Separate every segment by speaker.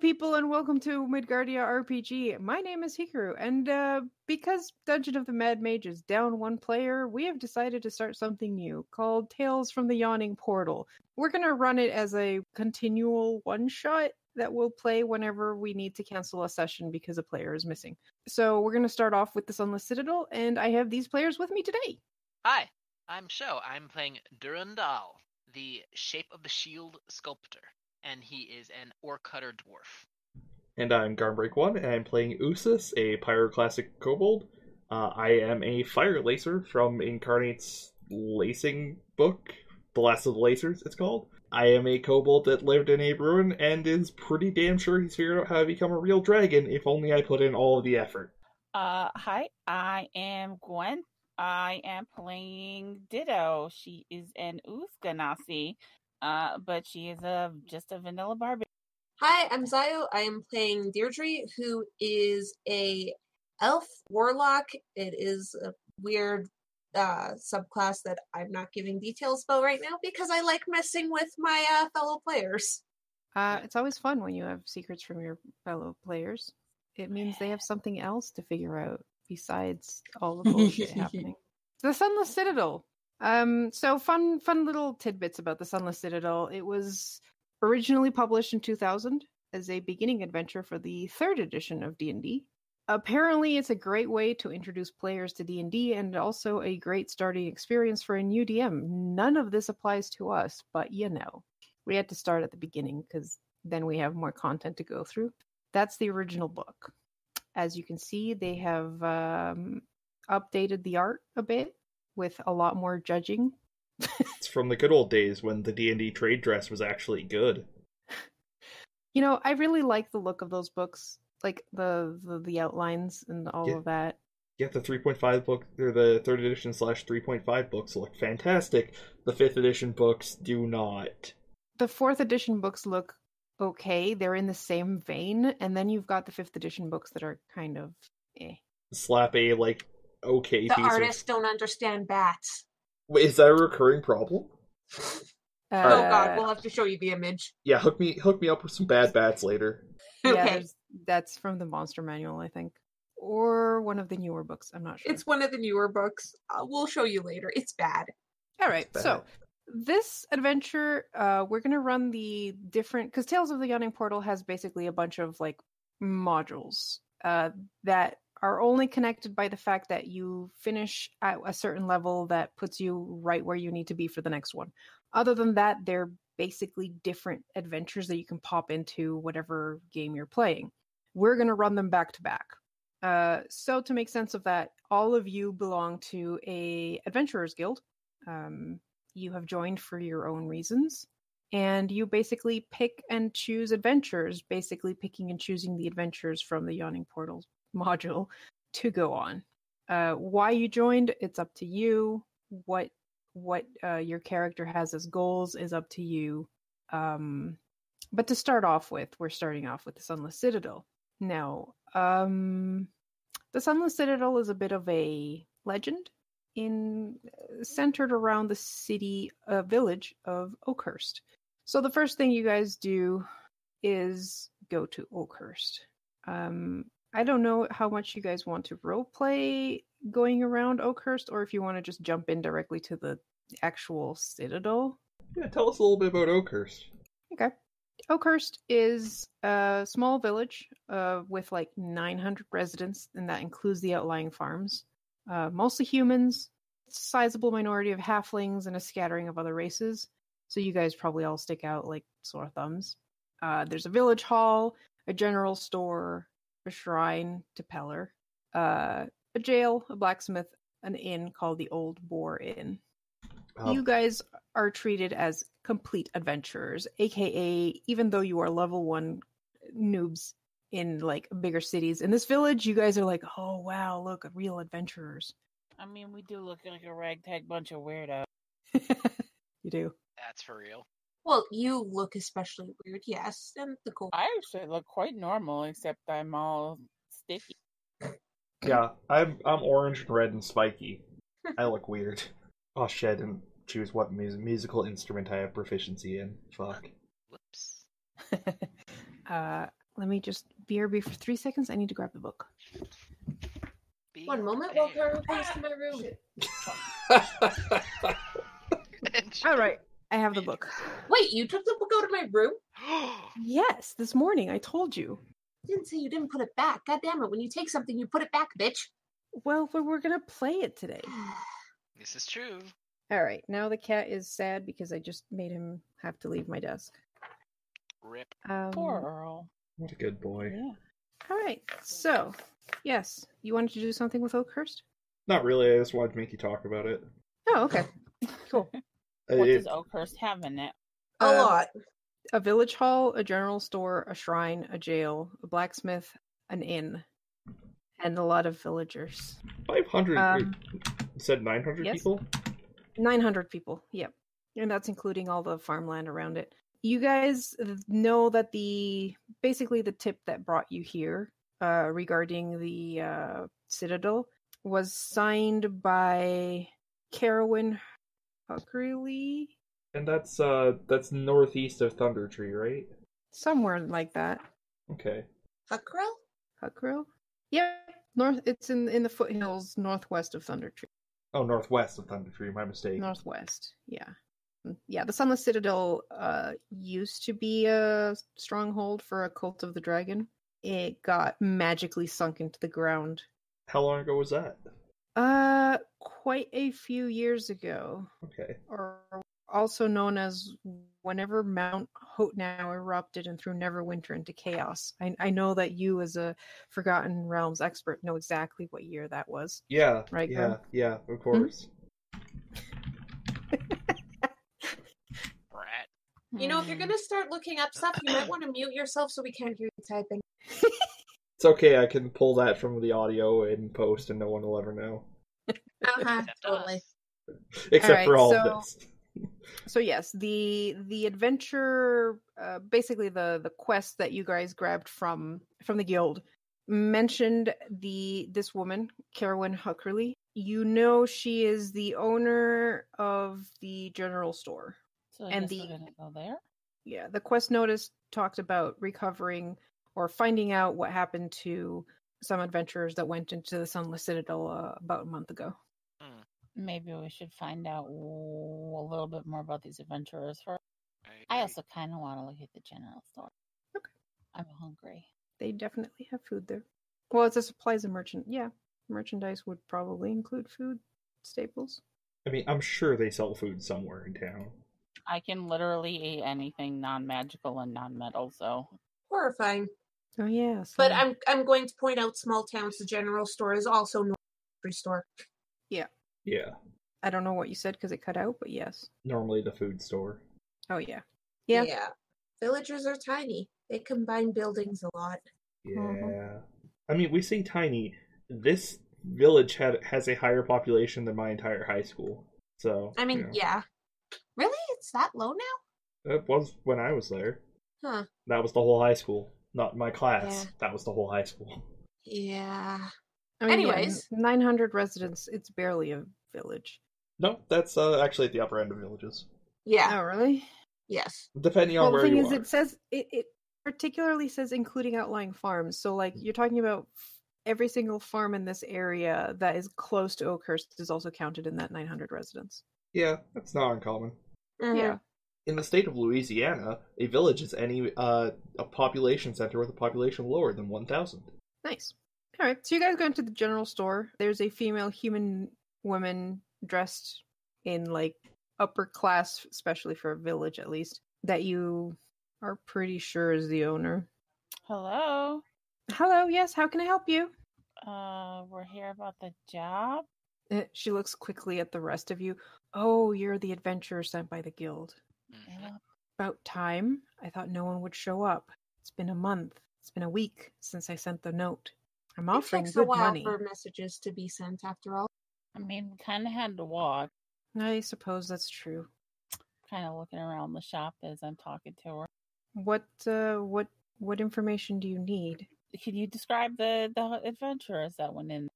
Speaker 1: people, and welcome to Midgardia RPG. My name is Hikaru, and uh, because Dungeon of the Mad Mage is down one player, we have decided to start something new called Tales from the Yawning Portal. We're going to run it as a continual one shot that we'll play whenever we need to cancel a session because a player is missing. So we're going to start off with the Sunless Citadel, and I have these players with me today.
Speaker 2: Hi, I'm Sho. I'm playing Durandal, the shape of the shield sculptor, and he is an ore cutter dwarf.
Speaker 3: And I'm Garnbreak1, and I'm playing Usus, a pyroclastic kobold. Uh, I am a fire lacer from Incarnate's lacing book, The Last of the Lacers, it's called. I am a kobold that lived in a ruin and is pretty damn sure he's figured out how to become a real dragon if only I put in all of the effort.
Speaker 4: Uh, hi, I am Gwen. I am playing Ditto. She is an Uzganasi, uh, but she is a just a vanilla Barbie.
Speaker 5: Hi, I'm Zayo. I am playing Deirdre, who is a elf warlock. It is a weird uh, subclass that I'm not giving details about right now because I like messing with my uh, fellow players.
Speaker 1: Uh, it's always fun when you have secrets from your fellow players. It means they have something else to figure out besides all the bullshit happening. The Sunless Citadel. Um, so fun, fun little tidbits about the Sunless Citadel. It was originally published in 2000 as a beginning adventure for the third edition of D&D. Apparently, it's a great way to introduce players to D&D and also a great starting experience for a new DM. None of this applies to us, but you know, we had to start at the beginning because then we have more content to go through. That's the original book. As you can see, they have um, updated the art a bit with a lot more judging.
Speaker 3: It's from the good old days when the D&D trade dress was actually good.
Speaker 1: You know, I really like the look of those books, like the the, the outlines and all
Speaker 3: Yeah.
Speaker 1: of that.
Speaker 3: Yeah, the 3.5 book, or the 3rd edition slash 3.5 books look fantastic. The 5th edition books do not.
Speaker 1: the fourth edition books look okay. They're in the same vein, and then you've got the fifth edition books that are kind of eh.
Speaker 3: Slap a, like, okay
Speaker 5: The
Speaker 3: piece
Speaker 5: artists don't understand bats.
Speaker 3: of... Wait, is that a recurring problem?
Speaker 5: oh
Speaker 3: Uh,
Speaker 5: god, we'll have to show you the image.
Speaker 3: Yeah, hook me hook me up with some bad bats later.
Speaker 1: yeah,
Speaker 5: okay.
Speaker 1: there's- that's from the Monster Manual, I think, or one of the newer books. I'm not sure.
Speaker 5: It's one of the newer books. Uh, we'll show you later. It's bad.
Speaker 1: All right,
Speaker 3: Bad.
Speaker 1: so this adventure, uh, we're gonna run the different because Tales of the Yawning Portal has basically a bunch of like modules uh, that are only connected by the fact that you finish at a certain level that puts you right where you need to be for the next one. Other than that, they're basically different adventures that you can pop into whatever game you're playing. We're gonna run them back to back. Uh, so to make sense of that, all of you belong to a adventurers guild um, you have joined for your own reasons. And you basically pick and choose adventures, basically picking and choosing the adventures from the Yawning Portals module to go on. Uh, why you joined, it's up to you. What what uh, your character has as goals is up to you. Um, but to start off with, we're starting off with the Sunless Citadel. Now, um, the Sunless Citadel is a bit of a legend in centered around the city uh, village of Oakhurst. So the first thing you guys do is go to Oakhurst. Um, I don't know how much you guys want to role play going around Oakhurst, or if you want to just jump in directly to the actual citadel.
Speaker 3: Yeah, tell us a little bit about Oakhurst.
Speaker 1: Oakhurst is a small village uh, with like 900 residents, and that includes the outlying farms. Uh, mostly humans, sizable minority of halflings, and a scattering of other races. So you guys probably all stick out like sore thumbs. Uh, there's a village hall, a general store, a shrine to Peller, uh, a jail, a blacksmith, an inn called the Old Boar Inn
Speaker 3: Um,
Speaker 1: you guys are treated as complete adventurers, aka even though you are level one noobs in like bigger cities, in this village, you guys are like, oh wow, look, real adventurers.
Speaker 4: I mean, we do look like a ragtag bunch of weirdos.
Speaker 1: you do.
Speaker 2: That's for real.
Speaker 5: Well, you look especially weird, yes, and the gold.
Speaker 4: I actually look quite normal, except I'm all sticky.
Speaker 3: yeah, I'm I'm orange and red and spiky. I look weird. Oh shit! And choose what mus- musical instrument I have proficiency in. Fuck.
Speaker 2: Whoops.
Speaker 1: uh, Let me just BRB for three seconds. I need to grab the book.
Speaker 2: Be
Speaker 5: One moment while
Speaker 2: prepared.
Speaker 5: Carl goes to my room.
Speaker 1: All right. I have the book.
Speaker 5: Wait, you took the book out of my room?
Speaker 1: Yes, this morning I told you.
Speaker 5: didn't say you didn't put it back. God damn it. When you take something, you put it back, bitch.
Speaker 1: Well, we we're going to play it today.
Speaker 2: this is true.
Speaker 1: All right. Now the cat is sad because I just made him have to leave my desk.
Speaker 2: Rip.
Speaker 1: Um,
Speaker 4: Poor Earl.
Speaker 3: What a good boy.
Speaker 4: Yeah.
Speaker 1: All right. So, yes, you wanted to do something with Oakhurst?
Speaker 3: Not really. I just wanted to make you talk about it.
Speaker 1: Oh, okay. Cool.
Speaker 3: Uh,
Speaker 4: What
Speaker 3: it-
Speaker 4: does Oakhurst have in it?
Speaker 5: A
Speaker 1: Uh,
Speaker 5: lot.
Speaker 1: A village hall, a general store, a shrine, a jail, a blacksmith, an inn, and a lot of villagers.
Speaker 3: 500
Speaker 1: Um,
Speaker 3: you said 900
Speaker 1: yes.
Speaker 3: people
Speaker 1: 900 people. Yep. And that's including all the farmland around it. You guys know that the basically the tip that brought you here uh, regarding the uh, citadel was signed by Carowin Huggerly,
Speaker 3: and that's uh that's northeast of thunder tree right
Speaker 1: somewhere like that.
Speaker 3: okay
Speaker 5: Huckrell?
Speaker 1: Huckrill? Yep. North. It's in in the foothills northwest of Thunder Tree.
Speaker 3: oh northwest of thunder tree my mistake
Speaker 1: Northwest, yeah, Mm, yeah. The Sunless Citadel uh, used to be a stronghold for a cult of the dragon. It got magically sunk into the ground.
Speaker 3: how long ago was that
Speaker 1: Uh, quite a few years ago,
Speaker 3: okay
Speaker 1: or also known as whenever Mount Hotnow erupted and threw Neverwinter into chaos. I, I know that you, as a Forgotten Realms expert, know exactly what year that was.
Speaker 3: yeah
Speaker 1: Right,
Speaker 3: yeah
Speaker 1: Grim?
Speaker 3: yeah of course
Speaker 2: Brat.
Speaker 5: You know, if you're
Speaker 4: Hmm.
Speaker 5: going to start looking up stuff, you might want to mute yourself so we can't hear you typing.
Speaker 3: it's okay i can pull that from the audio and post and no one will ever know
Speaker 5: Uh
Speaker 1: Ah,
Speaker 5: huh.
Speaker 2: Except
Speaker 5: Totally.
Speaker 2: us.
Speaker 3: except
Speaker 1: right,
Speaker 3: for all
Speaker 1: so-
Speaker 3: of this
Speaker 1: so yes the the adventure uh, basically the the quest that you guys grabbed from from the guild mentioned the this woman carowin huckerly you know she is the owner of the general store
Speaker 4: So I
Speaker 1: and
Speaker 4: guess we're
Speaker 1: the-
Speaker 4: gonna go there.
Speaker 1: yeah the quest notice talked about recovering or finding out what happened to some adventurers that went into the sunless citadel uh, about a month ago
Speaker 4: Maybe we should find out w- a little bit more about these adventurers first. I
Speaker 2: agree.
Speaker 4: also kind of want to look at the general store.
Speaker 1: Okay.
Speaker 4: I'm hungry.
Speaker 1: they definitely have food there. Well, it's a supplies and merchant. Yeah, merchandise would probably include food staples.
Speaker 3: i mean i'm sure they sell food somewhere in town
Speaker 4: I can literally eat anything non-magical and non-metal. So
Speaker 5: Horrifying.
Speaker 1: Oh yeah,
Speaker 5: But
Speaker 1: so-
Speaker 5: I'm I'm going to point out small towns. The general store is also normal grocery store.
Speaker 3: yeah
Speaker 1: I don't know what you said because it cut out. But yes.
Speaker 3: normally the food store
Speaker 1: Oh yeah. Yeah.
Speaker 5: Villagers are tiny. They combine buildings a lot.
Speaker 3: yeah
Speaker 1: Mhm.
Speaker 3: i mean we say tiny this village had has a higher population than my entire high school so
Speaker 5: I mean,
Speaker 3: you know.
Speaker 5: yeah. Really? It's that low now?
Speaker 3: That was when I was there.
Speaker 5: Huh.
Speaker 3: That was the whole high school, not my class. That was the whole high school.
Speaker 5: Yeah.
Speaker 1: I mean, Oh, yeah,
Speaker 5: Anyways.
Speaker 1: nine hundred residents. It's barely a village.
Speaker 3: No, that's uh, actually at the upper end of villages.
Speaker 5: Yeah.
Speaker 1: Oh really?
Speaker 5: Yes.
Speaker 3: Depending on
Speaker 1: well, the
Speaker 3: where
Speaker 1: thing
Speaker 3: you
Speaker 1: is,
Speaker 3: are.
Speaker 1: it says it, it particularly says including outlying farms. So like you're talking about every single farm in this area that is close to Oakhurst is also counted in that nine hundred residents.
Speaker 3: Yeah, that's not uncommon.
Speaker 5: Mhm.
Speaker 1: Yeah.
Speaker 3: In the state of Louisiana, a village is any uh, a population center with a population lower than 1,000.
Speaker 1: Nice. All right. So you guys go into the general store. There's a female human woman dressed in like upper class, especially for a village at least, that you are pretty sure is the owner.
Speaker 4: hello,
Speaker 1: Hello. Yes. How can I help you?
Speaker 4: uh, we're here about the job.
Speaker 1: Eh, She looks quickly at the rest of you. Oh, you're the adventurer sent by the guild.
Speaker 2: Mhm.
Speaker 4: Yeah.
Speaker 1: About time. I thought no one would show up. It's been a month. It's been a week since I sent the note. I'm
Speaker 5: It
Speaker 1: offering
Speaker 5: takes a
Speaker 1: good
Speaker 5: while
Speaker 1: money.
Speaker 5: for messages to be sent after all.
Speaker 4: I mean, kind of had to walk.
Speaker 1: I suppose that's true.
Speaker 4: Kind of looking around the shop as I'm talking to her.
Speaker 1: What uh what what information do you need?
Speaker 4: Can you describe the the adventurers that went in?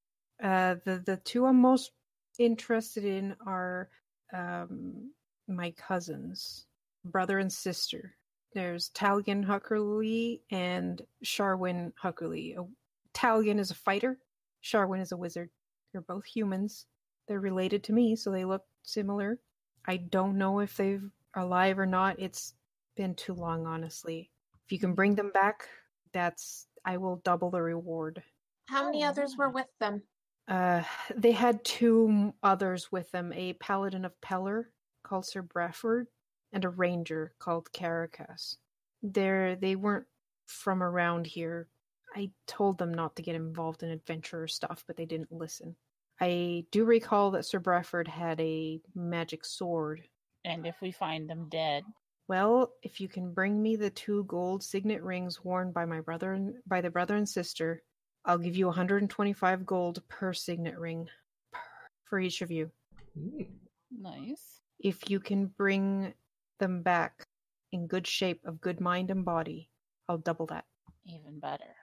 Speaker 1: Uh the the two I'm most interested in are um my cousins, brother and sister. There's Talion Huckerly and Sharwin Huckerly. A- Talion is a fighter. Sharwin is a wizard. They're both humans. They're related to me, so they look similar. I don't know if they're alive or not. It's been too long, honestly. If you can bring them back, that's I will double the reward.
Speaker 5: How many
Speaker 4: Oh,
Speaker 5: others were
Speaker 4: nice.
Speaker 5: with them?
Speaker 1: Uh, they had two m- others with them: a paladin of Peller called Sir Brefford, and a ranger called Caracas. They're, they weren't from around here. I told them not to get involved in adventurer stuff, but they didn't listen. I do recall that Sir Brefford had a magic sword.
Speaker 4: And if we find them dead,
Speaker 1: Well, if you can bring me the two gold signet rings worn by my brother and by the brother and sister, I'll give you 125 gold per signet ring per, for each of you.
Speaker 3: Mm.
Speaker 4: nice.
Speaker 1: If you can bring them back in good shape of good mind and body, I'll double that.
Speaker 4: Even better.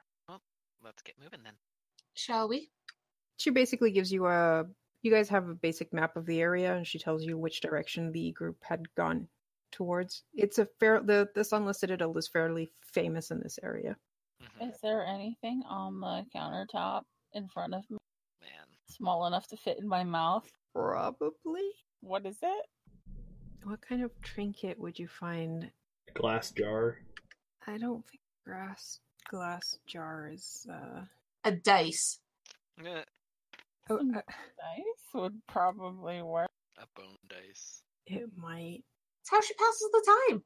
Speaker 2: Let's get moving then.
Speaker 5: Shall we?
Speaker 1: She basically gives you a you guys have a basic map of the area and she tells you which direction the group had gone towards. It's a fair the this unlisted citadel is fairly famous in this area.
Speaker 2: Mhm.
Speaker 4: Is there anything on the countertop in front of me
Speaker 2: Man,
Speaker 4: small enough to fit in my mouth?
Speaker 1: Probably.
Speaker 4: What is it?
Speaker 1: What kind of trinket would you find?
Speaker 3: Glass jar.
Speaker 1: I don't think grass glass jar is. Uh...
Speaker 5: A dice.
Speaker 2: Eh,
Speaker 1: Oh,
Speaker 4: Some
Speaker 1: uh,
Speaker 4: dice would probably work.
Speaker 2: a bone dice.
Speaker 1: it might.
Speaker 5: It's how she passes the time.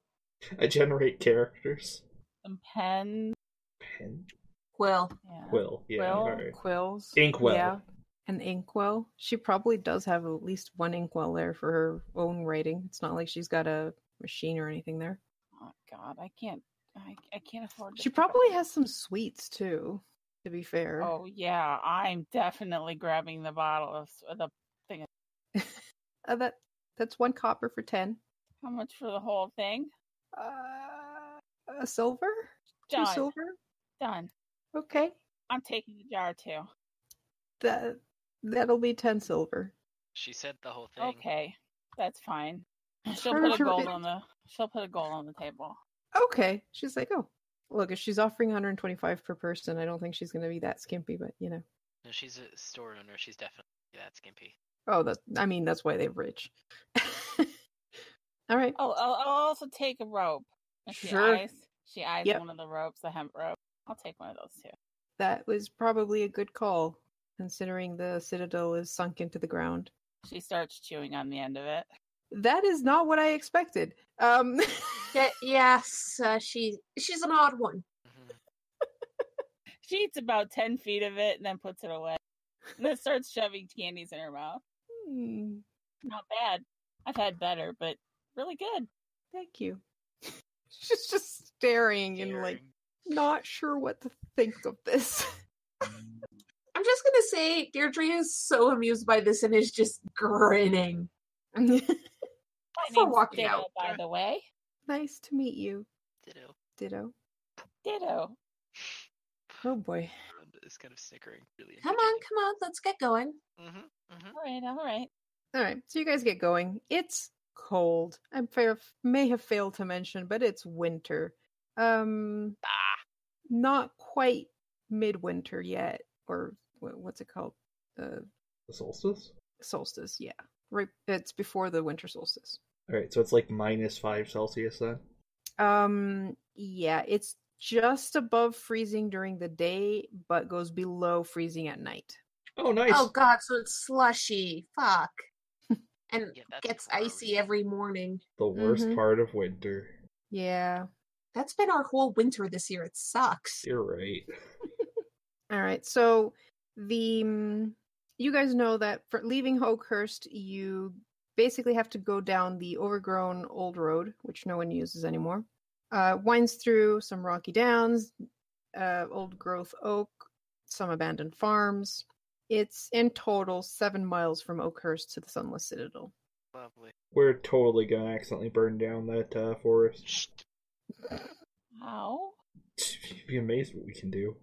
Speaker 3: I generate characters.
Speaker 4: Some pens.
Speaker 3: Pen?
Speaker 5: Well,
Speaker 4: Yeah.
Speaker 3: Quill. Yeah,
Speaker 4: Quill.
Speaker 3: alright.
Speaker 1: Quills.
Speaker 3: Inkwell.
Speaker 1: Yeah, an inkwell. She probably does have at least one inkwell there for her own writing. It's not like she's got a machine or anything there.
Speaker 4: Oh God, I can't. I, I can't afford. to
Speaker 1: She
Speaker 4: pick up
Speaker 1: probably
Speaker 4: a-
Speaker 1: has some sweets too. To be fair.
Speaker 4: Oh yeah, I'm definitely grabbing the bottle of s- the.
Speaker 1: Uh, that that's one copper for ten.
Speaker 4: How much for the whole thing?
Speaker 1: Uh, a silver. Two
Speaker 4: Done.
Speaker 1: silver.
Speaker 4: Done.
Speaker 1: Okay.
Speaker 4: I'm taking the jar too.
Speaker 1: That that'll be ten silver.
Speaker 2: She said the whole thing.
Speaker 4: Okay, that's fine.
Speaker 1: It's
Speaker 4: She'll
Speaker 1: her
Speaker 4: put a gold
Speaker 1: choice.
Speaker 4: on the. She'll put a gold on the table.
Speaker 1: Okay. She's like, oh, look, if she's offering 125 per person, I don't think she's going to be that skimpy, but you know.
Speaker 2: No, she's a store owner. She's definitely that skimpy.
Speaker 1: Oh, that's, I mean, that's why they're rich. All right.
Speaker 4: Oh, I'll, I'll also take a rope. And she
Speaker 1: Sure.
Speaker 4: Eyes, she eyes
Speaker 1: Yep.
Speaker 4: one of the ropes, the hemp rope. I'll take one of those too.
Speaker 1: That was probably a good call, considering the citadel is sunk into the ground.
Speaker 4: She starts chewing on the end of it.
Speaker 1: That is not what I expected. Um,
Speaker 5: yeah, yes, uh, she she's an odd one.
Speaker 2: Mhm.
Speaker 4: She eats about ten feet of it and then puts it away. And then starts shoving candies in her mouth.
Speaker 1: hmm,
Speaker 4: Not bad. I've had better, but really good.
Speaker 1: thank you. She's just staring and like
Speaker 2: Daring.
Speaker 1: not sure what to think of this.
Speaker 5: I'm just gonna say Deirdre is so amused by this and is just grinning.
Speaker 4: My
Speaker 5: For
Speaker 4: name's
Speaker 5: walking
Speaker 4: Ditto,
Speaker 5: out.
Speaker 4: by the way.
Speaker 1: nice to meet you,
Speaker 2: Ditto.
Speaker 1: Ditto.
Speaker 4: Ditto.
Speaker 1: Oh boy.
Speaker 2: Um, It's kind of snickering. Really.
Speaker 5: Come on, come on, let's get going.
Speaker 2: Mm-hmm, mm-hmm.
Speaker 4: All right, all right.
Speaker 1: All right, so you guys get going. It's cold. I fair, may have failed to mention, but it's winter. Um,
Speaker 2: Ah,
Speaker 1: not quite midwinter yet, or wh- what's it called? Uh,
Speaker 3: The solstice?
Speaker 1: solstice. Yeah, right. It's before the winter solstice.
Speaker 3: Alright, so it's like minus 5 Celsius then?
Speaker 1: Um, yeah, it's just above freezing during the day, but goes below freezing at night.
Speaker 3: Oh, nice!
Speaker 5: Oh god, so it's slushy. Fuck. and
Speaker 2: yeah, that's
Speaker 5: gets
Speaker 2: gross.
Speaker 5: icy every morning.
Speaker 3: the worst
Speaker 1: Mhm.
Speaker 3: part of winter.
Speaker 1: Yeah.
Speaker 5: That's been our whole winter this year. It sucks.
Speaker 3: You're right.
Speaker 1: All right. So the mm, you guys know that for leaving Hoakhurst, you basically have to go down the overgrown old road, which no one uses anymore. Uh, winds through some rocky downs, uh, old growth oak, some abandoned farms. It's in total seven miles from Oakhurst to the Sunless Citadel.
Speaker 2: Lovely.
Speaker 3: We're totally gonna accidentally burn down that uh, forest.
Speaker 2: Shh.
Speaker 4: How?
Speaker 3: You'd be amazed what we can do.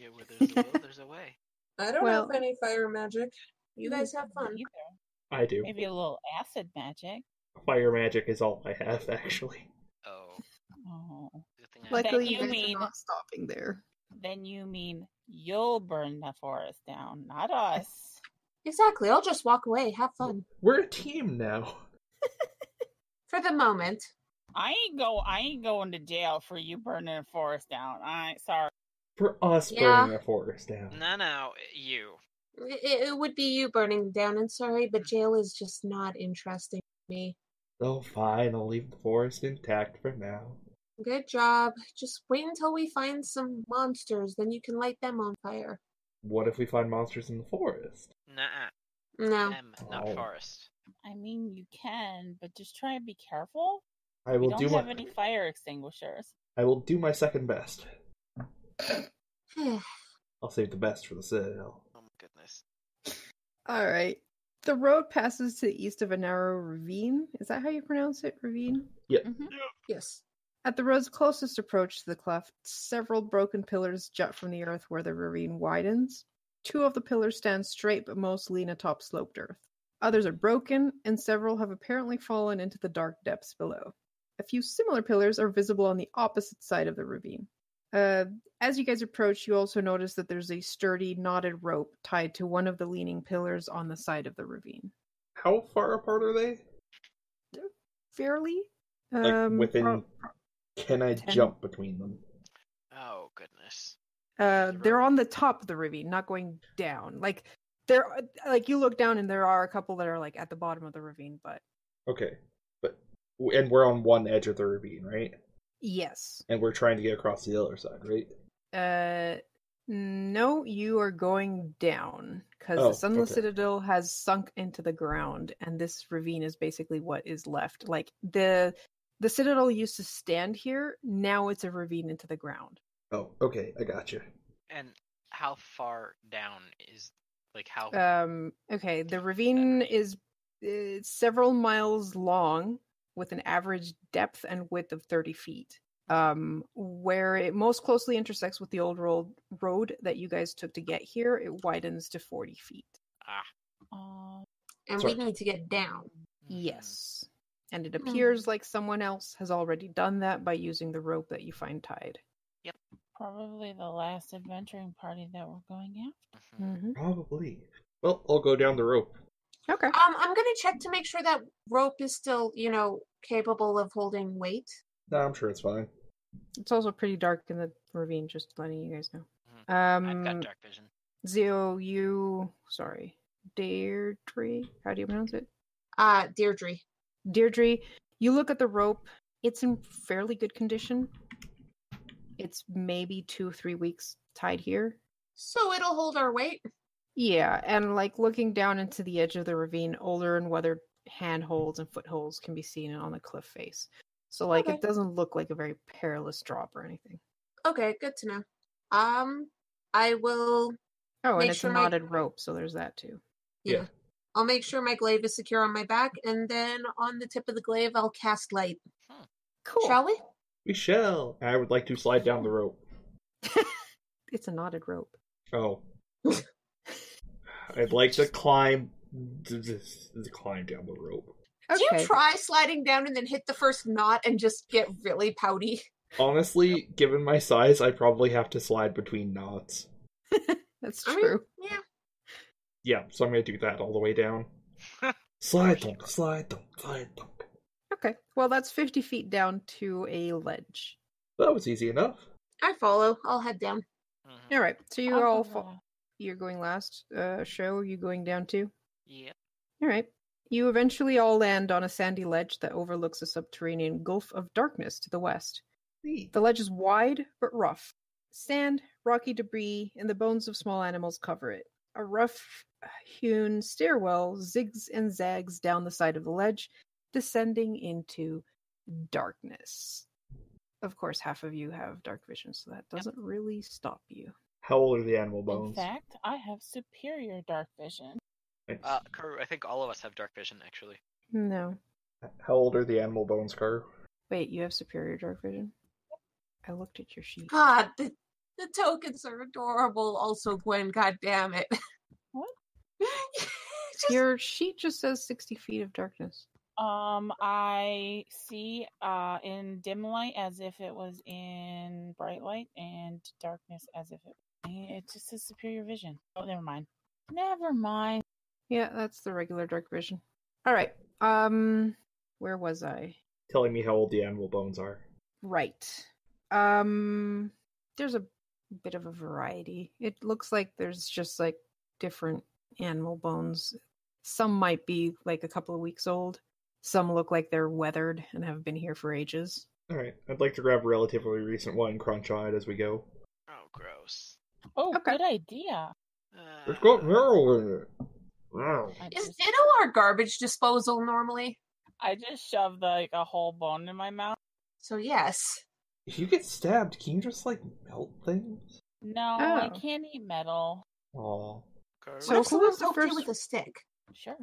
Speaker 2: Yeah, where there's a will, there's a way.
Speaker 5: I don't
Speaker 1: have Well-
Speaker 5: any fire magic. You
Speaker 4: Ooh,
Speaker 5: guys have fun.
Speaker 4: Either.
Speaker 3: I do.
Speaker 4: Maybe a little acid magic.
Speaker 3: Fire magic is all I have, actually.
Speaker 2: Oh,
Speaker 4: Oh,
Speaker 1: Luckily,
Speaker 4: you
Speaker 1: you guys
Speaker 4: mean-
Speaker 1: are not stopping there.
Speaker 4: Then you mean you'll burn the forest down, not us.
Speaker 5: Exactly. I'll just walk away. Have fun
Speaker 3: We're a team now.
Speaker 5: for the moment.
Speaker 4: I ain't go. I ain't going to jail for you burning the forest down. I sorry.
Speaker 3: For us
Speaker 5: Yeah.
Speaker 3: burning the forest down.
Speaker 2: No, no, you.
Speaker 5: I- It, it would be you burning down. And sorry, but jail is just not interesting to me.
Speaker 3: Oh, fine. I'll leave the forest intact for now.
Speaker 5: Good job. Just wait until we find some monsters, then you can light them on fire.
Speaker 3: What if we find monsters in the forest?
Speaker 2: Nah,
Speaker 5: No.
Speaker 2: them, not
Speaker 3: Oh.
Speaker 2: forest.
Speaker 4: I mean, you can, but just try and be careful.
Speaker 3: I
Speaker 4: We
Speaker 3: will
Speaker 4: don't
Speaker 3: do
Speaker 4: have
Speaker 3: my
Speaker 4: any fire extinguishers.
Speaker 3: I will do my second best.
Speaker 5: All
Speaker 3: I'll save the best for the citadel.
Speaker 2: Oh my goodness.
Speaker 1: All right. The road passes to the east of a narrow ravine. Is that how you pronounce it? Ravine?
Speaker 4: Mhm.
Speaker 5: yes.
Speaker 1: At the road's closest approach to the cleft, several broken pillars jut from the earth where the ravine widens. Two of the pillars stand straight, but most lean atop sloped earth. Others are broken, and several have apparently fallen into the dark depths below. A few similar pillars are visible on the opposite side of the ravine. Uh, as you guys approach, you also notice that there's a sturdy, knotted rope tied to one of the leaning pillars on the side of the ravine.
Speaker 3: How far apart are they?
Speaker 1: Fairly?
Speaker 3: Like
Speaker 1: um,
Speaker 3: within
Speaker 1: prob-
Speaker 3: Can I
Speaker 1: Ten.
Speaker 3: jump between them?
Speaker 2: Oh goodness.
Speaker 1: Uh,
Speaker 2: the
Speaker 1: they're
Speaker 2: road.
Speaker 1: on the top of the ravine, not going down. Like there, are- like you look down and there are a couple that are like at the bottom of the ravine. But
Speaker 3: Okay. But and we're on one edge of the ravine, right?
Speaker 1: yes,
Speaker 3: And we're trying to get across to the other side, right?
Speaker 1: uh, no, you are going down because
Speaker 3: Oh,
Speaker 1: the Sunless
Speaker 3: okay.
Speaker 1: Citadel has sunk into the ground, and this ravine is basically what is left. Like the the citadel used to stand here, now it's a ravine into the ground.
Speaker 3: Oh, okay, I got you.
Speaker 2: And how far down is like how?
Speaker 1: Um, okay, the ravine is uh, several miles long with an average depth and width of 30 feet. Um, where it most closely intersects with the old road, road that you guys took to get here, it widens to 40 feet.
Speaker 2: ah,
Speaker 4: Uh,
Speaker 5: And
Speaker 3: Sorry.
Speaker 5: we need to get down.
Speaker 2: mhm.
Speaker 1: Yes. And it
Speaker 5: Hmm.
Speaker 1: appears like someone else has already done that by using the rope that you find tied.
Speaker 4: probably the last adventuring party that we're going out.
Speaker 2: Mhm.
Speaker 3: Probably. Well, I'll go down the rope.
Speaker 1: Okay.
Speaker 5: Um, I'm gonna check to make sure that rope is still, you know, capable of holding weight.
Speaker 3: No, I'm sure it's fine.
Speaker 1: It's also pretty dark in the ravine, just letting you guys
Speaker 2: Mhm.
Speaker 1: know. Um,
Speaker 2: I've got dark vision.
Speaker 1: Zio, you sorry, Deirdre. How do you pronounce it?
Speaker 5: Uh, Deirdre.
Speaker 1: Deirdre, you look at the rope. It's in fairly good condition. It's maybe two, three weeks tied here.
Speaker 5: So it'll hold our weight.
Speaker 1: Yeah, and like looking down into the edge of the ravine, older and weathered handholds and footholds can be seen on the cliff face. So like
Speaker 5: Okay.
Speaker 1: it doesn't look like a very perilous drop or anything.
Speaker 5: Okay, good to know. Um, I will.
Speaker 1: Oh,
Speaker 5: Make
Speaker 1: and it's
Speaker 5: sure
Speaker 1: a
Speaker 5: my-
Speaker 1: knotted rope, so there's that too.
Speaker 5: Yeah.
Speaker 3: Yeah.
Speaker 5: I'll make sure my glaive is secure on my back, and then on the tip of the glaive, I'll cast light.
Speaker 1: Cool.
Speaker 5: Shall we?
Speaker 3: We shall. I would like to slide down the rope.
Speaker 1: It's a knotted rope.
Speaker 3: Oh. I'd like to climb th- th- th- climb down the rope.
Speaker 5: Do you try sliding down and then hit the first knot and just get really pouty?
Speaker 3: Honestly, given my size, I probably have to slide between knots.
Speaker 1: That's
Speaker 5: I
Speaker 1: true.
Speaker 5: mean, yeah.
Speaker 3: Yeah, so I'm gonna do that all the way down. Slide dunk, slide dunk, slide dunk.
Speaker 1: Okay. Well, that's 50 feet down to a ledge.
Speaker 3: That was easy enough.
Speaker 5: I follow. I'll head down.
Speaker 2: Mhm.
Speaker 1: All right. So you
Speaker 4: I'll
Speaker 1: all
Speaker 4: go
Speaker 1: fo-
Speaker 4: last.
Speaker 1: you're going last. Uh, show you going down too.
Speaker 2: Yep.
Speaker 1: All right. You eventually all land on a sandy ledge that overlooks a subterranean gulf of darkness to the west. The ledge is wide but rough. Sand, rocky debris, and the bones of small animals cover it. A rough hewn stairwell zigs and zags down the side of the ledge, descending into darkness. Of course, half of you have dark vision, so that doesn't really stop you.
Speaker 3: How old are the animal
Speaker 4: In
Speaker 3: bones?
Speaker 4: fact, I have superior dark vision.
Speaker 2: Uh, Karu, I think all of us have dark vision actually.
Speaker 1: No.
Speaker 3: How old are the animal bones, Car?
Speaker 1: Wait, you have superior dark vision? I looked at your sheet.
Speaker 5: God, the, the tokens are adorable. Also, Gwen, God damn it.
Speaker 4: What?
Speaker 5: Just-
Speaker 1: Your sheet just says 60 feet of darkness.
Speaker 4: Um, I see uh, in dim light as if it was in bright light, and darkness as if it. It just says superior vision. Oh, never mind. Never mind.
Speaker 1: Yeah, that's the regular dark vision. All right. Um, where was I?
Speaker 3: Telling me how old the animal bones are.
Speaker 1: Right. Um, there's a bit of a variety. It looks like there's just like different animal bones. Some might be like a couple of weeks old. Some look like they're weathered and have been here for ages.
Speaker 3: All right, I'd like to grab a relatively recent one and crunch on it as we go.
Speaker 2: Oh, gross.
Speaker 4: Oh,
Speaker 1: Okay.
Speaker 4: good idea.
Speaker 3: It's
Speaker 2: Uh,
Speaker 3: got marrow in it. Wow.
Speaker 4: I
Speaker 5: Is
Speaker 4: just,
Speaker 5: Ditto our garbage disposal normally?
Speaker 4: I just shoved like a whole bone in my mouth.
Speaker 5: So yes.
Speaker 3: If you get stabbed, can you just like melt things?
Speaker 4: No, I
Speaker 1: Oh.
Speaker 4: can't eat metal.
Speaker 3: Oh,
Speaker 2: gross.
Speaker 1: So
Speaker 5: what if
Speaker 1: who
Speaker 5: someone
Speaker 1: was the
Speaker 5: poked you
Speaker 1: first-
Speaker 5: with a stick?
Speaker 4: Sure.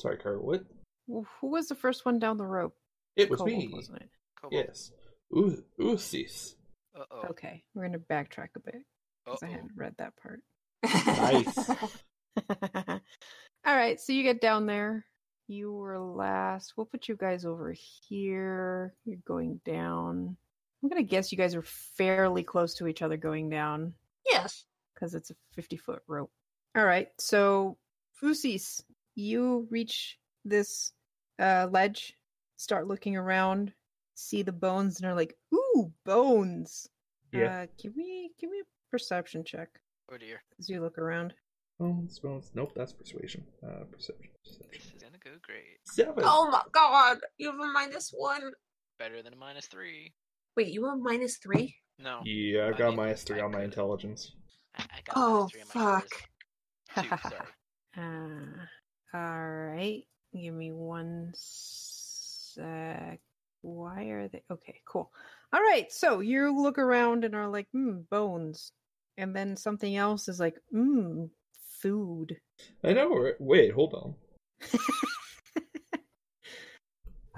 Speaker 3: sorry, Carter. What?
Speaker 1: Wh- Who was the first one down the rope?
Speaker 3: It was
Speaker 1: Kobold,
Speaker 3: me.
Speaker 1: wasn't it?
Speaker 2: Kobold.
Speaker 3: Yes. Ooh, Oosis.
Speaker 2: Uh-oh.
Speaker 1: Okay, we're gonna backtrack a bit because I
Speaker 2: Uh-oh.
Speaker 1: hadn't read that part.
Speaker 3: Nice.
Speaker 1: All right, so you get down there. You were last. We'll put you guys over here. You're going down. I'm gonna guess you guys are fairly close to each other going down
Speaker 5: yes.
Speaker 1: because it's a 50 foot rope. All right, so Fusis, you reach this uh, ledge, start looking around, see the bones, and are like, "Ooh, bones!"
Speaker 3: Yeah.
Speaker 1: Uh, give me, give me a perception check
Speaker 2: Oh dear.
Speaker 1: as you look around.
Speaker 3: Bones, bones. Nope, that's persuasion. Uh, perception.
Speaker 2: This
Speaker 3: Perception.
Speaker 2: is gonna go great.
Speaker 3: Seven.
Speaker 5: Oh my god. You have a minus one.
Speaker 2: Better than a minus three.
Speaker 5: Wait, you have a minus three?
Speaker 2: No.
Speaker 3: Yeah, I've
Speaker 2: I
Speaker 3: got
Speaker 2: mean,
Speaker 3: minus three
Speaker 2: I
Speaker 3: on my
Speaker 2: could-
Speaker 3: intelligence.
Speaker 2: I, I got a
Speaker 5: Oh
Speaker 2: minus three on my
Speaker 5: fuck.
Speaker 2: charisma. Two, sorry.
Speaker 1: Uh, all right. Give me one sec. Why are they? Okay, cool. All right. So you look around and are like, hmm, bones. And then something else is like, hmm, food.
Speaker 3: I know. right? Wait, hold on.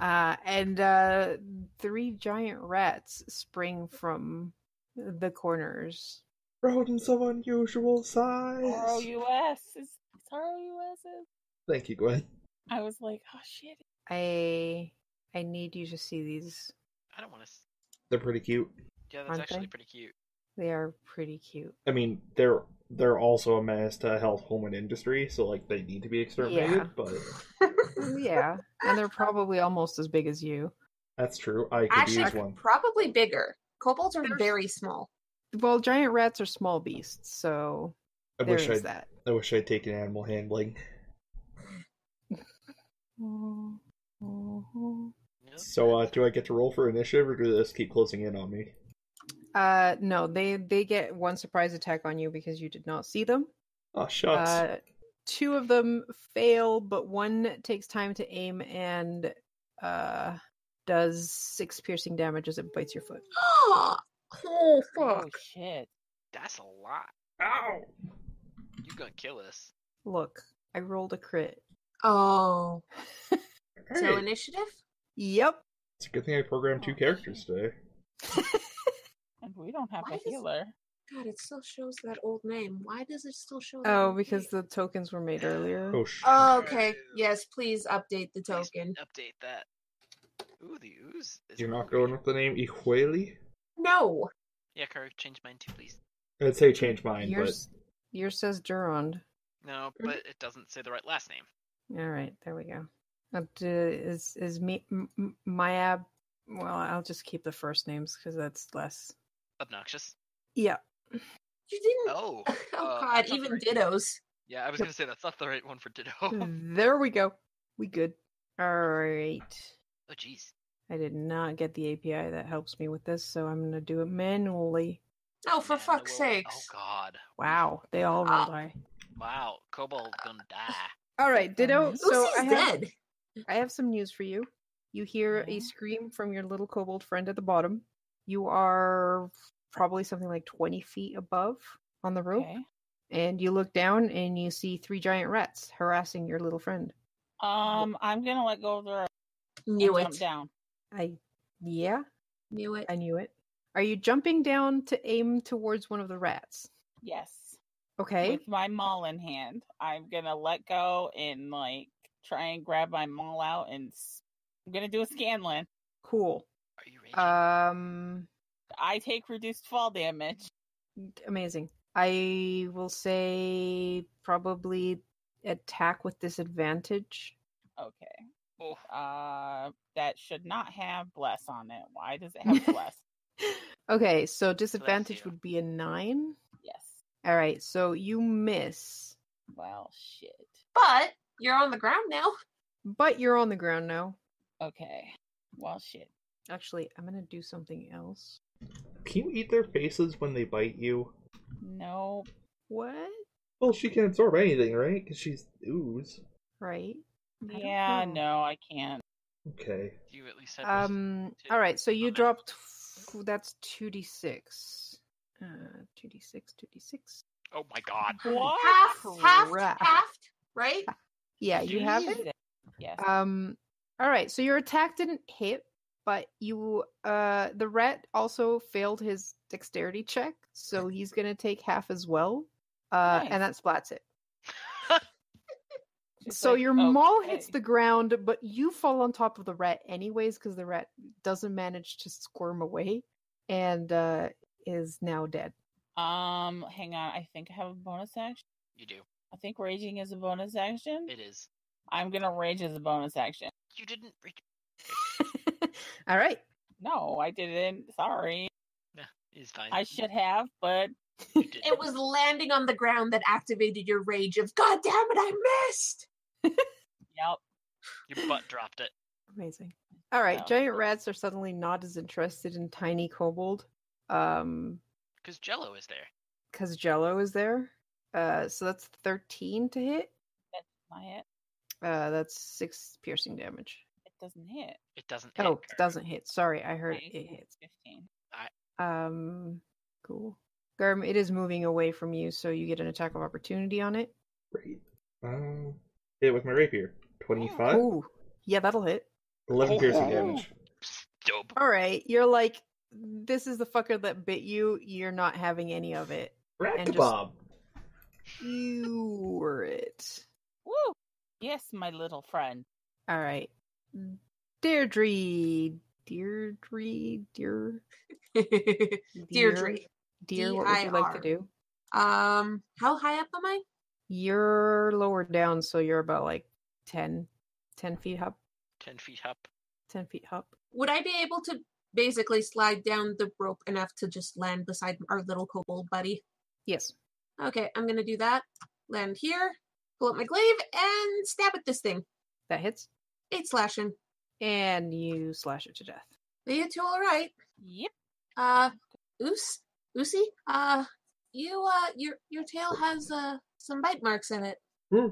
Speaker 1: Uh, and uh, three giant rats spring from the corners.
Speaker 3: Rodents of unusual size.
Speaker 4: ROUS. It's, it's ROUS.
Speaker 3: Oh, Thank you, Gwen.
Speaker 4: I was like, oh shit.
Speaker 1: I I need you to see these.
Speaker 2: I don't want to. S-
Speaker 3: They're pretty cute.
Speaker 2: yeah, that's
Speaker 1: Aren't
Speaker 2: actually
Speaker 1: they?
Speaker 2: pretty cute.
Speaker 1: They are pretty cute.
Speaker 3: I mean, they're they're also a menace to health, home, and industry, so like they need to be exterminated.
Speaker 1: Yeah.
Speaker 3: But
Speaker 1: Yeah, and they're probably almost as big as you.
Speaker 3: that's true. I could
Speaker 5: Actually,
Speaker 3: use one.
Speaker 5: probably bigger. Kobolds are
Speaker 1: There's-
Speaker 5: very small.
Speaker 1: Well, giant rats are small beasts, so
Speaker 3: I
Speaker 1: there
Speaker 3: wish
Speaker 1: is
Speaker 3: I'd
Speaker 1: that.
Speaker 3: I wish I'd taken animal handling.
Speaker 2: Yep.
Speaker 3: So uh, do I get to roll for initiative, or do this keep closing in on me?
Speaker 1: Uh, no, they they get one surprise attack on you because you did not see them.
Speaker 3: Oh shucks.
Speaker 1: Uh, two of them fail, but one takes time to aim and uh does six piercing damage as it bites your foot.
Speaker 5: oh
Speaker 4: Oh
Speaker 5: fuck.
Speaker 4: shit.
Speaker 2: That's a lot.
Speaker 3: Ow!
Speaker 2: You're gonna kill us.
Speaker 1: Look, I rolled a crit.
Speaker 5: Oh. So
Speaker 3: Hey,
Speaker 5: initiative?
Speaker 1: Yep.
Speaker 3: it's a good thing I programmed two
Speaker 4: Oh,
Speaker 3: characters today.
Speaker 4: And we don't have
Speaker 5: Why
Speaker 4: a
Speaker 5: does-
Speaker 4: healer.
Speaker 5: God, it still shows that old name. Why does it still show? that
Speaker 1: Oh,
Speaker 5: old
Speaker 1: because
Speaker 5: name?
Speaker 1: the tokens were made earlier.
Speaker 3: Oh sh.
Speaker 5: Oh, okay. Yes, please update the
Speaker 2: Please
Speaker 5: token.
Speaker 2: Update that. Ooh, the ooze. Is
Speaker 3: You're not
Speaker 2: hungry.
Speaker 3: going with the name Ihueli?
Speaker 5: No.
Speaker 2: Yeah, Kara, change mine too, please.
Speaker 3: I'd say change mine,
Speaker 1: Yours, yours says Durand.
Speaker 2: No,
Speaker 5: Mm-hmm.
Speaker 2: but it doesn't say the right last name.
Speaker 1: All right, there we go. Up to is is me M- M- Mayab. Well, I'll just keep the first names because that's less.
Speaker 2: Obnoxious.
Speaker 1: Yeah.
Speaker 5: You didn't.
Speaker 2: Oh.
Speaker 5: Oh,
Speaker 2: uh,
Speaker 5: god,
Speaker 2: that's not the
Speaker 5: even
Speaker 2: right-
Speaker 5: dittos.
Speaker 2: Yeah, I was gonna say that's not the right one for Ditto.
Speaker 5: Hmm.
Speaker 2: oh,
Speaker 1: there we go. We good. All right.
Speaker 2: Oh, jeez.
Speaker 1: I did not get the API that helps me with this, so I'm gonna do it manually.
Speaker 5: Oh, for
Speaker 2: Man, the
Speaker 5: fuck's
Speaker 2: world-
Speaker 5: sakes.
Speaker 2: Oh god.
Speaker 1: Wow, they all rolled high.
Speaker 2: Wow. Kobold gonna die.
Speaker 1: All right, Ditto.
Speaker 4: Um,
Speaker 1: So
Speaker 5: Lucy's
Speaker 1: I have,
Speaker 5: dead.
Speaker 1: I have some news for you. You hear a
Speaker 4: Yeah.
Speaker 1: scream from your little kobold friend at the bottom. You are probably something like 20 feet above on the rope.
Speaker 4: Okay.
Speaker 1: and you look down and you see three giant rats harassing your little friend.
Speaker 4: Um, I'm gonna let go of the rope and
Speaker 5: Knew
Speaker 4: jump
Speaker 5: it.
Speaker 4: down.
Speaker 1: I, yeah,
Speaker 5: Knew it.
Speaker 1: I knew it. Are you jumping down to aim towards one of the rats?
Speaker 4: Yes.
Speaker 1: Okay.
Speaker 4: With my maul in hand, I'm gonna let go and like try and grab my maul out and I'm gonna do a Scanlan.
Speaker 1: Cool.
Speaker 2: Are you raging?
Speaker 5: Uh,
Speaker 1: Um,
Speaker 4: I take reduced fall damage.
Speaker 1: amazing. I will say probably attack with disadvantage.
Speaker 4: Okay.
Speaker 2: oh,
Speaker 4: Uh, that should not have bless on it. Why does it have bless?
Speaker 1: Okay, so disadvantage
Speaker 2: you.
Speaker 1: would be a nine.
Speaker 4: Yes.
Speaker 1: All right, so you miss,
Speaker 4: Well, shit.
Speaker 5: But you're on the ground now.
Speaker 1: but you're on the ground now.
Speaker 4: Okay. Well, shit.
Speaker 1: Actually, I'm gonna do something else.
Speaker 3: Can you eat their faces when they bite you?
Speaker 4: No.
Speaker 1: What?
Speaker 3: Well, she can absorb anything, right? Because she's ooze.
Speaker 1: Right? I don't
Speaker 4: Yeah,
Speaker 1: know.
Speaker 4: no, I can't.
Speaker 3: Okay.
Speaker 2: you at least had those
Speaker 1: Um.
Speaker 2: two.
Speaker 1: All right. So you
Speaker 2: Okay.
Speaker 1: dropped. F- that's two d six. Uh, two d six. Two d six.
Speaker 2: Oh my god.
Speaker 4: What?
Speaker 5: Half, half,
Speaker 1: Crap.
Speaker 5: half, right?
Speaker 1: Yeah, you have it.
Speaker 4: Jesus. Yes.
Speaker 1: Um. All right. So your attack didn't hit, but you. Uh. The rat also failed his dexterity check, so he's gonna take half as well. Uh.
Speaker 4: Nice.
Speaker 1: And that splats it.
Speaker 4: She's
Speaker 1: so
Speaker 4: like,
Speaker 1: your maul hits
Speaker 4: "Okay."
Speaker 1: the ground, but you fall on top of the rat anyways because the rat doesn't manage to squirm away, and uh, is now dead.
Speaker 4: Um, hang on. I think I have a bonus action.
Speaker 2: You do.
Speaker 4: I think raging is a bonus action.
Speaker 2: It is.
Speaker 4: I'm gonna rage as a bonus action.
Speaker 2: You didn't. Re-
Speaker 1: All right.
Speaker 4: No, I didn't. Sorry.
Speaker 2: it's fine.
Speaker 4: I should have, but
Speaker 2: You didn't.
Speaker 5: It was landing on the ground that activated your rage of God damn it, I missed.
Speaker 4: yep.
Speaker 2: Your butt dropped it.
Speaker 1: Amazing. All right.
Speaker 4: Wow.
Speaker 1: Giant rats are suddenly not as interested in tiny kobold um
Speaker 2: Because Jello is there.
Speaker 1: cuz Jello is there. Uh so that's 13 to hit.
Speaker 4: That's not it.
Speaker 1: Uh that's 6 piercing damage.
Speaker 4: It doesn't hit.
Speaker 2: It doesn't. hit
Speaker 1: Oh,
Speaker 2: her.
Speaker 1: it doesn't hit. Sorry. I heard
Speaker 4: Nice.
Speaker 1: it hits.
Speaker 4: Fifteen.
Speaker 1: Um cool. Garm, it is moving away from you so you get an attack of opportunity on it.
Speaker 3: Great. Um, hit it with my rapier. 25?
Speaker 1: Oh. Yeah, that'll hit.
Speaker 3: 11
Speaker 2: Oh.
Speaker 3: piercing damage.
Speaker 2: Dope.
Speaker 1: All right. You're like this is the fucker that bit you. You're not having any of it.
Speaker 3: Rat
Speaker 1: And just-
Speaker 3: kebab!
Speaker 1: You were it.
Speaker 4: Woo! Yes, my little friend.
Speaker 1: All right. Deirdre. Deirdre. Dear.
Speaker 5: Deirdre.
Speaker 1: Dear, what would you like to
Speaker 5: D.I.R..
Speaker 1: do?
Speaker 5: Um, how high up am I?
Speaker 1: You're lower down, so you're about like 10, 10 feet up.
Speaker 2: Ten feet up.
Speaker 1: 10 feet up.
Speaker 5: Would I be able to basically slide down the rope enough to just land beside our little kobold buddy?
Speaker 1: Yes.
Speaker 5: Okay, I'm gonna do that. Land here, pull up my glaive, and stab at this thing.
Speaker 1: That hits.
Speaker 5: Eight slashing.
Speaker 1: And you slash it to death.
Speaker 5: You two all right.
Speaker 4: Yep.
Speaker 5: Uh, Oos, Oosie, uh, you, uh, your your tail has uh some bite marks in it.
Speaker 3: Hmm,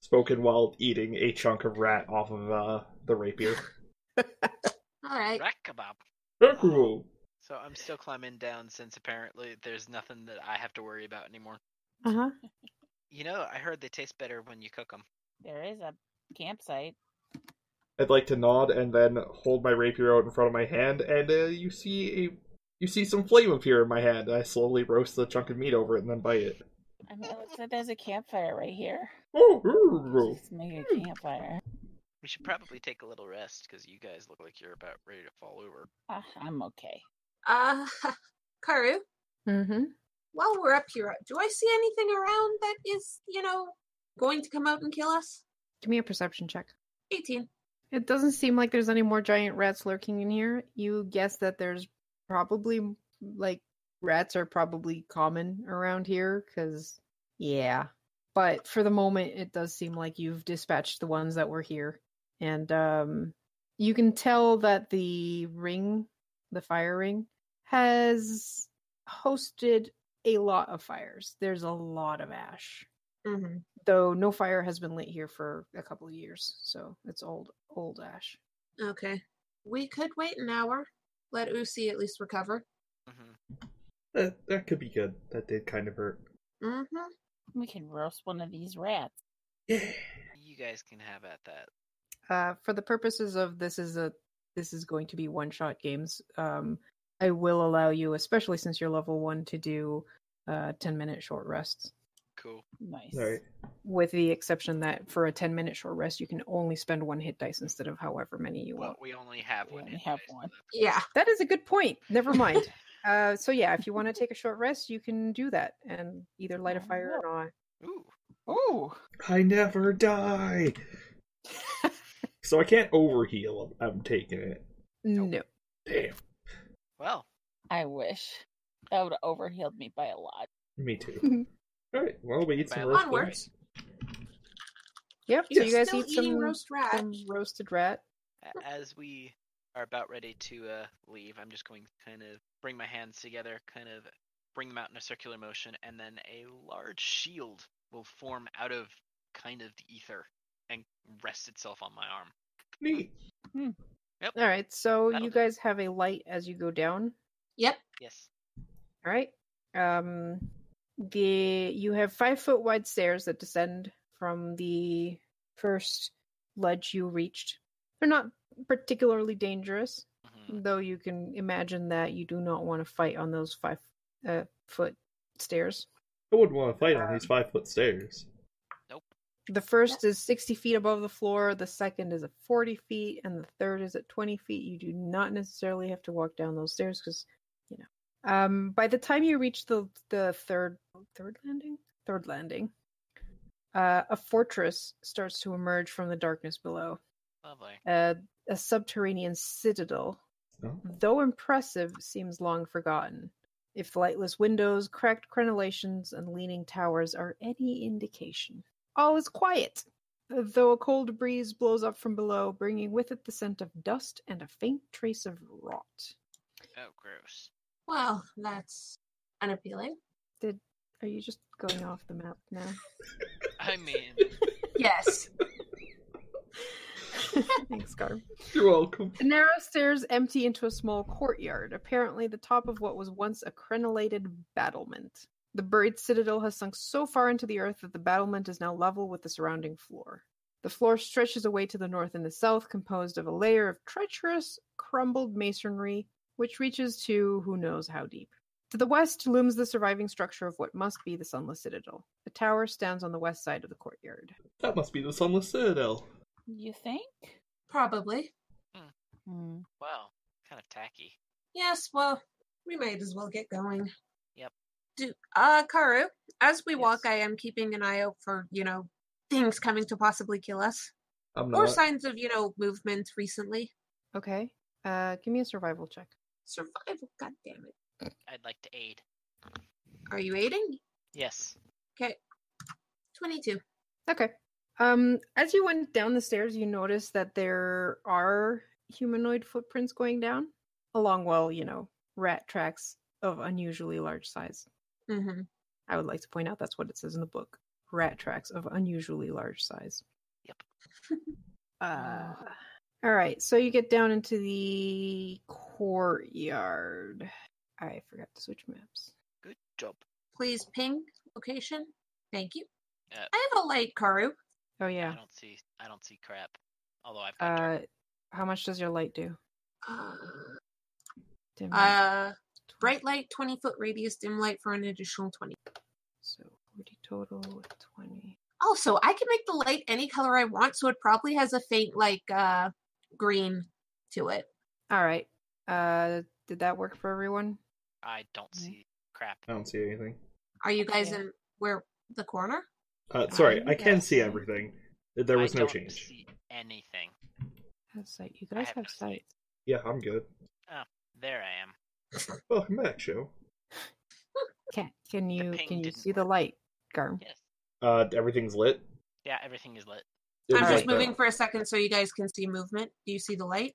Speaker 3: Spoken while eating a chunk of rat off of uh, the rapier.
Speaker 5: All right.
Speaker 2: Rat kebab.
Speaker 3: Ooh.
Speaker 2: So I'm still climbing down since apparently there's nothing that I have to worry about anymore.
Speaker 1: Uh huh.
Speaker 2: You know, I heard they taste better when you cook them.
Speaker 4: There is a campsite.
Speaker 3: I'd like to nod and then hold my rapier out in front of my hand, and uh, you see a you see some flame appear in my hand. I slowly roast the chunk of meat over it and then bite it.
Speaker 4: I mean, it looks like there's a campfire right here.
Speaker 3: Oh, Ooh.
Speaker 4: Let's make a campfire.
Speaker 2: We should probably take a little rest because you guys look like you're about ready to fall over.
Speaker 4: Ah, I'm okay.
Speaker 5: Uh, Karu,
Speaker 1: Mm hmm.
Speaker 5: while we're up here, do I see anything around that is, you know, going to come out and kill us?
Speaker 1: Give me a perception check.
Speaker 5: 18.
Speaker 1: It doesn't seem like there's any more giant rats lurking in here. You guess that there's probably like rats are probably common around here cuz yeah. But for the moment it does seem like you've dispatched the ones that were here. And um you can tell that the ring, the fire ring has hosted a lot of fires. There's a lot of ash
Speaker 5: Mm-hmm.
Speaker 1: though no fire has been lit here for a couple of years so it's old old ash
Speaker 5: Okay. We could wait an hour. Let Usi at least recover.
Speaker 2: hmm
Speaker 3: That, that could be good. That did kind of hurt.
Speaker 5: Mm-hmm.
Speaker 4: We can roast one of these rats.
Speaker 3: Yeah.
Speaker 2: You guys can have at that.
Speaker 1: uh, for the purposes of this is a this is going to be one shot games um, i will allow you especially since you're level one to do uh, 10 minute short rests
Speaker 2: cool.
Speaker 4: Nice.
Speaker 3: All right.
Speaker 1: with the exception that for a 10 minute short rest you can only spend one hit dice instead of however many you
Speaker 2: Well,
Speaker 1: want
Speaker 2: we only have
Speaker 4: We
Speaker 2: one.
Speaker 4: only
Speaker 2: hit
Speaker 4: have
Speaker 2: dice, so
Speaker 4: one.
Speaker 2: that's-
Speaker 5: Yeah.
Speaker 1: that is a good point never mind uh, so yeah if you want to take a short rest you can do that and either light a
Speaker 4: Oh,
Speaker 1: fire or not
Speaker 2: Ooh.
Speaker 4: Ooh.
Speaker 3: I never die. so I can't overheal. I'm, I'm taking it.
Speaker 1: no
Speaker 3: Damn.
Speaker 2: Well,
Speaker 4: I wish. That would have overhealed me by a lot.
Speaker 3: Me too. All right. Well, we eat some
Speaker 2: Bad
Speaker 3: roast
Speaker 2: luck.
Speaker 3: pork.
Speaker 5: Onwards.
Speaker 1: yep so
Speaker 3: Yes.
Speaker 1: you guys
Speaker 5: Still
Speaker 1: eat
Speaker 5: eating
Speaker 1: some,
Speaker 5: roast rat.
Speaker 1: some roasted rat
Speaker 2: a- as we are about ready to uh, leave, I'm just going to kind of bring my hands together, kind of bring them out in a circular motion, and then a large shield will form out of kind of the ether and rest itself on my arm.
Speaker 3: Neat.
Speaker 1: all right so
Speaker 2: That'll
Speaker 1: you
Speaker 2: do.
Speaker 1: guys have a light as you go down
Speaker 5: Yep.
Speaker 2: Yes.
Speaker 1: All right. Um, the you have five foot wide stairs that descend from the first ledge you reached. They're not particularly dangerous,
Speaker 2: Mhm.
Speaker 1: though you can imagine that you do not want to fight on those five uh, foot stairs.
Speaker 3: I wouldn't want to fight on these five foot stairs.
Speaker 1: The first is 60 feet above the floor, the second is at 40 feet, and the third is at 20 feet. You do not necessarily have to walk down those stairs because, you know. Um, by the time you reach the, the third third landing, third landing, uh, a fortress starts to emerge from the darkness below.
Speaker 2: Lovely.
Speaker 1: Uh, a subterranean citadel
Speaker 3: Oh.
Speaker 1: though impressive, seems long forgotten. If lightless windows, cracked crenellations, and leaning towers are any indication, all is quiet, though a cold breeze blows up from below, bringing with it the scent of dust and a faint trace of rot.
Speaker 2: Oh, gross.
Speaker 5: Well, that's unappealing.
Speaker 1: Are you just going off the map now?
Speaker 2: I mean,
Speaker 5: Yes.
Speaker 1: Thanks, Garb.
Speaker 3: You're welcome.
Speaker 1: The narrow stairs empty into a small courtyard, apparently the top of what was once a crenellated battlement. The buried citadel has sunk so far into the earth that the battlement is now level with the surrounding floor. The floor stretches away to the north and the south, composed of a layer of treacherous, crumbled masonry, which reaches to who knows how deep. To the west looms the surviving structure of what must be the Sunless Citadel. The tower stands on the west side of the courtyard.
Speaker 3: That must be the Sunless Citadel.
Speaker 4: You think?
Speaker 5: Probably.
Speaker 4: Hmm.
Speaker 2: wow, kind of tacky.
Speaker 5: Yes, well, we might as well get going.
Speaker 2: Yep.
Speaker 5: Do, uh, Karu, as we walk,
Speaker 2: Yes.
Speaker 5: I am keeping an eye out for, you know, things coming to possibly kill us.
Speaker 3: I'm
Speaker 5: Or
Speaker 3: not.
Speaker 5: signs of, you know, movement recently.
Speaker 1: Okay. Uh, give me a survival check.
Speaker 5: Survival, god damn it.
Speaker 2: I'd like to aid.
Speaker 5: Are you aiding?
Speaker 2: Yes.
Speaker 5: Okay. 22.
Speaker 1: Okay. Um, as you went down the stairs, you noticed that there are humanoid footprints going down, along, well, you know, rat tracks of unusually large size.
Speaker 5: Mm-hmm.
Speaker 1: I would like to point out that's what it says in the book rat tracks of unusually large size.
Speaker 2: Yep.
Speaker 1: Uh, all right. So you get down into the courtyard. I forgot to switch maps.
Speaker 2: Good job.
Speaker 5: Please ping location. Thank you.
Speaker 2: Uh,
Speaker 5: I have a light, Karu.
Speaker 1: Oh,
Speaker 2: I
Speaker 1: yeah.
Speaker 2: don't see. I don't see crap. Although I've got dark.
Speaker 1: Uh, how much does your light do?
Speaker 5: Uh,
Speaker 1: Dim light,
Speaker 5: uh,
Speaker 1: 20.
Speaker 5: bright light, 20 foot radius, dim light for an additional 20.
Speaker 1: So 40 total with 20.
Speaker 5: Also, I can make the light any color I want, so it probably has a faint like uh green to it.
Speaker 1: All right. Uh did that work for everyone?
Speaker 2: I don't
Speaker 4: Mm.
Speaker 2: see crap.
Speaker 3: I don't see anything.
Speaker 5: Are you guys
Speaker 4: Yeah.
Speaker 5: in where the corner?
Speaker 3: Uh, sorry, I can
Speaker 1: yes.
Speaker 3: see everything. There was
Speaker 2: I
Speaker 3: no
Speaker 2: don't
Speaker 3: change.
Speaker 2: See anything.
Speaker 1: Has sight. You
Speaker 2: I
Speaker 1: guys
Speaker 2: have
Speaker 1: have
Speaker 2: no
Speaker 1: sight.
Speaker 2: sight.
Speaker 3: Yeah, I'm good.
Speaker 2: There I am.
Speaker 3: Welcome back, show.
Speaker 1: Can can you
Speaker 2: ping
Speaker 1: can you
Speaker 2: didn't
Speaker 1: see the
Speaker 2: work.
Speaker 1: light, Garm?
Speaker 2: Yes.
Speaker 3: Uh, everything's lit.
Speaker 2: Yeah. Everything is lit.
Speaker 3: It
Speaker 5: I'm
Speaker 3: was
Speaker 5: just
Speaker 3: like
Speaker 5: moving
Speaker 3: that.
Speaker 5: for a second so you guys can see movement. Do you see the light?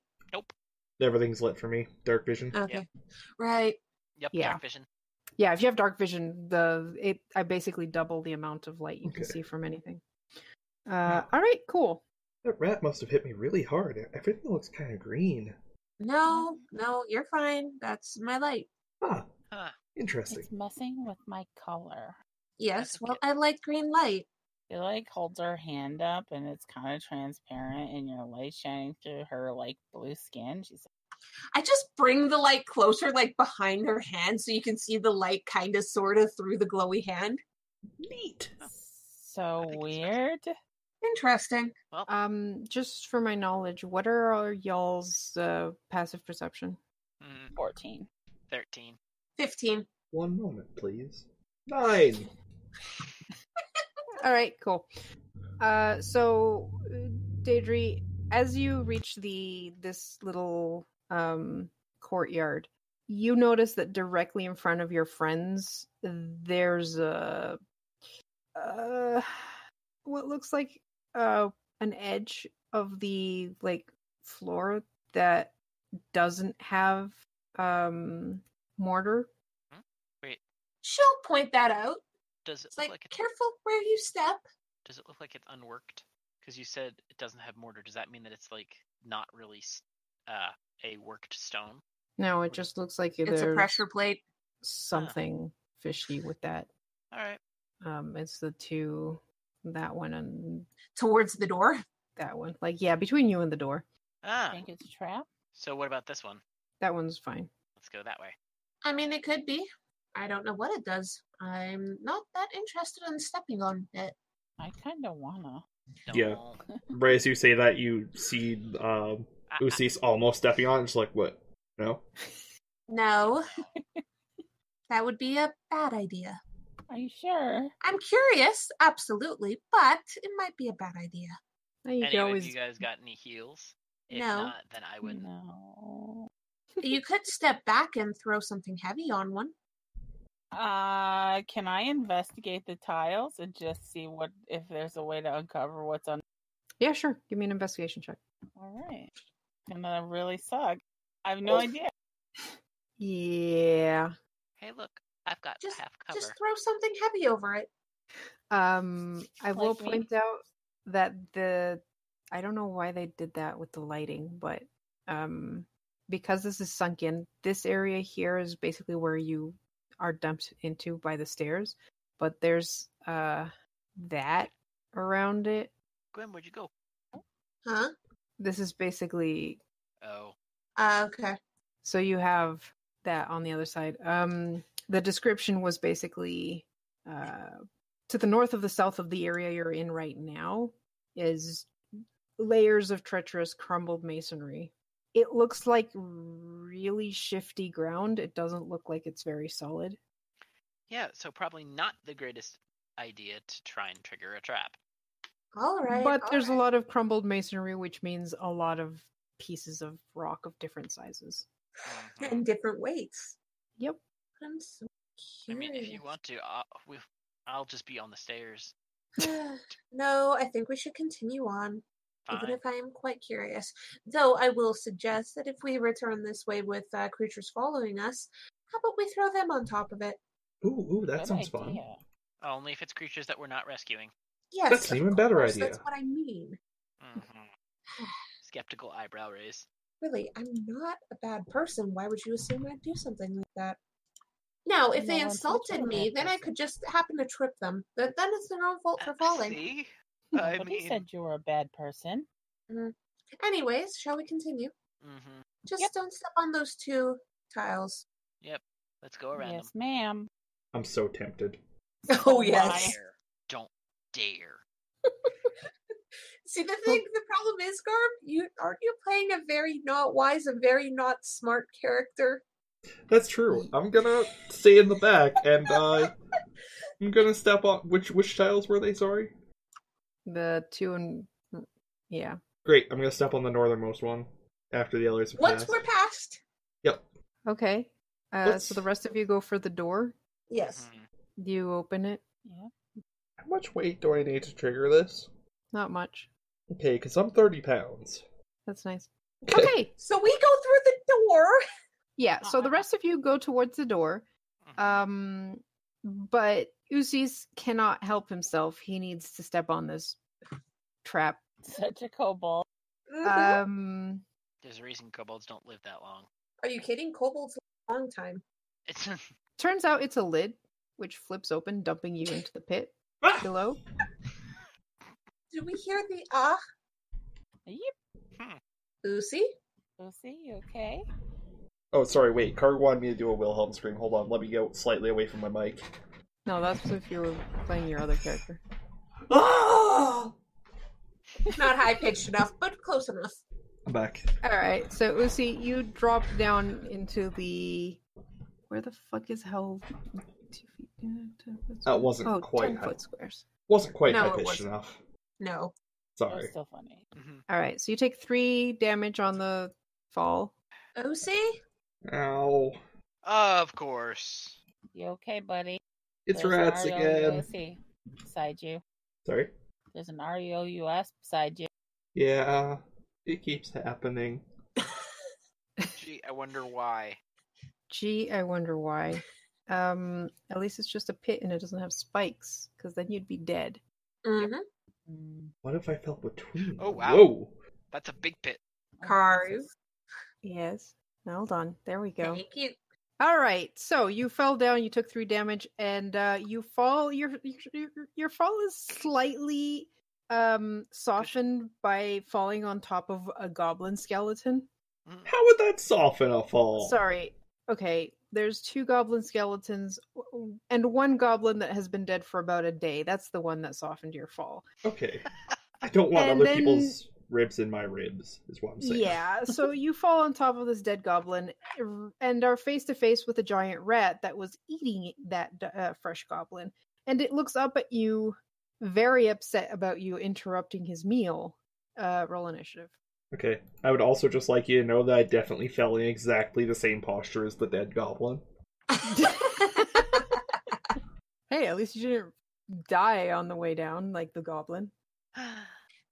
Speaker 3: Everything's lit for me. Dark vision.
Speaker 5: Okay. Right.
Speaker 2: Yep.
Speaker 1: Yeah.
Speaker 2: Dark vision.
Speaker 1: Yeah, if you have dark vision, the it I basically double the amount of light you can
Speaker 3: Okay.
Speaker 1: see from anything. Uh all right, cool.
Speaker 3: That rat must have hit me really hard. Everything looks kind of green.
Speaker 5: No, no, you're fine. That's my light.
Speaker 3: Ah,
Speaker 2: Huh.
Speaker 3: interesting.
Speaker 4: It's messing with my color.
Speaker 5: Yes,
Speaker 2: That's
Speaker 5: well
Speaker 2: okay.
Speaker 5: I like green light.
Speaker 4: It like holds her hand up and it's kind of transparent and your light shining through her like blue skin. She's
Speaker 5: I just bring the light closer, like behind her hand, so you can see the light kind of sort of through the glowy hand.
Speaker 3: Neat.
Speaker 2: I think
Speaker 4: So
Speaker 2: it's special.
Speaker 4: weird.
Speaker 5: Interesting.
Speaker 2: Well,
Speaker 1: Um, just for my knowledge, what are all y'all's uh, passive perception?
Speaker 2: mm,
Speaker 4: 14.
Speaker 2: 13.
Speaker 5: 15.
Speaker 3: One moment, please. Nine.
Speaker 1: All right, cool. Uh, so, uh, Daedry, as you reach the this little um courtyard, you notice that directly in front of your friends, there's a uh, what looks like uh an edge of the like floor that doesn't have um mortar.
Speaker 5: She'll point that out.
Speaker 2: Does it
Speaker 5: It's
Speaker 2: look
Speaker 5: like,
Speaker 2: like it's,
Speaker 5: careful where you step.
Speaker 2: does it look like it's unworked? Because you said it doesn't have mortar. Does that mean that it's like not really s- uh, a worked stone?
Speaker 1: No, it just looks like
Speaker 5: It's a uh,
Speaker 1: there's
Speaker 5: pressure plate.
Speaker 1: something fishy with that.
Speaker 2: All right.
Speaker 1: Um, it's the two, that one and
Speaker 5: towards the door.
Speaker 1: that one. Like, yeah, between you and the door,
Speaker 2: Ah.
Speaker 4: Think it's a trap?
Speaker 2: So what about this one?
Speaker 1: that one's fine.
Speaker 2: Let's go that way.
Speaker 5: I mean, it could be. I don't know what it does. I'm not that interested in stepping on it.
Speaker 4: I kind of wanna.
Speaker 3: Yeah.
Speaker 2: Don't-
Speaker 3: Right as you say that, you see um,
Speaker 2: I- I-
Speaker 3: Usis almost stepping on it. It's like, what? No?
Speaker 5: No, that would be a bad idea.
Speaker 4: Are you sure?
Speaker 5: I'm curious, absolutely, but it might be a bad idea.
Speaker 1: Now Uh, you
Speaker 2: Any
Speaker 1: can
Speaker 2: of
Speaker 1: always
Speaker 2: you guys got any heels? If
Speaker 5: No.
Speaker 2: not, then I wouldn't.
Speaker 4: No.
Speaker 5: you could step back and throw something heavy on one.
Speaker 4: Uh, can I investigate the tiles and just see what if there's a way to uncover what's on?
Speaker 1: yeah, sure. Give me an investigation check.
Speaker 4: All right, gonna really suck. I have
Speaker 3: Oh,
Speaker 4: no idea.
Speaker 1: Yeah.
Speaker 2: Hey, look, I've got
Speaker 5: Just-
Speaker 2: half cover.
Speaker 5: Just throw something heavy over it.
Speaker 1: Um, I will
Speaker 4: Like me.
Speaker 1: point out that the I don't know why they did that with the lighting, but um, because this is sunk in, this area here is basically where you are dumped into by the stairs. But there's uh that around it.
Speaker 2: Gwen, where'd you go?
Speaker 5: Huh?
Speaker 1: This is basically
Speaker 2: Oh,
Speaker 5: Uh, okay.
Speaker 1: so you have that on the other side. Um, the description was basically uh, to the north of the south of the area you're in right now is layers of treacherous crumbled masonry. It looks like really shifty ground. It doesn't look like it's very solid.
Speaker 2: yeah. So probably not the greatest idea to try and trigger a trap.
Speaker 5: All right.
Speaker 1: but
Speaker 5: all
Speaker 1: there's
Speaker 5: right.
Speaker 1: a lot of crumbled masonry, which means a lot of pieces of rock of different sizes.
Speaker 2: Mhm.
Speaker 5: in different weights.
Speaker 1: Yep.
Speaker 5: I'm so
Speaker 2: I
Speaker 5: curious.
Speaker 2: mean, if you want to, I'll, we, I'll just be on the stairs.
Speaker 5: no, I think we should continue on. even
Speaker 2: Fine.
Speaker 5: if I am quite curious. Though I will suggest that if we return this way with uh, creatures following us, how about we throw them on top of it?
Speaker 3: Ooh, ooh, that
Speaker 4: Good
Speaker 3: sounds fun.
Speaker 4: idea.
Speaker 2: Only if it's creatures that we're not rescuing.
Speaker 5: Yes,
Speaker 3: That's an
Speaker 5: of
Speaker 3: even better
Speaker 5: course, That's
Speaker 3: idea.
Speaker 5: what I mean.
Speaker 2: Mhm. Skeptical eyebrow raise.
Speaker 5: Really, I'm not a bad person. Why would you assume I'd do something like that? Now, if
Speaker 4: No
Speaker 5: they
Speaker 4: one's
Speaker 5: insulted
Speaker 4: looking
Speaker 5: me,
Speaker 4: at
Speaker 5: then I
Speaker 4: us.
Speaker 5: could just happen to trip them. But then it's their own fault for falling.
Speaker 2: Uh, See? I
Speaker 4: Nobody
Speaker 2: mean,
Speaker 4: said you were a bad person.
Speaker 5: Anyways, shall we continue?
Speaker 2: hmm
Speaker 5: Just
Speaker 4: Yep.
Speaker 5: don't step on those two tiles.
Speaker 2: let's go around
Speaker 4: Yes,
Speaker 2: them.
Speaker 4: ma'am.
Speaker 3: I'm so tempted.
Speaker 5: Oh,
Speaker 2: Don't
Speaker 5: yes.
Speaker 2: dare. Don't dare.
Speaker 5: See, the
Speaker 1: Well-
Speaker 5: thing, the problem is, Garb, you aren't you playing a very not wise, a very not smart character?
Speaker 3: That's true. I'm gonna stay in the back and uh, I'm gonna step on. Which which tiles were they? Sorry.
Speaker 1: The two and yeah.
Speaker 3: Great. I'm gonna step on the northernmost one after the others have
Speaker 5: Once
Speaker 3: passed.
Speaker 5: we're past,
Speaker 3: Yep.
Speaker 1: Okay. Uh,
Speaker 3: Let's-
Speaker 1: so the rest of you go for the door.
Speaker 5: yes,
Speaker 2: Mhm.
Speaker 1: You open it.
Speaker 4: Yeah.
Speaker 3: How much weight do I need to trigger this?
Speaker 1: Not much.
Speaker 3: Okay, because I'm 30 pounds.
Speaker 1: That's nice. Okay.
Speaker 5: so we go through the door.
Speaker 1: Yeah. So the
Speaker 4: Uh-uh.
Speaker 1: rest of you go towards the door.
Speaker 2: Mhm.
Speaker 5: Uh,
Speaker 1: Um, but Uzis cannot help himself. He needs to step on this trap.
Speaker 4: Such a kobold.
Speaker 5: Mhm.
Speaker 3: Mm-hmm.
Speaker 1: Um,
Speaker 2: There's a reason kobolds don't live that long.
Speaker 5: Are you kidding? Kobolds a long time.
Speaker 2: It's mm-hmm.
Speaker 1: turns out it's a lid, which flips open, dumping you into the pit
Speaker 3: Ah!
Speaker 1: below.
Speaker 5: Do we hear the ah?
Speaker 4: Yep.
Speaker 5: Lucy,
Speaker 4: Lucy, you okay?
Speaker 3: Oh, sorry, wait. Carg wanted me to do a Wilhelm scream. Hold on, let me go slightly away from my mic.
Speaker 1: No, that's if you were playing your other character.
Speaker 5: Oh! Not high pitched enough, but close enough.
Speaker 3: I'm back.
Speaker 1: All right, so Usi, you drop down into the where the fuck is hell? Two feet. uh, ten foot
Speaker 3: That
Speaker 1: squares?
Speaker 3: wasn't
Speaker 1: oh,
Speaker 3: quite
Speaker 1: 10
Speaker 3: high.
Speaker 1: foot squares.
Speaker 3: Wasn't quite
Speaker 5: No, it
Speaker 3: high pitched
Speaker 5: wasn't.
Speaker 3: enough.
Speaker 5: No.
Speaker 4: That was
Speaker 3: Sorry.
Speaker 4: still funny.
Speaker 2: Mhm.
Speaker 1: All right, so you take three damage on the fall.
Speaker 5: OC?
Speaker 3: Ow.
Speaker 2: Of course.
Speaker 4: You okay, buddy?
Speaker 3: It's
Speaker 4: There's an
Speaker 3: rats again.
Speaker 4: REOUC E beside you.
Speaker 3: Sorry.
Speaker 4: There's an REOUS beside you.
Speaker 3: Yeah. It keeps happening.
Speaker 2: Gee, I wonder why.
Speaker 1: Gee, I wonder why. Um, at least it's just a pit and it doesn't have spikes, because then you'd be dead.
Speaker 5: Mm-hmm.
Speaker 4: Mm.
Speaker 3: What if I fell between?
Speaker 2: Oh, wow.
Speaker 3: Whoa.
Speaker 2: That's a big pit.
Speaker 5: Carve.
Speaker 1: Yes. Now, Hold on. There we go.
Speaker 5: Thank you.
Speaker 1: All right. So you fell down. You took three damage, and uh, you fall. Your your your fall is slightly um softened by falling on top of a goblin skeleton.
Speaker 2: Mm.
Speaker 3: How would that soften a fall?
Speaker 1: Sorry. Okay. There's two goblin skeletons w- and one goblin that has been dead for about a day. That's the one that softened your fall.
Speaker 3: Okay. I don't want
Speaker 1: And
Speaker 3: other
Speaker 1: then-
Speaker 3: people's ribs in my ribs, is what I'm saying.
Speaker 1: Yeah, so you fall on top of this dead goblin r- and are face to face with a giant rat that was eating that d- uh, fresh goblin. And it looks up at you, very upset about you interrupting his meal. Uh, roll initiative.
Speaker 3: Okay. I would also just like you to know that I definitely fell in exactly the same posture as the dead goblin.
Speaker 1: Hey, at least you didn't die on the way down like the goblin.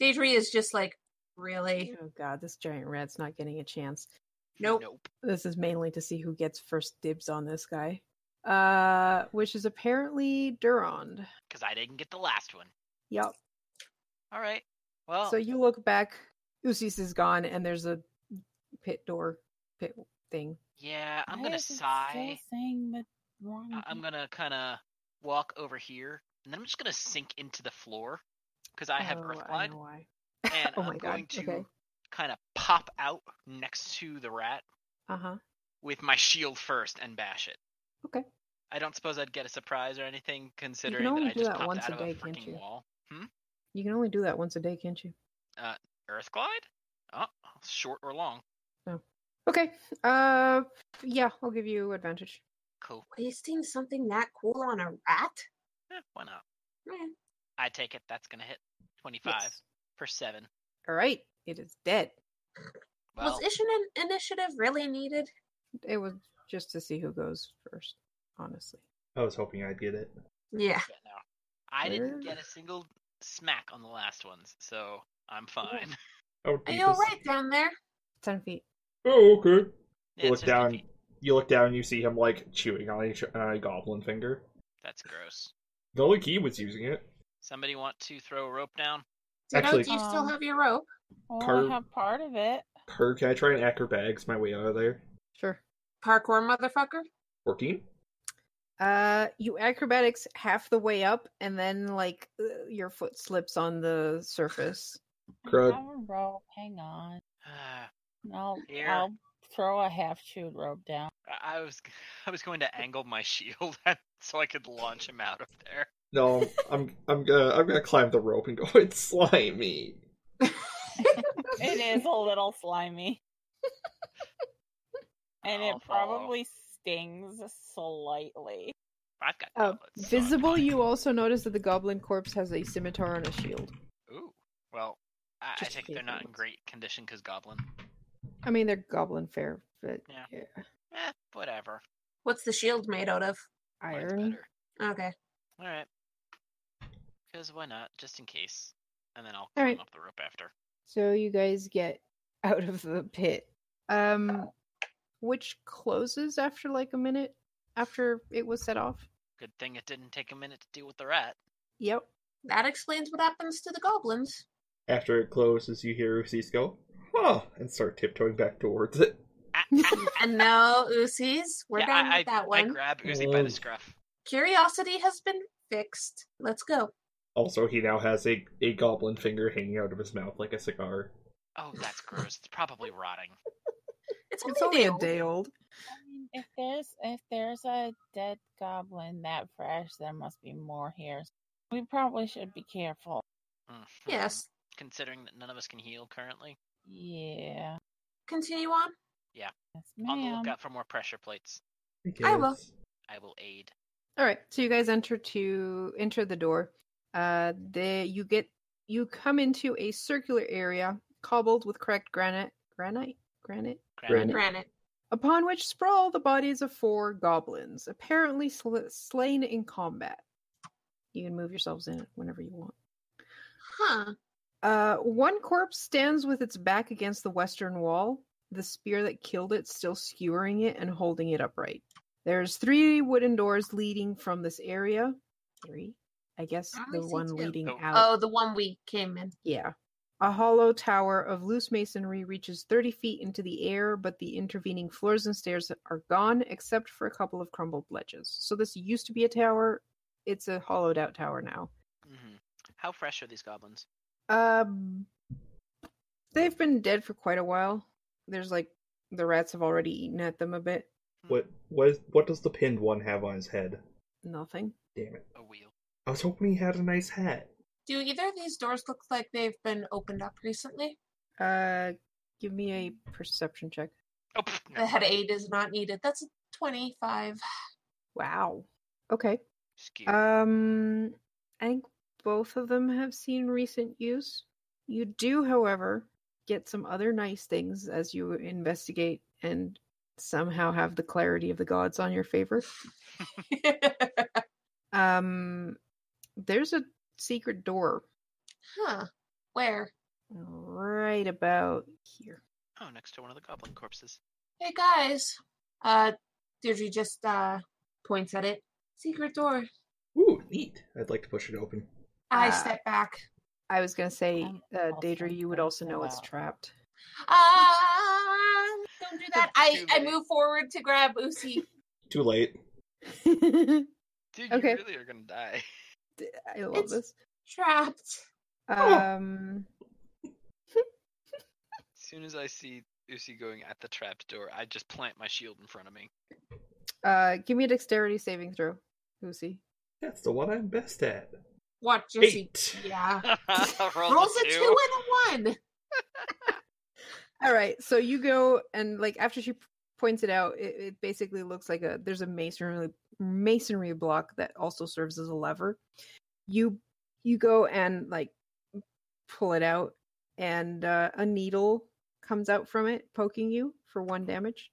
Speaker 5: Deidre is just like, really?
Speaker 1: Oh god, this giant rat's not getting a chance.
Speaker 5: Nope.
Speaker 2: Nope.
Speaker 1: This is mainly to see who gets first dibs on this guy. Uh, which is apparently Durand.
Speaker 2: Because I didn't get the last one.
Speaker 1: Yup.
Speaker 2: All right. Well,
Speaker 1: So you look back, Usis is gone, and there's a pit door, pit thing.
Speaker 2: yeah, I'm
Speaker 4: Why
Speaker 2: gonna
Speaker 4: is it
Speaker 2: sigh.
Speaker 4: Still saying the wrong
Speaker 2: I-
Speaker 1: Mm-hmm.
Speaker 2: I'm
Speaker 4: thing?
Speaker 2: gonna kind of walk over here, and then I'm just gonna sink into the floor because I have
Speaker 1: Oh,
Speaker 2: earth
Speaker 1: I
Speaker 2: blood,
Speaker 1: know why.
Speaker 2: and
Speaker 1: Oh
Speaker 2: I'm
Speaker 1: my god.
Speaker 2: going to
Speaker 1: Okay.
Speaker 2: kind of pop out next to the rat
Speaker 1: Uh huh.
Speaker 2: with my shield first and bash it.
Speaker 1: Okay.
Speaker 2: I don't suppose I'd get a surprise or anything considering
Speaker 1: only
Speaker 2: that I
Speaker 1: do
Speaker 2: just
Speaker 1: that
Speaker 2: popped
Speaker 1: once
Speaker 2: out
Speaker 1: a
Speaker 2: of a
Speaker 1: day, can't
Speaker 2: freaking
Speaker 1: you?
Speaker 2: wall. Hmm?
Speaker 1: You can only do that once a day, can't you?
Speaker 2: Earth glide? Oh, short or long?
Speaker 1: Okay. Uh, yeah, I'll give you advantage.
Speaker 2: Cool.
Speaker 5: Wasting something that cool on a rat?
Speaker 2: Eh, why not?
Speaker 5: Eh.
Speaker 2: I take it. That's gonna hit 25
Speaker 1: Yes.
Speaker 2: for seven.
Speaker 1: All right. It is dead.
Speaker 2: Well,
Speaker 5: Was Ishin initiative really needed?
Speaker 1: It was just to see who goes first. Honestly.
Speaker 3: I was hoping I'd get it.
Speaker 5: Yeah.
Speaker 2: yeah, no. I didn't
Speaker 1: Where?
Speaker 2: get a single smack on the last ones, so I'm fine.
Speaker 3: Oh,
Speaker 5: Are you
Speaker 3: Jesus.
Speaker 5: alright down there?
Speaker 1: Ten feet.
Speaker 3: Oh, okay.
Speaker 2: Yeah,
Speaker 3: you
Speaker 2: it's
Speaker 3: look
Speaker 2: 50
Speaker 3: down.
Speaker 2: feet.
Speaker 3: You look down and you see him like chewing on a, sh- on a goblin finger.
Speaker 2: That's gross.
Speaker 3: The only key was using it.
Speaker 2: Somebody want to throw a rope down?
Speaker 5: You know,
Speaker 3: Actually-
Speaker 5: do you still
Speaker 4: Um,
Speaker 5: have your rope?
Speaker 4: Well,
Speaker 3: Carve-
Speaker 4: Oh, I have part of it.
Speaker 3: Kerr, can I try and acrobatics my way out of there?
Speaker 1: Sure.
Speaker 5: Parkour motherfucker?
Speaker 3: Fourteen.
Speaker 1: Uh, you acrobatics half the way up, and then like uh, your foot slips on the surface.
Speaker 3: Crud.
Speaker 4: I have a rope. Hang on. And I'll,
Speaker 2: Here.
Speaker 4: I'll throw a half chewed rope down.
Speaker 2: I- I was I was going to angle my shield so I could launch him out of there.
Speaker 3: No, I'm I'm gonna I'm gonna climb the rope and go. It's slimy.
Speaker 4: It is a little slimy. and it
Speaker 2: I'll follow.
Speaker 4: probably stings slightly.
Speaker 2: I've got
Speaker 1: Uh,
Speaker 2: gauntlets, so I'm
Speaker 1: visible,
Speaker 2: fine.
Speaker 1: you also notice that the goblin corpse has a scimitar and a shield.
Speaker 2: Ooh, well, I, I
Speaker 1: Just
Speaker 2: think
Speaker 1: in
Speaker 2: they're
Speaker 1: case
Speaker 2: not in
Speaker 1: anyone's-
Speaker 2: great condition because goblin.
Speaker 1: I mean, they're goblin fair, but
Speaker 2: Yeah.
Speaker 1: yeah.
Speaker 2: Eh, whatever.
Speaker 5: What's the shield made out of?
Speaker 2: Mine's
Speaker 1: iron.
Speaker 2: better.
Speaker 5: Okay.
Speaker 2: All right. Because why not? Just in case. And then I'll
Speaker 1: All
Speaker 2: climb
Speaker 1: right.
Speaker 2: up the rope after.
Speaker 1: So you guys get out of the pit, um, which closes after like a minute after it was set off.
Speaker 2: Good thing it didn't take a minute to deal with the rat.
Speaker 1: Yep.
Speaker 5: That explains what happens to the goblins.
Speaker 3: After it closes, you hear Usis go, "Huh," and start tiptoeing back towards it.
Speaker 2: Ah, ah,
Speaker 5: And now, Usies, we're
Speaker 2: yeah,
Speaker 5: done
Speaker 2: I,
Speaker 5: with
Speaker 2: I,
Speaker 5: that one.
Speaker 2: I grab Uzi by
Speaker 3: Oh.
Speaker 2: the scruff.
Speaker 5: Curiosity has been fixed. Let's go.
Speaker 3: Also, he now has a a goblin finger hanging out of his mouth like a cigar.
Speaker 2: Oh, that's gross. It's probably rotting.
Speaker 5: It's,
Speaker 1: It's only a
Speaker 5: old.
Speaker 1: day old.
Speaker 4: I mean, If there's if there's a dead goblin that fresh, there must be more here. We probably should be careful.
Speaker 2: Mhm.
Speaker 5: Yes.
Speaker 2: Considering that none of us can heal currently,
Speaker 4: Yeah.
Speaker 5: Continue on.
Speaker 4: Yes,
Speaker 2: on the
Speaker 4: ma'am.
Speaker 2: lookout for more pressure plates.
Speaker 5: I will.
Speaker 3: guess.
Speaker 2: I will aid.
Speaker 1: All right, so you guys enter to enter the door. Uh, the you get you come into a circular area cobbled with cracked granite, granite, granite.
Speaker 2: Granted,
Speaker 5: Granite.
Speaker 1: Upon which sprawl the bodies of four goblins, apparently sl- slain in combat. You can move yourselves in whenever you want.
Speaker 5: Huh.
Speaker 1: Uh, one corpse stands with its back against the western wall, the spear that killed it still skewering it and holding it upright. There's three wooden doors leading from this area. Three? I guess
Speaker 5: I
Speaker 1: the
Speaker 5: see
Speaker 1: one
Speaker 5: two.
Speaker 1: leading
Speaker 2: Oh.
Speaker 1: out.
Speaker 5: Oh, the one we came in.
Speaker 1: Yeah. A hollow tower of loose masonry reaches 30 feet into the air, but the intervening floors and stairs are gone except for a couple of crumbled ledges. So this used to be a tower. It's a hollowed out tower now.
Speaker 2: hmm How fresh are these goblins?
Speaker 1: Um, they've been dead for quite a while. There's like the rats have already eaten at them a bit.
Speaker 2: Hmm,
Speaker 3: What what is what does the pinned one have on his head?
Speaker 1: Nothing.
Speaker 3: Damn it!
Speaker 2: A wheel.
Speaker 3: I was hoping he had a nice hat.
Speaker 5: Do either of these doors look like they've been opened up recently?
Speaker 1: Uh, give me a perception check.
Speaker 2: Oh, pff,
Speaker 5: The
Speaker 2: never
Speaker 5: head
Speaker 2: mind.
Speaker 5: aid is not needed. That's a 25.
Speaker 1: Wow. Okay.
Speaker 2: Skew.
Speaker 3: Uh,
Speaker 1: Um, I think both of them have seen recent use. You do, however, get some other nice things as you investigate and somehow have the clarity of the gods on your favor. Um, there's a secret door
Speaker 5: huh. Where?
Speaker 1: right about here.
Speaker 2: oh, next to one of the goblin corpses.
Speaker 5: Hey guys. Uh, Deirdre just uh points at it. Secret door.
Speaker 3: Ooh, neat! I'd like to push it open.
Speaker 5: I
Speaker 1: Ah.
Speaker 5: step back.
Speaker 1: I was gonna say,
Speaker 4: I'm
Speaker 1: uh,
Speaker 4: also
Speaker 1: Daedra, you would also know it's
Speaker 4: about-
Speaker 1: trapped.
Speaker 5: Ah! Don't do that. I
Speaker 2: Too
Speaker 5: I
Speaker 2: late.
Speaker 5: move forward to grab Usi.
Speaker 3: Too late.
Speaker 1: I
Speaker 2: Dude,
Speaker 1: Okay.
Speaker 2: you really are gonna die.
Speaker 1: love
Speaker 5: It's-
Speaker 1: this.
Speaker 5: Trapped.
Speaker 1: Um,
Speaker 2: As soon as I see Usi going at the trap door, I just plant my shield in front of me.
Speaker 1: uh, give me a dexterity saving throw, Lucy.
Speaker 3: That's the one I'm best at.
Speaker 5: Watch Usi.
Speaker 3: Eight.
Speaker 5: Yeah.
Speaker 2: Roll
Speaker 5: Rolls a two and a one.
Speaker 1: All right, so you go and like after she p- points it out, it, it basically looks like a there's a masonry masonry block that also serves as a lever. You you go and like pull it out, and uh, a needle comes out from it, poking you for one damage.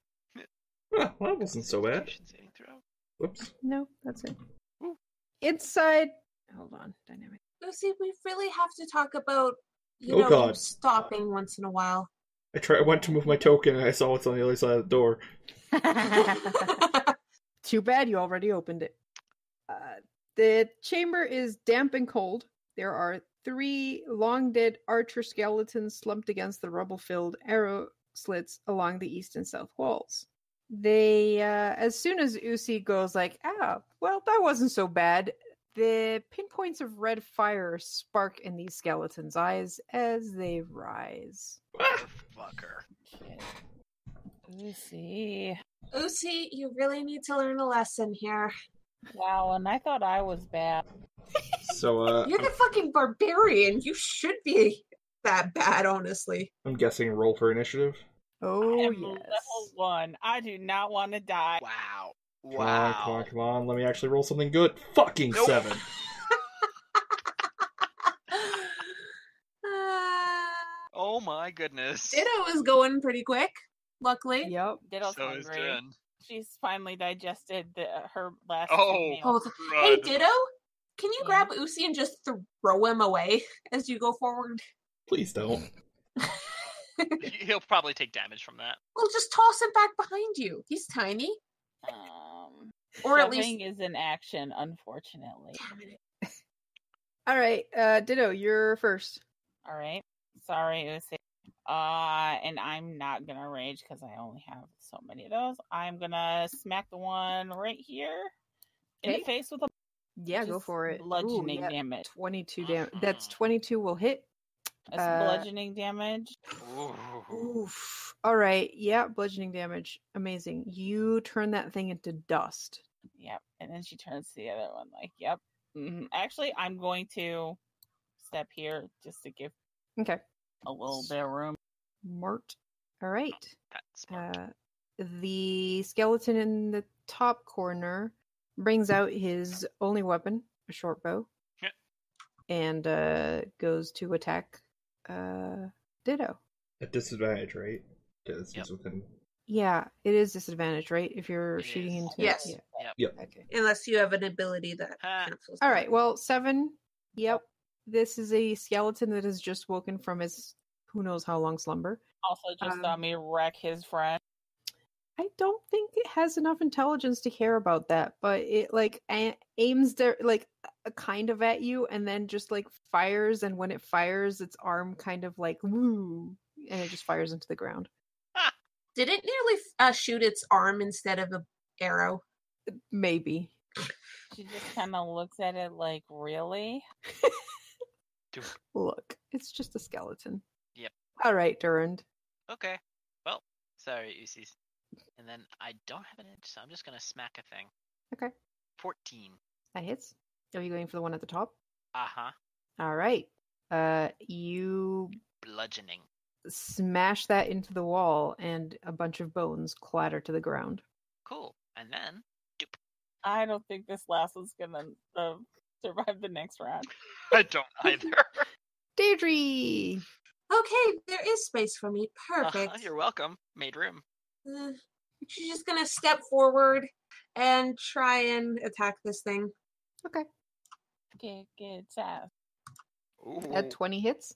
Speaker 3: Huh, well, that wasn't so bad.
Speaker 2: Constitution saving throw.
Speaker 3: Whoops.
Speaker 1: No, that's it.
Speaker 2: Ooh.
Speaker 1: Inside, hold on, dynamic.
Speaker 5: Lucy, we really have to talk about you
Speaker 3: Oh,
Speaker 5: know
Speaker 3: God.
Speaker 5: stopping once in a while.
Speaker 3: I try. I went to move my token, and I saw what's on the other side of the door.
Speaker 1: Too bad you already opened it. Uh, the chamber is damp and cold. There are three long dead archer skeletons slumped against the rubble filled arrow slits along the east and south walls. They, uh, as soon as Usi goes, like, ah, well, that wasn't so bad, the pinpoints of red fire spark in these skeletons' eyes as they rise.
Speaker 3: Ah!
Speaker 2: Fucker.
Speaker 4: Shit. Let's see.
Speaker 5: Lucy, you really need to learn a lesson here.
Speaker 4: Wow, and I thought I was bad.
Speaker 3: So uh,
Speaker 5: You're the fucking barbarian. You should be that bad, honestly.
Speaker 3: I'm guessing roll for initiative.
Speaker 4: I
Speaker 1: Oh,
Speaker 4: am
Speaker 1: yes.
Speaker 4: level one. I do not want to die.
Speaker 2: Wow.
Speaker 3: Come on,
Speaker 2: Wow.
Speaker 3: come on, come on. Let me actually roll something good. Fucking
Speaker 2: Nope.
Speaker 3: seven.
Speaker 5: Uh,
Speaker 2: Oh my goodness.
Speaker 5: Ditto is going pretty quick, luckily.
Speaker 1: Yep.
Speaker 4: Diddle's
Speaker 2: So is
Speaker 4: hungry.
Speaker 2: Jen.
Speaker 4: She's finally digested the, uh, her last.
Speaker 2: Oh.
Speaker 4: meal.
Speaker 5: Oh, th- hey,
Speaker 2: Crud.
Speaker 5: Ditto, can you
Speaker 4: Yeah.
Speaker 5: grab Usi and just throw him away as you go forward?
Speaker 3: Please
Speaker 2: Hmm.
Speaker 3: don't.
Speaker 2: He- He'll probably take damage from that.
Speaker 5: Well, just toss him back behind you. He's tiny.
Speaker 1: Oh,
Speaker 4: Um,
Speaker 5: Or at least.
Speaker 4: shoving is an action, unfortunately.
Speaker 5: Damn it.
Speaker 1: All right, uh, Ditto, you're first.
Speaker 4: All right. Sorry, Usi. Uh, and I'm not gonna rage because I only have so many of those. I'm gonna smack the one right here in
Speaker 1: Okay.
Speaker 4: the face with a
Speaker 1: Yeah, go
Speaker 4: just
Speaker 1: for it. Ooh,
Speaker 4: Bludgeoning
Speaker 1: yeah,
Speaker 4: damage.
Speaker 1: 22 damage. That's 22 will hit.
Speaker 4: That's
Speaker 1: Uh,
Speaker 4: bludgeoning damage.
Speaker 2: Ooh.
Speaker 1: Oof. All right. Yeah, bludgeoning damage. Amazing. You turn that thing into dust.
Speaker 4: Yep. And then she turns to the other one, like, yep. hmm Actually, I'm going to step here just to give
Speaker 1: Okay.
Speaker 4: a little bit of room.
Speaker 1: Mart. All right.
Speaker 2: That's smart.
Speaker 1: Uh, the skeleton in the top corner brings out his only weapon, a short bow,
Speaker 2: Yeah.
Speaker 1: and uh, goes to attack uh, Ditto.
Speaker 3: At disadvantage, right? Because he's within.
Speaker 1: Yeah, it is disadvantage, right? If you're
Speaker 2: It
Speaker 1: shooting
Speaker 2: is.
Speaker 1: into
Speaker 5: Yes.
Speaker 1: yeah,
Speaker 2: Yep.
Speaker 1: Okay.
Speaker 5: Unless you have an ability that
Speaker 2: Ha.
Speaker 5: cancels.
Speaker 1: All
Speaker 5: that.
Speaker 1: right. Well, seven. Yep. This is a skeleton that has just woken from his who knows how long slumber.
Speaker 4: Also, just
Speaker 1: Um,
Speaker 4: saw me wreck his friend.
Speaker 1: I don't think it has enough intelligence to care about that, but it like a- aims there like a kind of at you, and then just like fires. And when it fires, its arm kind of like woo, and it just fires into the ground.
Speaker 5: Did it nearly uh, shoot its arm instead of a arrow?
Speaker 1: Maybe.
Speaker 4: She just kind of looks at it like, really?
Speaker 1: Look, it's just a skeleton.
Speaker 2: Yep.
Speaker 1: All right, Durand.
Speaker 2: Okay. Well, sorry, Usis. And then I don't have an inch, so I'm just gonna smack a thing.
Speaker 1: Okay.
Speaker 2: Fourteen.
Speaker 1: That hits. Are you going for the one at the top?
Speaker 2: Uh huh.
Speaker 1: All right. Uh, you
Speaker 2: Bludgeoning.
Speaker 1: smash that into the wall, and a bunch of bones clatter to the ground.
Speaker 2: Cool. And then
Speaker 4: I don't think this last one's gonna uh, survive the next round.
Speaker 2: I don't either. Uh-huh.
Speaker 1: Deirdre!
Speaker 5: Okay, there is space for me. Perfect.
Speaker 2: Uh-huh, you're welcome. Made room.
Speaker 5: Uh, she's just gonna step forward and try and attack this thing.
Speaker 4: Good, good task.
Speaker 2: Ooh.
Speaker 1: At 20 hits,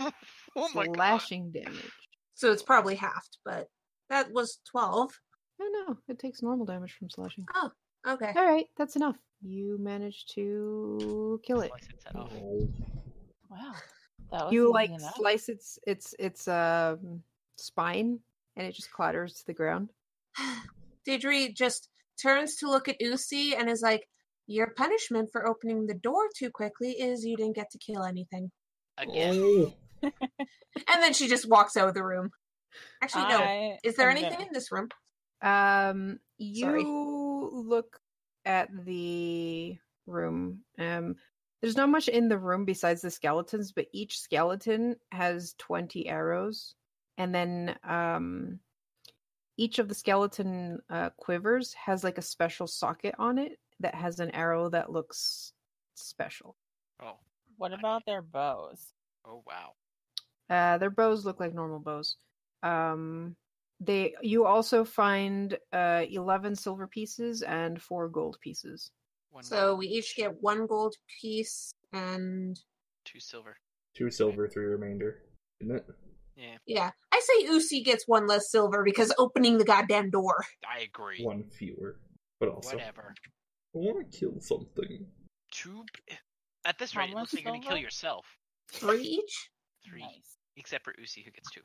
Speaker 2: oh my gosh.
Speaker 1: slashing damage.
Speaker 5: So it's probably halved, but that was twelve.
Speaker 1: No, no, it takes normal damage from slashing.
Speaker 5: Okay.
Speaker 1: All right, that's enough. You managed to kill it.
Speaker 2: Slice its head off.
Speaker 4: Wow, that was
Speaker 1: You
Speaker 4: easy
Speaker 1: like
Speaker 4: enough.
Speaker 1: slice its its its um spine, and it just clatters to the ground.
Speaker 5: Didri just turns to look at Usi and is like, "Your punishment for opening the door too quickly is you didn't get to kill anything."
Speaker 2: Again.
Speaker 3: Oh.
Speaker 5: And then she just walks out of the room. Actually, no.
Speaker 4: I
Speaker 5: Is there
Speaker 4: am
Speaker 5: anything
Speaker 4: gonna-
Speaker 5: in this room?
Speaker 1: Um, you
Speaker 5: Sorry.
Speaker 1: look at the room. Um, there's not much in the room besides the skeletons, but each skeleton has 20 arrows, and then um, each of the skeleton uh, quivers has like a special socket on it that has an arrow that looks special.
Speaker 2: Oh.
Speaker 4: What about their bows?
Speaker 2: Oh wow.
Speaker 1: Uh, their bows look like normal bows. Um, they you also find uh, eleven silver pieces and four gold pieces.
Speaker 2: One
Speaker 5: So
Speaker 2: gold,
Speaker 5: we each get one gold piece, and
Speaker 2: two silver.
Speaker 3: Two silver, three remainder. Isn't it?
Speaker 2: Yeah,
Speaker 5: yeah, I say Usi gets one less silver because opening the goddamn door.
Speaker 2: I agree.
Speaker 3: One fewer. But also,
Speaker 2: Whatever.
Speaker 3: I want to kill something.
Speaker 2: Two. At this
Speaker 4: How
Speaker 2: rate, it
Speaker 4: much
Speaker 2: looks like you're gonna kill
Speaker 4: silver?
Speaker 2: yourself.
Speaker 5: Three each.
Speaker 2: Three,
Speaker 4: Nice.
Speaker 2: except for Usi, who gets two.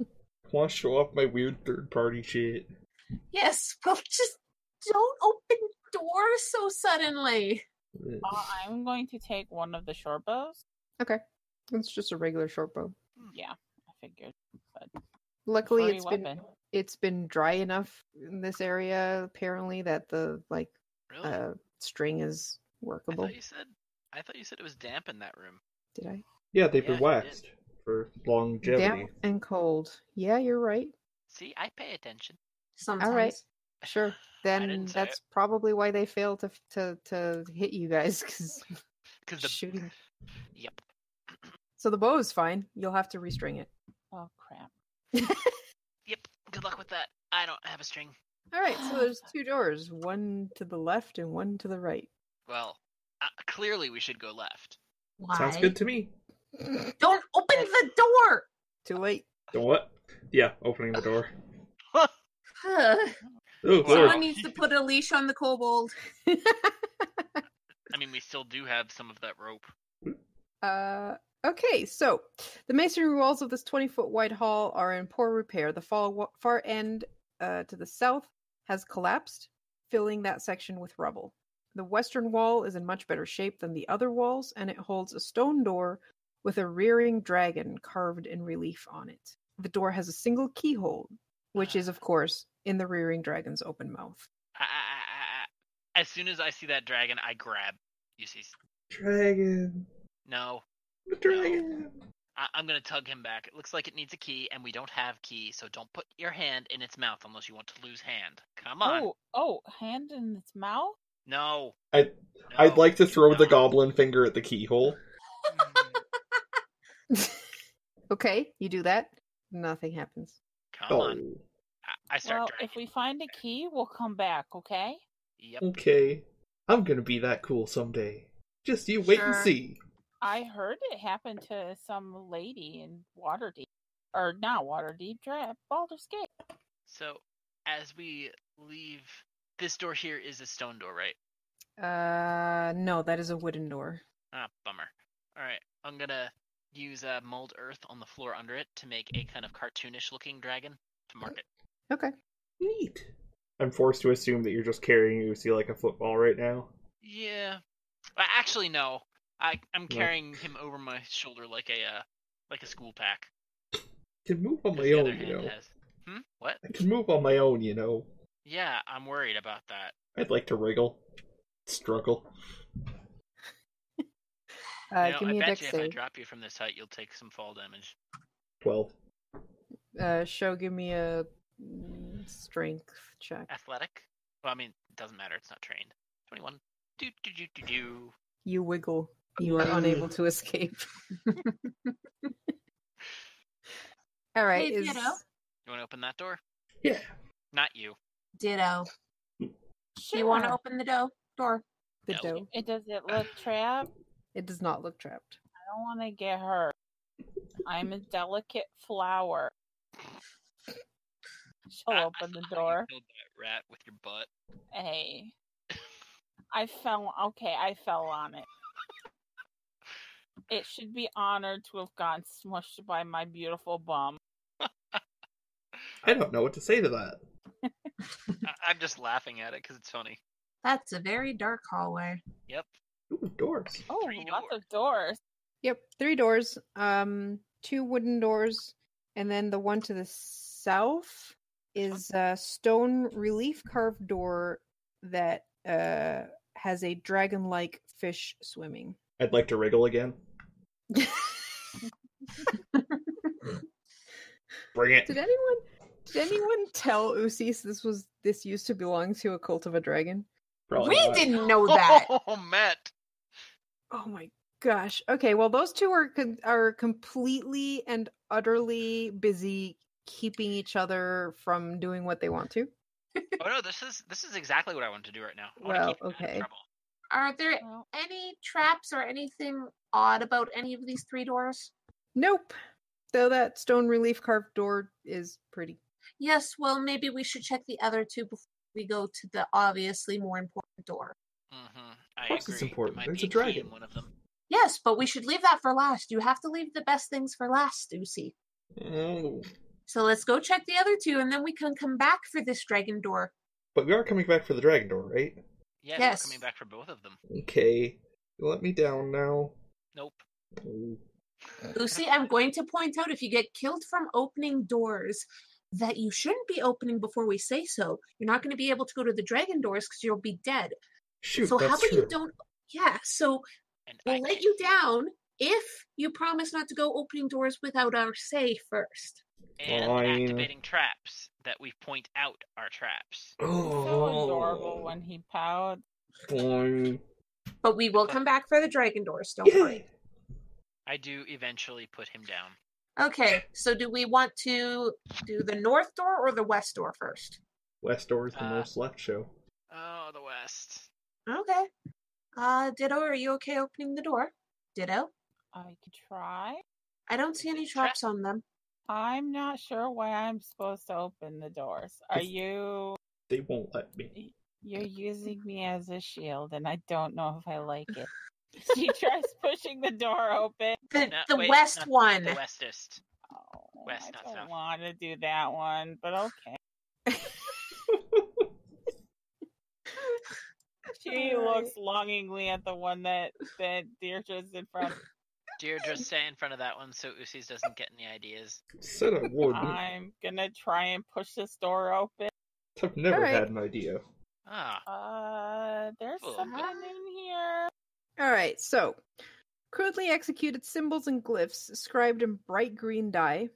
Speaker 3: I want to show off my weird third party shit.
Speaker 5: Yes, well, just don't open doors so suddenly.
Speaker 3: Eh.
Speaker 4: Uh, I'm going to take one of the short bows.
Speaker 1: It's just a regular short bow.
Speaker 4: Yeah, I figured. But
Speaker 1: Luckily,
Speaker 4: free
Speaker 1: it's been
Speaker 4: weapon.
Speaker 1: it's been dry enough in this area apparently that the like
Speaker 2: Really?
Speaker 1: uh, string is
Speaker 2: I
Speaker 1: workable.
Speaker 2: thought you said. I thought you said it was damp in that room.
Speaker 1: Did I?
Speaker 3: Yeah,
Speaker 2: Yeah, you
Speaker 3: they've been
Speaker 2: did.
Speaker 3: waxed for longevity.
Speaker 1: Damp and cold. Yeah, you're right.
Speaker 2: See, I pay attention.
Speaker 5: Sometimes.
Speaker 1: Sure.
Speaker 2: I
Speaker 1: Then
Speaker 2: didn't say
Speaker 1: that's probably why they fail to to to hit you guys because
Speaker 2: because the
Speaker 1: shooting.
Speaker 2: Yep.
Speaker 1: So the bow is fine. You'll have to restring it.
Speaker 4: Oh crap!
Speaker 2: Yep. Good luck with that. I don't have a string.
Speaker 1: All right, so there's two doors, one to the left and one to the right.
Speaker 2: Well, uh, clearly we should go left.
Speaker 5: Why?
Speaker 3: Sounds good to me.
Speaker 5: Don't open the door.
Speaker 1: Too late.
Speaker 3: The what? Yeah, opening the door.
Speaker 5: Huh.
Speaker 3: Oh,
Speaker 2: Wow.
Speaker 5: Someone
Speaker 3: Lord.
Speaker 5: needs to put a leash on the kobold.
Speaker 2: I mean, we still do have some of that rope.
Speaker 1: uh, okay, so the masonry walls of this 20 foot wide hall are in poor repair. The far, far end uh, to the south has collapsed, filling that section with rubble. The western wall is in much better shape than the other walls, and it holds a stone door with a rearing dragon carved in relief on it. The door has a single keyhole, which is, of course, in the rearing dragon's open mouth.
Speaker 2: I, I, I, as soon as I see that dragon, I grab Ulysses.
Speaker 3: Dragon.
Speaker 2: No,
Speaker 3: The dragon.
Speaker 2: I, I'm gonna tug him back. It looks like it needs a key, and we don't have key, so don't put your hand in its mouth unless you want to lose hand. Come on.
Speaker 4: Oh, oh, hand in its mouth.
Speaker 2: No.
Speaker 3: I- I'd
Speaker 2: No.
Speaker 3: like to throw the
Speaker 2: No.
Speaker 3: goblin finger at the keyhole.
Speaker 2: Mm,
Speaker 1: okay, you do that. Nothing happens.
Speaker 2: Come
Speaker 3: Oh,
Speaker 2: on. I, I start
Speaker 4: Well,
Speaker 2: dragging.
Speaker 4: if we find a key, we'll come back. Okay.
Speaker 2: Yep.
Speaker 3: Oh, okay. I'm gonna be that cool someday. Just you wait and
Speaker 1: Sure.
Speaker 3: see.
Speaker 4: I heard it happened to some lady in Waterdeep, or not Waterdeep, Dra- Baldur's Gate.
Speaker 2: So, as we leave, this door here is a stone door, right?
Speaker 1: Uh, no, that is a wooden door.
Speaker 2: Ah, bummer. All right, I'm gonna use uh, mold earth on the floor under it to make a kind of cartoonish-looking dragon to mark it.
Speaker 1: Okay.
Speaker 3: Neat. I'm forced to assume that you're just carrying Usi like a football right now.
Speaker 2: Yeah. Uh, Actually, no. I I'm
Speaker 3: No.
Speaker 2: carrying him over my shoulder like a uh, like a school pack.
Speaker 3: Can move on
Speaker 2: 'cause
Speaker 3: Oh, my
Speaker 2: the other
Speaker 3: own, you
Speaker 2: hand
Speaker 3: know.
Speaker 2: has- Hmm. What?
Speaker 3: I can move on my own, you know.
Speaker 2: Yeah, I'm worried about that.
Speaker 3: I'd like to wriggle. Struggle.
Speaker 1: Uh,
Speaker 2: You know,
Speaker 1: give
Speaker 2: I
Speaker 1: me a
Speaker 2: bet
Speaker 1: dex
Speaker 2: you if I
Speaker 1: save.
Speaker 2: drop you from this height, you'll take some fall damage.
Speaker 3: Twelve.
Speaker 1: Uh, show, give me a mm, strength check.
Speaker 2: Athletic. Well, I mean, it doesn't matter. It's not trained. Twenty-one. Do do do do do.
Speaker 1: You wiggle. You are unable to escape. All right.
Speaker 5: Hey,
Speaker 1: is-
Speaker 5: Ditto.
Speaker 2: You want to open that door?
Speaker 3: Yeah.
Speaker 2: Not you.
Speaker 5: Ditto.
Speaker 4: Sure.
Speaker 5: You want to open the do- door?
Speaker 1: the
Speaker 2: No.
Speaker 1: dough.
Speaker 4: It does it look trapped?
Speaker 1: It does not look trapped.
Speaker 4: I don't want to get hurt. I'm a delicate flower. She'll
Speaker 2: I- I
Speaker 4: open the
Speaker 2: saw how you
Speaker 4: door.
Speaker 2: killed that rat with your butt.
Speaker 4: Hey, I fell. Okay, I fell on it. It should be honored to have gotten smushed by my beautiful bum.
Speaker 3: I don't know what to say to that.
Speaker 2: I- I'm just laughing at it because it's funny.
Speaker 5: That's a very dark hallway.
Speaker 2: Yep.
Speaker 3: Ooh, doors.
Speaker 4: Oh,
Speaker 2: Three
Speaker 4: lots of doors.
Speaker 1: Yep, three doors. Um, two wooden doors, and then the one to the south is a stone relief carved door that uh has a dragon-like fish swimming.
Speaker 3: I'd like to wriggle again. Bring it.
Speaker 1: Did anyone did anyone tell Usis this was this used to belong to a cult of a dragon?
Speaker 3: Probably
Speaker 5: we
Speaker 3: not.
Speaker 5: didn't know that.
Speaker 2: Oh, Matt.
Speaker 1: Oh my gosh. Okay, well those two are con- are completely and utterly busy keeping each other from doing what they want to.
Speaker 2: Oh no, this is this is exactly what I want to do right now. I wanna
Speaker 1: Well,
Speaker 2: keep him out of
Speaker 1: okay.
Speaker 2: trouble.
Speaker 5: Are there
Speaker 4: Well,
Speaker 5: any traps or anything odd about any of these three doors?
Speaker 1: Nope. Though that stone relief carved door is pretty.
Speaker 5: Yes, well, maybe we should check the other two before we go to the obviously more important door.
Speaker 2: Mm-hmm. I
Speaker 3: Of course
Speaker 2: agree.
Speaker 3: it's
Speaker 2: There
Speaker 3: important.
Speaker 2: might
Speaker 3: There's
Speaker 2: be
Speaker 3: a
Speaker 2: key in
Speaker 3: dragon.
Speaker 2: one of them.
Speaker 5: Yes, but we should leave that for last. You have to leave the best things for last, Lucy.
Speaker 3: Oh.
Speaker 5: So let's go check the other two, and then we can come back for this dragon door.
Speaker 3: But we are coming back for the dragon door, right?
Speaker 2: Yeah,
Speaker 5: Yes.
Speaker 2: we're coming back for both of them.
Speaker 3: Okay. You let me down now.
Speaker 2: Nope.
Speaker 3: Oh.
Speaker 5: Lucy, I'm going to point out if you get killed from opening doors that you shouldn't be opening before we say so. You're not going to be able to go to the dragon doors because you'll be dead.
Speaker 3: Shoot,
Speaker 5: so
Speaker 3: that's
Speaker 5: how about
Speaker 3: true.
Speaker 5: you don't? Yeah. So
Speaker 2: And I
Speaker 5: we'll let
Speaker 2: can't
Speaker 5: you
Speaker 2: see.
Speaker 5: down if you promise not to go opening doors without our say first.
Speaker 2: And
Speaker 3: Fine.
Speaker 2: activating traps that we point out are traps.
Speaker 3: Oh.
Speaker 4: so adorable when he powed.
Speaker 3: Boing.
Speaker 5: But we will come back for the dragon doors. Don't
Speaker 3: Yeah.
Speaker 5: worry.
Speaker 2: I do eventually put him down.
Speaker 5: Okay. So do we want to do the north door or the west door first?
Speaker 3: West door is the
Speaker 2: Uh,
Speaker 3: most left show.
Speaker 2: Oh, the West.
Speaker 5: Okay. Uh, Ditto, are you okay opening the door? Ditto.
Speaker 4: I could try.
Speaker 5: I don't
Speaker 2: Is
Speaker 5: see
Speaker 2: it
Speaker 5: any
Speaker 2: a
Speaker 5: traps on them.
Speaker 4: I'm not sure why I'm supposed to open the doors. Are
Speaker 3: It's-
Speaker 4: you
Speaker 3: They won't let me.
Speaker 4: you're using me as a shield and I don't know if I like it. She tries pushing the door open.
Speaker 5: The,
Speaker 2: No,
Speaker 5: the
Speaker 2: wait,
Speaker 5: west
Speaker 2: not
Speaker 5: one.
Speaker 2: The Westest.
Speaker 4: Oh,
Speaker 2: West,
Speaker 4: I
Speaker 2: not
Speaker 4: don't
Speaker 2: south.
Speaker 4: want to do that one, but okay. She
Speaker 5: Alright.
Speaker 4: looks longingly at the one that that Deirdre's in front. of.
Speaker 2: Deirdre, stay in front of that one so Usis doesn't get any ideas.
Speaker 3: Said I would. not
Speaker 4: I'm gonna try and push this door open.
Speaker 3: I've never
Speaker 1: Alright.
Speaker 3: had an idea.
Speaker 2: Ah,
Speaker 4: Uh, there's
Speaker 2: Oh.
Speaker 4: something in here.
Speaker 1: All right, so crudely executed symbols and glyphs scribed in bright green dye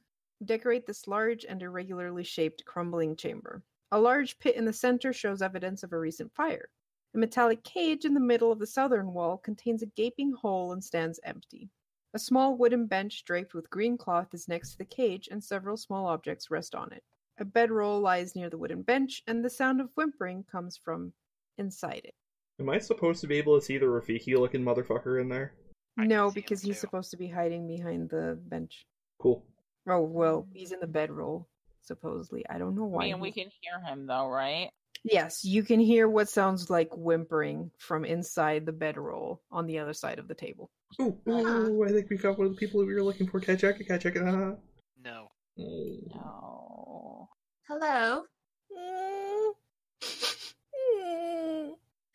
Speaker 1: decorate this large and irregularly shaped crumbling chamber. A large pit in the center shows evidence of a recent fire. A metallic cage in the middle of the southern wall contains a gaping hole and stands empty. A small wooden bench draped with green cloth is next to the cage, and several small objects rest on it. A bedroll lies near the wooden bench, and the sound of whimpering comes from inside it.
Speaker 3: Am I supposed to be able to see the Rafiki looking motherfucker in there?
Speaker 2: I can
Speaker 1: No,
Speaker 2: see him
Speaker 1: because he's
Speaker 2: too.
Speaker 1: supposed to be hiding behind the bench.
Speaker 3: Cool.
Speaker 1: Oh well, he's in the bedroll, supposedly. I don't know
Speaker 4: I
Speaker 1: why.
Speaker 4: mean, we
Speaker 1: he-
Speaker 4: can hear him though, right?
Speaker 1: Yes, you can hear what sounds like whimpering from inside the bedroll on the other side of the table.
Speaker 3: Ooh,
Speaker 5: Uh-huh.
Speaker 3: ooh, I think we got one of the people that we were looking for. Cat check it, cat check it. Ah.
Speaker 2: no.
Speaker 3: Oh.
Speaker 4: No.
Speaker 5: Hello.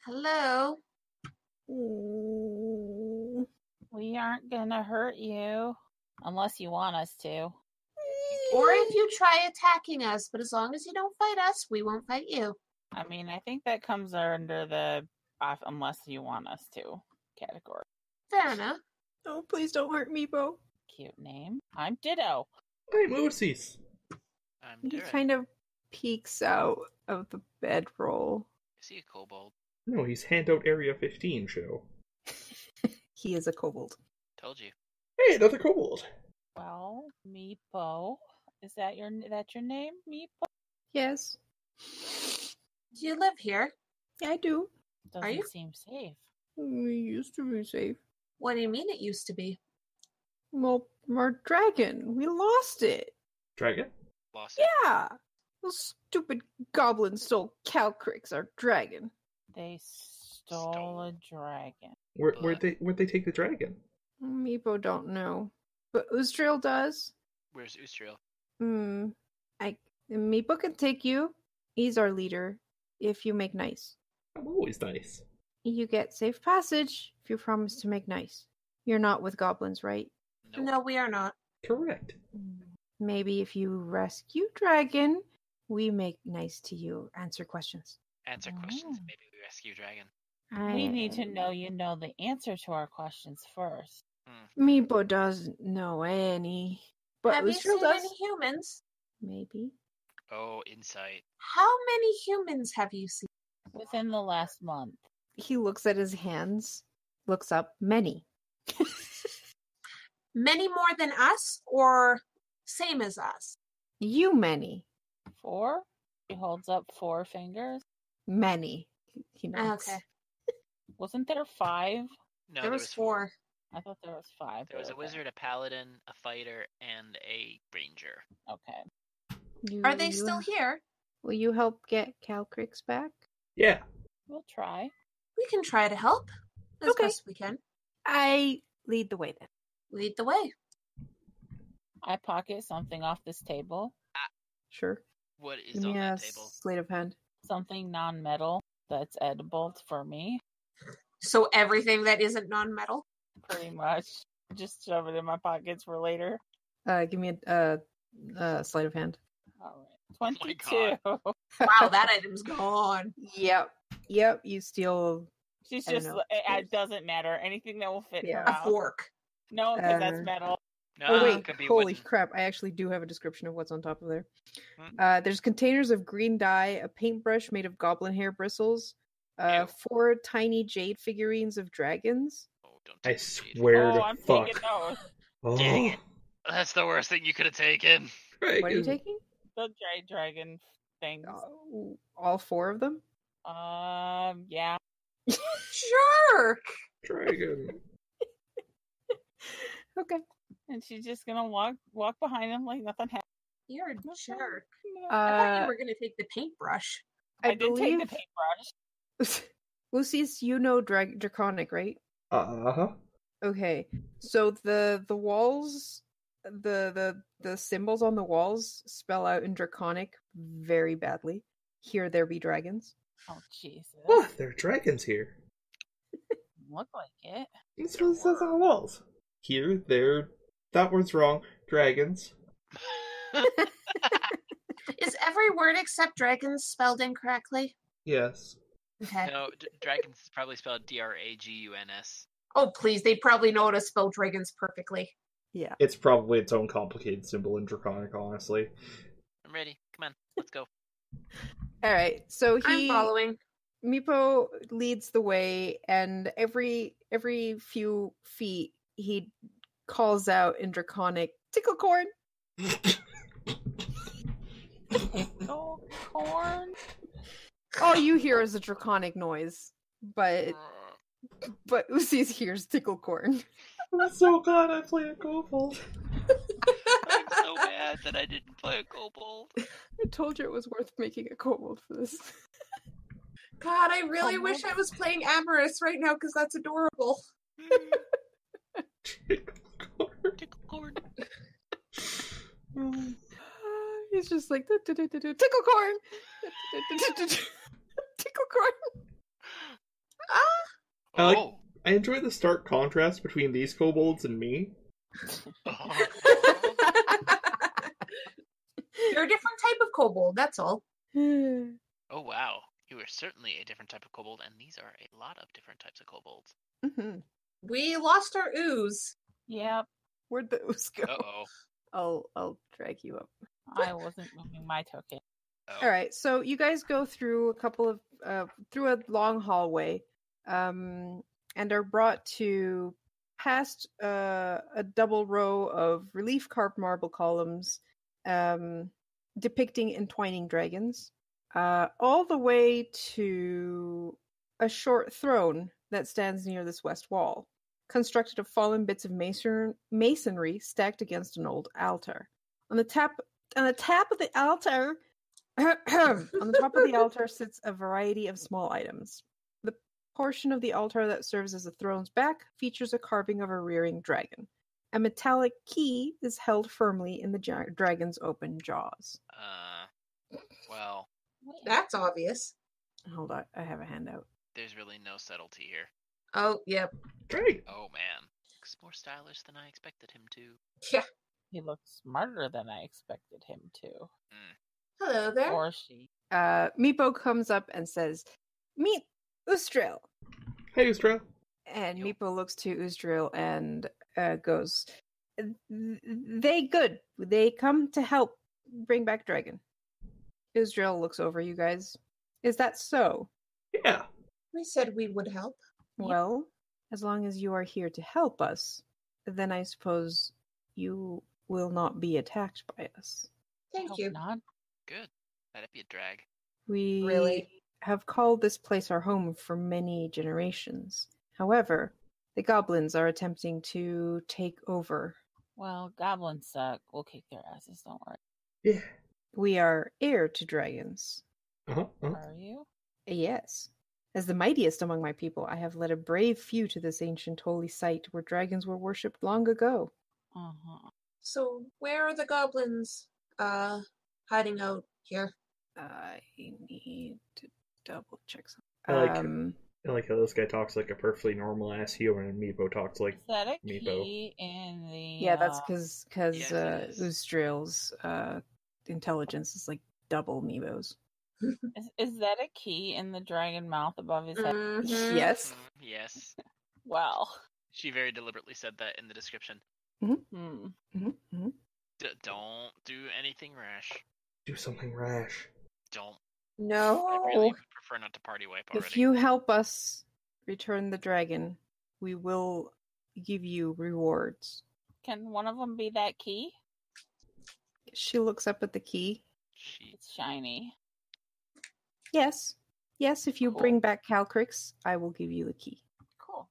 Speaker 5: Hello.
Speaker 4: We aren't gonna hurt you unless you want us to.
Speaker 5: Or if you try attacking us, but as long as you don't fight us, we won't fight you.
Speaker 4: I mean, I think that comes under the off unless you want us to category.
Speaker 5: Fair enough.
Speaker 1: Oh, please don't hurt me, Bo.
Speaker 4: Cute name. I'm Ditto.
Speaker 3: I'm Otis.
Speaker 2: I'm
Speaker 1: He
Speaker 2: Deirdre.
Speaker 1: kind of peeks out of the bedroll.
Speaker 2: Is he a kobold?
Speaker 3: No, he's handout area 15 show.
Speaker 1: He is a kobold.
Speaker 2: Told you.
Speaker 3: Hey, another kobold.
Speaker 4: Well, Meepo. Is that your that your name, Meepo?
Speaker 1: Yes,
Speaker 5: Do you live here?
Speaker 1: I do.
Speaker 4: Doesn't
Speaker 5: you-
Speaker 4: seem safe.
Speaker 1: We used to be safe.
Speaker 5: What do you mean it used to be?
Speaker 1: Well, our dragon, we lost it.
Speaker 3: Dragon?
Speaker 2: Lost it.
Speaker 1: Yeah, those stupid goblins stole Calcrix, our dragon.
Speaker 4: They stole, a dragon.
Speaker 3: Where, where'd, they, where'd they take the dragon?
Speaker 1: Meepo don't know, but Uzdril does.
Speaker 2: Where's Ustriel?
Speaker 1: Hmm. I Meepo can take you. He's our leader. If you make nice,
Speaker 3: I'm always nice.
Speaker 1: you get safe passage. If you promise to make nice, you're not with goblins, right?
Speaker 2: Nope.
Speaker 5: No, we are not.
Speaker 3: Correct.
Speaker 1: Maybe if you rescue dragon, we make nice to you. Answer questions.
Speaker 2: Answer questions.
Speaker 4: Oh.
Speaker 2: Maybe we rescue dragon.
Speaker 4: We need to know you know the answer to our questions first.
Speaker 1: Meepo doesn't know any, but
Speaker 5: Have you
Speaker 1: Uzdril
Speaker 5: seen
Speaker 1: does.
Speaker 5: any humans?
Speaker 1: Maybe.
Speaker 2: Oh, insight.
Speaker 5: How many humans have you seen?
Speaker 4: Within the last month.
Speaker 1: he looks at his hands, looks up many.
Speaker 5: Many more than us or same as us?
Speaker 1: You many,
Speaker 4: Four? She holds up four fingers.
Speaker 1: many. He
Speaker 5: Ah,
Speaker 1: nods.
Speaker 5: Okay.
Speaker 4: Wasn't there five?
Speaker 2: No,
Speaker 5: there, was four.
Speaker 4: I thought there was five.
Speaker 2: There was a
Speaker 4: Okay.
Speaker 2: wizard, a paladin, a fighter, and a ranger.
Speaker 4: Okay.
Speaker 1: You,
Speaker 5: Are they still
Speaker 1: you-
Speaker 5: here?
Speaker 1: Will you help get Calcrix back?
Speaker 3: Yeah.
Speaker 4: We'll try.
Speaker 5: We can try to help as
Speaker 1: Okay.
Speaker 5: best we can.
Speaker 1: I lead the way then.
Speaker 5: Lead the way.
Speaker 4: I pocket something off this table.
Speaker 1: Sure.
Speaker 2: What is
Speaker 1: Give
Speaker 2: on
Speaker 1: me a
Speaker 2: that table?
Speaker 1: slate of hand.
Speaker 4: Something non metal that's edible for me,
Speaker 5: So everything that isn't non-metal.
Speaker 4: pretty much. Just shove it in my pockets for later.
Speaker 1: Uh, give me a uh, uh, slate of hand.
Speaker 4: All
Speaker 2: Oh
Speaker 4: right.
Speaker 2: my
Speaker 4: 22.
Speaker 2: God.
Speaker 5: Wow, that item's gone.
Speaker 1: Yep. Yep. You steal.
Speaker 4: She's
Speaker 1: I don't
Speaker 4: just,
Speaker 1: know.
Speaker 4: it, it doesn't matter. Anything that will fit in
Speaker 1: Yeah.
Speaker 4: her
Speaker 5: A
Speaker 4: mouth.
Speaker 5: fork.
Speaker 4: No, because that's
Speaker 1: Uh,
Speaker 4: metal.
Speaker 2: No,
Speaker 1: oh
Speaker 2: Ah, it
Speaker 1: wait!
Speaker 2: could be
Speaker 1: Holy
Speaker 2: wooden.
Speaker 1: crap! I actually do have a description of what's on top of there.
Speaker 2: Hmm.
Speaker 1: Uh, there's containers of green dye, a paintbrush made of goblin hair bristles, uh,
Speaker 2: Ew.
Speaker 1: four tiny jade figurines of dragons,
Speaker 2: Oh, don't
Speaker 3: I
Speaker 2: take the jade.
Speaker 3: swear
Speaker 4: oh,
Speaker 3: to
Speaker 4: I'm
Speaker 3: fuck.
Speaker 4: taking those.
Speaker 3: Oh.
Speaker 2: Dang it. That's the worst thing you could have taken.
Speaker 1: What are you
Speaker 3: Dragon.
Speaker 1: taking?
Speaker 4: The dry dragon things.
Speaker 1: Uh, all four of them?
Speaker 4: Um, yeah.
Speaker 5: Sure.
Speaker 3: Dragon.
Speaker 1: Okay.
Speaker 4: And she's just gonna walk walk behind him like nothing happened.
Speaker 5: You're a
Speaker 4: No.
Speaker 5: jerk. I thought
Speaker 1: Uh,
Speaker 5: you were gonna take the paintbrush.
Speaker 1: I,
Speaker 4: I did take the
Speaker 1: believe
Speaker 4: paintbrush.
Speaker 1: Lucius, you know drag- draconic, right?
Speaker 3: Uh huh.
Speaker 1: Okay. So the the walls, the the the symbols on the walls spell out in draconic very badly. Here there be dragons.
Speaker 4: Oh Jesus.
Speaker 3: Ah, there are dragons here.
Speaker 4: Look like it.
Speaker 3: This one says on the walls. Here, there, that word's wrong. Dragons.
Speaker 5: Is every word except dragons spelled incorrectly?
Speaker 3: Yes.
Speaker 5: Okay.
Speaker 2: no, d- dragons is probably spelled D R A G U N S.
Speaker 5: Oh, please. They probably know how to spell dragons perfectly.
Speaker 1: Yeah.
Speaker 3: It's probably its own complicated symbol in Draconic, honestly.
Speaker 2: I'm ready. Come on, let's go.
Speaker 1: All right. So he
Speaker 5: I'm following.
Speaker 1: Meepo leads the way, and every every few feet he calls out in Draconic tickle corn.
Speaker 4: Oh, corn.
Speaker 1: All you hear is a Draconic noise, but but Uzi's hears tickle corn.
Speaker 3: I'm so glad I play a kobold.
Speaker 2: I'm so mad that I didn't play a kobold.
Speaker 1: I told you it was worth making a kobold for this.
Speaker 5: God, I really
Speaker 4: Oh,
Speaker 5: wish
Speaker 4: no.
Speaker 5: I was playing Amorous right now because that's adorable.
Speaker 2: Tickle corn.
Speaker 1: He's just like "Du- du- du- du- du- tickle corn, Du- du- du- du- du- tickle corn.
Speaker 3: I like-
Speaker 2: Oh.
Speaker 3: I enjoy the stark contrast between these kobolds and me.
Speaker 2: Oh.
Speaker 5: You're a different type of kobold, that's all.
Speaker 2: Oh, wow. You are certainly a different type of kobold, and these are a lot of different types of kobolds.
Speaker 1: Mhm.
Speaker 5: We lost our ooze.
Speaker 4: Yep,
Speaker 1: Where'd the ooze go?
Speaker 2: Uh oh.
Speaker 1: I'll I'll drag you up.
Speaker 4: I wasn't moving my token.
Speaker 2: Oh.
Speaker 1: All right, so you guys go through a couple of uh, through a long hallway, um, and are brought to past uh, a double row of relief carved marble columns um, depicting entwining dragons, uh, all the way to a short throne that stands near this west wall, constructed of fallen bits of mason- masonry stacked against an old altar. On the tap on the tap of the altar. on the top of the altar sits a variety of small items. The portion of the altar that serves as a throne's back features a carving of a rearing dragon. A metallic key is held firmly in the ja- dragon's open jaws.
Speaker 2: Uh, well,
Speaker 5: That's obvious.
Speaker 1: Hold on, I have a handout.
Speaker 2: there's really no subtlety here.
Speaker 5: Oh, yep.
Speaker 3: Drag.
Speaker 2: Oh, man. Looks more stylish than I expected him to.
Speaker 4: He looked smarter than I expected him to.
Speaker 5: Hello there.
Speaker 4: Or she.
Speaker 1: Uh, Meepo comes up and says, "Meet Ustrel."
Speaker 3: Hey, Ustra.
Speaker 1: And
Speaker 2: Yep.
Speaker 1: Meepo looks to Ustrel and uh, goes, "Th- "They good. They come to help bring back dragon." Ustrel looks over you guys. Is that so?
Speaker 3: Yeah.
Speaker 5: We said we would help.
Speaker 4: Yep.
Speaker 1: Well, as long as you are here to help us, then I suppose you will not be attacked by us.
Speaker 5: Thank
Speaker 4: Hope
Speaker 5: you.
Speaker 4: Oh, Not.
Speaker 2: Good. That'd be a drag.
Speaker 1: We
Speaker 5: Really?
Speaker 1: have called this place our home for many generations. However, the goblins are attempting to take over.
Speaker 4: Well, goblins suck. We'll kick their asses. Don't worry.
Speaker 3: Yeah.
Speaker 1: We are heir to dragons.
Speaker 3: Uh-huh. uh-huh.
Speaker 4: Are you?
Speaker 1: Yes. As the mightiest among my people, I have led a brave few to this ancient holy site where dragons were worshipped long ago.
Speaker 4: Uh huh.
Speaker 5: So, where are the goblins uh hiding out here?
Speaker 1: I need to double check something.
Speaker 3: I like-
Speaker 1: um,
Speaker 3: I like how this guy talks like a perfectly normal ass human, and Meepo talks like.
Speaker 4: Is that a
Speaker 3: Meepo.
Speaker 4: key in the?
Speaker 1: yeah, that's
Speaker 4: uh,
Speaker 1: because because
Speaker 2: Yes, it
Speaker 1: uh,
Speaker 2: is.
Speaker 1: Uzdril's uh, intelligence is like double Meebo's.
Speaker 4: Is, is that a key in the dragon mouth above his head?
Speaker 5: Mhm.
Speaker 1: Yes.
Speaker 2: Mm, yes.
Speaker 1: Mm-hmm.
Speaker 4: Well,
Speaker 2: She very deliberately said that in the description.
Speaker 4: hmm.
Speaker 1: hmm hmm
Speaker 2: D- don't do anything rash.
Speaker 3: Do something rash.
Speaker 2: Don't. I really
Speaker 5: No.
Speaker 2: would prefer not to party wipe already.
Speaker 1: If you help us return the dragon, we will give you rewards.
Speaker 4: Can one of them be that key?
Speaker 1: She looks up at the key.
Speaker 2: She...
Speaker 4: It's shiny.
Speaker 1: Yes, yes. If you
Speaker 4: Cool.
Speaker 1: bring back Calcrix, I will give you the key.
Speaker 4: Cool.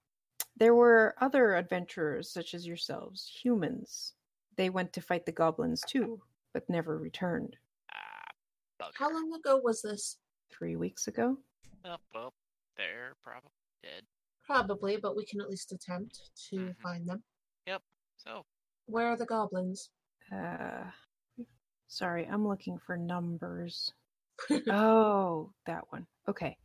Speaker 1: There were other adventurers such as yourselves, humans. They went to fight the goblins too, but never returned.
Speaker 2: Ah, bugger.
Speaker 5: How long ago was this?
Speaker 1: Three weeks ago?
Speaker 2: Oh, well, they're probably dead.
Speaker 5: Probably, but we can at least attempt to
Speaker 2: Mhm.
Speaker 5: find them.
Speaker 2: So,
Speaker 5: Where are the goblins?
Speaker 1: Uh, sorry, I'm looking for numbers. oh, that one. Okay.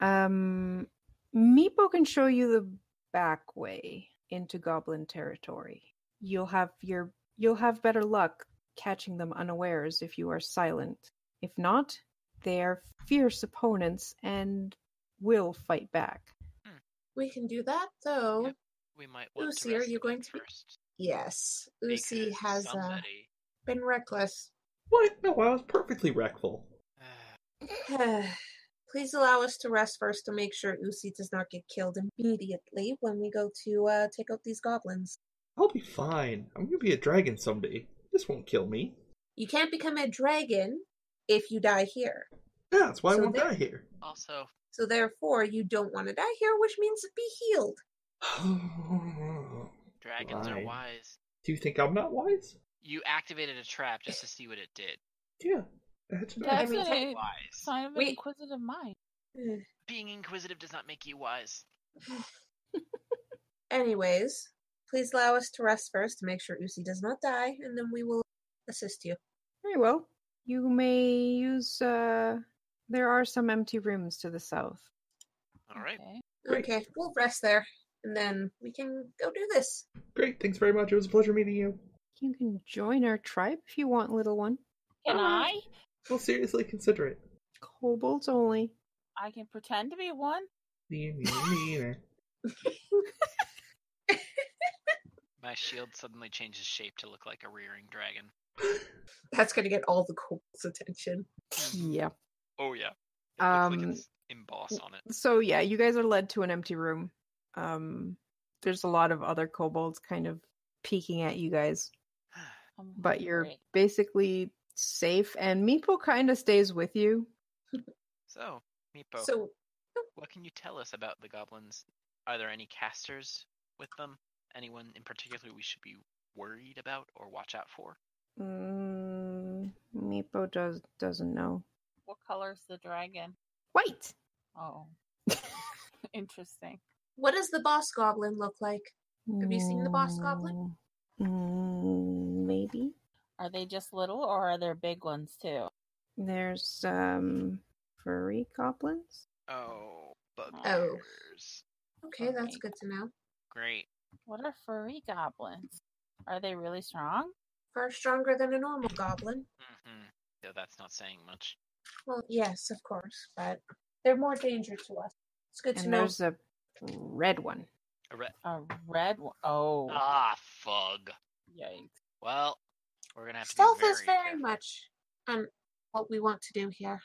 Speaker 1: Um, Meepo can show you the back way. into goblin territory. You'll have your you'll have better luck catching them unawares if you are silent. If not, they are fierce opponents and will fight back.
Speaker 5: We can do that though.
Speaker 2: Yep. We might want
Speaker 5: Lucy,
Speaker 2: to
Speaker 5: are
Speaker 2: rest
Speaker 5: you
Speaker 2: the
Speaker 5: going
Speaker 2: ones
Speaker 5: to be-
Speaker 2: first.
Speaker 5: Yes. Lucy
Speaker 2: because
Speaker 5: has uh,
Speaker 2: somebody.
Speaker 5: been reckless.
Speaker 3: What? No, I was perfectly rectful.
Speaker 5: Please allow us to rest first to make sure Usi does not get killed immediately when we go to uh, take out these goblins.
Speaker 3: I'll be fine. I'm gonna be a dragon someday. This won't kill me.
Speaker 5: You can't become a dragon if you die here.
Speaker 3: Yeah, that's why I
Speaker 5: So
Speaker 3: won't
Speaker 5: there-
Speaker 3: die here.
Speaker 2: also,
Speaker 5: So therefore, you don't want to die here, which means be healed.
Speaker 3: Do
Speaker 2: dragons are
Speaker 3: Why?
Speaker 2: wise.
Speaker 3: you think I'm not wise?
Speaker 2: You activated a trap just to see what it did.
Speaker 3: Yeah. That's not
Speaker 4: That's
Speaker 5: mean,
Speaker 2: Wise.
Speaker 4: a sign of an
Speaker 5: we-
Speaker 4: inquisitive mind.
Speaker 2: Being inquisitive does not make you wise.
Speaker 5: Anyways, please allow us to rest first to make sure Usi does not die, and then we will assist you.
Speaker 1: Very well. You may use uh there are some empty rooms to the south.
Speaker 2: All right.
Speaker 4: Okay.
Speaker 3: Great.
Speaker 5: Okay, we'll rest there, and then we can go do this.
Speaker 3: Great, thanks very much. It was a pleasure meeting you.
Speaker 1: You can join our tribe if you want, little one.
Speaker 4: Can
Speaker 1: Uh-huh.
Speaker 3: Ah.
Speaker 4: I?
Speaker 3: We'll seriously consider it.
Speaker 1: Kobolds only.
Speaker 4: I can pretend to be one.
Speaker 2: My shield suddenly changes shape to look like a rearing dragon.
Speaker 5: That's going to get all the cool's attention.
Speaker 1: Yeah.
Speaker 2: Oh yeah. It looks
Speaker 1: Um,
Speaker 2: like it's embossed on it.
Speaker 1: So yeah, you guys are led to an empty room. Um there's a lot of other kobolds kind of peeking at you guys,
Speaker 4: I'm
Speaker 1: but you're
Speaker 4: hungry.
Speaker 1: basically safe and Meepo kind of stays with you.
Speaker 2: So, Meepo,
Speaker 5: So,
Speaker 2: what can you tell us about the goblins? Are there any casters with them? Anyone in particular we should be worried about or watch out for?
Speaker 1: Mm, Meepo does doesn't know.
Speaker 4: What color's the dragon?
Speaker 1: Wait.
Speaker 4: Oh, interesting.
Speaker 5: what does the boss goblin look like? Have you seen the boss goblin?
Speaker 1: Mm, maybe.
Speaker 4: Are they just little, or are there big ones too?
Speaker 1: There's um furry goblins.
Speaker 2: Oh,
Speaker 4: Oh.
Speaker 2: bugbears.
Speaker 5: Okay, that's
Speaker 4: Alright.
Speaker 5: good to know.
Speaker 2: Great.
Speaker 4: What are furry goblins? Are they really strong?
Speaker 5: Far stronger than a normal goblin.
Speaker 2: hmm Though that's not saying much.
Speaker 5: Well, yes, of course, but they're more danger to us. It's good to
Speaker 1: And
Speaker 5: know.
Speaker 1: there's a red one.
Speaker 2: A re-
Speaker 4: A red one. Oh,
Speaker 2: ah, fug.
Speaker 4: yikes.
Speaker 2: Well, we're gonna have to
Speaker 5: Stealth
Speaker 2: be very
Speaker 5: is very
Speaker 2: careful.
Speaker 5: much um what we want to do here.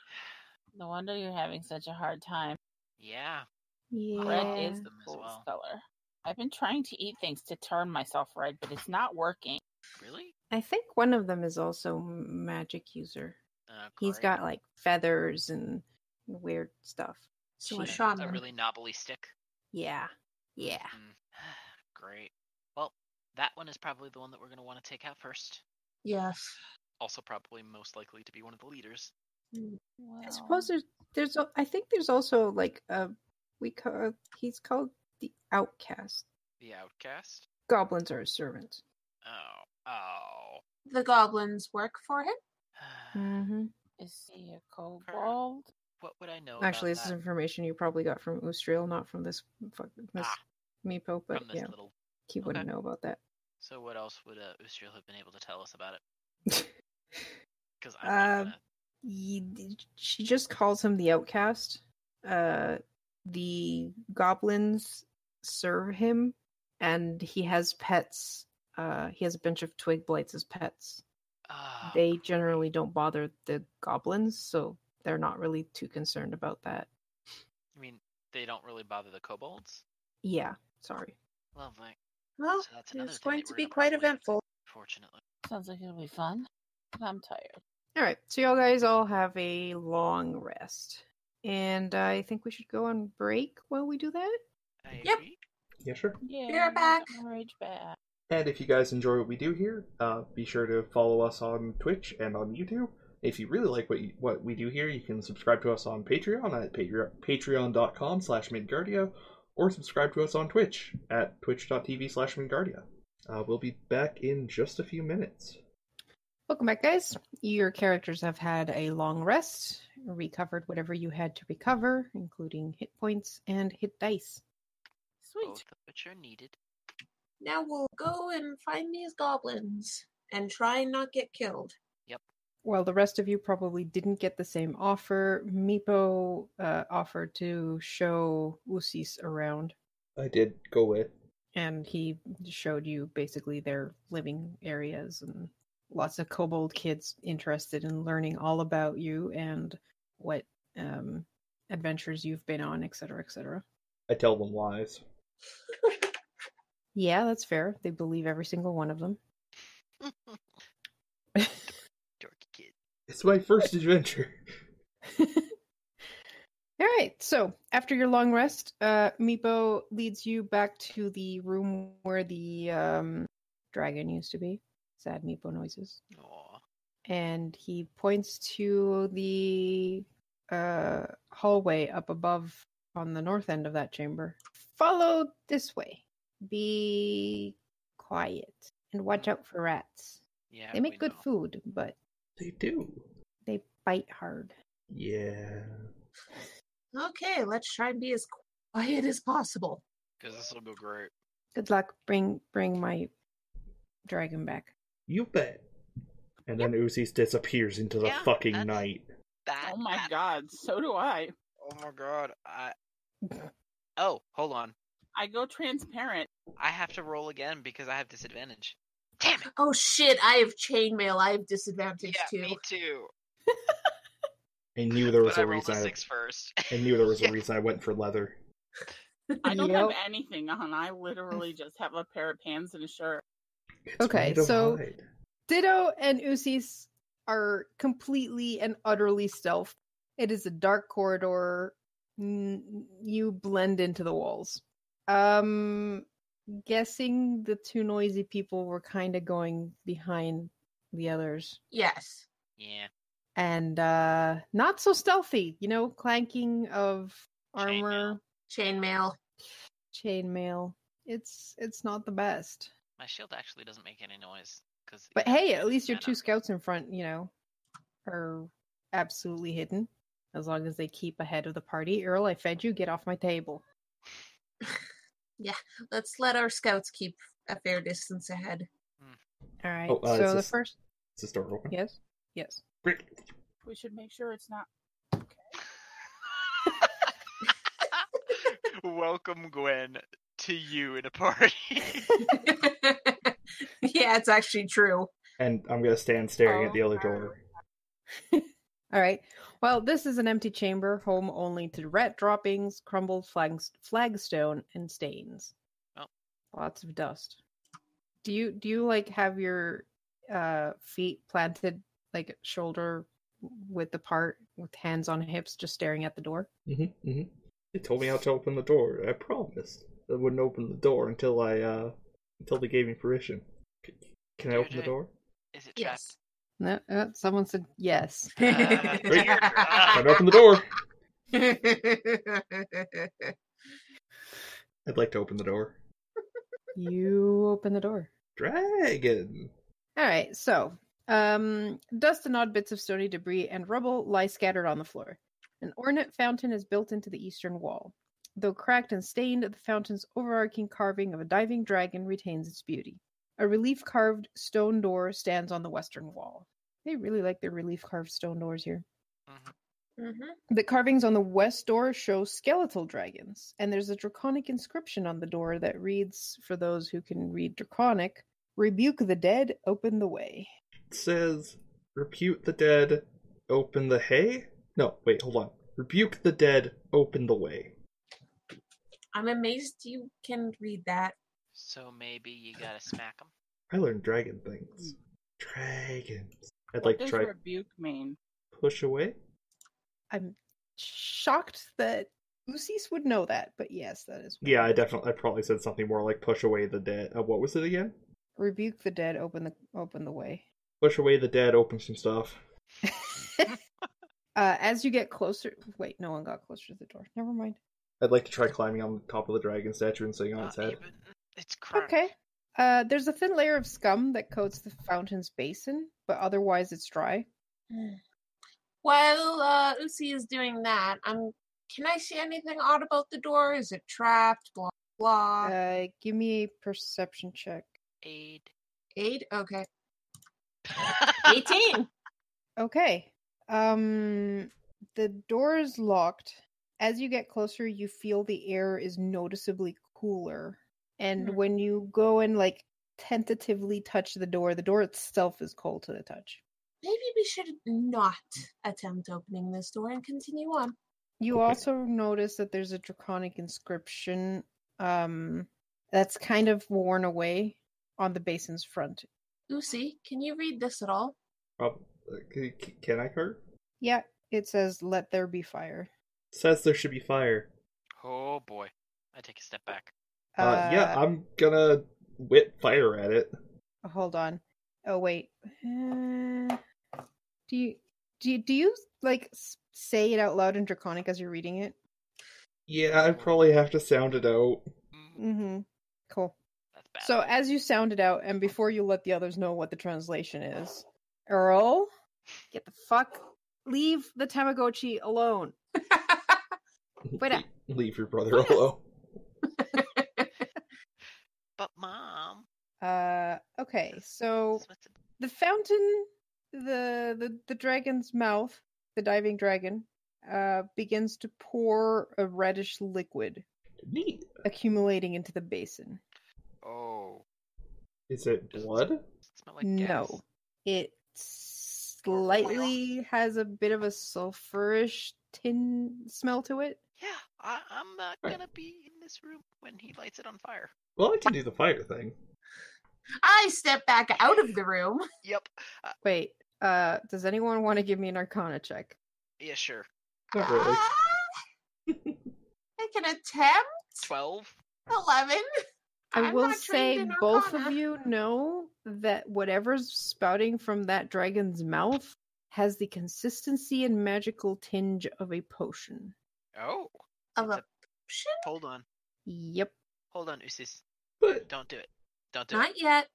Speaker 4: No wonder you're having such a hard time.
Speaker 2: Yeah.
Speaker 1: Yeah.
Speaker 4: Red is
Speaker 2: Yeah.
Speaker 4: the
Speaker 2: Them as
Speaker 4: coolest
Speaker 2: well.
Speaker 4: color. I've been trying to eat things to turn myself red, but it's not working.
Speaker 2: Really?
Speaker 1: I think one of them is also m- magic user.
Speaker 2: Uh,
Speaker 1: He's
Speaker 2: great.
Speaker 1: got like feathers and weird stuff.
Speaker 5: So
Speaker 1: Sure.
Speaker 5: a
Speaker 1: A
Speaker 5: shaman.
Speaker 2: a really knobbly stick.
Speaker 1: Yeah. Yeah.
Speaker 2: Mm. Great. Well, that one is probably the one that we're going to want to take out first.
Speaker 5: Yes.
Speaker 2: Also, probably most likely to be one of the leaders.
Speaker 1: I suppose
Speaker 4: Well,
Speaker 1: there's there's al- I think there's also like a we call he's called the outcast.
Speaker 2: The outcast.
Speaker 1: Goblins are his servants.
Speaker 2: Oh, oh.
Speaker 5: The goblins work for him.
Speaker 1: Mm-hmm.
Speaker 4: is he a kobold?
Speaker 2: What would I know?
Speaker 1: Actually, this
Speaker 2: about
Speaker 1: is
Speaker 2: that
Speaker 1: information you probably got from Ustriel, not from this fuck- Miss
Speaker 2: Ah.
Speaker 1: Meepo, but
Speaker 2: from this
Speaker 1: yeah,
Speaker 2: little.
Speaker 1: he wouldn't
Speaker 2: okay.
Speaker 1: know about that.
Speaker 2: So, what else would uh, Ustriel have been able to tell us about it? Because I'm
Speaker 1: Uh,
Speaker 2: not gonna...
Speaker 1: Ye- she just calls him the outcast. Uh, the goblins serve him, and he has pets. Uh, he has a bunch of twig blights as pets.
Speaker 2: Ah,
Speaker 1: They generally don't bother the goblins, so they're not really too concerned about that.
Speaker 2: I mean, they don't really bother the kobolds.
Speaker 1: Yeah, sorry.
Speaker 2: Lovely.
Speaker 5: Well,
Speaker 2: So that's another
Speaker 5: it's
Speaker 2: thing
Speaker 5: going
Speaker 2: that
Speaker 5: to
Speaker 2: we're
Speaker 5: be
Speaker 2: gonna
Speaker 5: quite
Speaker 2: probably-
Speaker 5: eventful.
Speaker 2: Fortunately.
Speaker 4: Sounds like it'll be fun. but I'm tired.
Speaker 1: All right, so y'all guys all have a long rest, and I think we should go on break while we do that.
Speaker 2: I
Speaker 5: Yep.
Speaker 2: agree.
Speaker 3: yeah, sure.
Speaker 4: Yeah,
Speaker 5: You're
Speaker 4: I'm
Speaker 5: back.
Speaker 4: getting my Rage back.
Speaker 3: And if you guys enjoy what we do here, uh, be sure to follow us on Twitch and on YouTube. If you really like what you, what we do here, you can subscribe to us on Patreon at patre- patreon.com slash midgardia, or subscribe to us on Twitch at twitch.tv slash midgardia. Uh, we'll be back in just a few minutes.
Speaker 1: Welcome back, guys. Your characters have had a long rest, recovered whatever you had to recover, including hit points and hit dice.
Speaker 4: Sweet.
Speaker 2: Both of which are needed.
Speaker 5: Now we'll go and find these goblins and try and not get killed.
Speaker 1: Well, the rest of you probably didn't get the same offer. Meepo uh, offered to show Usis around,
Speaker 3: I did go with.
Speaker 1: and he showed you basically their living areas and lots of kobold kids interested in learning all about you and what um, adventures you've been on, etc., etc.
Speaker 3: I tell them lies.
Speaker 1: Yeah, that's fair. They believe every single one of them.
Speaker 2: Dorky kid.
Speaker 3: It's my first adventure.
Speaker 1: All right. So after your long rest, uh, Meepo leads you back to the room where the um, dragon used to be. Sad Meepo noises,
Speaker 2: Aw.
Speaker 1: and he points to the uh, hallway up above on the north end of that chamber. Follow this way. Be quiet and watch out for rats.
Speaker 2: Yeah.
Speaker 1: They
Speaker 2: we
Speaker 1: make good
Speaker 2: know.
Speaker 1: food, but
Speaker 3: They do.
Speaker 1: they bite hard.
Speaker 3: Yeah.
Speaker 5: Okay, let's try and be as quiet as possible.
Speaker 2: Because this will go great.
Speaker 1: Good luck. Bring bring my dragon back.
Speaker 3: You bet. And then Uzis disappears into the
Speaker 2: Yeah,
Speaker 3: fucking
Speaker 2: that's-
Speaker 3: night.
Speaker 2: That.
Speaker 4: Oh my god, so do I.
Speaker 2: Oh my god. I. Oh, hold on.
Speaker 4: I go transparent.
Speaker 2: I have to roll again because I have disadvantage. Damn it.
Speaker 5: Oh shit, I have chainmail. I have disadvantage too.
Speaker 2: me too.
Speaker 3: I knew there was
Speaker 2: but I
Speaker 3: a
Speaker 2: rolled
Speaker 3: reason.
Speaker 2: a
Speaker 3: I,
Speaker 2: six first.
Speaker 3: I knew there was
Speaker 2: Yeah.
Speaker 3: a reason I went for leather.
Speaker 4: I don't
Speaker 1: Yep.
Speaker 4: have anything on. I literally just have a pair of pants and a shirt.
Speaker 3: It's
Speaker 1: Okay,
Speaker 3: made of
Speaker 1: so-
Speaker 3: hide.
Speaker 1: Ditto and Usis are completely and utterly stealth. It is a dark corridor. N- You blend into the walls. Um, guessing the two noisy people were kind of going behind the others
Speaker 5: Yes.
Speaker 2: yeah.
Speaker 1: and uh not so stealthy, you know, clanking of armor,
Speaker 5: Chainmail.
Speaker 1: chainmail. It's it's not the best.
Speaker 2: My shield actually doesn't make any noise. Cause
Speaker 1: But hey, at least your
Speaker 2: I
Speaker 1: two
Speaker 2: know.
Speaker 1: scouts in front, you know, are absolutely hidden. As long as they keep ahead of the party. Earl, I fed you. Get off my table.
Speaker 5: Let's let our scouts keep a fair distance ahead.
Speaker 1: All right.
Speaker 3: Oh, uh,
Speaker 1: so
Speaker 3: it's
Speaker 1: the
Speaker 3: just-
Speaker 1: first.
Speaker 3: Is this door open?
Speaker 1: Yes. Yes.
Speaker 3: Great.
Speaker 4: We should make sure it's not.
Speaker 2: Welcome, Gwen, to you in a party.
Speaker 5: yeah, it's actually true.
Speaker 3: And I'm gonna stand staring at
Speaker 4: Oh,
Speaker 3: the other door.
Speaker 1: All right. Well, this is an empty chamber, home only to rat droppings, crumbled flags, flagstone, and stains.
Speaker 2: Oh.
Speaker 1: Lots of dust. Do you do you like have your uh feet planted like shoulder width apart with hands on hips just staring at the door?
Speaker 3: hmm hmm They told me how to open the door. I promised I wouldn't open the door until I uh until they gave me permission. C- Can I open the
Speaker 2: JJ?
Speaker 3: door?
Speaker 2: Is it trapped?
Speaker 5: Yes.
Speaker 1: No, uh, someone said yes.
Speaker 2: Uh,
Speaker 3: Can I open the door? I'd like to open the door.
Speaker 1: You open the door.
Speaker 3: Dragon.
Speaker 1: All right, so um, dust and odd bits of stony debris and rubble lie scattered on the floor. An ornate fountain is built into the eastern wall. Though cracked and stained, the fountain's overarching carving of a diving dragon retains its beauty. A relief carved stone door stands on the western wall. They really like their relief carved stone doors here.
Speaker 5: Mhm.
Speaker 1: The carvings on the west door show skeletal dragons, and there's a draconic inscription on the door that reads, for those who can read draconic, rebuke the dead, open the way.
Speaker 3: It says, "Repute the dead, open the hay." No, wait, hold on. Rebuke the dead, open the way.
Speaker 5: I'm amazed you can read that.
Speaker 2: So maybe you gotta smack them.
Speaker 3: I learned dragon things. Dragons. I'd
Speaker 4: What
Speaker 3: like to
Speaker 4: does
Speaker 3: try
Speaker 4: rebuke mean?
Speaker 3: push away.
Speaker 1: I'm shocked that Usis would know that, but yes, that is. what
Speaker 3: Yeah, I
Speaker 1: it is.
Speaker 3: definitely, I probably said something more like push away the dead. Uh, what was it again?
Speaker 1: Rebuke the dead, open the open the way.
Speaker 3: Push away the dead, open some stuff.
Speaker 1: Uh, as you get closer, wait, no one got closer to the door. Never mind.
Speaker 3: I'd like to try climbing on top of the dragon statue and sitting on its
Speaker 2: Not
Speaker 3: head.
Speaker 2: even- Uh, It's crap.
Speaker 1: Okay. Uh, there's a thin layer of scum that coats the fountain's basin, but otherwise it's dry.
Speaker 5: Mm. While uh, Usi is doing that, I'm. Can I see anything odd about the door? Is it trapped? Blah Law.
Speaker 1: Uh, give me a perception check.
Speaker 2: Aid.
Speaker 5: Eight? Okay.
Speaker 4: 18.
Speaker 1: Okay. Um, the door is locked. As you get closer, you feel the air is noticeably cooler. And
Speaker 4: Hmm.
Speaker 1: when you go and like tentatively touch the door, the door itself is cold to the touch.
Speaker 5: Maybe we should not attempt opening this door and continue on.
Speaker 1: You
Speaker 3: Okay.
Speaker 1: also notice that there's a draconic inscription um that's kind of worn away on the basin's front.
Speaker 5: Usi, can you read this at all?
Speaker 3: Prob- uh, c- c- can I, Kurt?
Speaker 1: Yeah, it says let there be fire.
Speaker 3: Says there should be fire.
Speaker 2: Oh boy. I take a step back.
Speaker 3: Uh, yeah, I'm gonna whip fire at it.
Speaker 1: hold on oh wait Uh, do you do you, do you like s- say it out loud in draconic as you're reading it
Speaker 3: Yeah, I probably have to sound it out.
Speaker 2: Mm,
Speaker 1: mm-hmm cool
Speaker 2: That's bad.
Speaker 1: so as you sound it out and before you let the others know what the translation is earl get the fuck leave the tamagotchi alone Wait up.
Speaker 3: Leave your brother alone.
Speaker 2: but mom.
Speaker 1: uh okay so
Speaker 2: this must have-
Speaker 1: the fountain the the, the dragon's mouth the diving dragon uh begins to pour a reddish liquid
Speaker 3: Neat.
Speaker 1: accumulating into the basin
Speaker 2: Oh.
Speaker 3: Is it
Speaker 2: Does it
Speaker 3: blood?
Speaker 2: Smell like
Speaker 1: no
Speaker 2: gas.
Speaker 1: it slightly has a bit of a sulfurish tin smell to it
Speaker 2: Yeah, I, I'm not
Speaker 3: Right.
Speaker 2: gonna be in this room when he lights it on fire.
Speaker 3: Well, I can do the fire thing.
Speaker 5: I step back out of the room.
Speaker 2: Yep.
Speaker 1: wait uh does anyone want to give me an arcana check
Speaker 2: Yeah, sure.
Speaker 3: Not really.
Speaker 5: Ah, I can attempt.
Speaker 2: Twelve.
Speaker 5: 11.
Speaker 1: i
Speaker 5: I'm
Speaker 1: will
Speaker 5: not
Speaker 1: say
Speaker 5: trained in
Speaker 1: both of
Speaker 5: Arcana.
Speaker 1: you know that whatever's spouting from that dragon's mouth has the consistency and magical tinge of a potion
Speaker 2: Oh.
Speaker 5: Of
Speaker 2: It's
Speaker 5: a
Speaker 2: a-
Speaker 5: potion?
Speaker 2: Hold on.
Speaker 1: yep
Speaker 2: Hold on, Usis.
Speaker 3: But
Speaker 2: Don't do it. Don't do
Speaker 5: Not
Speaker 2: it.
Speaker 5: yet.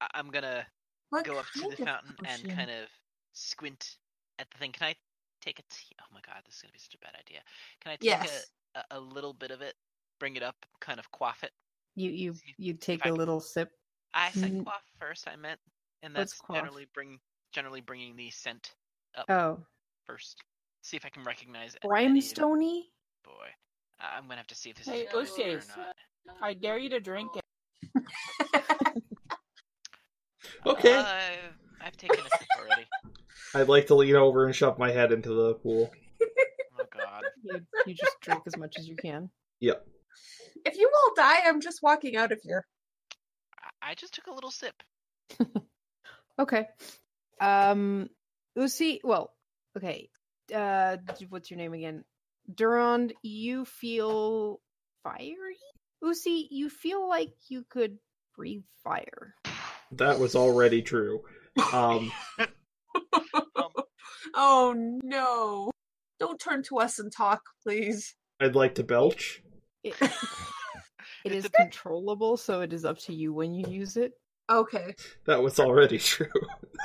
Speaker 2: I, I'm gonna
Speaker 5: What
Speaker 2: go up to
Speaker 5: kind
Speaker 2: the
Speaker 5: of
Speaker 2: fountain
Speaker 5: potion?
Speaker 2: and kind of squint at the thing. Can I take a? T- oh my god, this is gonna be such a bad idea. Can I take
Speaker 5: Yes.
Speaker 2: a, a, a little bit of it, bring it up, kind of quaff it?
Speaker 1: you you
Speaker 2: See if-
Speaker 1: you take
Speaker 2: I
Speaker 1: a
Speaker 2: can-
Speaker 1: little sip
Speaker 2: I said
Speaker 1: Mm.
Speaker 2: quaff first. I meant, and
Speaker 1: Let's
Speaker 2: that's
Speaker 1: quaff.
Speaker 2: generally bring generally bringing the scent up
Speaker 1: oh
Speaker 2: first. See if I can recognize a- any of-
Speaker 1: brimstoney
Speaker 2: boy. I- I'm gonna have to see if this
Speaker 4: Hey,
Speaker 2: is good or
Speaker 4: Usis.
Speaker 2: not.
Speaker 4: I dare you to drink it.
Speaker 3: Okay.
Speaker 2: Uh, I've taken a sip already.
Speaker 3: I'd like to lean over and shove my head into the pool.
Speaker 2: Oh god.
Speaker 1: you, you just drink as much as you can
Speaker 3: Yep.
Speaker 5: If you all die, I'm just walking out of here.
Speaker 2: I- I just took a little sip.
Speaker 1: Okay. Um Usi, well, okay. Uh d- what's your name again? Durand, you feel fiery? Usi, you feel like you could breathe fire.
Speaker 3: That was already true. Um,
Speaker 2: Um,
Speaker 5: oh no. Don't turn to us and talk, please.
Speaker 3: I'd like to belch.
Speaker 1: It, it is
Speaker 2: It's a bit-
Speaker 1: controllable, so it is up to you when you use it.
Speaker 5: Okay.
Speaker 3: That was already true.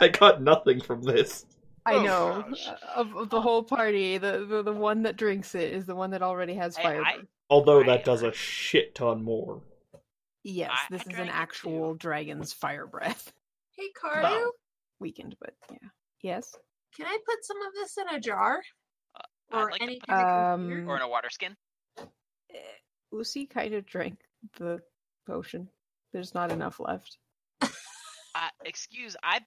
Speaker 3: I got nothing from this.
Speaker 1: I
Speaker 2: Oh,
Speaker 1: know.
Speaker 2: gosh.
Speaker 1: uh, Of, of the whole party, the, the the one that drinks it is the one that already has
Speaker 2: Hey,
Speaker 1: fire.
Speaker 2: I-
Speaker 1: breath.
Speaker 3: Although
Speaker 2: I-
Speaker 3: that does a shit ton more.
Speaker 1: yes,
Speaker 2: I-
Speaker 1: this
Speaker 2: I
Speaker 1: is
Speaker 2: drank
Speaker 1: an
Speaker 2: it
Speaker 1: actual
Speaker 2: too.
Speaker 1: dragon's fire breath.
Speaker 5: Hey, Karu,
Speaker 1: Wow. Weakened, but yeah. Yes.
Speaker 5: can I put some of this in a jar?
Speaker 2: Uh, I'd
Speaker 5: Or
Speaker 2: like to
Speaker 5: any
Speaker 2: put-
Speaker 5: kind of container?
Speaker 1: Um,
Speaker 2: or in a water skin.
Speaker 1: Eh, Usi kind of drank the potion. There's not enough left.
Speaker 2: Uh, excuse, I.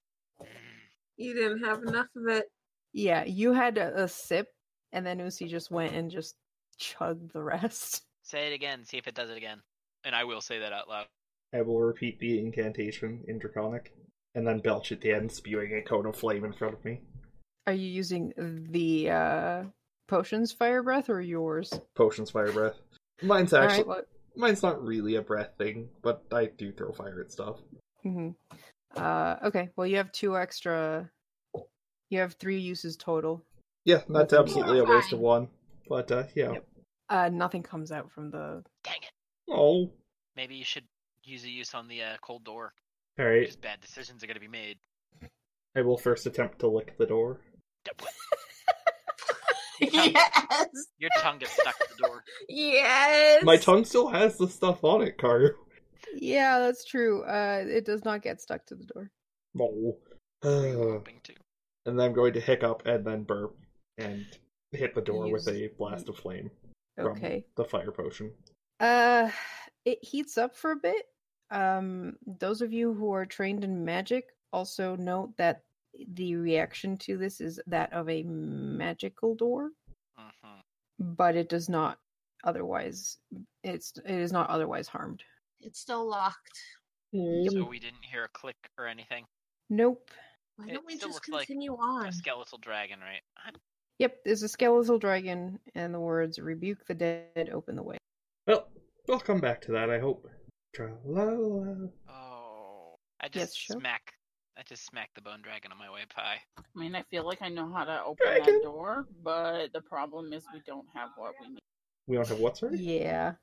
Speaker 5: You didn't have enough of it.
Speaker 1: Yeah, you had a, a sip, and then Usi just went and just chugged the rest.
Speaker 2: Say it again. See if it does it again. And I will say that out loud.
Speaker 3: I will repeat the incantation in Draconic, and then belch at the end, spewing a cone of flame in front of me.
Speaker 1: Are you using the uh, potion's fire breath or yours?
Speaker 3: Potions fire breath. Mine's
Speaker 1: All
Speaker 3: actually
Speaker 1: right. Well,
Speaker 3: mine's not really a breath thing, but I do throw fire at stuff.
Speaker 1: mhm. uh, okay. Well, you have two extra. You have three uses total.
Speaker 3: Yeah, that's
Speaker 1: Nothing.
Speaker 3: absolutely a waste of
Speaker 5: Fine.
Speaker 3: one. But uh yeah.
Speaker 1: Yep. Uh, nothing comes out from the.
Speaker 2: Dang it.
Speaker 3: Oh.
Speaker 2: Maybe you should use a use on the uh, cold door.
Speaker 3: Alright.
Speaker 2: Just bad decisions are gonna be made.
Speaker 3: I will first attempt to lick the door.
Speaker 5: yes.
Speaker 2: Your tongue gets stuck to the door.
Speaker 5: Yes.
Speaker 3: My tongue still has the stuff on it, Karu.
Speaker 1: Yeah, that's true. Uh, it does not get stuck to the door.
Speaker 3: No.
Speaker 2: Were you
Speaker 3: and
Speaker 2: hoping to?
Speaker 3: then I'm going to hiccup and then burp and hit the door with a
Speaker 1: Use-
Speaker 3: blast of flame From-
Speaker 1: Okay.
Speaker 3: the fire potion.
Speaker 1: Uh, it heats up for a bit. Um, those of you who are trained in magic also note that the reaction to this is that of a magical door,
Speaker 2: Mhm.
Speaker 1: but it does not otherwise. It's it is not otherwise harmed.
Speaker 5: It's still locked.
Speaker 2: So we didn't hear a click or anything.
Speaker 1: Nope.
Speaker 5: Why
Speaker 2: It
Speaker 5: don't we
Speaker 2: still
Speaker 5: just
Speaker 2: looks like
Speaker 5: continue on?
Speaker 2: A skeletal dragon, right? I'm
Speaker 1: Yep. There's a skeletal dragon, and the words "rebuke the dead, open the way."
Speaker 3: Well, I'll come back to that, I hope. Tra-la-la.
Speaker 2: Oh, I
Speaker 1: Yes,
Speaker 2: just
Speaker 1: sure.
Speaker 2: smack. I just smack the bone dragon on my way pie.
Speaker 4: I mean, I feel like I know how to open
Speaker 3: Dragon.
Speaker 4: that door, but the problem is we don't have what we need.
Speaker 3: We don't have what, sorry?
Speaker 1: Yeah.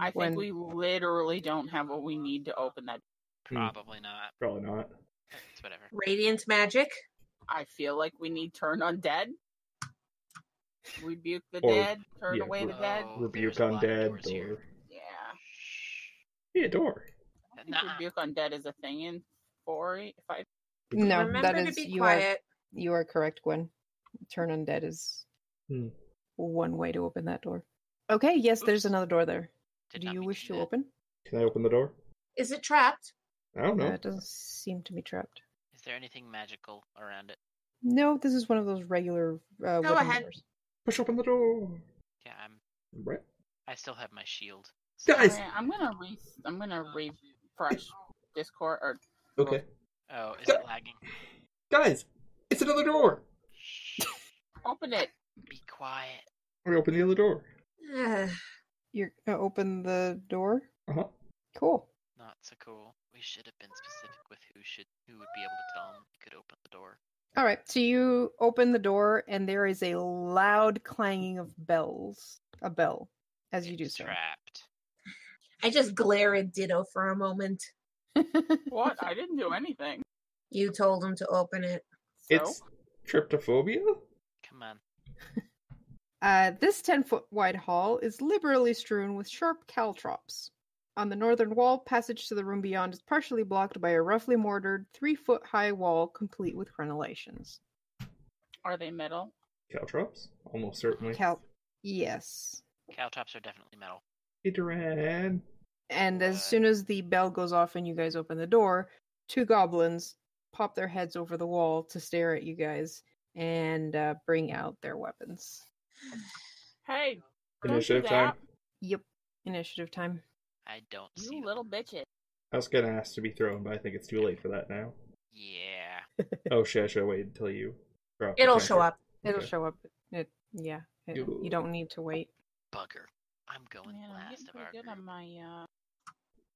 Speaker 4: I think
Speaker 1: When-
Speaker 4: we literally don't have what we need to open that.
Speaker 3: Hmm.
Speaker 2: Probably not.
Speaker 3: Probably not.
Speaker 2: It's whatever.
Speaker 5: Radiant magic.
Speaker 4: I feel like we need turn undead. Rebuke the
Speaker 3: Or-
Speaker 4: dead, turn
Speaker 3: yeah,
Speaker 4: away the
Speaker 3: re-
Speaker 4: dead.
Speaker 2: Oh,
Speaker 3: Rebuke
Speaker 2: there's a lot of doors
Speaker 3: undead
Speaker 2: here.
Speaker 3: door.
Speaker 4: Yeah.
Speaker 2: Shh.
Speaker 3: Yeah, door.
Speaker 4: I think
Speaker 2: Nuh-uh.
Speaker 4: rebuke undead is a thing in four. If I
Speaker 1: No,
Speaker 5: Remember
Speaker 1: that
Speaker 5: to
Speaker 1: is
Speaker 5: be
Speaker 1: you are
Speaker 5: quiet.
Speaker 1: you are correct, Gwen. Turn undead is
Speaker 3: Hmm.
Speaker 1: one way to open that door. Okay, yes, there's
Speaker 2: Oops.
Speaker 1: another door there.
Speaker 2: Did
Speaker 1: Do
Speaker 2: not
Speaker 1: you
Speaker 2: mean
Speaker 1: wish
Speaker 2: do
Speaker 1: to
Speaker 2: that.
Speaker 1: open?
Speaker 3: Can I open the door?
Speaker 5: Is it trapped?
Speaker 3: I don't
Speaker 1: No,
Speaker 3: know.
Speaker 1: it doesn't seem to be trapped.
Speaker 2: Is there anything magical around it?
Speaker 1: No, this is one of those regular uh, wooden
Speaker 5: ahead.
Speaker 1: doors.
Speaker 3: Push open the door.
Speaker 2: Yeah, I'm.
Speaker 3: Right.
Speaker 2: I still have my shield.
Speaker 3: Guys!
Speaker 4: Alright, I'm gonna re I'm gonna refresh Discord or
Speaker 3: Okay.
Speaker 2: Oh, is it lagging?
Speaker 3: Guys, it's another door.
Speaker 2: Shh.
Speaker 4: open it.
Speaker 2: Be quiet.
Speaker 3: We open the other door.
Speaker 5: Ugh.
Speaker 1: You're gonna open the door.
Speaker 3: Uh huh.
Speaker 1: Cool.
Speaker 2: Not so cool. We should have been specific with who should who would be able to tell him he could open the door.
Speaker 1: All right, so you open the door, and there is a loud clanging of bells. A bell, as you do
Speaker 2: It's
Speaker 1: so.
Speaker 2: Trapped.
Speaker 5: I just glare at Ditto for a moment.
Speaker 4: What? I didn't do anything.
Speaker 5: You told him to open it.
Speaker 4: So
Speaker 3: It's tryptophobia?
Speaker 2: Come on.
Speaker 1: Uh, this 10 foot wide hall is liberally strewn with sharp caltrops. On the northern wall, passage to the room beyond is partially blocked by a roughly mortared, three foot high wall complete with crenellations.
Speaker 4: are they metal?
Speaker 3: Caltrops? Almost certainly.
Speaker 1: Cal. Yes.
Speaker 2: Caltrops are definitely metal.
Speaker 3: Hey, Duran.
Speaker 1: And as
Speaker 2: Right.
Speaker 1: soon as the bell goes off and you guys open the door, two goblins pop their heads over the wall to stare at you guys and uh, bring out their weapons.
Speaker 4: Hey, don't do
Speaker 3: Initiative time.
Speaker 4: that,
Speaker 1: Yep. Initiative time.
Speaker 2: I don't see.
Speaker 4: you
Speaker 2: them.
Speaker 4: little bitches.
Speaker 3: I was gonna ask to be thrown, but I think it's too late for that now.
Speaker 2: Yeah.
Speaker 3: oh shit, should I wait until you drop the
Speaker 5: It'll show
Speaker 3: counter?
Speaker 5: up.
Speaker 1: It'll
Speaker 3: Okay.
Speaker 1: show up. It, yeah. It- you
Speaker 3: Yo.
Speaker 1: don't need to wait.
Speaker 2: Bugger. I'm going
Speaker 4: Man, I'm
Speaker 2: last
Speaker 4: getting
Speaker 2: of
Speaker 4: pretty
Speaker 2: our
Speaker 4: good
Speaker 2: group.
Speaker 4: on my uh,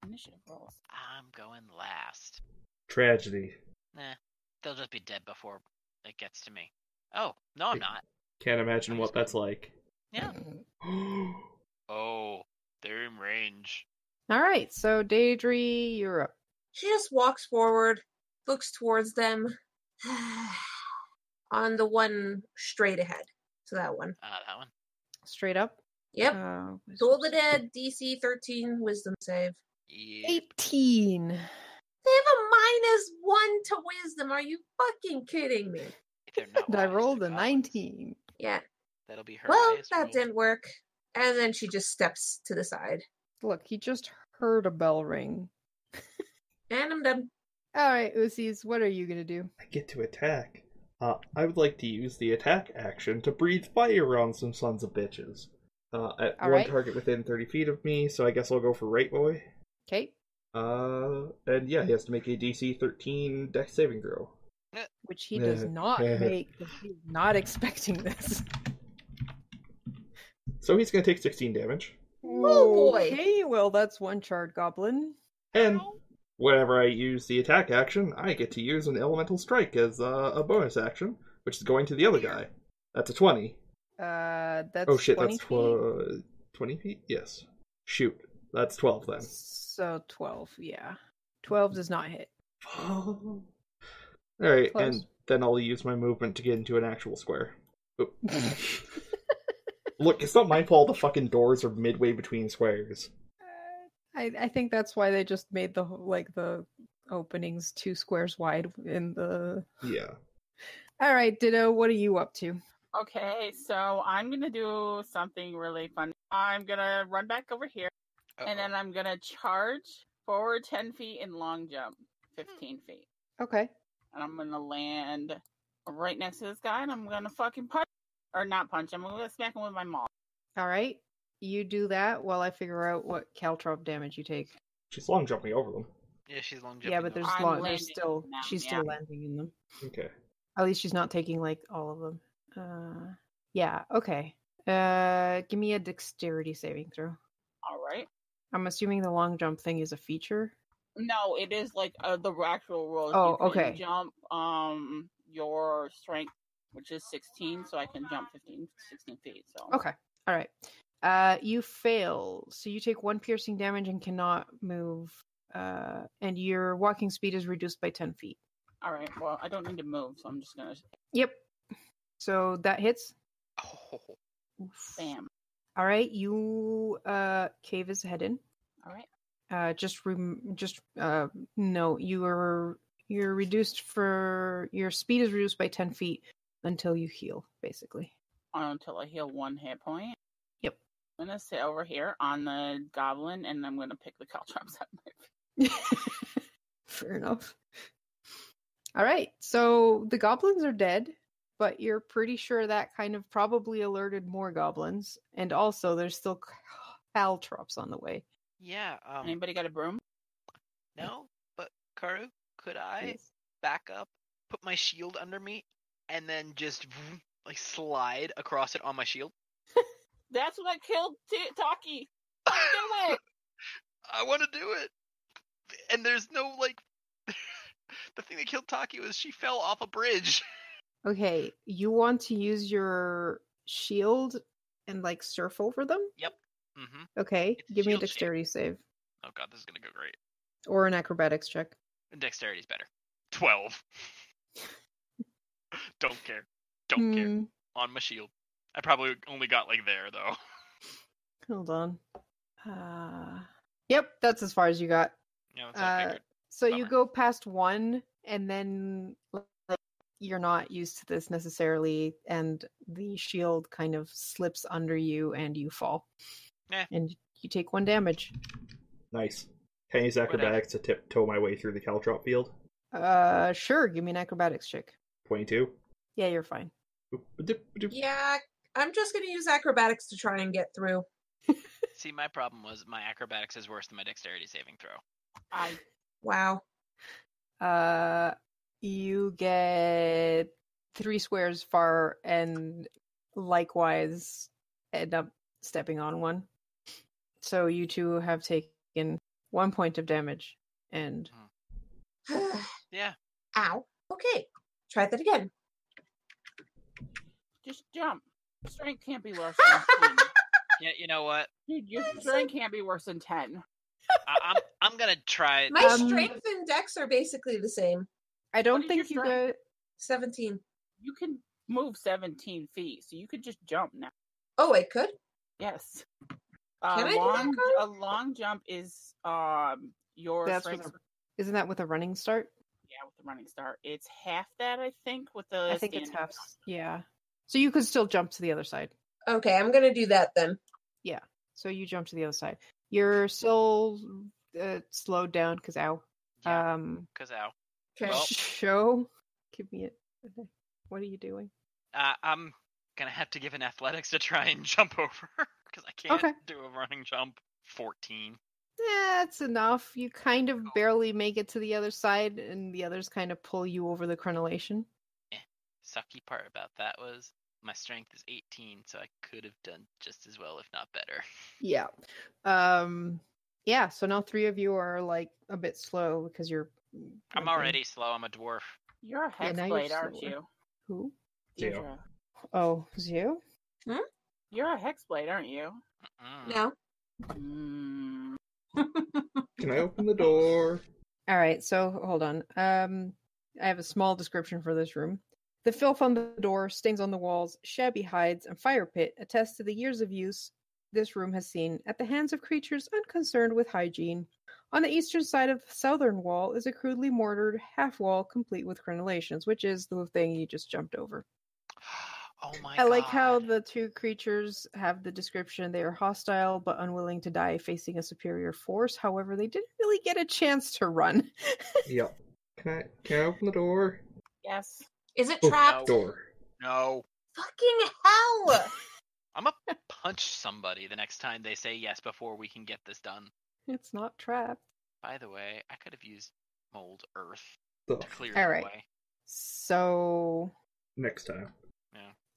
Speaker 4: initiative rolls.
Speaker 2: I'm going last.
Speaker 3: Tragedy.
Speaker 2: Nah, they'll just be dead before it gets to me. Oh, no, I'm not.
Speaker 3: Can't imagine what that's like.
Speaker 2: Yeah.
Speaker 3: I
Speaker 2: Oh, they're in range.
Speaker 1: All right, so Daedry, you're up.
Speaker 5: She just walks forward, looks towards them on the one straight ahead. So that one.
Speaker 2: Ah, that one.
Speaker 1: Straight up.
Speaker 5: Yep.
Speaker 1: Uh,
Speaker 5: Duel of the Dead, DC 13, wisdom save.
Speaker 2: Yeah.
Speaker 1: 18.
Speaker 5: They have a minus one to wisdom. Are you fucking kidding me?
Speaker 2: They're not
Speaker 1: I
Speaker 2: wise,
Speaker 1: rolled
Speaker 2: the
Speaker 1: a
Speaker 2: goblins.
Speaker 1: 19.
Speaker 5: Yeah.
Speaker 2: That'll be her.
Speaker 5: Well,
Speaker 2: highest roll.
Speaker 5: that didn't work. And then she just steps to the side.
Speaker 1: Look, he just heard a bell ring.
Speaker 5: And I'm done.
Speaker 1: All right, Uzi's, what are you going to do?
Speaker 3: get to attack. Uh, I would like to use the attack action to breathe fire on some sons of bitches. Uh, at
Speaker 1: All
Speaker 3: one
Speaker 1: right.
Speaker 3: target within 30 feet of me, so I guess I'll go for right boy.
Speaker 1: Okay,
Speaker 3: Uh, and yeah, he has to make a DC 13 dex saving throw.
Speaker 1: which he does
Speaker 3: Yeah.
Speaker 1: not make. 'cause He's not expecting this.
Speaker 3: So he's gonna take 16 damage.
Speaker 5: Oh, boy.
Speaker 1: Okay, well, that's one charred goblin.
Speaker 3: And whenever I use the attack action, I get to use an elemental strike as uh, a bonus action, which is going to the other guy. That's a 20.
Speaker 1: Uh, that's
Speaker 3: oh shit,
Speaker 1: 20
Speaker 3: that's
Speaker 1: feet,
Speaker 3: tw- 20 feet? Yes. Shoot. That's 12 then.
Speaker 1: So 12, yeah. 12 does not hit. Close.
Speaker 3: Alright, and then I'll use my movement to get into an actual square. Oop. Look, it's not my fault the fucking doors are midway between squares.
Speaker 1: Uh, I, I think that's why they just made the whole- like the openings two squares wide in the.
Speaker 3: Yeah.
Speaker 1: All right, Ditto. What are you up to?
Speaker 4: Okay, so I'm gonna do something really fun. I'm gonna run back over here, and then I'm gonna charge forward ten feet and long jump
Speaker 1: Hmm.
Speaker 4: fifteen feet,
Speaker 1: Okay.
Speaker 4: and I'm gonna land right next to this guy, and I'm gonna fucking punch or not punch him. I'm gonna smack him with my maul.
Speaker 1: All right. You do that while I figure out what caltrop damage you take.
Speaker 3: She's long jumping over them.
Speaker 2: yeah, she's long
Speaker 1: yeah,
Speaker 2: jumping
Speaker 1: but
Speaker 2: though.
Speaker 1: there's
Speaker 4: I'm
Speaker 1: long, there's
Speaker 4: landing
Speaker 1: still
Speaker 4: now,
Speaker 1: she's
Speaker 4: yeah.
Speaker 1: still landing in them.
Speaker 3: Okay.
Speaker 1: At least she's not taking like all of them. Uh, yeah. Okay. Uh, give me a dexterity saving throw.
Speaker 4: All right.
Speaker 1: I'm assuming the long jump thing is a feature.
Speaker 4: No, it is like uh, the actual roll.
Speaker 1: Oh,
Speaker 4: you can
Speaker 1: okay.
Speaker 4: Jump um your strength, which is 16, so I can jump 15, 16 feet. So
Speaker 1: Okay. All right. Uh, you fail, so you take one piercing damage and cannot move. Uh, and your walking speed is reduced by ten feet.
Speaker 4: all right. Well, I don't need to move, so I'm just gonna
Speaker 1: Yep. So that hits.
Speaker 2: Oh,
Speaker 4: bam.
Speaker 1: All right. You uh, cave his head in.
Speaker 4: All right.
Speaker 1: Uh, just rem- just uh, no. You are you're reduced for your speed is reduced by ten feet until you heal, basically.
Speaker 4: Until I heal one hit point.
Speaker 1: Yep.
Speaker 4: I'm gonna sit over here on the goblin, and I'm gonna pick the caltrops up.
Speaker 1: Fair enough. All right. So the goblins are dead, but you're pretty sure that kind of probably alerted more goblins, and also there's still caltrops on the way.
Speaker 2: yeah. Um,
Speaker 4: Anybody got a broom?
Speaker 2: no, but Karu, could I back up, put my shield under me, and then just vroom, like slide across it on my shield?
Speaker 4: That's what I killed T- Taki.
Speaker 2: I
Speaker 4: Do it.
Speaker 2: want to do it. And there's no like. the thing that killed Taki was she fell off a bridge.
Speaker 1: Okay, you want to use your shield and like surf over them?
Speaker 2: Mm-hmm.
Speaker 1: Okay,
Speaker 2: It's a
Speaker 1: give me a
Speaker 2: shield shape.
Speaker 1: dexterity save
Speaker 2: Oh god, this is gonna go great.
Speaker 1: or an acrobatics check.
Speaker 2: Dexterity's better. Twelve. Don't care. Don't care.
Speaker 1: Hmm,
Speaker 2: On my shield. I probably only got like there though.
Speaker 1: Hold on. Uh, yep, that's as far as you got.
Speaker 2: Yeah, that's what I
Speaker 1: Uh,
Speaker 2: figured.
Speaker 1: So you
Speaker 2: Bummer.
Speaker 1: go past one, and then like, you're not used to this necessarily, and the shield kind of slips under you, and you fall,
Speaker 2: Eh.
Speaker 1: and you take one damage.
Speaker 3: Nice. Can I use acrobatics to tiptoe my way through the caltrop field?
Speaker 1: Uh, sure, give me an acrobatics check.
Speaker 3: 22.
Speaker 1: Yeah, you're fine.
Speaker 3: Boop, doop, doop.
Speaker 5: Yeah, I'm just going to use acrobatics to try and get through.
Speaker 2: See, my problem was my acrobatics is worse than my dexterity saving throw.
Speaker 4: I
Speaker 5: Wow.
Speaker 1: Uh, you get three squares far, and likewise end up stepping on one. So you two have taken one point of damage, and
Speaker 2: Yeah.
Speaker 5: Ow. Okay. Try that again.
Speaker 4: just jump. Strength can't be worse than 10.
Speaker 2: Yeah, you know what?
Speaker 4: Dude, your
Speaker 5: That's
Speaker 4: strength can't be worse than 10.
Speaker 2: I, I'm I'm gonna try.
Speaker 5: My
Speaker 1: Um,
Speaker 5: strength and dex are basically the same.
Speaker 1: I don't
Speaker 4: is your
Speaker 1: think you
Speaker 4: strength?
Speaker 1: guys.
Speaker 5: 17.
Speaker 4: You can move 17 feet, so you could just jump now.
Speaker 5: Oh, I could?
Speaker 4: Yes.
Speaker 5: Can I
Speaker 4: Uh,
Speaker 5: do that,
Speaker 4: long,
Speaker 5: Carl?
Speaker 4: a long jump is um your
Speaker 1: That's
Speaker 4: strength-
Speaker 1: with Isn't that with a running start?
Speaker 4: yeah with the running start. It's half that I think with the.
Speaker 1: I think it's
Speaker 4: standing
Speaker 1: half. Yeah. So you could still jump to the other side.
Speaker 5: Okay, I'm going to do that then.
Speaker 1: So you jump to the other side. You're still uh, slowed down because ow.
Speaker 2: Yeah,
Speaker 1: Um,
Speaker 2: cause ow.
Speaker 5: Okay.
Speaker 2: Well-
Speaker 1: show. Give me it. What are you doing?
Speaker 2: Uh, I'm gonna have to give an athletics to try and jump over because I can't
Speaker 1: Okay.
Speaker 2: do a running jump. Fourteen.
Speaker 1: That's enough. You kind
Speaker 2: Oh.
Speaker 1: of barely make it to the other side, and the others kind of pull you over the crenellation.
Speaker 2: Sucky part about that was my strength is eighteen, so I could have done just as well, if not better.
Speaker 1: Yeah. Um. Yeah. So now three of you are like a bit slow because you're. mm,
Speaker 2: I'm
Speaker 1: limping.
Speaker 2: already slow. I'm a dwarf.
Speaker 4: You're a
Speaker 1: Yeah, now
Speaker 4: hexblade,
Speaker 1: you're
Speaker 4: aren't
Speaker 1: slower.
Speaker 4: you?
Speaker 1: Who?
Speaker 3: Yeah.
Speaker 4: Deirdre?
Speaker 1: Oh, it was you?
Speaker 4: You're a hexblade, aren't you?
Speaker 2: Mm-mm.
Speaker 5: No.
Speaker 4: Mm,
Speaker 3: Can I open the door?
Speaker 1: All right, so hold on. Um, I have a small description for this room. The filth on the door, stains on the walls, shabby hides, and fire pit attest to the years of use this room has seen at the hands of creatures unconcerned with hygiene. On the eastern side of the southern wall is a crudely mortared half wall complete with crenellations, which is the thing you just jumped over.
Speaker 2: Oh my
Speaker 1: I like how
Speaker 2: God.
Speaker 1: the two creatures have the description. They are hostile but unwilling to die facing a superior force. However, they didn't really get a chance to run.
Speaker 3: Yep. Can I can I open the door?
Speaker 4: Yes.
Speaker 5: Is it
Speaker 3: Oh,
Speaker 5: trapped?
Speaker 3: Door.
Speaker 2: No.
Speaker 5: Fucking hell!
Speaker 2: I'm going to punch somebody the next time they say yes before we can get this done.
Speaker 1: It's not trapped.
Speaker 2: By the way, I could have used mold earth
Speaker 3: So
Speaker 2: to clear
Speaker 1: All
Speaker 2: the
Speaker 1: right.
Speaker 2: way.
Speaker 1: So,
Speaker 3: next time.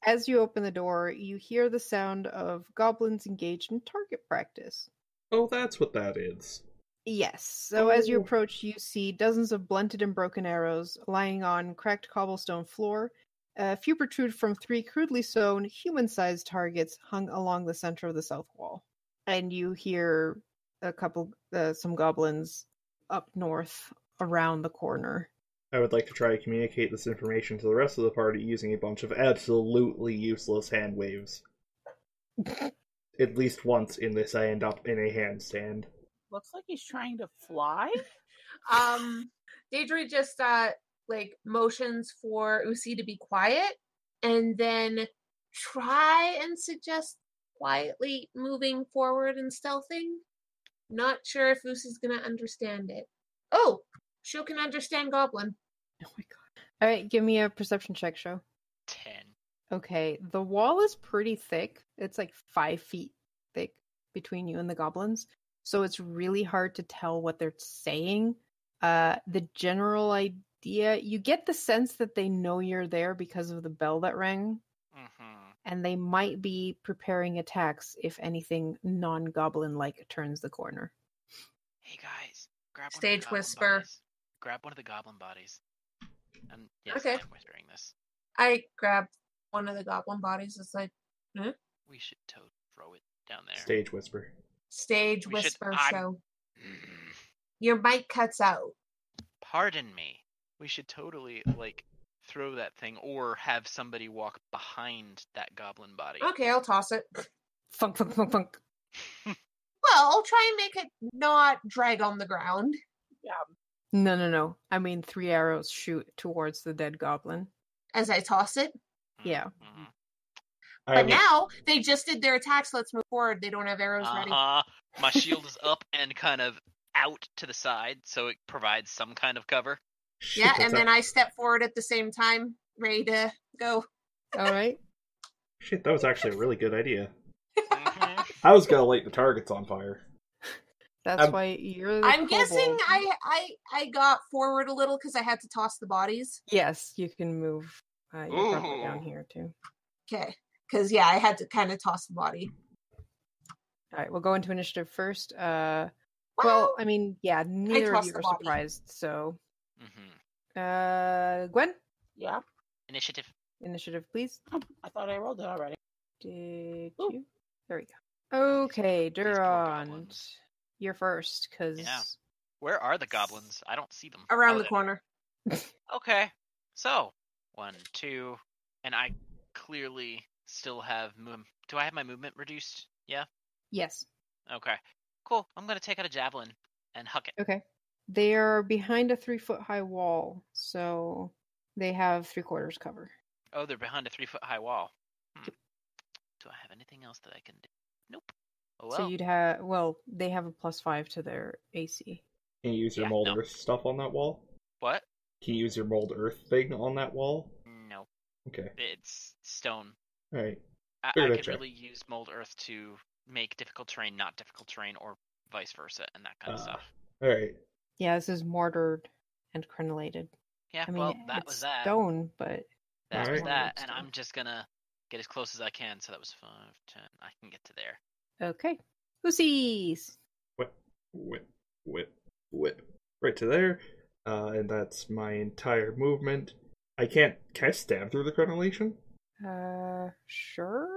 Speaker 1: as you open the door, you hear the sound of goblins engaged in target practice.
Speaker 3: Oh, that's what that is.
Speaker 1: Yes. So as you
Speaker 3: Oh.
Speaker 1: approach, you see dozens of blunted and broken arrows lying on cracked cobblestone floor. A few protrude from three crudely sewn, human sized targets hung along the center of the south wall. And you hear a couple, uh, some goblins up north around the corner.
Speaker 3: I would like to try to communicate this information to the rest of the party using a bunch of absolutely useless hand waves.
Speaker 1: Oh
Speaker 3: At least once, unless I end up in a handstand.
Speaker 4: Looks like he's trying to fly.
Speaker 5: Um, Deidre just uh like motions for Usi to be quiet, and then try and suggest quietly moving forward and stealthing. Not sure if Usi's gonna understand it. Oh, she can understand Goblin.
Speaker 1: Oh my god. All right, give me a perception check, show.
Speaker 2: 10.
Speaker 1: Okay, the wall is pretty thick. It's like five feet thick between you and the goblins. So it's really hard to tell what they're saying. Uh, the general idea, you get the sense that they know you're there because of the bell that rang,
Speaker 2: Mm-hmm.
Speaker 1: and they might be preparing attacks if anything non goblin like turns the corner.
Speaker 2: Hey guys, grab one of the
Speaker 5: Stage
Speaker 2: goblin
Speaker 5: whisper.
Speaker 2: bodies. Grab one of the goblin bodies. And yes,
Speaker 5: Okay.
Speaker 2: I'm whispering this.
Speaker 5: I grabbed one of the Goblin bodies. It's like
Speaker 2: We should to- throw it down there.
Speaker 3: Stage whisper.
Speaker 5: stage
Speaker 2: We should-
Speaker 5: whisper
Speaker 2: I'm-
Speaker 5: show.
Speaker 2: Mm.
Speaker 5: Your mic cuts out.
Speaker 2: Pardon me. We should totally like throw that thing or have somebody walk behind that goblin body.
Speaker 5: Okay, I'll toss it.
Speaker 1: Funk, funk, funk, funk.
Speaker 5: Well, I'll try and make it not drag on the ground.
Speaker 1: No, no, no. I mean, three arrows shoot towards the dead goblin.
Speaker 5: as I toss it.
Speaker 1: yeah.
Speaker 2: Mhm.
Speaker 3: I
Speaker 5: But
Speaker 3: would,
Speaker 5: now they just did their attacks. Let's move forward. They don't have arrows ready.
Speaker 2: Uh-huh. My shield is up and kind of out to the side so it provides some kind of cover.
Speaker 3: Shit,
Speaker 5: Yeah,
Speaker 3: that's
Speaker 5: and then
Speaker 3: ac-
Speaker 5: I step forward at the same time, ready to go.
Speaker 1: All right.
Speaker 3: Shit, that was actually a really good idea.
Speaker 2: Mhm.
Speaker 3: I was gonna light the targets on fire.
Speaker 1: That's
Speaker 3: I'm-
Speaker 1: why you're. The
Speaker 5: I'm guessing
Speaker 1: kobold.
Speaker 5: I I I got forward a little because I had to toss the bodies.
Speaker 1: Yes, you can move. Uh, you're probably down
Speaker 2: Ooh.
Speaker 1: here too.
Speaker 5: Okay, because yeah, I had to kind of toss the body.
Speaker 1: All right, we'll go into initiative first. Uh, well,
Speaker 5: Well,
Speaker 1: I mean, yeah, neither of
Speaker 5: tossed
Speaker 1: you
Speaker 5: the
Speaker 1: are
Speaker 5: body.
Speaker 1: surprised. So,
Speaker 2: Mhm.
Speaker 1: uh, Gwen,
Speaker 4: Yeah.
Speaker 2: Initiative.
Speaker 1: initiative, please.
Speaker 4: I thought I rolled it already.
Speaker 1: Did
Speaker 4: Ooh.
Speaker 1: you? There we go. Okay,
Speaker 2: These poor
Speaker 1: Duron,
Speaker 2: goblins.
Speaker 1: you're first because
Speaker 2: Yeah. Where are the goblins? I don't see them.
Speaker 5: around
Speaker 2: Oh,
Speaker 5: the
Speaker 2: there-
Speaker 5: corner.
Speaker 2: Okay. So, one, two, and I clearly still have move. Do I have my movement reduced? Yeah.
Speaker 1: yes,
Speaker 2: Okay. Cool. I'm gonna take out a javelin and huck it.
Speaker 1: okay. They are behind a three foot high wall, so they have three quarters cover.
Speaker 2: Oh, they're behind a three foot high wall. Hmm. Do I have anything else that I can do? Nope. Oh well.
Speaker 1: So you'd have well, they have a plus five to their AC.
Speaker 3: Can you use your
Speaker 2: Yeah,
Speaker 3: mold
Speaker 2: no.
Speaker 3: earth stuff on that wall?
Speaker 2: What?
Speaker 3: Can you use your mold earth thing on that wall?
Speaker 2: No.
Speaker 3: Okay.
Speaker 2: It's stone.
Speaker 3: Alright.
Speaker 2: I, I
Speaker 3: Fair enough,
Speaker 2: could
Speaker 3: Jack.
Speaker 2: really use mold earth to make difficult terrain not difficult terrain, or vice versa, and that kind of
Speaker 3: Ah.
Speaker 2: stuff.
Speaker 3: Alright.
Speaker 1: Yeah, this is mortared and crenellated.
Speaker 2: Yeah.
Speaker 1: I mean,
Speaker 2: well, that
Speaker 1: it's
Speaker 2: was that.
Speaker 1: stone, but
Speaker 2: That
Speaker 3: Alright.
Speaker 2: was that,
Speaker 1: Almost
Speaker 2: and
Speaker 1: done.
Speaker 2: I'm just gonna get as close as I can. So that was five, ten. I can get to there.
Speaker 1: okay. Who sees?
Speaker 3: Whip, whip, whip, whip. Right to there. Uh, and that's my entire movement. I can't can I stab through the crenellation?
Speaker 1: Uh, sure.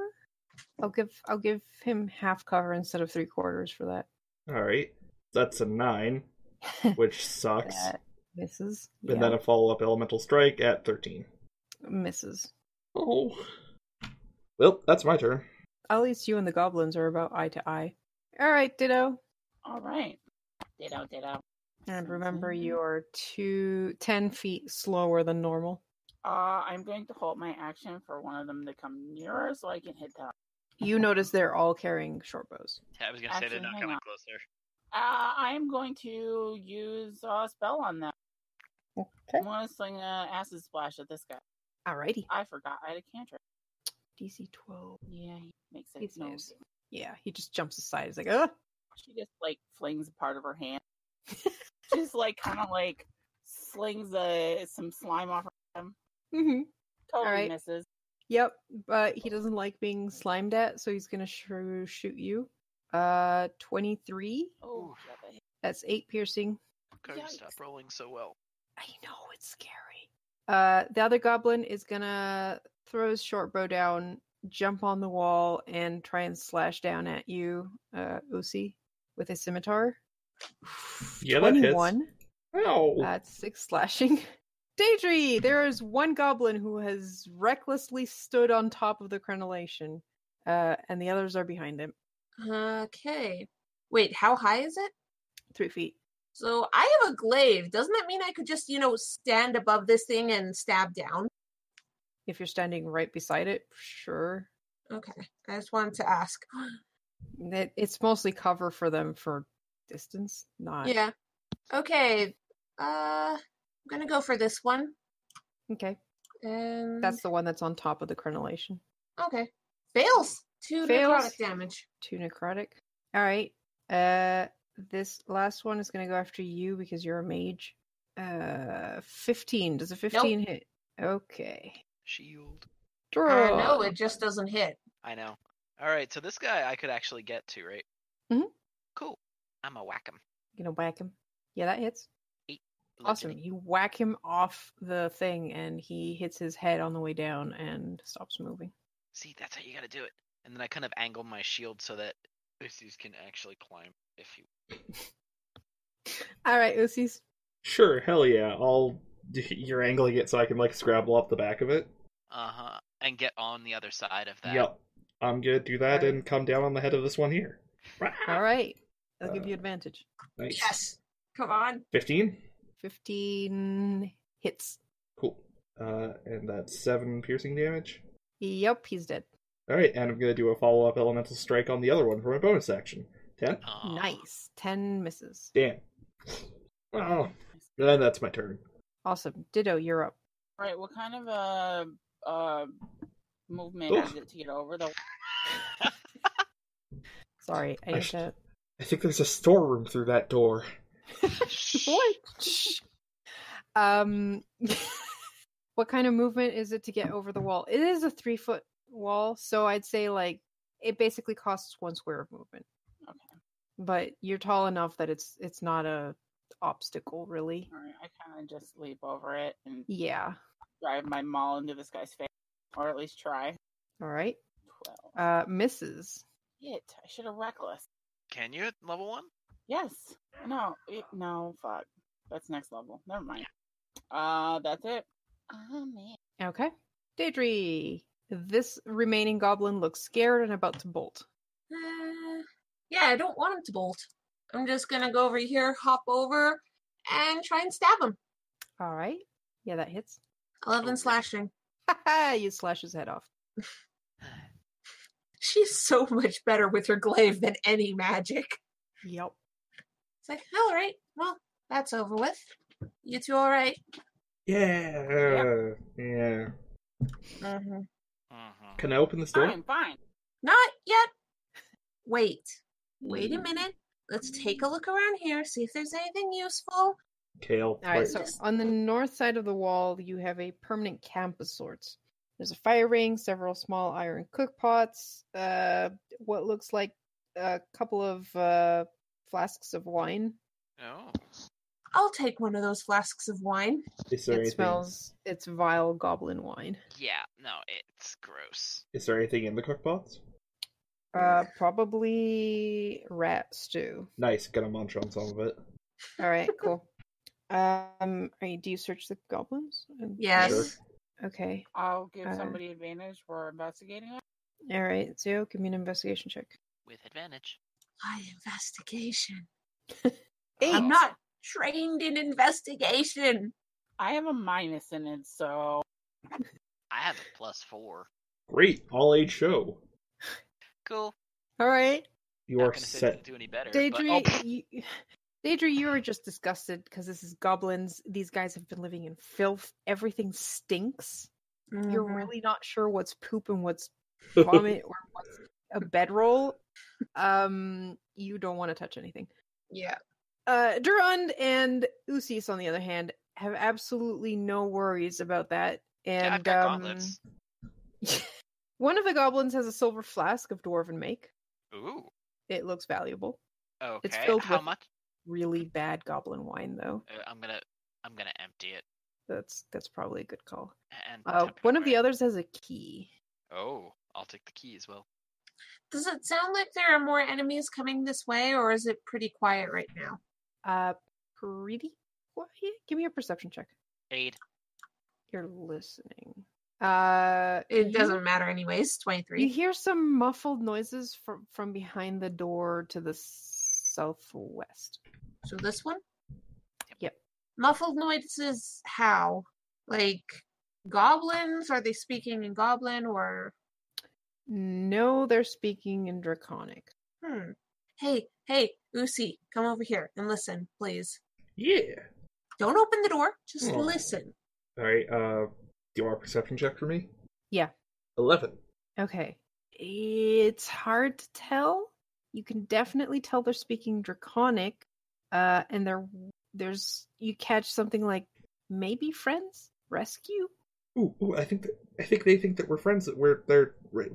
Speaker 1: I'll give I'll give him half cover instead of three quarters for that.
Speaker 3: Alright. That's a nine, which sucks.
Speaker 1: that misses.
Speaker 3: And
Speaker 1: Yeah.
Speaker 3: then a follow up elemental strike at thirteen.
Speaker 1: misses.
Speaker 3: Oh. Well, that's my turn.
Speaker 1: At least you and the goblins are about eye to eye. All right, Ditto.
Speaker 4: All right. Ditto, ditto.
Speaker 1: And remember,
Speaker 4: Mhm.
Speaker 1: you are two ten feet slower than normal.
Speaker 4: Uh, I'm going to hold my action for one of them to come nearer so I can hit them.
Speaker 1: You notice they're all carrying short bows.
Speaker 2: I was gonna say
Speaker 4: Actually,
Speaker 2: they're not
Speaker 4: hang
Speaker 2: coming
Speaker 4: on.
Speaker 2: closer.
Speaker 4: Uh, I'm going to use a spell on them.
Speaker 1: Okay.
Speaker 4: I'm going to sling a acid splash at this guy.
Speaker 1: Alrighty.
Speaker 2: Uh,
Speaker 4: I forgot I had a cantrip.
Speaker 1: DC twelve.
Speaker 4: Yeah, he makes it.
Speaker 1: He's
Speaker 4: no-
Speaker 1: nice. Yeah, he just jumps aside. He's like, ah.
Speaker 4: She just like flings a part of her hand. just like kind of like slings uh, some slime off her. Him.
Speaker 1: Mm-hmm.
Speaker 4: Totally
Speaker 1: right.
Speaker 4: misses.
Speaker 1: Yep, but he doesn't like being slimed at, so he's gonna sh- shoot you. Uh, twenty three.
Speaker 4: Oh,
Speaker 2: Oof.
Speaker 4: yeah, but-
Speaker 1: That's eight piercing.
Speaker 2: Go
Speaker 4: Yikes.
Speaker 2: stop rolling so well.
Speaker 1: I know it's scary. Uh, the other goblin is gonna throw his short bow down, jump on the wall, and try and slash down at you, uh, Usi, with his scimitar.
Speaker 3: Yeah, that hits. Ow.
Speaker 1: That's six slashing. Daedry, there is one goblin who has recklessly stood on top of the crenellation, uh, and the others are behind him,
Speaker 5: Okay. Wait, how high is it?
Speaker 1: three feet.
Speaker 5: So I have a glaive. Doesn't that mean I could just, you know, stand above this thing and stab down?
Speaker 1: If you're standing right beside it, sure.
Speaker 5: Okay. I just wanted to ask.
Speaker 1: It, it's mostly cover for them for distance, not
Speaker 5: Yeah. Okay. Uh I'm gonna go for this one.
Speaker 1: okay.
Speaker 5: And
Speaker 1: That's the one that's on top of the crenellation.
Speaker 5: okay. Fails. Two
Speaker 1: Fails.
Speaker 5: necrotic damage.
Speaker 1: Two necrotic. All right. Uh, this last one is going to go after you because you're a mage. Uh, fifteen. Does a fifteen hit? Okay.
Speaker 2: Shield.
Speaker 1: Draw.
Speaker 5: Uh, no, it just doesn't hit.
Speaker 2: I know. All right, so this guy I could actually get to, right?
Speaker 1: Mhm.
Speaker 2: Cool. I'm gonna whack him.
Speaker 1: You know, whack him. Yeah, that hits. Awesome.
Speaker 2: Bludgeoning.
Speaker 1: You whack him off the thing, and he hits his head on the way down and stops moving.
Speaker 2: See, that's how you gotta do it. And then I kind of angle my shield so that Usus can actually climb if he.
Speaker 1: All right, Usi's.
Speaker 3: Sure, hell yeah. I'll. You're angling it so I can, like, scrabble off the back of it.
Speaker 2: Uh huh. And get on the other side of that.
Speaker 3: Yep. I'm gonna do that
Speaker 1: Alright.
Speaker 3: and come down on the head of this one here.
Speaker 1: All right. I'll give you
Speaker 3: Uh,
Speaker 1: advantage.
Speaker 3: Nice.
Speaker 5: Yes. Come on.
Speaker 3: 15?
Speaker 1: 15 hits.
Speaker 3: Cool. Uh, and that's 7 piercing damage.
Speaker 1: Yep, he's dead.
Speaker 3: Alright, and I'm gonna do a follow up elemental strike on the other one for my bonus action. 10?
Speaker 2: Aw.
Speaker 1: Nice. 10 misses.
Speaker 3: Damn. Oh. Then that's my turn.
Speaker 1: Awesome. Ditto, you're up.
Speaker 4: All right, what kind of uh, uh, movement
Speaker 3: Oof.
Speaker 4: is it to get over the
Speaker 1: Sorry, I
Speaker 3: I
Speaker 1: need
Speaker 3: sh-
Speaker 1: to.
Speaker 3: I think there's a storeroom through that door.
Speaker 1: what? Shh. um, what kind of movement is it to get over the wall? It is a three foot wall, so I'd say like it basically costs one square of movement.
Speaker 4: Okay.
Speaker 1: But you're tall enough that it's it's not a obstacle really.
Speaker 4: All right, I kind of just leap over it and
Speaker 1: Yeah.
Speaker 4: drive my maul into this guy's face, or at least try.
Speaker 1: All right.
Speaker 4: Twelve.
Speaker 1: Uh, misses.
Speaker 4: Shit, I should have reckless.
Speaker 2: Can you at level one?
Speaker 4: Yes. No. It, no. Fuck. That's next level. Never mind. Uh, that's it. Oh man.
Speaker 1: Okay. Daedry. This remaining goblin looks scared and about to bolt.
Speaker 5: Uh, yeah, I don't want him to bolt. I'm just gonna go over here, hop over, and try and stab him.
Speaker 1: All right. Yeah, that hits.
Speaker 5: Eleven
Speaker 2: Oh,
Speaker 5: slashing.
Speaker 1: you slash his head off.
Speaker 5: She's so much better with her glaive than any magic.
Speaker 1: Yep.
Speaker 5: It's like, all right, well, that's over with. You two all right?
Speaker 3: Yeah. Yeah.
Speaker 1: Mm-hmm.
Speaker 2: Mhm.
Speaker 3: Can I open this door?
Speaker 4: Fine. Fine.
Speaker 5: Not yet. Wait, wait a minute. Let's take a look around here, see if there's anything useful.
Speaker 3: Okay, I'll
Speaker 1: All right.
Speaker 3: wait.
Speaker 1: So
Speaker 5: Just-
Speaker 1: on the north side of the wall, you have a permanent camp of sorts. There's a fire ring, several small iron cookpots, uh, what looks like a couple of uh, flasks of wine.
Speaker 2: Oh.
Speaker 5: I'll take one of those flasks of wine.
Speaker 3: Is there
Speaker 1: it
Speaker 3: anything?
Speaker 1: smells. It's vile goblin wine.
Speaker 2: Yeah. No, it's gross.
Speaker 3: Is there anything in the cookpots?
Speaker 1: Uh, probably rat stew.
Speaker 3: Nice. Gonna munch on some of it.
Speaker 1: All right. Cool. Um, are you, do you search the goblins? And-
Speaker 5: Yes.
Speaker 3: Sure.
Speaker 1: Okay.
Speaker 4: I'll give
Speaker 1: Uh,
Speaker 4: somebody advantage for investigating it.
Speaker 1: All right. Zio, give me an investigation check.
Speaker 2: with advantage.
Speaker 5: My investigation.
Speaker 2: Oh,
Speaker 5: I'm not trained in investigation.
Speaker 4: I have a minus in it, so
Speaker 2: I have a plus four.
Speaker 3: Great, all age show.
Speaker 2: Cool.
Speaker 1: All right.
Speaker 3: You
Speaker 2: not
Speaker 3: are
Speaker 2: gonna say it
Speaker 3: set.
Speaker 2: didn't do any better. but, oh,
Speaker 1: Daedry,
Speaker 2: pff,
Speaker 1: you, Daedry, you are just disgusted because this is goblins. These guys have been living in filth. Everything stinks. You're
Speaker 5: Mm-hmm.
Speaker 1: really not sure what's poop and what's vomit or what's a bedroll. Um, you don't want to touch anything.
Speaker 5: Yeah.
Speaker 1: Uh, Durand and Usis, on the other hand, have absolutely no worries about that. And
Speaker 2: yeah, I've got
Speaker 1: um,
Speaker 2: gauntlets.
Speaker 1: one of the goblins has a silver flask of dwarven make.
Speaker 2: Ooh.
Speaker 1: It looks valuable.
Speaker 2: Okay.
Speaker 1: filled
Speaker 2: How
Speaker 1: with-
Speaker 2: much?
Speaker 1: Really bad goblin wine, though.
Speaker 2: Uh, I'm gonna I'm gonna empty it.
Speaker 1: That's that's probably a good call.
Speaker 2: And
Speaker 1: Uh,
Speaker 2: tap it
Speaker 1: one of
Speaker 2: over
Speaker 1: the
Speaker 2: it.
Speaker 1: others has a key.
Speaker 2: Oh, I'll take the key as well.
Speaker 5: Does it sound like there are more enemies coming this way, or is it pretty quiet right now?
Speaker 1: Uh, pretty quiet. Give me a perception check.
Speaker 2: Aid.
Speaker 1: You're listening. Uh,
Speaker 5: It
Speaker 1: you-
Speaker 5: doesn't matter, anyways.
Speaker 1: You
Speaker 5: 23.
Speaker 1: hear some muffled noises from from behind the door to the southwest.
Speaker 5: So this one?
Speaker 1: Yep.
Speaker 5: Muffled noises, how? Like goblins? Are they speaking in goblin or.
Speaker 1: No, they're speaking in Draconic.
Speaker 5: Hmm. Hey, hey, Usi, come over here and listen, please.
Speaker 3: yeah.
Speaker 5: Don't open the door, just
Speaker 3: Oh.
Speaker 5: listen.
Speaker 3: All right. Uh, do you want a perception check for me?
Speaker 1: Yeah.
Speaker 3: Eleven.
Speaker 1: Okay. It's hard to tell. You can definitely tell they're speaking Draconic, uh, and they're there's you catch something like maybe friends rescue.
Speaker 3: Ooh, ooh, I think that, I think they think that we're friends that we're they're re-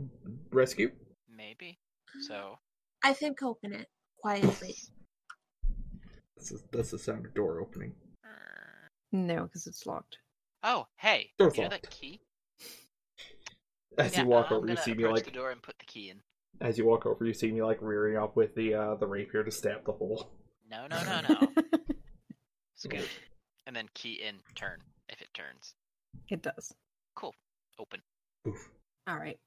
Speaker 3: rescue.
Speaker 2: Maybe. So
Speaker 5: I think open it quietly.
Speaker 3: That's the- that's the sound of door opening.
Speaker 2: er,
Speaker 1: No, because it's locked.
Speaker 2: Oh, hey.
Speaker 3: Door
Speaker 2: you know that
Speaker 3: locked.
Speaker 2: key?
Speaker 3: As
Speaker 2: Yeah,
Speaker 3: you walk
Speaker 2: I'm
Speaker 3: over, you
Speaker 2: gonna
Speaker 3: see me
Speaker 2: approach
Speaker 3: like
Speaker 2: the door and put the key in.
Speaker 3: as you walk over, you see me like rearing up with the uh the rapier to stab the hole.
Speaker 2: No, no, no, no. Scoot. And then key in, turn, if it turns.
Speaker 1: it does.
Speaker 2: Cool. Open.
Speaker 3: Oof.
Speaker 1: All right.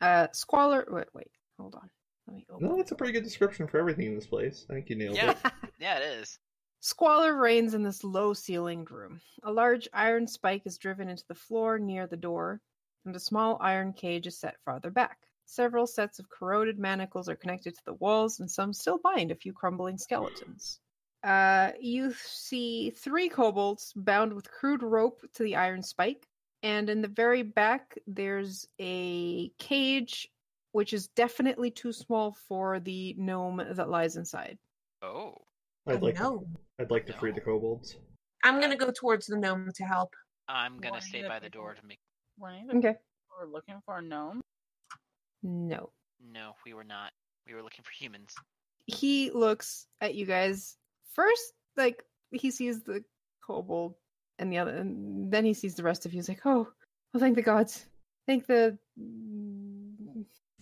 Speaker 1: Uh, squalor. Wait, wait. Hold on. Let me open.
Speaker 3: No, that's a pretty good description for everything in this place. I think you nailed
Speaker 2: Yeah.
Speaker 3: it.
Speaker 2: Yeah, it is.
Speaker 1: Squalor reigns in this low ceilinged room. A large iron spike is driven into the floor near the door, and a small iron cage is set farther back. Several sets of corroded manacles are connected to the walls, and some still bind a few crumbling skeletons. Uh, you see three kobolds bound with crude rope to the iron spike, and in the very back, there's a cage which is definitely too small for the gnome that lies inside.
Speaker 2: Oh.
Speaker 3: I'd
Speaker 5: Oh,
Speaker 3: like to,
Speaker 5: no.
Speaker 3: I'd like to free
Speaker 2: No.
Speaker 3: the kobolds.
Speaker 5: I'm gonna go towards the gnome to help.
Speaker 2: I'm gonna
Speaker 4: Why
Speaker 2: stay
Speaker 4: the
Speaker 2: by the
Speaker 4: people-
Speaker 2: door to make
Speaker 4: we're either
Speaker 1: Okay.
Speaker 4: we're looking for a gnome.
Speaker 1: No.
Speaker 2: No, we were not. We were looking for humans.
Speaker 1: he looks at you guys first like he sees the kobold and the other and then he sees the rest of you he's like oh well thank the gods thank the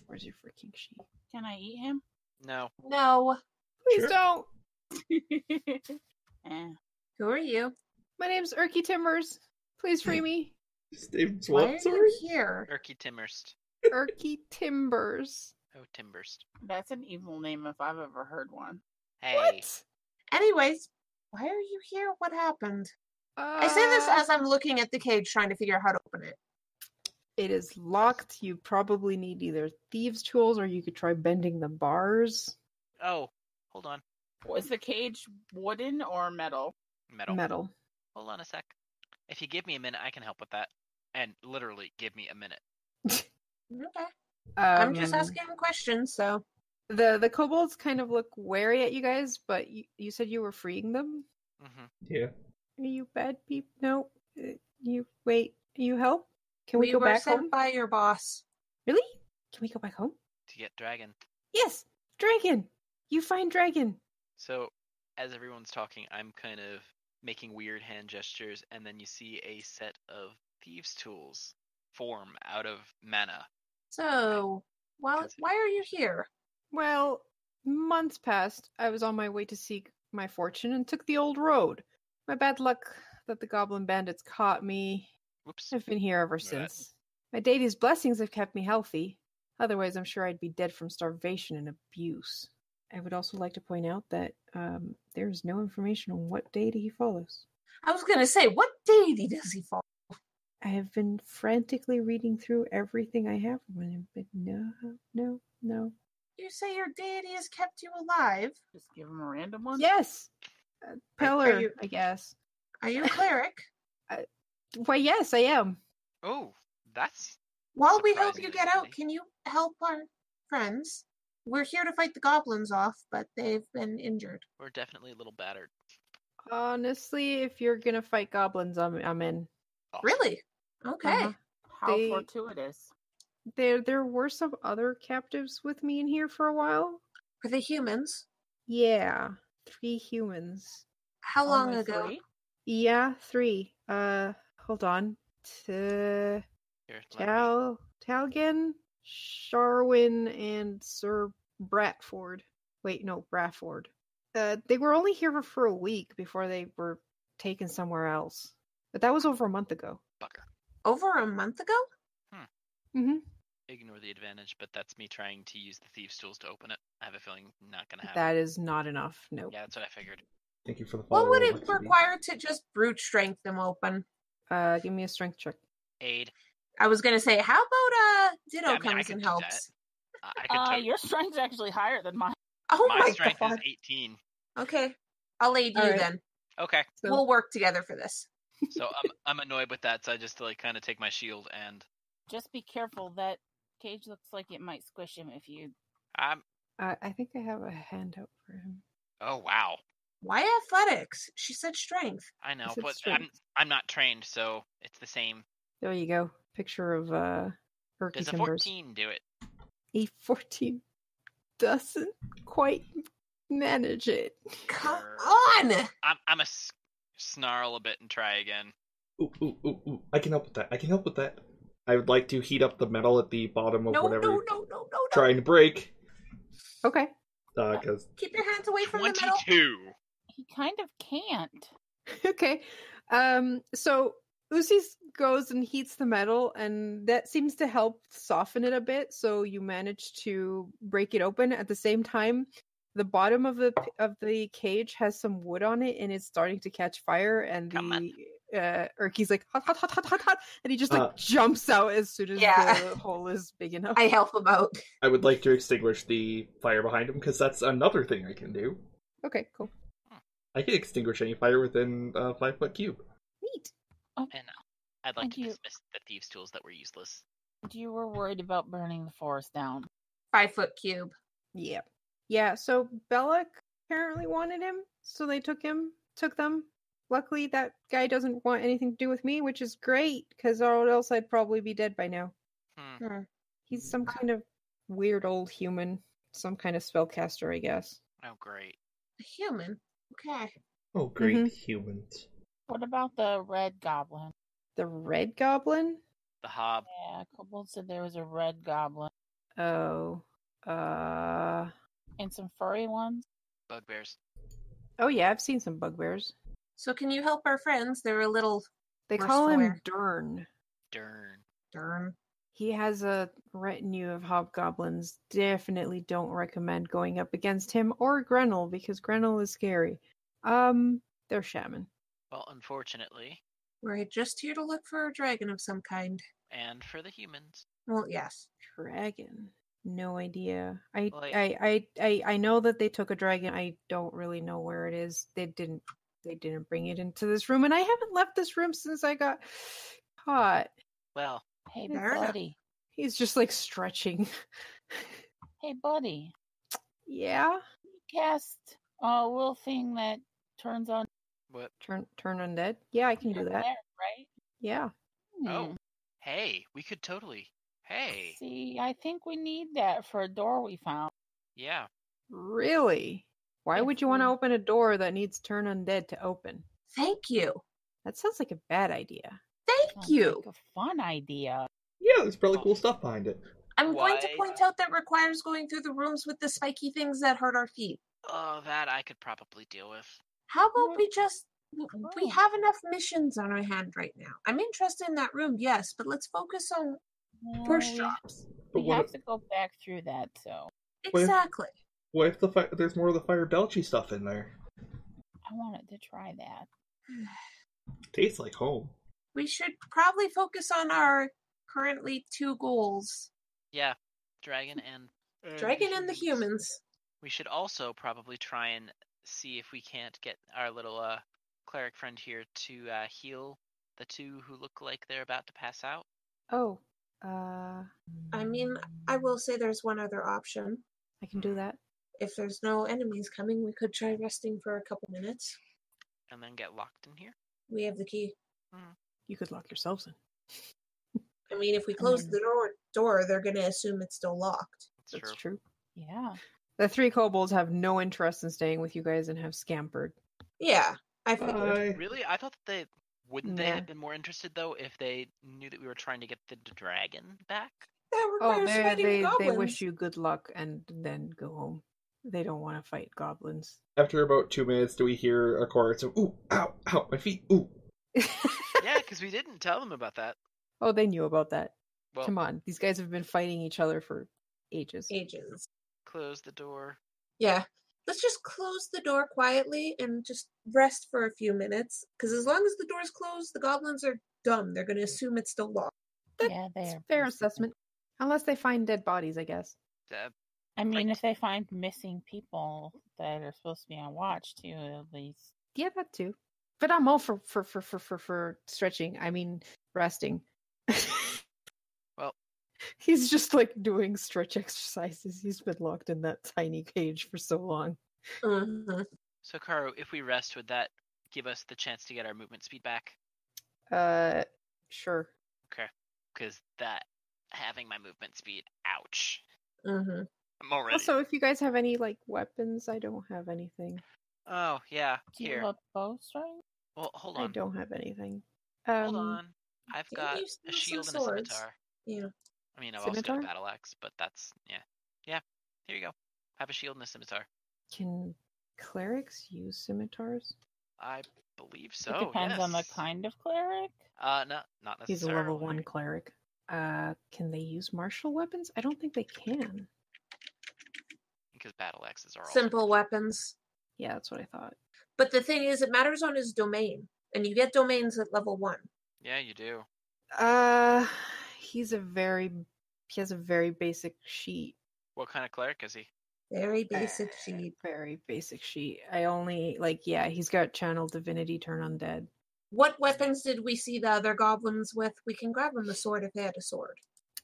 Speaker 1: where's your freaking sheep
Speaker 4: Can I eat him?
Speaker 2: No.
Speaker 5: No.
Speaker 1: please
Speaker 3: Sure.
Speaker 1: don't
Speaker 4: Eh.
Speaker 5: Who are you?
Speaker 1: my name's erky timbers please free me
Speaker 3: His name's
Speaker 5: Why
Speaker 3: what?
Speaker 5: are
Speaker 3: Sorry.
Speaker 5: you here?
Speaker 2: Erky Timmerst.
Speaker 1: erky timbers
Speaker 2: Oh, Timberst.
Speaker 4: That's an evil name if I've ever heard one.
Speaker 2: Hey.
Speaker 1: what
Speaker 5: Anyways, why are you here? What happened?
Speaker 1: uh,
Speaker 5: I say this as I'm looking at the cage trying to figure out how to open it.
Speaker 1: it is locked you probably need either thieves tools or you could try bending the bars
Speaker 2: Oh, hold on.
Speaker 4: Was the cage wooden or metal?
Speaker 2: Metal.
Speaker 1: metal
Speaker 2: Hold on a sec. If you give me a minute, I can help with that. And literally, give me a minute.
Speaker 5: Okay.
Speaker 1: um,
Speaker 5: I'm just asking questions, so
Speaker 1: the the kobolds kind of look wary at you guys but you, you said you were freeing them
Speaker 2: hmm
Speaker 3: Yeah.
Speaker 1: are you bad people no Uh, you wait you help can we,
Speaker 5: we
Speaker 1: go
Speaker 5: were
Speaker 1: back
Speaker 5: sent
Speaker 1: home
Speaker 5: by your boss.
Speaker 1: really can we go back home
Speaker 2: To get dragon.
Speaker 1: yes dragon you find dragon
Speaker 2: So, as everyone's talking, I'm kind of making weird hand gestures, and then you see a set of thieves' tools form out of mana.
Speaker 5: So why
Speaker 2: Because-
Speaker 5: why are you here?
Speaker 1: well months passed i was on my way to seek my fortune and took the old road my bad luck that the goblin bandits caught me
Speaker 2: Whoops.
Speaker 1: I've been here ever
Speaker 2: Right.
Speaker 1: since. My deity's blessings have kept me healthy. Otherwise, I'm sure I'd be dead from starvation and abuse. I would also like to point out that um, there is no information on what deity he follows.
Speaker 5: I was gonna say, what deity does he follow?
Speaker 1: I have been frantically reading through everything I have from him, but no, no, no.
Speaker 5: You say your deity has kept you alive.
Speaker 4: Just give him a random one.
Speaker 1: Yes, uh, Peller,
Speaker 5: you-
Speaker 1: I guess.
Speaker 5: Are you a cleric?
Speaker 1: Why, yes, I am.
Speaker 2: Oh, that's
Speaker 5: While we help you
Speaker 2: Surprisingly
Speaker 5: get out,
Speaker 2: funny.
Speaker 5: can you help our friends? We're here to fight the goblins off, but they've been injured.
Speaker 2: we're definitely a little battered.
Speaker 1: Honestly, if you're gonna fight goblins, I'm I'm in.
Speaker 2: Awesome.
Speaker 5: Really? Okay.
Speaker 4: Uh-huh. How
Speaker 1: They-
Speaker 4: fortuitous.
Speaker 1: There there were some other captives with me in here for a while.
Speaker 5: Are they humans?
Speaker 1: Yeah, three humans.
Speaker 5: How long
Speaker 4: Only
Speaker 5: ago?
Speaker 4: three?
Speaker 1: Yeah, three. Uh, hold on. T-
Speaker 2: Here, let me-
Speaker 1: Tal Talgan, Sharwin, and Sir Bratford. Wait, no, Bratford. Uh, they were only here for a week before they were taken somewhere else. But that was over a month ago.
Speaker 2: Bugger.
Speaker 5: Over a month ago?
Speaker 1: Mm-hmm.
Speaker 2: Ignore the advantage, but that's me trying to use the thieves' tools to open it. I have a feeling not gonna happen.
Speaker 1: That is not enough. Nope.
Speaker 2: Yeah, that's what I figured.
Speaker 3: Thank you for the follow.
Speaker 5: What would it require to just brute strength them open?
Speaker 1: Uh, give me a strength check.
Speaker 2: Aid.
Speaker 5: I was gonna say, how about uh Ditto
Speaker 2: Yeah, I mean, I
Speaker 5: comes
Speaker 2: could
Speaker 5: and
Speaker 2: do that.
Speaker 5: helps?
Speaker 2: I, I could
Speaker 4: Uh,
Speaker 2: totally-
Speaker 4: your strength's actually higher than mine.
Speaker 5: Oh
Speaker 2: my,
Speaker 5: my,
Speaker 2: strength
Speaker 5: god.
Speaker 2: is 18.
Speaker 5: Okay. I'll aid you
Speaker 1: All right.
Speaker 5: then.
Speaker 2: Okay,
Speaker 1: So,
Speaker 5: We'll work together for this.
Speaker 2: so I'm I'm annoyed with that, so I just like kind of take my shield and
Speaker 4: Just be careful. That cage looks like it might squish him if you.
Speaker 2: I'm.
Speaker 1: I, uh, I think I have a handout for him.
Speaker 2: Oh wow,
Speaker 5: Why athletics? She said strength.
Speaker 2: I know,
Speaker 1: said
Speaker 2: but I'm
Speaker 1: strength.
Speaker 2: I'm not trained, so it's the same.
Speaker 1: There you go. Picture of uh, Erky
Speaker 2: Does a
Speaker 1: Timbers.
Speaker 2: 14 do it?
Speaker 1: A fourteen doesn't quite manage it.
Speaker 5: Come
Speaker 2: Err.
Speaker 5: on!
Speaker 2: I'm I'm a s- snarl a bit and try again.
Speaker 3: Ooh, ooh, ooh, ooh. I can help with that. I can help with that. I would like to heat up the metal at the bottom of
Speaker 5: No, no, no,
Speaker 3: whatever
Speaker 5: no,
Speaker 3: you're
Speaker 5: no, no, no.
Speaker 3: trying to break. uh,
Speaker 1: Okay.
Speaker 3: Because
Speaker 5: Keep your hands away from the metal.
Speaker 2: 22.
Speaker 4: He kind of can't.
Speaker 1: okay. Um. So Usis goes and heats the metal, and that seems to help soften it a bit. So you manage to break it open. At the same time, the bottom of the p- of the cage has some wood on it, and it's starting to catch fire. And
Speaker 2: Come on.
Speaker 1: the uh, Erky's like hot, hot, hot, hot, hot, hot, and he just like
Speaker 3: Uh.
Speaker 1: jumps out as soon as
Speaker 5: Yeah.
Speaker 1: the hole is big enough.
Speaker 5: I help him out.
Speaker 3: I would like to extinguish the fire behind him, because that's another thing I can do.
Speaker 1: Okay. Cool.
Speaker 3: I can extinguish any fire within a five foot cube.
Speaker 1: Neat.
Speaker 2: And uh, I'd like
Speaker 4: Thank
Speaker 2: to
Speaker 4: you.
Speaker 2: dismiss the thieves' tools that were useless.
Speaker 4: You were worried about burning the forest down.
Speaker 5: Five foot cube.
Speaker 1: Yeah. Yeah, so Belloc apparently wanted him, so they took him, took them. Luckily, that guy doesn't want anything to do with me, which is great, because or else I'd probably be dead by now.
Speaker 2: Hmm.
Speaker 1: He's some kind of weird old human, some kind of spellcaster, I guess.
Speaker 2: Oh great.
Speaker 5: A human. Okay.
Speaker 3: Oh, great
Speaker 5: Mm-hmm.
Speaker 1: Mhm.
Speaker 3: humans.
Speaker 4: What about the red goblin?
Speaker 1: The Red Goblin?
Speaker 2: The hob.
Speaker 4: Yeah, Kobold said there was a red goblin
Speaker 1: Oh. Uh.
Speaker 4: and some furry ones.
Speaker 2: Bugbears.
Speaker 1: Oh, yeah, I've seen some bugbears.
Speaker 5: So can you help our friends? They're a little
Speaker 1: They
Speaker 5: We're
Speaker 1: call him
Speaker 5: square.
Speaker 1: Dern.
Speaker 2: Darn.
Speaker 5: darn.
Speaker 1: He has a retinue of hobgoblins. Definitely don't recommend going up against him or Grenel because Grenel is scary. Um, they're shaman.
Speaker 2: Well, unfortunately,
Speaker 5: We're just here to look for a dragon of some kind.
Speaker 2: and for the humans,
Speaker 5: Well, yes.
Speaker 1: Dragon. No idea. I,
Speaker 2: Like-
Speaker 1: I I I I know that they took a dragon. I don't really know where it is. They didn't they didn't bring it into this room and I haven't left this room since I got caught.
Speaker 2: well,
Speaker 4: Hey,
Speaker 1: Fair
Speaker 5: enough.
Speaker 4: buddy.
Speaker 1: He's just like stretching.
Speaker 4: Hey, buddy.
Speaker 1: yeah.
Speaker 4: Cast a little thing that turns on.
Speaker 2: what?
Speaker 1: Turn turn undead. Yeah, I can do
Speaker 4: your
Speaker 1: that.
Speaker 4: glare, right?
Speaker 1: Yeah.
Speaker 2: Oh.
Speaker 4: Hmm.
Speaker 2: Hey, we could totally. Hey,
Speaker 4: See, I think we need that for a door we found.
Speaker 2: yeah.
Speaker 1: Really? Why
Speaker 4: Yes,
Speaker 1: would you want to
Speaker 4: ma'am.
Speaker 1: open a door that needs turn undead to open?
Speaker 5: Thank you.
Speaker 1: That sounds like a bad idea.
Speaker 5: Thank
Speaker 4: Sounds
Speaker 5: you.
Speaker 4: Like a fun idea.
Speaker 3: Yeah, there's probably cool stuff behind it.
Speaker 5: I'm going to
Speaker 2: Why-
Speaker 5: point out that requires going through the rooms with the spiky things that hurt our feet.
Speaker 2: Uh, Oh, that I could probably deal with.
Speaker 5: How about
Speaker 4: Yeah.
Speaker 5: we just w- we have enough missions on our hand right now. I'm interested in that room, yes, but let's focus on
Speaker 4: Well,
Speaker 5: horse
Speaker 4: we-
Speaker 5: shops.
Speaker 3: But
Speaker 4: We
Speaker 3: what,
Speaker 4: have to go back through that, so
Speaker 3: Well, if-
Speaker 5: Exactly.
Speaker 3: what if the fi- there's more of the fire belchy stuff in there?
Speaker 4: I wanted to try that.
Speaker 3: Tastes like home.
Speaker 5: We should probably focus on our currently two goals
Speaker 2: Yeah, dragon and
Speaker 5: dragon and
Speaker 2: Mm-hmm.
Speaker 5: the humans.
Speaker 2: We should also probably try and see if we can't get our little uh, cleric friend here to uh, heal the two who look like they're about to pass out.
Speaker 1: Oh, uh,
Speaker 5: I mean, I will say there's one other option.
Speaker 1: I can do that.
Speaker 5: If there's no enemies coming, we could try resting for a couple minutes.
Speaker 2: and then get locked in here.
Speaker 5: We have the key.
Speaker 1: You could lock yourselves in.
Speaker 5: I mean, if we close
Speaker 4: mean-
Speaker 5: the door, door they're going to assume it's still locked.
Speaker 2: It's
Speaker 1: That's
Speaker 2: true.
Speaker 1: true.
Speaker 4: Yeah.
Speaker 1: The three kobolds have no interest in staying with you guys and have scampered.
Speaker 5: Yeah, I figured.
Speaker 1: Uh,
Speaker 3: Bye.
Speaker 2: Really, I thought that they wouldn't. They
Speaker 1: Nah.
Speaker 2: have been more interested though if they knew that we were trying to get the d- dragon back.
Speaker 5: that
Speaker 1: Oh,
Speaker 5: requires
Speaker 1: they
Speaker 5: fighting
Speaker 1: they,
Speaker 5: goblins.
Speaker 1: they wish you good luck and then go home. They don't want to fight goblins.
Speaker 3: After about two minutes, do we hear a chorus of "Ooh, ow, ow, my feet, ooh"?
Speaker 2: yeah, because we didn't tell them about that.
Speaker 1: oh, they knew about that.
Speaker 2: Well,
Speaker 1: Come on, these guys have been fighting each other for ages.
Speaker 5: Ages.
Speaker 2: close the door.
Speaker 5: Yeah. Let's just close the door quietly and just rest for a few minutes. Because as long as the door's closed, the goblins are dumb. They're going to assume it's still locked.
Speaker 1: That-
Speaker 4: yeah, they
Speaker 1: It's
Speaker 4: are
Speaker 1: fair
Speaker 4: pretty stupid.
Speaker 1: assessment, unless they find dead bodies. I guess.
Speaker 2: Uh,
Speaker 4: I mean,
Speaker 2: Like-
Speaker 4: if they find missing people that are supposed to be on watch too, at least
Speaker 1: Yeah, that too. But I'm all for for for for for, for stretching. I mean, resting.
Speaker 2: Well-
Speaker 1: he's just like doing stretch exercises. He's been locked in that tiny cage for so long. Mm-hmm,
Speaker 5: Mhm.
Speaker 2: so, Karu, if we rest, would that give us the chance to get our movement speed back?
Speaker 1: Uh, sure.
Speaker 2: Because that having my movement speed, ouch!
Speaker 1: mm-hmm.
Speaker 5: Mhm.
Speaker 2: I'm already.
Speaker 1: Also, if you guys have any like weapons, I don't have anything.
Speaker 2: oh yeah,
Speaker 4: do you
Speaker 2: here.
Speaker 4: have a bow string?
Speaker 2: Well, hold
Speaker 1: I
Speaker 2: on.
Speaker 1: don't have anything. Um,
Speaker 2: Hold on. I've
Speaker 5: Didn't
Speaker 2: got
Speaker 5: you
Speaker 2: a
Speaker 5: steal some
Speaker 2: shield and a
Speaker 5: swords?
Speaker 2: scimitar.
Speaker 5: Yeah.
Speaker 2: I mean, I've also got a
Speaker 1: Scimitar?
Speaker 2: battle axe, but that's yeah, yeah. Here you go. I have a shield and a scimitar.
Speaker 1: Can clerics use scimitars?
Speaker 2: I believe so.
Speaker 4: it depends on the
Speaker 2: yes.
Speaker 4: kind of cleric.
Speaker 2: Uh, no, not necessarily.
Speaker 1: He's a level one cleric. Uh, can they use martial weapons? I don't think they can.
Speaker 2: because battle axes are all
Speaker 5: Simple weapons.
Speaker 1: Yeah, that's what I thought.
Speaker 5: But the thing is, it matters on his domain. And you get domains at level one.
Speaker 2: Yeah, you do.
Speaker 1: Uh, he's a very he has a very basic sheet.
Speaker 2: What kind of cleric is he?
Speaker 5: Very basic
Speaker 1: Uh,
Speaker 5: sheet.
Speaker 1: Very basic sheet. I only like yeah. He's got channel divinity, turn undead.
Speaker 5: What weapons did we see the other goblins with? We can grab them a sword if they had a sword.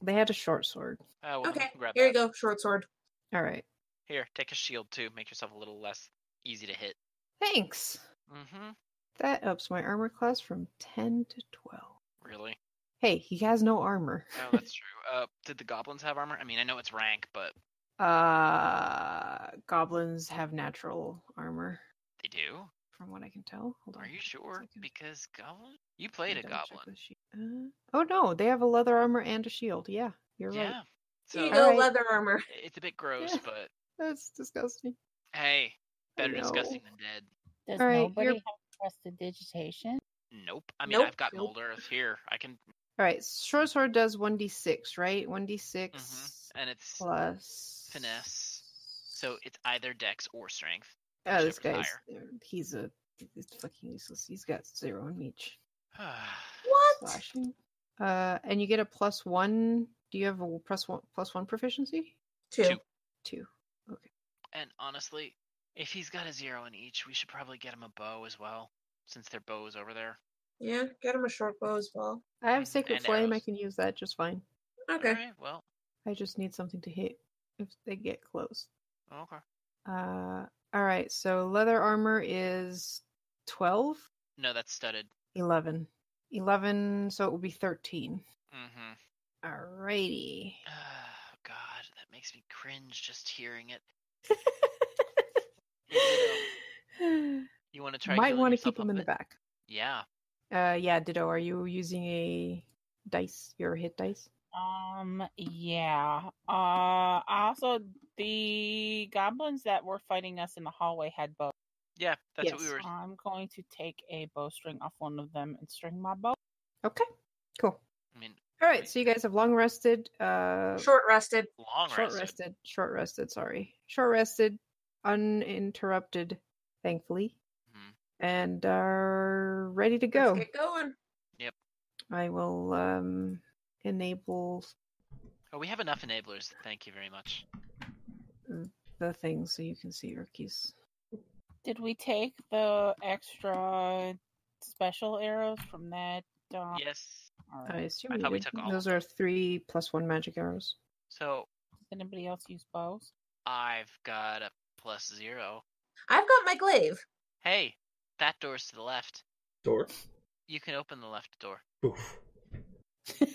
Speaker 1: They had a short sword.
Speaker 2: Oh, well, then we
Speaker 5: Okay,
Speaker 2: can grab
Speaker 5: here you
Speaker 2: that.
Speaker 5: go, short sword.
Speaker 1: All right.
Speaker 2: Here, take a shield too. Make yourself a little less easy to hit.
Speaker 1: Thanks.
Speaker 2: Mm-hmm.
Speaker 1: That ups my armor class from ten to twelve.
Speaker 2: Really?
Speaker 1: Hey, he has no armor.
Speaker 2: Oh, that's true. Uh, did the goblins have armor? I mean, I know it's rank, but
Speaker 1: Uh, goblins have natural armor,
Speaker 2: they do.
Speaker 1: from what I can tell. Hold on.
Speaker 2: Are you
Speaker 1: one
Speaker 2: sure?
Speaker 1: second.
Speaker 2: Because goblin, you
Speaker 1: Let
Speaker 2: played
Speaker 1: me
Speaker 2: a
Speaker 1: double check
Speaker 2: goblin.
Speaker 1: the sheet. Uh, oh no, they have a leather armor and a shield. Yeah, you're
Speaker 2: Yeah.
Speaker 1: right.
Speaker 5: Here
Speaker 2: So
Speaker 5: you
Speaker 1: All
Speaker 5: go,
Speaker 1: right.
Speaker 5: leather armor.
Speaker 2: it's a bit gross,
Speaker 1: Yeah.
Speaker 2: but
Speaker 1: That's disgusting.
Speaker 2: hey,
Speaker 1: I
Speaker 2: better
Speaker 1: know.
Speaker 2: disgusting than dead.
Speaker 4: Does
Speaker 1: All right,
Speaker 4: nobody
Speaker 1: you're-
Speaker 4: have prestidigitation?
Speaker 2: Nope. I mean,
Speaker 5: Nope.
Speaker 2: I've got
Speaker 1: Nope.
Speaker 2: mold earth here. I can,
Speaker 1: All right, short sword does one d six, right?
Speaker 2: Mm-hmm.
Speaker 1: One d six
Speaker 2: and it's
Speaker 1: plus
Speaker 2: finesse. So it's either dex or strength.
Speaker 1: Oh, this
Speaker 2: whichever's
Speaker 1: guy's he's a he's fucking useless. He's got zero in each.
Speaker 5: What?
Speaker 1: Slashing. Uh, and you get a plus one. Do you have a plus one plus one proficiency?
Speaker 5: Two.
Speaker 2: Two.
Speaker 1: Two.
Speaker 2: and honestly, if he's got a zero in each, we should probably get him a bow as well, since their bow is over there.
Speaker 5: Yeah, get him a short bow as well.
Speaker 1: I have
Speaker 2: Mhm,
Speaker 1: sacred
Speaker 2: and
Speaker 1: flame. I
Speaker 2: arrows.
Speaker 1: can use that just fine.
Speaker 5: Okay.
Speaker 2: Alright, well,
Speaker 1: I just need something to hit if they get close.
Speaker 2: okay.
Speaker 1: Uh, all right. So leather armor is 12,
Speaker 2: No, that's studded.
Speaker 1: 11, 11. So it would be 13.
Speaker 2: Mm-hmm.
Speaker 1: All righty.
Speaker 2: Oh, God, that makes me cringe just hearing it. Ditto. You want to try?
Speaker 1: Might
Speaker 2: want to
Speaker 1: keep them in the back.
Speaker 2: Yeah.
Speaker 1: Uh, yeah. Ditto. Are you using a dice? Your hit dice?
Speaker 4: Um, yeah. Uh, also the goblins that were fighting us in the hallway had bows.
Speaker 2: Yeah, that's what we
Speaker 1: Yes.
Speaker 2: were.
Speaker 4: I'm going to take a bowstring off one of them and string my bow.
Speaker 1: Okay. Cool.
Speaker 2: I mean,
Speaker 1: All right. So you guys have long rested. Uh,
Speaker 5: Short rested.
Speaker 2: long
Speaker 1: short
Speaker 2: rest.
Speaker 1: rested. Short rested. Sorry. Short rested. Uninterrupted, thankfully,
Speaker 2: Mhm.
Speaker 1: and are ready to go.
Speaker 5: Let's get going.
Speaker 1: I will um enable
Speaker 2: Oh, we have enough enablers. Thank you very much.
Speaker 1: the thing so you can see Urkies.
Speaker 4: Did we take the extra special arrows from that? Um,
Speaker 2: Yes.
Speaker 4: all
Speaker 1: I
Speaker 4: right.
Speaker 1: assume
Speaker 2: I
Speaker 1: we
Speaker 2: thought we
Speaker 1: did.
Speaker 2: took all
Speaker 1: those
Speaker 2: of them.
Speaker 1: are three plus one magic arrows.
Speaker 2: So
Speaker 4: Does anybody else use bows?
Speaker 2: I've got a plus zero.
Speaker 5: I've got my glaive.
Speaker 2: Hey, that door's to the left.
Speaker 3: Door.
Speaker 2: You can open the left door.
Speaker 3: Oof.
Speaker 1: As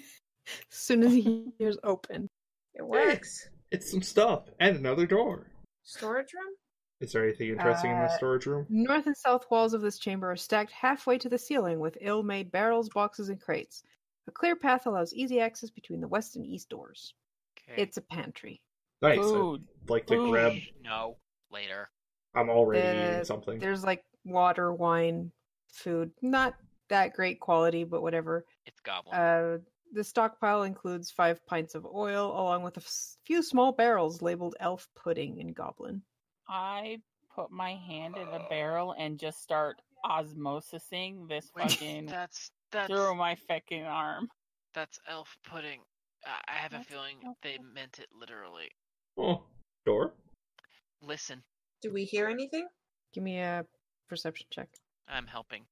Speaker 1: soon as he hears open,
Speaker 5: It works.
Speaker 3: It's some stuff. And another door.
Speaker 5: Storage room?
Speaker 3: Is there anything interesting in the
Speaker 1: Uh,
Speaker 3: storage room?
Speaker 1: north and south walls of this chamber are stacked halfway to the ceiling with ill-made barrels, boxes, and crates. A clear path allows easy access between the west and east doors.
Speaker 2: Okay.
Speaker 1: It's a pantry.
Speaker 3: Nice.
Speaker 4: Food.
Speaker 3: I'd like to
Speaker 4: Food.
Speaker 3: grab.
Speaker 2: No, later.
Speaker 3: I'm already eating
Speaker 1: The-
Speaker 3: something.
Speaker 1: There's like water, wine, food, not that great quality, but whatever.
Speaker 2: It's goblin.
Speaker 1: Uh, the stockpile includes five pints of oil, along with a f- few small barrels labeled elf pudding and goblin.
Speaker 4: I put my hand in a barrel and just start osmosising this
Speaker 2: Wait,
Speaker 4: fucking
Speaker 2: that's that's
Speaker 4: through my fucking arm.
Speaker 2: that's elf pudding. I, I have a
Speaker 4: That's
Speaker 2: feeling
Speaker 4: elf
Speaker 2: they
Speaker 4: pudding.
Speaker 2: meant it literally.
Speaker 3: Oh, door.
Speaker 2: Listen,
Speaker 5: Do we hear anything?
Speaker 1: Give me a perception check.
Speaker 2: I'm helping.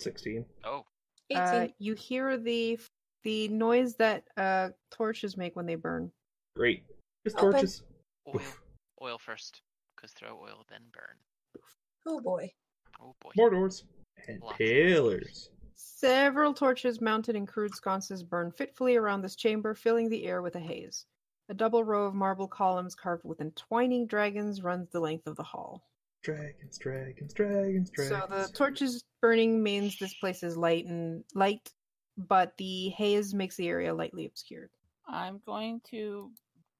Speaker 3: Sixteen.
Speaker 2: Oh,
Speaker 5: 18.
Speaker 1: Uh, you hear the the noise that uh, torches make when they burn.
Speaker 3: Great. Just
Speaker 5: Open.
Speaker 3: torches.
Speaker 2: oil,
Speaker 3: Oof.
Speaker 2: oil first, cause throw oil then burn.
Speaker 5: oh boy.
Speaker 2: Oh boy.
Speaker 3: More doors. And
Speaker 2: Lots of
Speaker 3: pillars.
Speaker 1: Several torches mounted in crude sconces burn fitfully around this chamber, filling the air with a haze. A double row of marble columns carved with entwining dragons runs the length of the hall.
Speaker 3: Dragons, dragons, dragons, dragons.
Speaker 1: So the torches burning means this place is light and light, but the haze makes the area lightly obscured.
Speaker 4: I'm going to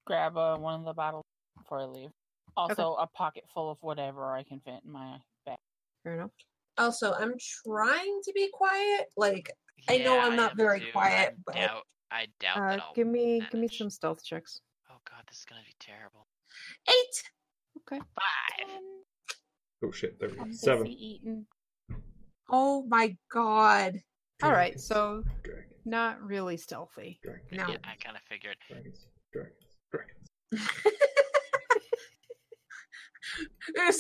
Speaker 4: grab uh, one of the bottles before I leave. Also, a pocket full of whatever I can fit in my bag.
Speaker 1: Fair enough.
Speaker 5: Also, I'm trying to be quiet. Like, I know
Speaker 2: Yeah,
Speaker 5: I'm not
Speaker 2: am
Speaker 5: very
Speaker 2: too. I
Speaker 5: quiet, but-
Speaker 2: doubt, I doubt
Speaker 1: Uh,
Speaker 2: that I'll.
Speaker 1: give me give me
Speaker 2: manage.
Speaker 1: some stealth checks.
Speaker 2: Oh god, this is gonna be terrible.
Speaker 5: eight.
Speaker 1: Okay.
Speaker 2: Five.
Speaker 4: Um,
Speaker 3: Oh shit, there we go.
Speaker 4: I'm
Speaker 3: Seven.
Speaker 4: busy eating.
Speaker 5: Oh my god.
Speaker 1: All right,
Speaker 3: Dragons,
Speaker 1: so
Speaker 3: dragons,
Speaker 1: not really stealthy.
Speaker 3: dragons,
Speaker 5: No.
Speaker 2: Yeah,
Speaker 3: dragons,
Speaker 2: I kind of figured.
Speaker 3: dragons, dragons, dragons.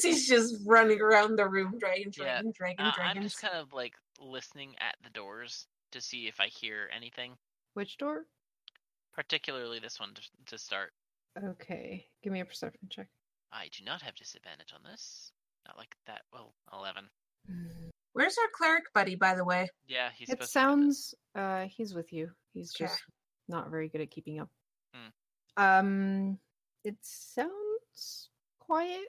Speaker 5: She's just running around the room, dragon,
Speaker 2: Yeah.
Speaker 5: dragon, dragon,
Speaker 2: Uh, I'm
Speaker 5: dragon.
Speaker 2: just kind of like listening at the doors to see if I hear anything,
Speaker 1: Which door?
Speaker 2: particularly this one to, to start.
Speaker 1: Okay, give me a perception check.
Speaker 2: I do not have disadvantage on this. Not like that. Well, eleven.
Speaker 3: Hmm.
Speaker 5: Where's our cleric buddy, by the way?
Speaker 2: Yeah, he's.
Speaker 1: It
Speaker 2: supposed to have this.
Speaker 1: sounds uh he's with you. He's
Speaker 5: Okay. Hmm.
Speaker 1: just not very good at keeping up.
Speaker 2: Mm.
Speaker 1: Um it sounds quiet.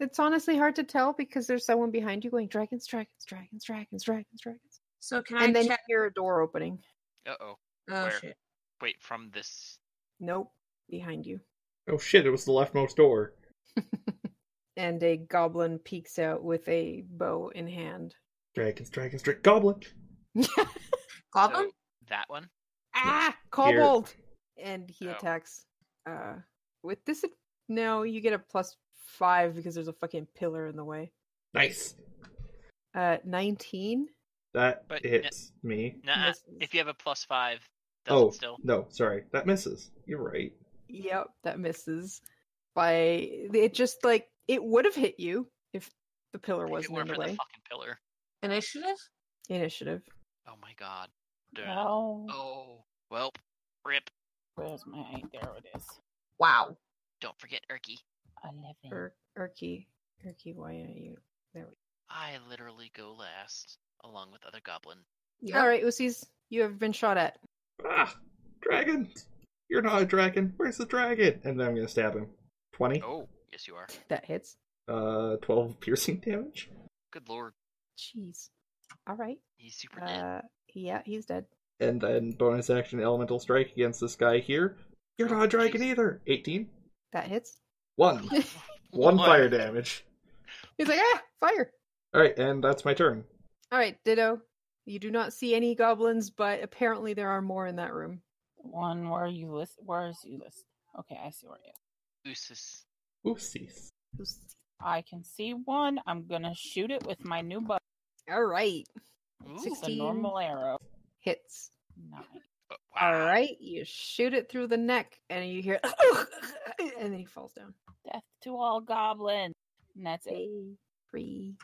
Speaker 1: It's honestly hard to tell because there's someone behind you going dragons, dragons, dragons, dragons, dragons, dragons.
Speaker 5: So can
Speaker 1: And
Speaker 5: I
Speaker 1: then
Speaker 5: check?
Speaker 1: you hear a door opening.
Speaker 2: Uh oh.
Speaker 5: Oh
Speaker 2: where?
Speaker 5: shit!
Speaker 2: Wait, from this.
Speaker 1: Nope, behind you.
Speaker 3: Oh shit, it was the leftmost door.
Speaker 1: and a goblin peeks out with a bow in hand.
Speaker 3: Dragons, dragons, dragons. Goblin!
Speaker 5: Goblin?
Speaker 2: so, that one.
Speaker 1: ah, kobold! And he
Speaker 2: Oh.
Speaker 1: attacks. Uh, with this, no, you get a plus five because there's a fucking pillar in the way.
Speaker 3: Nice.
Speaker 1: Uh, nineteen.
Speaker 3: That
Speaker 2: But-
Speaker 3: hits me.
Speaker 2: Nuh-uh.
Speaker 1: misses.
Speaker 2: If you have a plus five, does
Speaker 3: Oh,
Speaker 2: it still?
Speaker 3: no, sorry. That misses. You're right.
Speaker 1: Yep, that misses. By it, just like it would have hit you if the pillar
Speaker 2: If it
Speaker 1: wasn't
Speaker 2: were
Speaker 1: in the
Speaker 2: for the
Speaker 1: way.
Speaker 2: fucking pillar.
Speaker 5: Initiative?
Speaker 1: Initiative.
Speaker 2: Oh my god. Duh.
Speaker 4: Well,
Speaker 2: Oh. Welp. Rip.
Speaker 4: where's my? There it is.
Speaker 5: Wow.
Speaker 2: Don't forget Erky.
Speaker 4: Eleven.
Speaker 1: Ur- Urky, Urky, why aren't you? There we
Speaker 2: I literally go last, along with other goblin.
Speaker 1: go.
Speaker 5: Yeah.
Speaker 1: All right, Usis, you have been shot at.
Speaker 3: Ah! Dragon! You're not a dragon. Where's the dragon? And then I'm gonna stab him. 20.
Speaker 2: Oh, yes you are.
Speaker 1: That hits.
Speaker 3: Uh, 12 piercing damage.
Speaker 2: Good lord,
Speaker 1: Jeez. All right.
Speaker 2: he's super dead.
Speaker 1: Uh, yeah, he's dead.
Speaker 3: And then bonus action elemental strike against this guy here. You're not a dragon either! 18.
Speaker 1: That hits.
Speaker 3: One. One fire damage.
Speaker 1: He's like, ah, fire.
Speaker 3: All right, and that's my turn.
Speaker 1: All right, Ditto. You do not see any goblins, but apparently there are more in that room.
Speaker 4: One where you list. Where is you list? Okay, I see where you.
Speaker 2: Ooses.
Speaker 3: Oopsies.
Speaker 4: I can see one. I'm gonna shoot it with my new bow.
Speaker 1: All right,
Speaker 2: Ooh,
Speaker 4: It's a
Speaker 1: 16.
Speaker 4: normal arrow.
Speaker 1: hits.
Speaker 4: Nine.
Speaker 2: but
Speaker 1: All
Speaker 2: Oh, wow.
Speaker 1: right, you shoot it through the neck, and you hear, and then he falls down.
Speaker 4: Death to all goblins. And that's it.
Speaker 1: Yay, Free.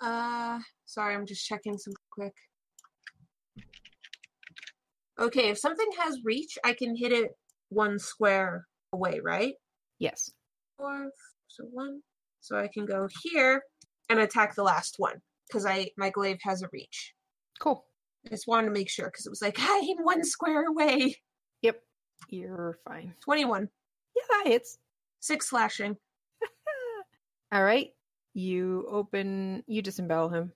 Speaker 5: Uh, sorry, I'm just checking some quick. Okay, if something has reach, I can hit it one square away, right?
Speaker 1: Yes.
Speaker 5: Four, so one. So I can go here and attack the last one because I my glaive has a reach.
Speaker 1: Cool.
Speaker 5: I just wanted to make sure because it was like I'm one square away.
Speaker 1: Yep. You're fine.
Speaker 5: Twenty-one,
Speaker 1: Yeah, that hits. Ah.
Speaker 5: six slashing.
Speaker 1: All right. You open. You disembowel him.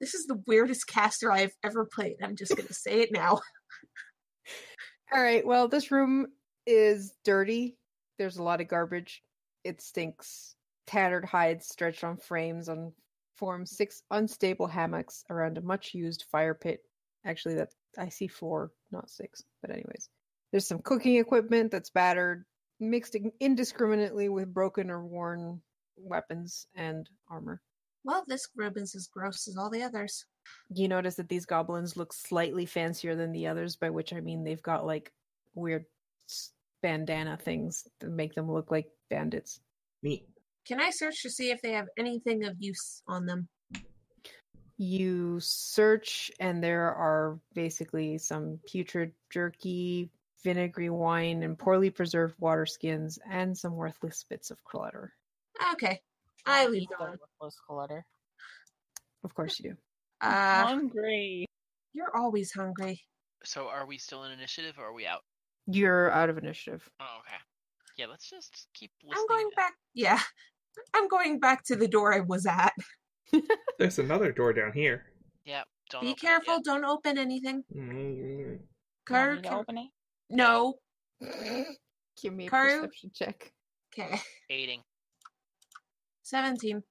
Speaker 5: This is the weirdest caster I've ever played. I'm just gonna say it now.
Speaker 1: All right. Well, this room is dirty. There's a lot of garbage. It stinks. Tattered hides stretched on frames on form six unstable hammocks around a much used fire pit. Actually, that I see four, not six. But anyways, there's some cooking equipment that's battered, mixed in- indiscriminately with broken or worn weapons and armor.
Speaker 5: Well, this ribbon's as gross as all the others.
Speaker 1: You notice that these goblins look slightly fancier than the others, by which I mean they've got like weird s- bandana things that make them look like bandits.
Speaker 3: Neat.
Speaker 5: Can I search to see if they have anything of use on them?
Speaker 1: You search, and there are basically some putrid jerky, vinegary wine, and poorly preserved water skins, and some worthless bits of clutter.
Speaker 5: Okay, I
Speaker 4: I'll
Speaker 5: leave
Speaker 4: eat the
Speaker 5: on.
Speaker 4: worthless clutter.
Speaker 1: Of course, you do.
Speaker 5: Uh,
Speaker 4: Hungry.
Speaker 5: you're always hungry.
Speaker 2: So are we still in initiative or are we out?
Speaker 1: You're out of initiative.
Speaker 2: Oh, okay. Yeah, let's just keep listening.
Speaker 5: I'm going
Speaker 2: to-
Speaker 5: back. Yeah, I'm going back to the door I was at.
Speaker 3: There's another door down here.
Speaker 2: Yeah. Don't
Speaker 5: Be
Speaker 2: open it yet.
Speaker 5: careful! Don't open anything.
Speaker 3: Mm,
Speaker 4: You want me
Speaker 5: Karu,
Speaker 4: to
Speaker 5: can-
Speaker 4: open it?
Speaker 5: no.
Speaker 1: Give me a
Speaker 5: Karu?
Speaker 1: perception check.
Speaker 5: Okay,
Speaker 2: Aiding.
Speaker 5: seventeen.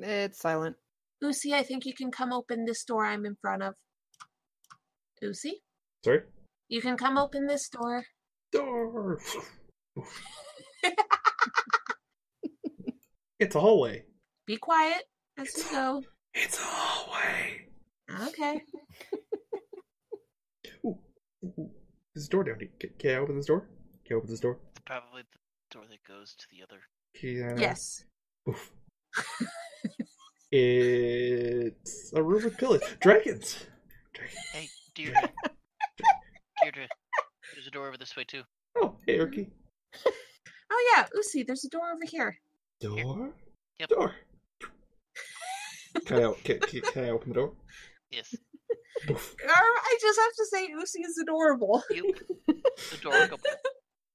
Speaker 1: It's silent.
Speaker 5: Usi, I think you can come open this door I'm in front of. Usi,
Speaker 3: Sorry.
Speaker 5: you can come open this door.
Speaker 3: Door. it's a hallway.
Speaker 5: Be quiet as you go.
Speaker 3: It's a hallway.
Speaker 5: Okay.
Speaker 3: Ooh. Ooh. There's a door down here. Can, can I open this door? Can I open this door?
Speaker 2: It's probably the door that goes to the other.
Speaker 3: Can I-
Speaker 5: Yes.
Speaker 3: Oof. it's a room with pillars. Dragons. Dragons.
Speaker 2: Hey, Deirdre. Deirdre. There's a door over this way too.
Speaker 3: Oh, hey, Erky.
Speaker 5: Oh yeah, Usi, there's a door over here.
Speaker 3: Door.
Speaker 2: Yep.
Speaker 3: Door. Can I, o- can, can, can I open the door?
Speaker 2: Yes.
Speaker 3: Oof.
Speaker 5: Or I just have to say, Usi is adorable.
Speaker 2: You. The door will go-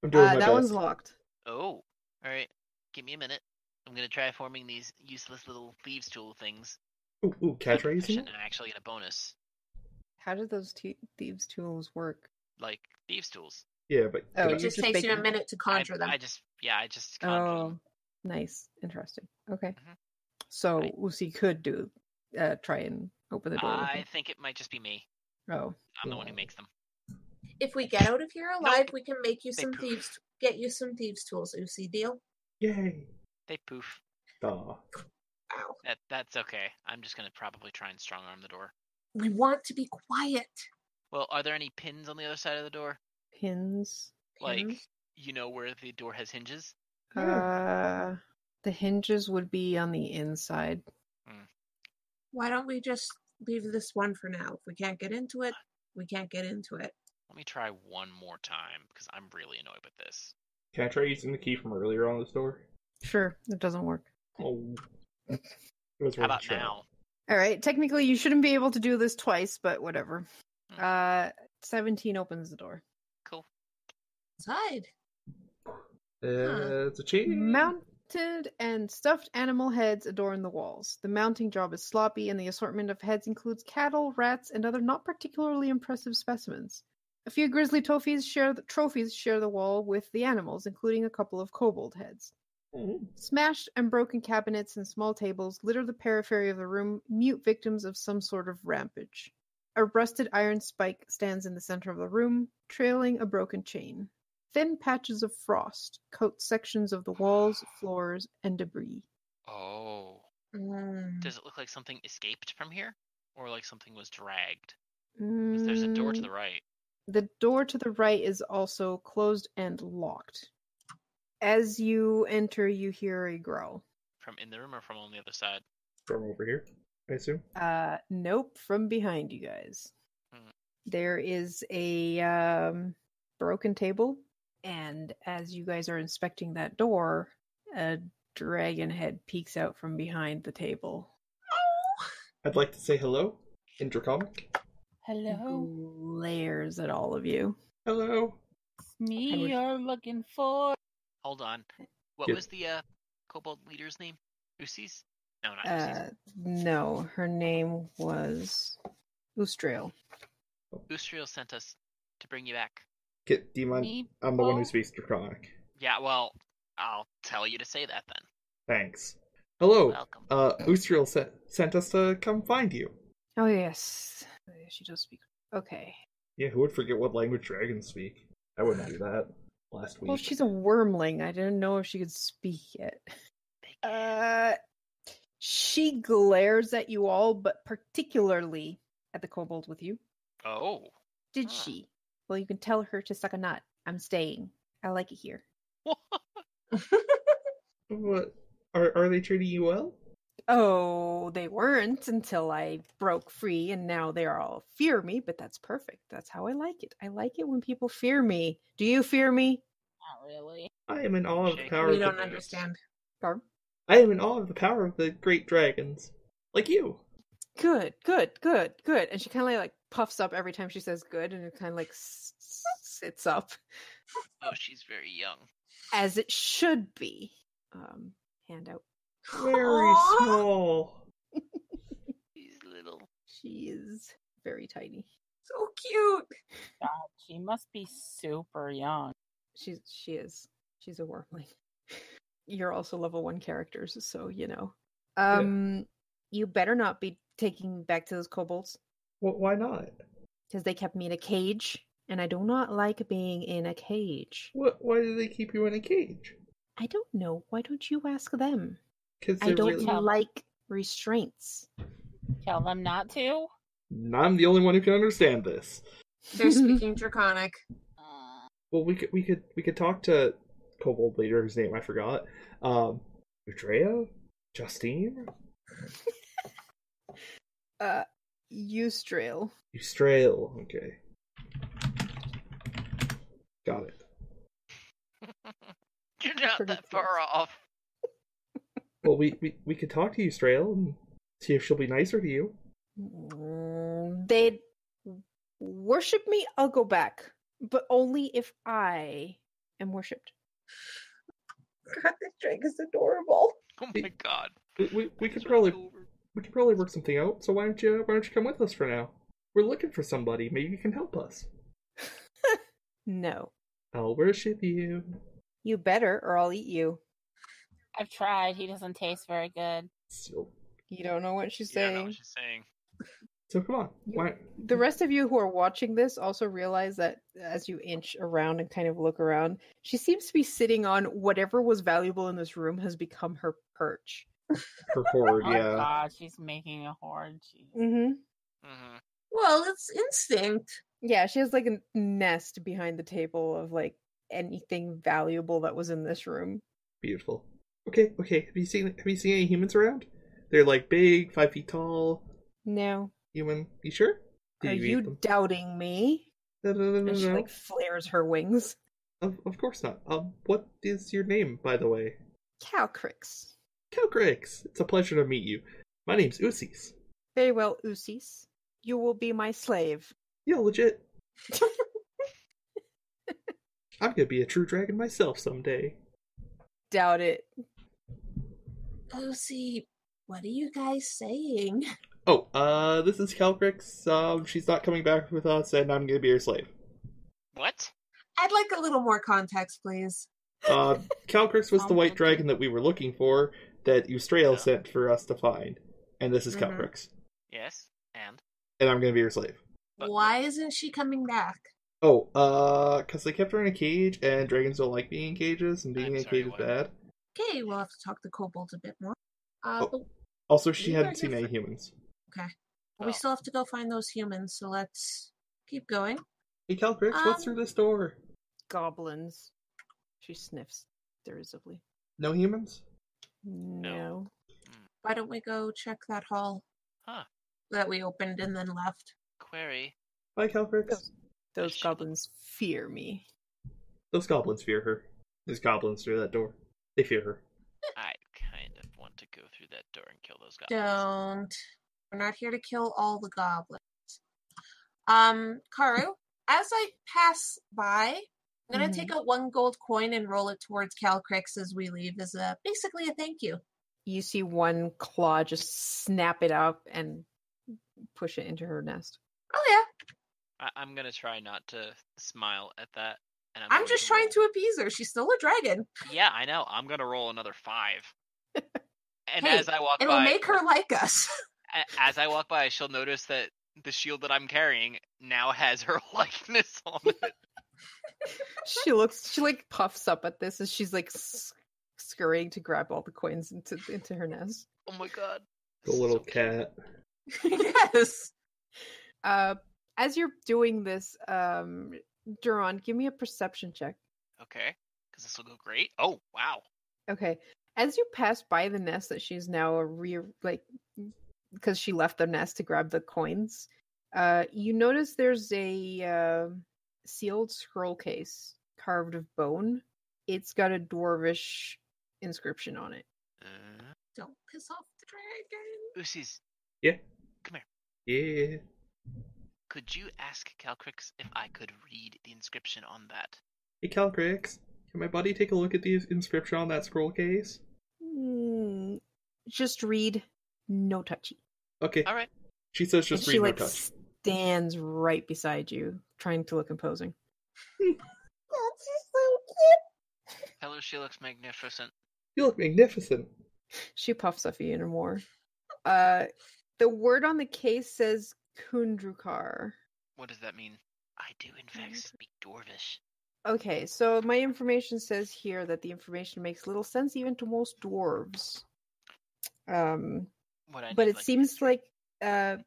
Speaker 3: I'm doing
Speaker 1: Uh,
Speaker 3: my
Speaker 1: that
Speaker 3: best.
Speaker 1: one's locked.
Speaker 2: Oh. Alright. Give me a minute. I'm gonna try forming these useless little thieves tool things.
Speaker 3: Ooh, ooh, cat
Speaker 2: I
Speaker 3: raising.
Speaker 2: shouldn't actually get a bonus.
Speaker 1: How did those t- thieves' tools work?
Speaker 2: Like thieves tools.
Speaker 3: Yeah, but
Speaker 1: Oh,
Speaker 5: It
Speaker 1: you
Speaker 3: but-
Speaker 5: just
Speaker 1: just
Speaker 5: takes
Speaker 1: make
Speaker 5: you a
Speaker 1: them-
Speaker 5: minute to
Speaker 2: I-
Speaker 5: conjure them.
Speaker 2: I just yeah, I just conjured
Speaker 1: Oh,
Speaker 2: them.
Speaker 1: nice, interesting. Okay,
Speaker 2: Mhm.
Speaker 1: so
Speaker 2: Right.
Speaker 1: Usi could do uh, try and open the door. with
Speaker 2: I
Speaker 1: him.
Speaker 2: think it might just be me.
Speaker 1: Oh,
Speaker 2: I'm the one who
Speaker 1: Yeah.
Speaker 2: makes them.
Speaker 5: if we get out of here alive, we can make you
Speaker 2: They
Speaker 5: some
Speaker 2: poof.
Speaker 5: thieves. Get you some thieves tools, Usi. Deal.
Speaker 3: Yay.
Speaker 2: They poof.
Speaker 3: Duh.
Speaker 5: Wow.
Speaker 2: That that's okay. I'm just gonna probably try and strong arm the door.
Speaker 5: We want to be quiet.
Speaker 2: Well, are there any pins on the other side of the door?
Speaker 1: pins.
Speaker 2: Like
Speaker 5: Pins?
Speaker 2: you know where the door has hinges?
Speaker 1: Uh, the hinges would be on the inside.
Speaker 5: Why don't we just leave this one for now? If we can't get into it, we can't get into it.
Speaker 2: Let me try one more time because I'm really annoyed with this.
Speaker 3: Can I try using the key from earlier on this door?
Speaker 1: Sure, it doesn't work.
Speaker 3: Oh. It was
Speaker 2: How
Speaker 3: worth a
Speaker 2: about
Speaker 3: try.
Speaker 2: now?
Speaker 1: All right, technically you shouldn't be able to do this twice, but whatever.
Speaker 2: Hmm.
Speaker 1: Uh, seventeen opens the door.
Speaker 2: Cool.
Speaker 5: Inside.
Speaker 3: Uh, it's a chain.
Speaker 1: Mounted and stuffed animal heads adorn the walls. The mounting job is sloppy, and the assortment of heads includes cattle, rats, and other not particularly impressive specimens. A few grizzly trophies share the, trophies share the wall with the animals, including a couple of kobold heads.
Speaker 3: Mm-hmm.
Speaker 1: Smashed and broken cabinets and small tables litter the periphery of the room, mute victims of some sort of rampage. A rusted iron spike stands in the center of the room, trailing a broken chain. Thin patches of frost coat sections of the walls, floors, and debris.
Speaker 2: Oh.
Speaker 1: Hmm.
Speaker 5: Mm.
Speaker 2: Does it look like something escaped from here? Or like something was dragged? 'Cause there's a door to
Speaker 1: Mm,
Speaker 2: the right.
Speaker 1: The door to the right is also closed and locked. As you enter, you hear a growl.
Speaker 2: From in the room or from on the other side?
Speaker 3: From over here, I assume.
Speaker 1: Uh, nope, from behind you guys.
Speaker 2: Hmm.
Speaker 1: There is a um, broken table, and as you guys are inspecting that door, a dragon head peeks out from behind the table.
Speaker 3: I'd like to say hello, Indracomic.
Speaker 4: Hello.
Speaker 1: Glares at all of you.
Speaker 3: Hello.
Speaker 4: It's me
Speaker 1: would-
Speaker 4: you're looking for.
Speaker 2: Hold on.
Speaker 1: Eh,
Speaker 2: What
Speaker 3: Yeah.
Speaker 2: was the uh, kobold leader's name? Usis? No, not
Speaker 1: Uh,
Speaker 2: Usis.
Speaker 1: no, her name was Ustrail.
Speaker 2: Ustriel sent us to bring you back.
Speaker 3: Kit, do you mind?
Speaker 4: Me.
Speaker 3: I'm the one who
Speaker 4: people?
Speaker 3: speaks Draconic.
Speaker 2: Yeah, well, I'll tell you to say that then.
Speaker 3: Thanks. Hello.
Speaker 2: Welcome.
Speaker 3: Uh, Ustriel se- sent us to come find you.
Speaker 1: Oh yes, Uh, she does speak. Okay.
Speaker 3: Yeah, who would forget what language dragons speak? I wouldn't do that last week.
Speaker 1: Well, she's a wormling. I didn't know if she could speak it. Uh, she glares at you all, but particularly at the kobold with you.
Speaker 2: Oh.
Speaker 1: Did
Speaker 2: Ah.
Speaker 1: she? Well, you can tell her to suck a nut. I'm staying. I like it here.
Speaker 2: Oh,
Speaker 3: What? Are, are they treating you well?
Speaker 1: Oh, they weren't until I broke free, and now they are all fear me. But that's perfect. That's how I like it. I like it when people fear me. Do you fear me,
Speaker 4: Not really.
Speaker 3: I am in awe of the
Speaker 2: Shake.
Speaker 3: power
Speaker 5: We
Speaker 3: of
Speaker 5: don't
Speaker 3: the,
Speaker 5: understand.
Speaker 1: Garb?
Speaker 3: I am in awe of the power of the great dragons. Like you.
Speaker 1: good, good, good, good. And she kind of like puffs up every time she says good, and it kind of like s- s- sits up
Speaker 2: Oh, she's very young.
Speaker 1: as it should be. Um, handout.
Speaker 3: Very
Speaker 5: Aw.
Speaker 3: small.
Speaker 2: She's little.
Speaker 1: She is very tiny.
Speaker 5: So cute.
Speaker 4: God, she must be super young.
Speaker 1: She's she is she's a wormling. You're also level one characters, so you know.
Speaker 3: Yeah.
Speaker 1: Um, you better not be taking back to those kobolds
Speaker 3: Wh- why not?
Speaker 1: because they kept me in a cage, and I do not like being in a cage.
Speaker 3: What? Why do they keep you in a cage?
Speaker 1: I don't know. Why don't you ask them?
Speaker 3: Because
Speaker 1: I
Speaker 3: they're
Speaker 1: don't
Speaker 3: really.
Speaker 4: know.
Speaker 1: like restraints.
Speaker 4: Tell them not to.
Speaker 3: I'm the only one who can understand this.
Speaker 5: They're speaking draconic.
Speaker 4: Uh,
Speaker 3: Well, we could we could we could talk to kobold leader whose name I forgot. Um, Udrea, Justine,
Speaker 1: uh, Eustrail.
Speaker 3: Ustrail. Okay, got it.
Speaker 2: You're not
Speaker 1: Pretty
Speaker 2: that far off.
Speaker 3: Well, we we, we could talk to Ustrail and see if she'll be nicer to you.
Speaker 1: Mm, They worship me. I'll go back, but only if I am worshipped.
Speaker 5: God, this drink is adorable.
Speaker 2: Oh my god.
Speaker 3: We we, we could
Speaker 2: Sorry,
Speaker 3: probably
Speaker 2: over.
Speaker 3: we could probably work something out. So why don't you why don't you come with us for now? We're looking for somebody. Maybe you can help us. Oh,
Speaker 1: No,
Speaker 3: I'll worship you.
Speaker 1: you better, or I'll eat you.
Speaker 4: I've tried. He doesn't taste very good.
Speaker 3: So,
Speaker 1: You don't know what she's
Speaker 2: You don't know
Speaker 1: saying.
Speaker 2: what she's saying.
Speaker 3: so come on.
Speaker 1: You-
Speaker 3: Why?
Speaker 1: The rest of you who are watching this also realize that as you inch around and kind of look around, she seems to be sitting on whatever was valuable in this room has become her perch.
Speaker 3: Her horde,
Speaker 4: Oh
Speaker 3: yeah.
Speaker 4: God, she's making a horn. She...
Speaker 5: Mm.
Speaker 1: Mm-hmm.
Speaker 2: hmm
Speaker 5: Well, it's instinct.
Speaker 1: Yeah, she has like a nest behind the table of like anything valuable that was in this room.
Speaker 3: Beautiful. Okay, okay. Have you seen Have you seen any humans around? They're like big, five feet tall.
Speaker 1: No.
Speaker 3: Human. You sure? Did
Speaker 1: Are
Speaker 3: you,
Speaker 1: you
Speaker 3: eat them?
Speaker 1: doubting me?
Speaker 3: No, no, no, no,
Speaker 1: And she
Speaker 3: no.
Speaker 1: like flares her wings.
Speaker 3: Of, of course not. Um, what is your name, by the way?
Speaker 1: Calcrix.
Speaker 3: Calgrix. It's a pleasure to meet you. My name's Usis.
Speaker 1: Very well, Usis. You will be my slave.
Speaker 3: Yeah, legit. I'm gonna be a true dragon myself someday.
Speaker 1: Doubt it.
Speaker 5: Lucy, what are you guys saying?
Speaker 3: Oh, uh, this is Calgrix. Um, she's not coming back with us, and I'm gonna be her slave.
Speaker 2: What?
Speaker 5: I'd like a little more context, please.
Speaker 3: Uh, Calcrix was the
Speaker 4: Um,
Speaker 3: white
Speaker 4: okay.
Speaker 3: dragon that we were looking for that Eustrail
Speaker 2: Yeah.
Speaker 3: sent for us to find. And this is
Speaker 1: Mm-hmm.
Speaker 5: Mhm.
Speaker 3: Calcrix.
Speaker 2: Yes, and
Speaker 3: And I'm going to be your slave.
Speaker 2: But-
Speaker 5: Why isn't she coming back?
Speaker 3: Oh, uh, because they kept her in a cage, and dragons don't like being in cages, and being
Speaker 2: I'm
Speaker 3: in a
Speaker 2: sorry,
Speaker 3: cage is
Speaker 2: what?
Speaker 3: bad.
Speaker 5: Okay, we'll have to talk to Kobold a bit more. Uh,
Speaker 3: Oh,
Speaker 5: but
Speaker 3: Also, she
Speaker 5: You
Speaker 3: hadn't
Speaker 5: guys are
Speaker 3: seen any
Speaker 5: fr-
Speaker 3: humans.
Speaker 5: we
Speaker 2: well,
Speaker 5: still have to go find those humans, so let's keep going.
Speaker 3: Hey, Calcrix, what's through
Speaker 5: Um,
Speaker 3: this door?
Speaker 1: Goblins. She sniffs derisively.
Speaker 3: No humans?
Speaker 1: No.
Speaker 5: Why don't we go check that hall
Speaker 2: Huh.
Speaker 5: that we opened and then left?
Speaker 2: query.
Speaker 3: Bye, Calcrix.
Speaker 1: Those, those
Speaker 2: She-
Speaker 1: goblins fear me.
Speaker 3: Those goblins fear her. There's goblins through that door. They fear her.
Speaker 2: I kind of want to go through that door and kill those guys.
Speaker 5: Don't. We're not here to kill all the goblins. Um, Karu, as I pass by, I'm gonna take out one gold coin and roll it towards Calcrix as we leave as a basically a thank you.
Speaker 1: You see one claw just snap it up and push it into her nest.
Speaker 5: Oh yeah.
Speaker 2: I- I'm gonna try not to smile at that. And
Speaker 5: I'm
Speaker 2: going
Speaker 5: just trying
Speaker 2: roll-
Speaker 5: to appease her. She's still a dragon.
Speaker 2: Yeah, I know. I'm gonna roll another five. And
Speaker 5: Hey,
Speaker 2: as I walk
Speaker 5: It'll
Speaker 2: by,
Speaker 5: make her like us.
Speaker 2: a- as I walk by, she'll notice that the shield that I'm carrying now has her likeness on it.
Speaker 1: She looks. She like puffs up at this, and she's like s- scurrying to grab all the coins into into her nest.
Speaker 2: Oh my god.
Speaker 3: The
Speaker 2: This is so
Speaker 3: little
Speaker 2: cute.
Speaker 3: cat.
Speaker 5: yes.
Speaker 1: Uh, as you're doing this, um, Duron, give me a perception check.
Speaker 2: Okay, because this will go great. Oh wow.
Speaker 1: Okay. As you pass by the nest that she's now a rear like because she left the nest to grab the coins, uh you notice there's a uh, sealed scroll case carved of bone. It's got a dwarvish inscription on it.
Speaker 2: Uh,
Speaker 5: Don't piss off the dragon.
Speaker 2: Usis,
Speaker 3: Yeah.
Speaker 2: could you ask Calcrix if I could read the inscription on that?
Speaker 3: Hey, Calcrix, can my buddy take a look at the inscription on that scroll case?
Speaker 1: Mm, just read no touchy.
Speaker 3: Okay.
Speaker 2: All right.
Speaker 3: She says just
Speaker 1: And she
Speaker 3: read
Speaker 1: like
Speaker 3: no touch.
Speaker 1: stands right beside you, trying to look imposing.
Speaker 5: That's just so cute.
Speaker 2: Tell her she looks magnificent.
Speaker 3: You look magnificient.
Speaker 1: She puffs up even more. Uh, the word on the case says Kundrukar.
Speaker 2: What does that mean? I do in
Speaker 1: Mm-hmm.
Speaker 2: fact speak Dwarvish.
Speaker 1: Okay, so my information says here that the information makes little sense even to most dwarves. Um,
Speaker 2: What I
Speaker 1: but
Speaker 2: need,
Speaker 1: it
Speaker 2: like,
Speaker 1: seems like uh,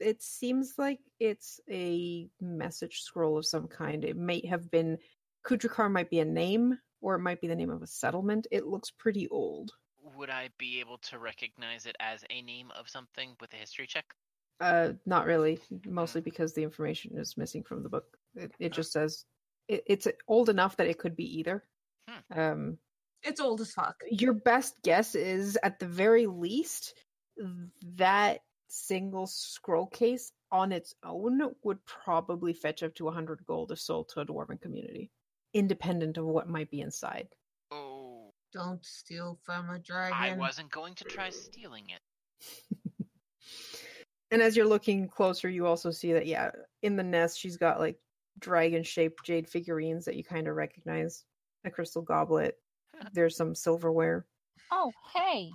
Speaker 1: it seems like it's a message scroll of some kind. It might have been Kundrukar might be a name, or it might be the name of a settlement. It looks pretty old.
Speaker 2: would I be able to recognize it as a name of something with a history check?
Speaker 1: Uh, not really. Mostly
Speaker 2: Mm-hmm.
Speaker 1: because the information is missing from the book. It, it just says it, it's old enough that it could be either.
Speaker 2: Hmm.
Speaker 1: Um,
Speaker 5: It's old as fuck.
Speaker 1: your best guess is, at the very least, that single scroll case on its own would probably fetch up to 100 gold if sold to a dwarven community, independent of what might be inside.
Speaker 2: Oh,
Speaker 5: Don't steal from a dragon.
Speaker 2: I wasn't going to try stealing it.
Speaker 1: and as you're looking closer, you also see that, yeah, in the nest, she's got like dragon shaped jade figurines that you kind of recognize, a crystal goblet. There's some silverware.
Speaker 4: Oh, hey,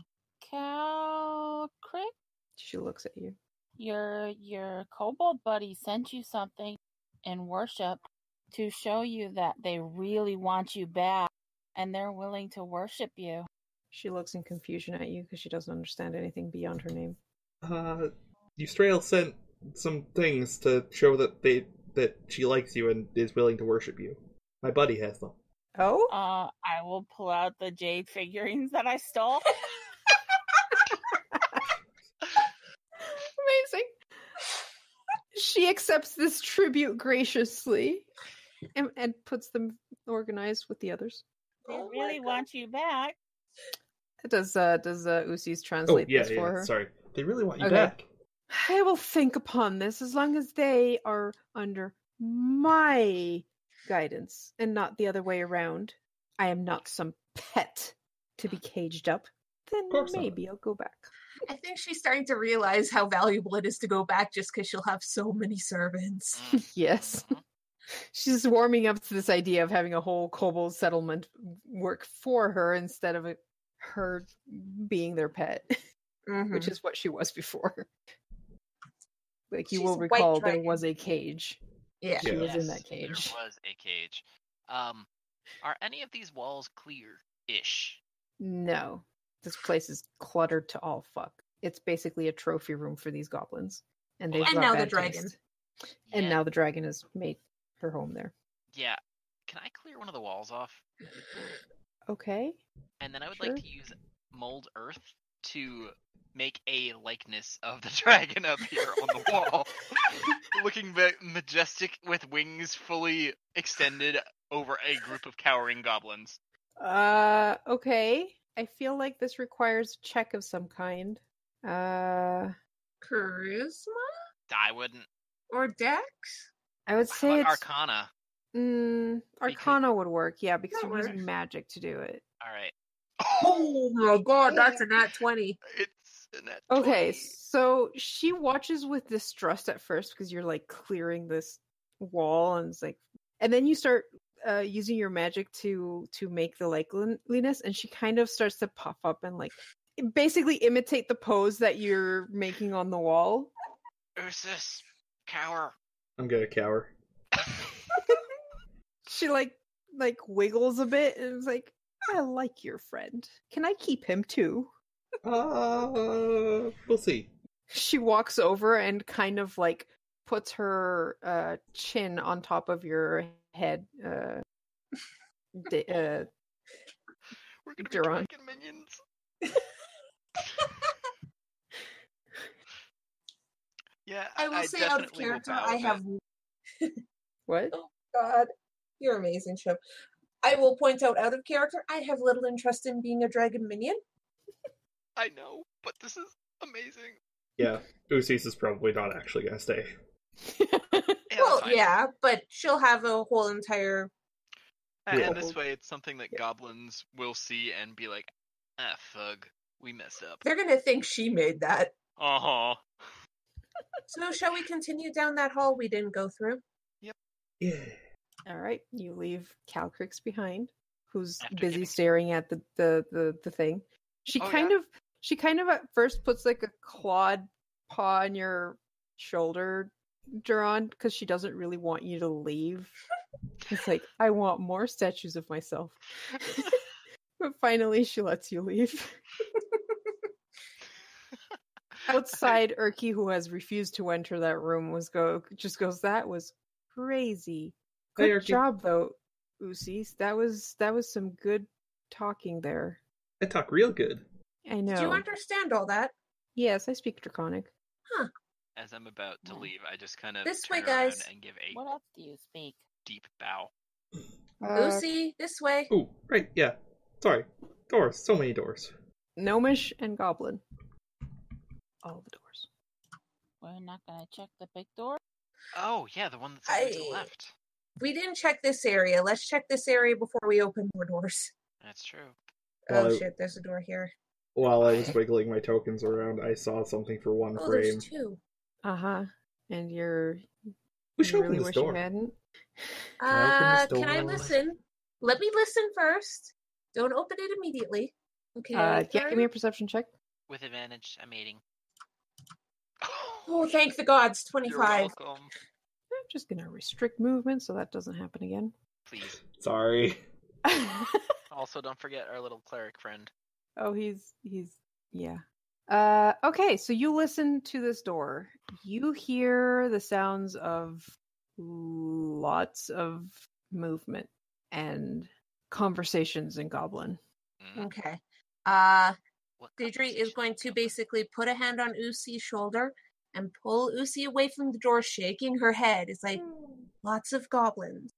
Speaker 4: Cal Crick,
Speaker 1: She looks at you.
Speaker 4: your your kobold buddy sent you something in worship to show you that they really want you back, and they're willing to worship you.
Speaker 1: She looks in confusion at you because she doesn't understand anything beyond her name.
Speaker 3: Uh, Eustrail sent some things to show that they that she likes you and is willing to worship you. My buddy has them.
Speaker 1: Oh?
Speaker 4: Uh, I will pull out the jade figurines that I stole.
Speaker 1: Amazing. She accepts this tribute graciously and, and puts them organized with the others.
Speaker 4: They
Speaker 5: Oh my
Speaker 4: really
Speaker 5: God.
Speaker 4: want you back.
Speaker 1: Does uh does uh Usi's
Speaker 3: Oh
Speaker 1: translate
Speaker 3: yeah,
Speaker 1: this for
Speaker 3: yeah.
Speaker 1: her?
Speaker 3: Sorry, they really want you
Speaker 1: Okay.
Speaker 3: back.
Speaker 1: I will think upon this as long as they are under my guidance and not the other way around. I am not some pet to be caged up. Then
Speaker 3: course not.
Speaker 1: maybe I'll go back.
Speaker 5: I think she's starting to realize how valuable it is to go back just because she'll have so many servants.
Speaker 2: Mm,
Speaker 1: Yes.
Speaker 2: mhm.
Speaker 1: she's warming up to this idea of having a whole kobold settlement work for her instead of it, her being their pet,
Speaker 5: Mhm.
Speaker 1: which is what she was before. Like you
Speaker 5: She's
Speaker 1: will
Speaker 5: a white
Speaker 1: recall, there
Speaker 5: dragon.
Speaker 1: was a cage.
Speaker 5: yeah.
Speaker 1: She was in
Speaker 2: Yes,
Speaker 1: that cage.
Speaker 2: There was a cage. Um, are any of these walls clear-ish?
Speaker 1: No, this place is cluttered to all fuck. It's basically a trophy room for these goblins, and they've
Speaker 2: And
Speaker 1: got
Speaker 5: now the
Speaker 1: bad
Speaker 5: dragon.
Speaker 1: taste. And
Speaker 2: yeah.
Speaker 1: now the dragon has made her home there.
Speaker 2: yeah. Can I clear one of the walls off?
Speaker 1: Okay.
Speaker 2: And then I would
Speaker 1: Sure.
Speaker 2: like to use mold earth to make a likeness of the dragon up here on the wall, looking ma- majestic with wings fully extended over a group of cowering goblins.
Speaker 1: Uh, okay. I feel like this requires a check of some kind. Uh,
Speaker 5: Charisma
Speaker 2: I wouldn't.
Speaker 5: or Dex?
Speaker 1: I would
Speaker 2: How
Speaker 1: say
Speaker 2: about
Speaker 1: it's
Speaker 2: Arcana.
Speaker 1: mm, Arcana would work, yeah, because
Speaker 5: That
Speaker 1: you're
Speaker 5: works.
Speaker 1: using magic to do it.
Speaker 2: All right.
Speaker 5: Oh my god, that's a nat 20.
Speaker 2: It's an nat
Speaker 1: Okay,
Speaker 2: 20.
Speaker 1: so she watches with distrust at first because you're like clearing this wall, and it's like, and then you start uh, using your magic to to make the likeliness, and she kind of starts to puff up and like basically imitate the pose that you're making on the wall.
Speaker 2: Ursus, cower.
Speaker 3: I'm gonna cower.
Speaker 1: She like like wiggles a bit and is like, I like your friend. Can I keep him too?
Speaker 3: Uh, we'll see.
Speaker 1: she walks over and kind of like puts her uh chin on top of your head uh, d- uh
Speaker 2: We're gonna
Speaker 1: Duron.
Speaker 2: be dragon minions. yeah,
Speaker 5: I will say out of
Speaker 2: definitely will
Speaker 5: character,
Speaker 2: bow
Speaker 5: I
Speaker 2: a bit.
Speaker 5: have
Speaker 1: what
Speaker 5: God, you're amazing, Chip. I will point out out of character, I have little interest in being a dragon minion.
Speaker 2: I know, but this is amazing.
Speaker 3: Yeah, Usis is probably not actually gonna stay.
Speaker 2: Yeah,
Speaker 5: well,
Speaker 2: that's fine.
Speaker 5: yeah, but she'll have a whole entire.
Speaker 2: And
Speaker 1: Yeah.
Speaker 2: this way, it's something that goblins will see and be like, "Ah, fug, we messed up."
Speaker 5: They're gonna think she made that.
Speaker 2: Uh huh.
Speaker 5: So, shall we continue down that hall we didn't go through?
Speaker 3: Yeah.
Speaker 1: all right you leave calcrix behind who's
Speaker 2: After
Speaker 1: busy
Speaker 2: giving-
Speaker 1: staring at the the the, the thing she
Speaker 2: Oh, yeah.
Speaker 1: kind of she kind of at first puts like a clawed paw on your shoulder Duron, because she doesn't really want you to leave it's like i want more statues of myself But finally, she lets you leave. Outside, Erky, who has refused to enter that room, was go just goes. That was crazy.
Speaker 3: Hey,
Speaker 1: Good
Speaker 3: Erky.
Speaker 1: job, though, Usis. That was that was some good talking there.
Speaker 3: I talk real good.
Speaker 1: I know.
Speaker 5: Did you understand all that?
Speaker 1: yes, I speak Draconic.
Speaker 2: As I'm about to
Speaker 4: Yeah.
Speaker 2: leave, I just kind of
Speaker 5: This
Speaker 2: turn
Speaker 5: way,
Speaker 2: around
Speaker 5: guys.
Speaker 2: and give a
Speaker 4: What else do you speak?
Speaker 2: deep bow.
Speaker 1: Uh,
Speaker 5: Lucy, this way.
Speaker 3: Oh, right, yeah. Sorry. Doors, so many doors.
Speaker 1: Gnomish and Goblin. All the doors.
Speaker 4: We're not gonna check the big door.
Speaker 2: Oh yeah, the one that's over to the
Speaker 5: I-
Speaker 2: left.
Speaker 5: We didn't check this area. Let's check this area before we open more doors.
Speaker 2: That's true.
Speaker 5: oh
Speaker 3: Well,
Speaker 5: shit, there's a door here.
Speaker 3: While I was wiggling my tokens around, I saw something for one
Speaker 5: Oh,
Speaker 3: frame.
Speaker 5: there's two.
Speaker 1: Uh huh. And you're.
Speaker 3: We
Speaker 1: you
Speaker 3: should open
Speaker 1: really
Speaker 3: this
Speaker 1: wish you
Speaker 3: door.
Speaker 1: hadn't.
Speaker 5: Uh,
Speaker 3: I open this
Speaker 5: can I
Speaker 3: door?
Speaker 5: listen? Let me listen first. Don't open it immediately. Okay.
Speaker 1: Uh, yeah, give
Speaker 5: turn.
Speaker 1: me a perception check.
Speaker 2: With advantage, I'm aiding.
Speaker 5: Oh, thank the gods, 25.
Speaker 2: You're welcome.
Speaker 1: I'm just gonna restrict movement so that doesn't happen again.
Speaker 2: Please.
Speaker 3: Sorry.
Speaker 2: Also, don't forget our little cleric friend.
Speaker 1: oh, he's he's yeah. Uh, okay, so you listen to this door. You hear the sounds of lots of movement and conversations in Goblin.
Speaker 2: Mm.
Speaker 5: Okay. Uh,
Speaker 2: What
Speaker 5: Deidre
Speaker 2: conversation
Speaker 5: is going to
Speaker 2: going on?
Speaker 5: basically put a hand on Usi's shoulder and pull Usi away from the door, shaking her head. It's like,
Speaker 2: Hmm.
Speaker 5: lots of goblins.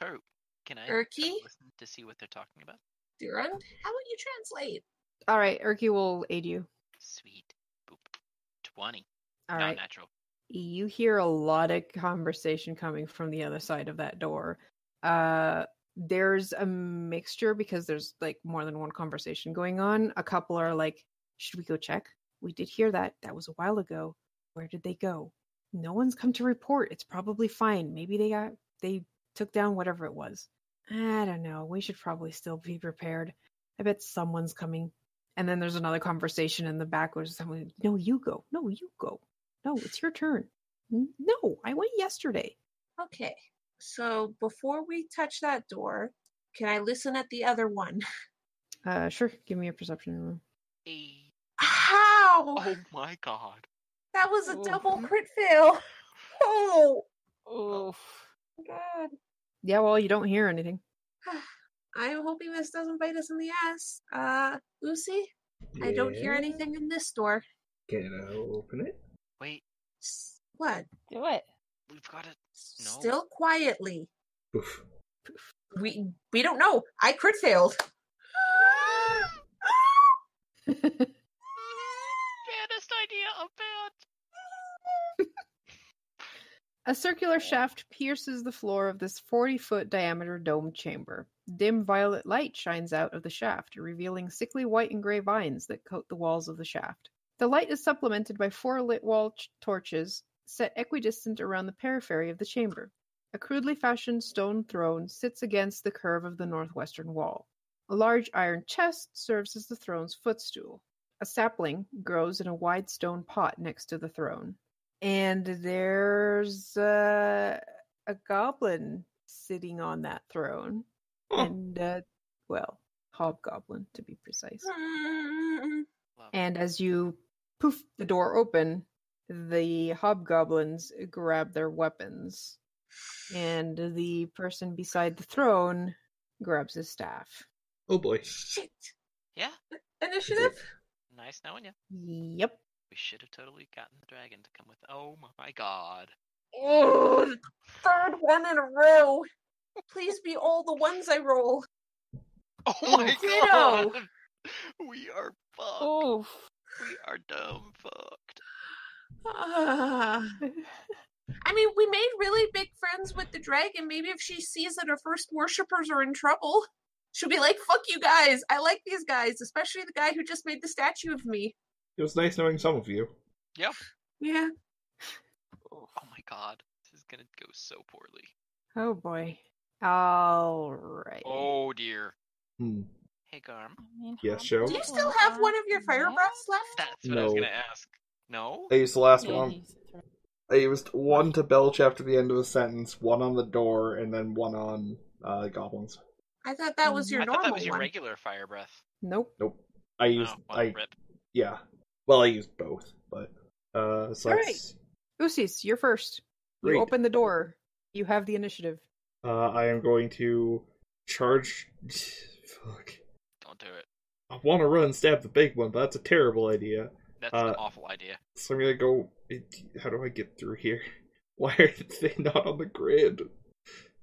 Speaker 2: Karu, can I try to
Speaker 5: Erky?
Speaker 2: listen to see what they're talking about?
Speaker 5: Durand, how would you translate?
Speaker 1: All right, Erky will aid you.
Speaker 2: Sweet. Boop. 20.
Speaker 1: All
Speaker 2: Not
Speaker 1: right,
Speaker 2: natural.
Speaker 1: you hear a lot of conversation coming from the other side of that door. Uh, there's a mixture because there's like more than one conversation going on. A couple are like, "Should we go check? We did hear that. That was a while ago. Where did they go? no one's come to report. It's probably fine. Maybe they got they took down whatever it was. I don't know. We should probably still be prepared. I bet someone's coming. And then there's another conversation in the back where someone, no, you go. No, you go. No, it's your turn. "N- No, I went yesterday.
Speaker 5: Okay. So before we touch that door, can I listen at the other one?
Speaker 1: Uh, sure. Give me a perception room.
Speaker 2: Hey.
Speaker 5: How?
Speaker 2: Oh my god.
Speaker 5: That was a
Speaker 4: Ooh.
Speaker 5: double crit fail. Oh
Speaker 4: Oof.
Speaker 5: god.
Speaker 1: Yeah, well, you don't hear anything.
Speaker 5: I'm hoping this doesn't bite us in the ass. Uh Lucy, I don't hear
Speaker 3: Yeah.
Speaker 5: anything in this door.
Speaker 3: Can I open it?
Speaker 2: Wait,
Speaker 5: S- What?
Speaker 4: Do it.
Speaker 2: we've got it.
Speaker 5: S-
Speaker 2: No.
Speaker 5: Still quietly.
Speaker 3: Oof.
Speaker 5: We we don't know. I crit failed.
Speaker 2: Baddest idea of bad.
Speaker 1: A circular shaft pierces the floor of this 40 foot diameter dome chamber. Dim violet light shines out of the shaft, revealing sickly white and gray vines that coat the walls of the shaft. The light is supplemented by four lit wall ch- torches set equidistant around the periphery of the chamber. A crudely fashioned stone throne sits against the curve of the northwestern wall. A large iron chest serves as the throne's footstool. A sapling grows in a wide stone pot next to the throne and there's uh, a goblin sitting on that throne
Speaker 3: Huh.
Speaker 1: and uh, well hobgoblin to be precise
Speaker 5: Mm,
Speaker 2: Love it.
Speaker 1: and as you poof the door open the hobgoblins grab their weapons and the person beside the throne grabs his staff
Speaker 3: Oh boy.
Speaker 5: Shit.
Speaker 2: Yeah,
Speaker 5: Initiative?
Speaker 2: nice knowing you.
Speaker 1: yep
Speaker 2: We should have totally gotten the dragon to come with. Oh my god.
Speaker 5: Oh, the third one in a row. Please be all the ones I roll.
Speaker 2: Oh my
Speaker 5: Kiddo! Oh.
Speaker 2: god. We are fucked.
Speaker 4: Oof.
Speaker 2: We are dumb fucked.
Speaker 5: Ah. I mean, we made really big friends with the dragon. Maybe if she sees that her first worshippers are in trouble, she'll be like, fuck you guys. I like these guys, especially the guy who just made the statue of me.
Speaker 3: It was nice knowing some of you.
Speaker 5: Yeah.
Speaker 2: Oh my god. This is gonna go so poorly.
Speaker 1: oh boy all right
Speaker 2: Oh dear.
Speaker 3: Hmm.
Speaker 2: Hey Garm.
Speaker 4: I mean,
Speaker 3: Yeah,
Speaker 4: how
Speaker 3: sure.
Speaker 5: Do you
Speaker 4: big
Speaker 5: still
Speaker 4: ones
Speaker 5: have
Speaker 4: are
Speaker 5: one of your fire
Speaker 4: that?
Speaker 5: breaths left?
Speaker 2: That's what I was
Speaker 3: No.
Speaker 2: gonna ask. No?
Speaker 3: I used the last
Speaker 4: Yeah,
Speaker 3: one.
Speaker 4: he's a threat.
Speaker 3: I used one to belch after the end of a sentence, one on the door, and then one on uh, goblins.
Speaker 5: I thought that was your
Speaker 2: Mm, I
Speaker 5: normal
Speaker 2: thought that was your
Speaker 5: one.
Speaker 2: regular fire breath.
Speaker 1: nope
Speaker 3: Nope. I used.
Speaker 2: oh, well,
Speaker 3: I
Speaker 2: rip.
Speaker 3: yeah. Well, I used both, but uh, so
Speaker 1: All
Speaker 3: that's
Speaker 1: usis you're first you
Speaker 3: great.
Speaker 1: open the door you have the initiative
Speaker 3: Uh, I am going to charge. Fuck.
Speaker 2: Don't do it.
Speaker 3: I want to run and stab the big one, but that's a terrible idea.
Speaker 2: That's
Speaker 3: Uh,
Speaker 2: an awful idea.
Speaker 3: So I'm gonna go. it- How do I get through here? Why are they not on the grid?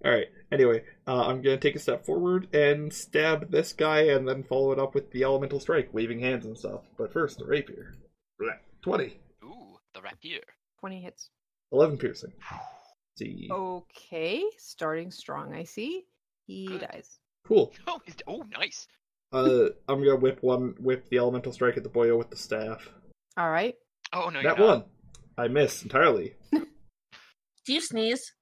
Speaker 3: All right. Anyway, uh, I'm gonna take a step forward and stab this guy, and then follow it up with the elemental strike, waving hands and stuff. But first, the rapier. Blah. Twenty.
Speaker 2: Ooh, the rapier.
Speaker 1: 20 hits
Speaker 3: Eleven piercing. See.
Speaker 1: Oh. Okay, starting strong, I see. He
Speaker 2: Good.
Speaker 1: dies.
Speaker 3: Cool.
Speaker 2: Oh, he's- oh, nice.
Speaker 3: Uh, I'm gonna whip one, whip the elemental strike at the boyo with the staff.
Speaker 1: All right.
Speaker 2: Oh no,
Speaker 3: that
Speaker 2: you're not.
Speaker 3: one, I miss entirely.
Speaker 5: Do you sneeze?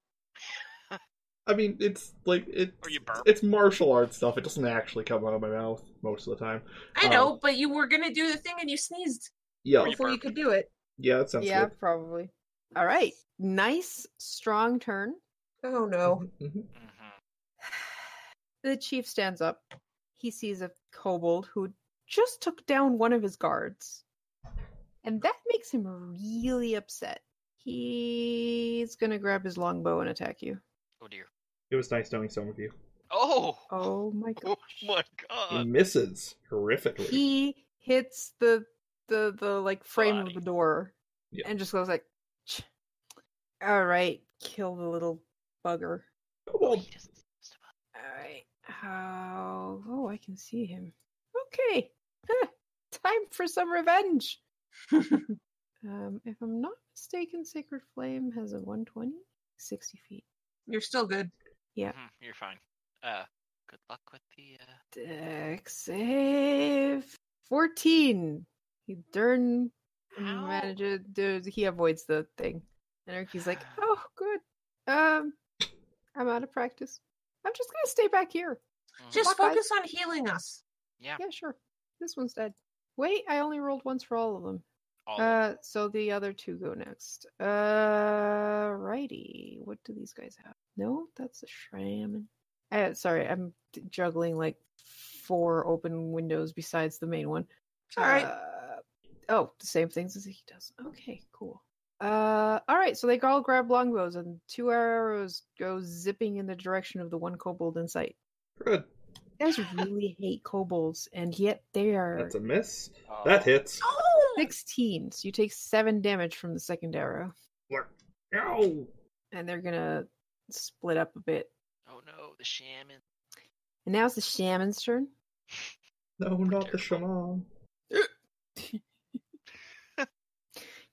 Speaker 3: I mean, it's like it.
Speaker 2: Or you burp.
Speaker 3: It's martial arts stuff. It doesn't actually come out of my mouth most of the time.
Speaker 5: I
Speaker 3: Oh.
Speaker 5: know, but you were going to do the thing and you sneezed
Speaker 3: Yeah,
Speaker 2: you
Speaker 5: before you
Speaker 2: burped.
Speaker 5: could do it.
Speaker 3: yeah, that sounds
Speaker 1: yeah,
Speaker 3: good.
Speaker 1: probably. All right. Nice, strong turn.
Speaker 5: Oh no.
Speaker 3: Mhm.
Speaker 2: Mhm.
Speaker 1: The chief stands up. He sees a kobold who just took down one of his guards. And that makes him really upset. He's going to grab his longbow and attack you.
Speaker 2: Oh dear.
Speaker 3: It was nice knowing some of you.
Speaker 2: Oh.
Speaker 1: Oh my
Speaker 2: Oh
Speaker 1: gosh.
Speaker 2: my
Speaker 3: He
Speaker 2: god.
Speaker 3: misses horrifically.
Speaker 1: He hits the the the like frame
Speaker 2: Body.
Speaker 1: of the door
Speaker 3: Yeah.
Speaker 1: and just goes like "Tch. all right kill the little bugger
Speaker 2: Oh,
Speaker 3: Kobold.
Speaker 2: he doesn't seem to have-
Speaker 1: all right how oh i can see him okay Huh. time for some revenge um if i'm not mistaken sacred flame has a 120 60 feet
Speaker 5: You're still good.
Speaker 1: Yeah.
Speaker 2: Mhm, You're fine. Uh, good luck with the uh.
Speaker 1: deck save 14 he darn
Speaker 2: How?
Speaker 1: manages he avoids the thing And Erky's like, "Oh, good. Um, I'm out of practice. I'm just gonna stay back here.
Speaker 2: Mhm.
Speaker 5: Just
Speaker 1: Buckeye.
Speaker 5: focus on healing us.
Speaker 2: yeah,
Speaker 1: Yeah, sure. This one's dead. Wait, I only rolled once for all of them.
Speaker 2: all of
Speaker 1: Uh, so the other two go next. Uh, righty. What do these guys have? No, that's a shaman. Uh, sorry, I'm d- juggling like four open windows besides the main one.
Speaker 5: All right.
Speaker 1: Uh, oh, the same things as he does. Okay, cool. Uh, all right. So they all grab longbows, and two arrows go zipping in the direction of the one kobold in sight.
Speaker 3: Good.
Speaker 1: You guys really hate kobolds, and yet they are
Speaker 3: That's a miss.
Speaker 2: Oh.
Speaker 3: That hits.
Speaker 5: Oh,
Speaker 1: 16, so you take 7 damage from the second arrow.
Speaker 3: Ow!
Speaker 1: And they're gonna split up a bit.
Speaker 2: Oh no, the shaman.
Speaker 1: And now it's the shaman's turn.
Speaker 3: No, not the shaman.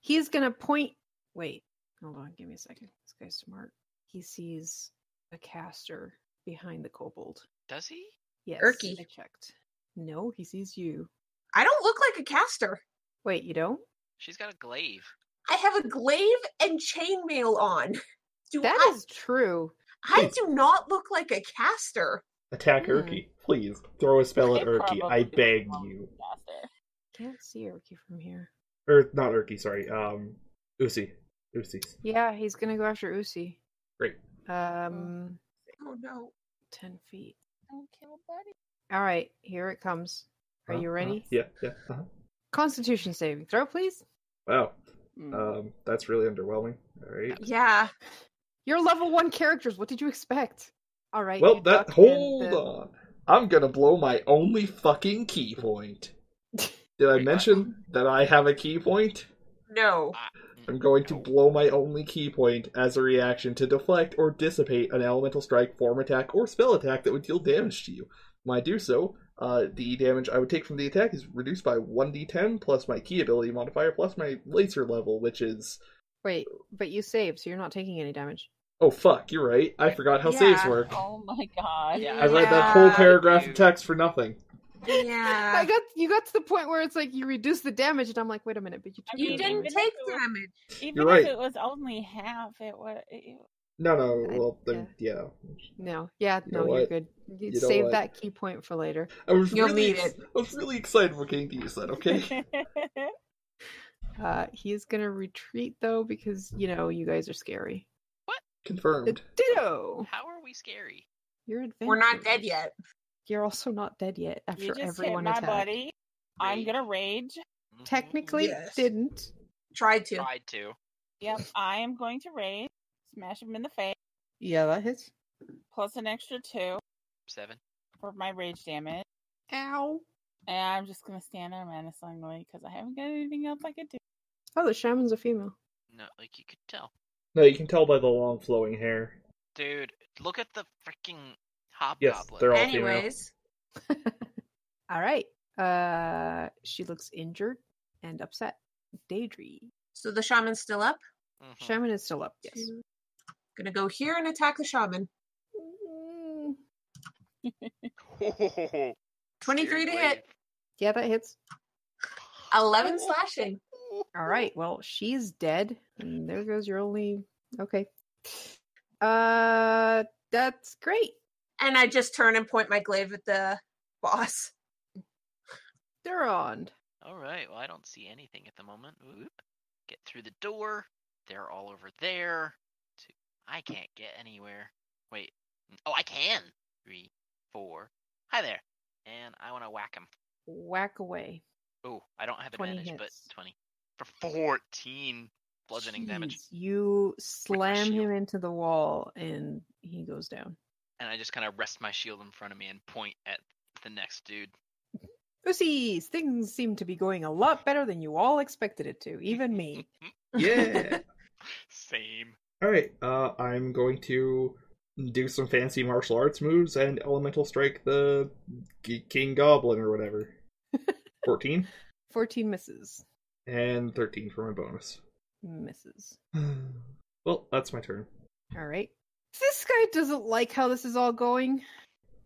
Speaker 1: He's gonna point. Wait, hold on, give me a second. This guy's smart. He sees a caster behind the kobold.
Speaker 2: Does he?
Speaker 1: Yes,
Speaker 5: Erky.
Speaker 1: I checked. No, he sees you.
Speaker 5: I don't look like a caster.
Speaker 1: Wait, you don't?
Speaker 2: She's got a glaive.
Speaker 5: I have a glaive and chainmail on. Do
Speaker 1: That
Speaker 5: I,
Speaker 1: is true.
Speaker 5: I do not look like a caster.
Speaker 3: Attack
Speaker 1: Hmm.
Speaker 3: Erky. Please. Throw a spell at
Speaker 4: They
Speaker 3: Erky. I
Speaker 4: probably
Speaker 3: beg
Speaker 4: belong
Speaker 3: you.
Speaker 4: faster.
Speaker 1: Can't see Erky from here.
Speaker 3: Or, not Erky, sorry. Um, Usi. Usi's.
Speaker 1: Yeah, he's gonna go after Usi.
Speaker 3: Great.
Speaker 1: Um,
Speaker 5: Oh no.
Speaker 1: 10 feet.
Speaker 4: Don't kill Buddy.
Speaker 1: All right, here it comes. Are
Speaker 3: Uh,
Speaker 1: you
Speaker 3: uh,
Speaker 1: ready?
Speaker 3: yeah, yeah. uh-huh.
Speaker 1: Constitution saving throw, please.
Speaker 3: Wow.
Speaker 4: Mm.
Speaker 3: Um, that's really underwhelming. All right.
Speaker 5: Yeah.
Speaker 1: You're level one characters. What did you expect? All right.
Speaker 3: Well,
Speaker 1: you duck
Speaker 3: that
Speaker 1: and
Speaker 3: hold
Speaker 1: the-
Speaker 3: on. I'm gonna blow my only fucking key point. Did
Speaker 2: Wait,
Speaker 3: I
Speaker 2: what?
Speaker 3: mention that I have a key point?
Speaker 5: No.
Speaker 2: Ah,
Speaker 3: I'm
Speaker 2: mm,
Speaker 3: going to
Speaker 2: no.
Speaker 3: blow my only key point as a reaction to deflect or dissipate an elemental strike, form attack, or spell attack that would deal damage to you. When I do so, uh, the damage I would take from the attack is reduced by 1d10 plus my key ability modifier plus my laser level, which is.
Speaker 1: Wait, but you saved, so you're not taking any damage.
Speaker 3: Oh fuck, you're right. I forgot how saves
Speaker 5: Yeah.
Speaker 3: work.
Speaker 4: Oh my god.
Speaker 2: Yeah.
Speaker 3: I read that whole
Speaker 5: Yeah.
Speaker 3: paragraph
Speaker 2: You-
Speaker 3: of text for nothing.
Speaker 1: I
Speaker 5: Yeah.
Speaker 1: got you got to the point where it's like you reduce the damage, and I'm like, wait a minute, but you took
Speaker 4: I
Speaker 5: You
Speaker 4: mean,
Speaker 1: the
Speaker 5: didn't
Speaker 1: damage.
Speaker 4: even
Speaker 5: take
Speaker 4: if it was-
Speaker 5: damage.
Speaker 4: Even
Speaker 3: You're right.
Speaker 4: if it was only half, it would. It,
Speaker 3: No, no.
Speaker 1: I-
Speaker 3: Well, then, yeah.
Speaker 1: No, yeah,
Speaker 3: You know
Speaker 1: no, you're
Speaker 3: what?
Speaker 1: good. You,
Speaker 3: You know
Speaker 1: save
Speaker 3: what?
Speaker 1: that key point for later.
Speaker 3: I was
Speaker 5: You'll
Speaker 3: really,
Speaker 5: need
Speaker 3: ex-
Speaker 5: it.
Speaker 3: I was really excited for getting to use that. Okay.
Speaker 1: Uh, he is gonna retreat though because you know you guys are scary. The
Speaker 3: Confirmed.
Speaker 1: ditto.
Speaker 2: How are we scary?
Speaker 1: You're advancing.
Speaker 5: We're not dead yet.
Speaker 1: You're also not dead yet after
Speaker 4: you just hit
Speaker 1: everyone
Speaker 4: my
Speaker 1: attacked.
Speaker 4: buddy. I'm
Speaker 2: Rage.
Speaker 4: gonna rage.
Speaker 2: Mhm.
Speaker 1: Technically,
Speaker 5: Yes.
Speaker 1: didn't.
Speaker 5: Tried to.
Speaker 2: tried to.
Speaker 4: Yep, I am going to rage. Smash him in the face.
Speaker 1: Yeah, that hits.
Speaker 4: Plus an extra two
Speaker 2: Seven.
Speaker 4: for my rage damage.
Speaker 1: Ow.
Speaker 4: And I'm just gonna stand there menacingly because I haven't got anything else I could do.
Speaker 1: Oh, the shaman's a female.
Speaker 2: No, like you could tell.
Speaker 3: No, you can tell by the long flowing hair.
Speaker 2: Dude, look at the freaking
Speaker 3: Yes,
Speaker 2: hobgoblin.
Speaker 3: they're all female.
Speaker 5: Anyways.
Speaker 1: All right. Uh, she looks injured and upset. Daydree.
Speaker 5: So the shaman's still up.
Speaker 2: Mhm.
Speaker 1: Shaman is still up. Yes.
Speaker 5: Two. Gonna go here and attack the shaman.
Speaker 1: Mm,
Speaker 5: Twenty-three to
Speaker 2: Scared
Speaker 5: hit.
Speaker 2: wave.
Speaker 1: Yeah, that hits.
Speaker 5: Eleven slashing.
Speaker 1: All right. Well, she's dead. And there goes your only. Okay. Uh, that's great.
Speaker 5: And I just turn and point my glaive at the boss.
Speaker 1: Durand.
Speaker 2: All right. Well, I don't see anything at the moment. Oop. Get through the door. They're all over there. Two. I can't get anywhere. Wait. Oh, I can. Three, four. Hi there. And I want to whack him.
Speaker 1: Whack away.
Speaker 2: Oh, I don't have
Speaker 1: 20
Speaker 2: advantage, but
Speaker 1: hits.
Speaker 2: twenty for fourteen bludgeoning damage,
Speaker 1: Jeez, You slam
Speaker 2: shield.
Speaker 1: him into the wall and he goes down.
Speaker 2: and I just kind of rest my shield in front of me and point at the next dude.
Speaker 1: Oopsies, things seem to be going a lot better than you all expected it to, even me.
Speaker 3: Yeah.
Speaker 2: Same.
Speaker 3: All right. Uh, I'm going to do some fancy martial arts moves and elemental strike the G- king goblin or whatever. Fourteen
Speaker 1: 14 misses.
Speaker 3: and thirteen for my bonus.
Speaker 1: Misses.
Speaker 3: well, that's my turn.
Speaker 1: All right. This guy doesn't like how this is all going.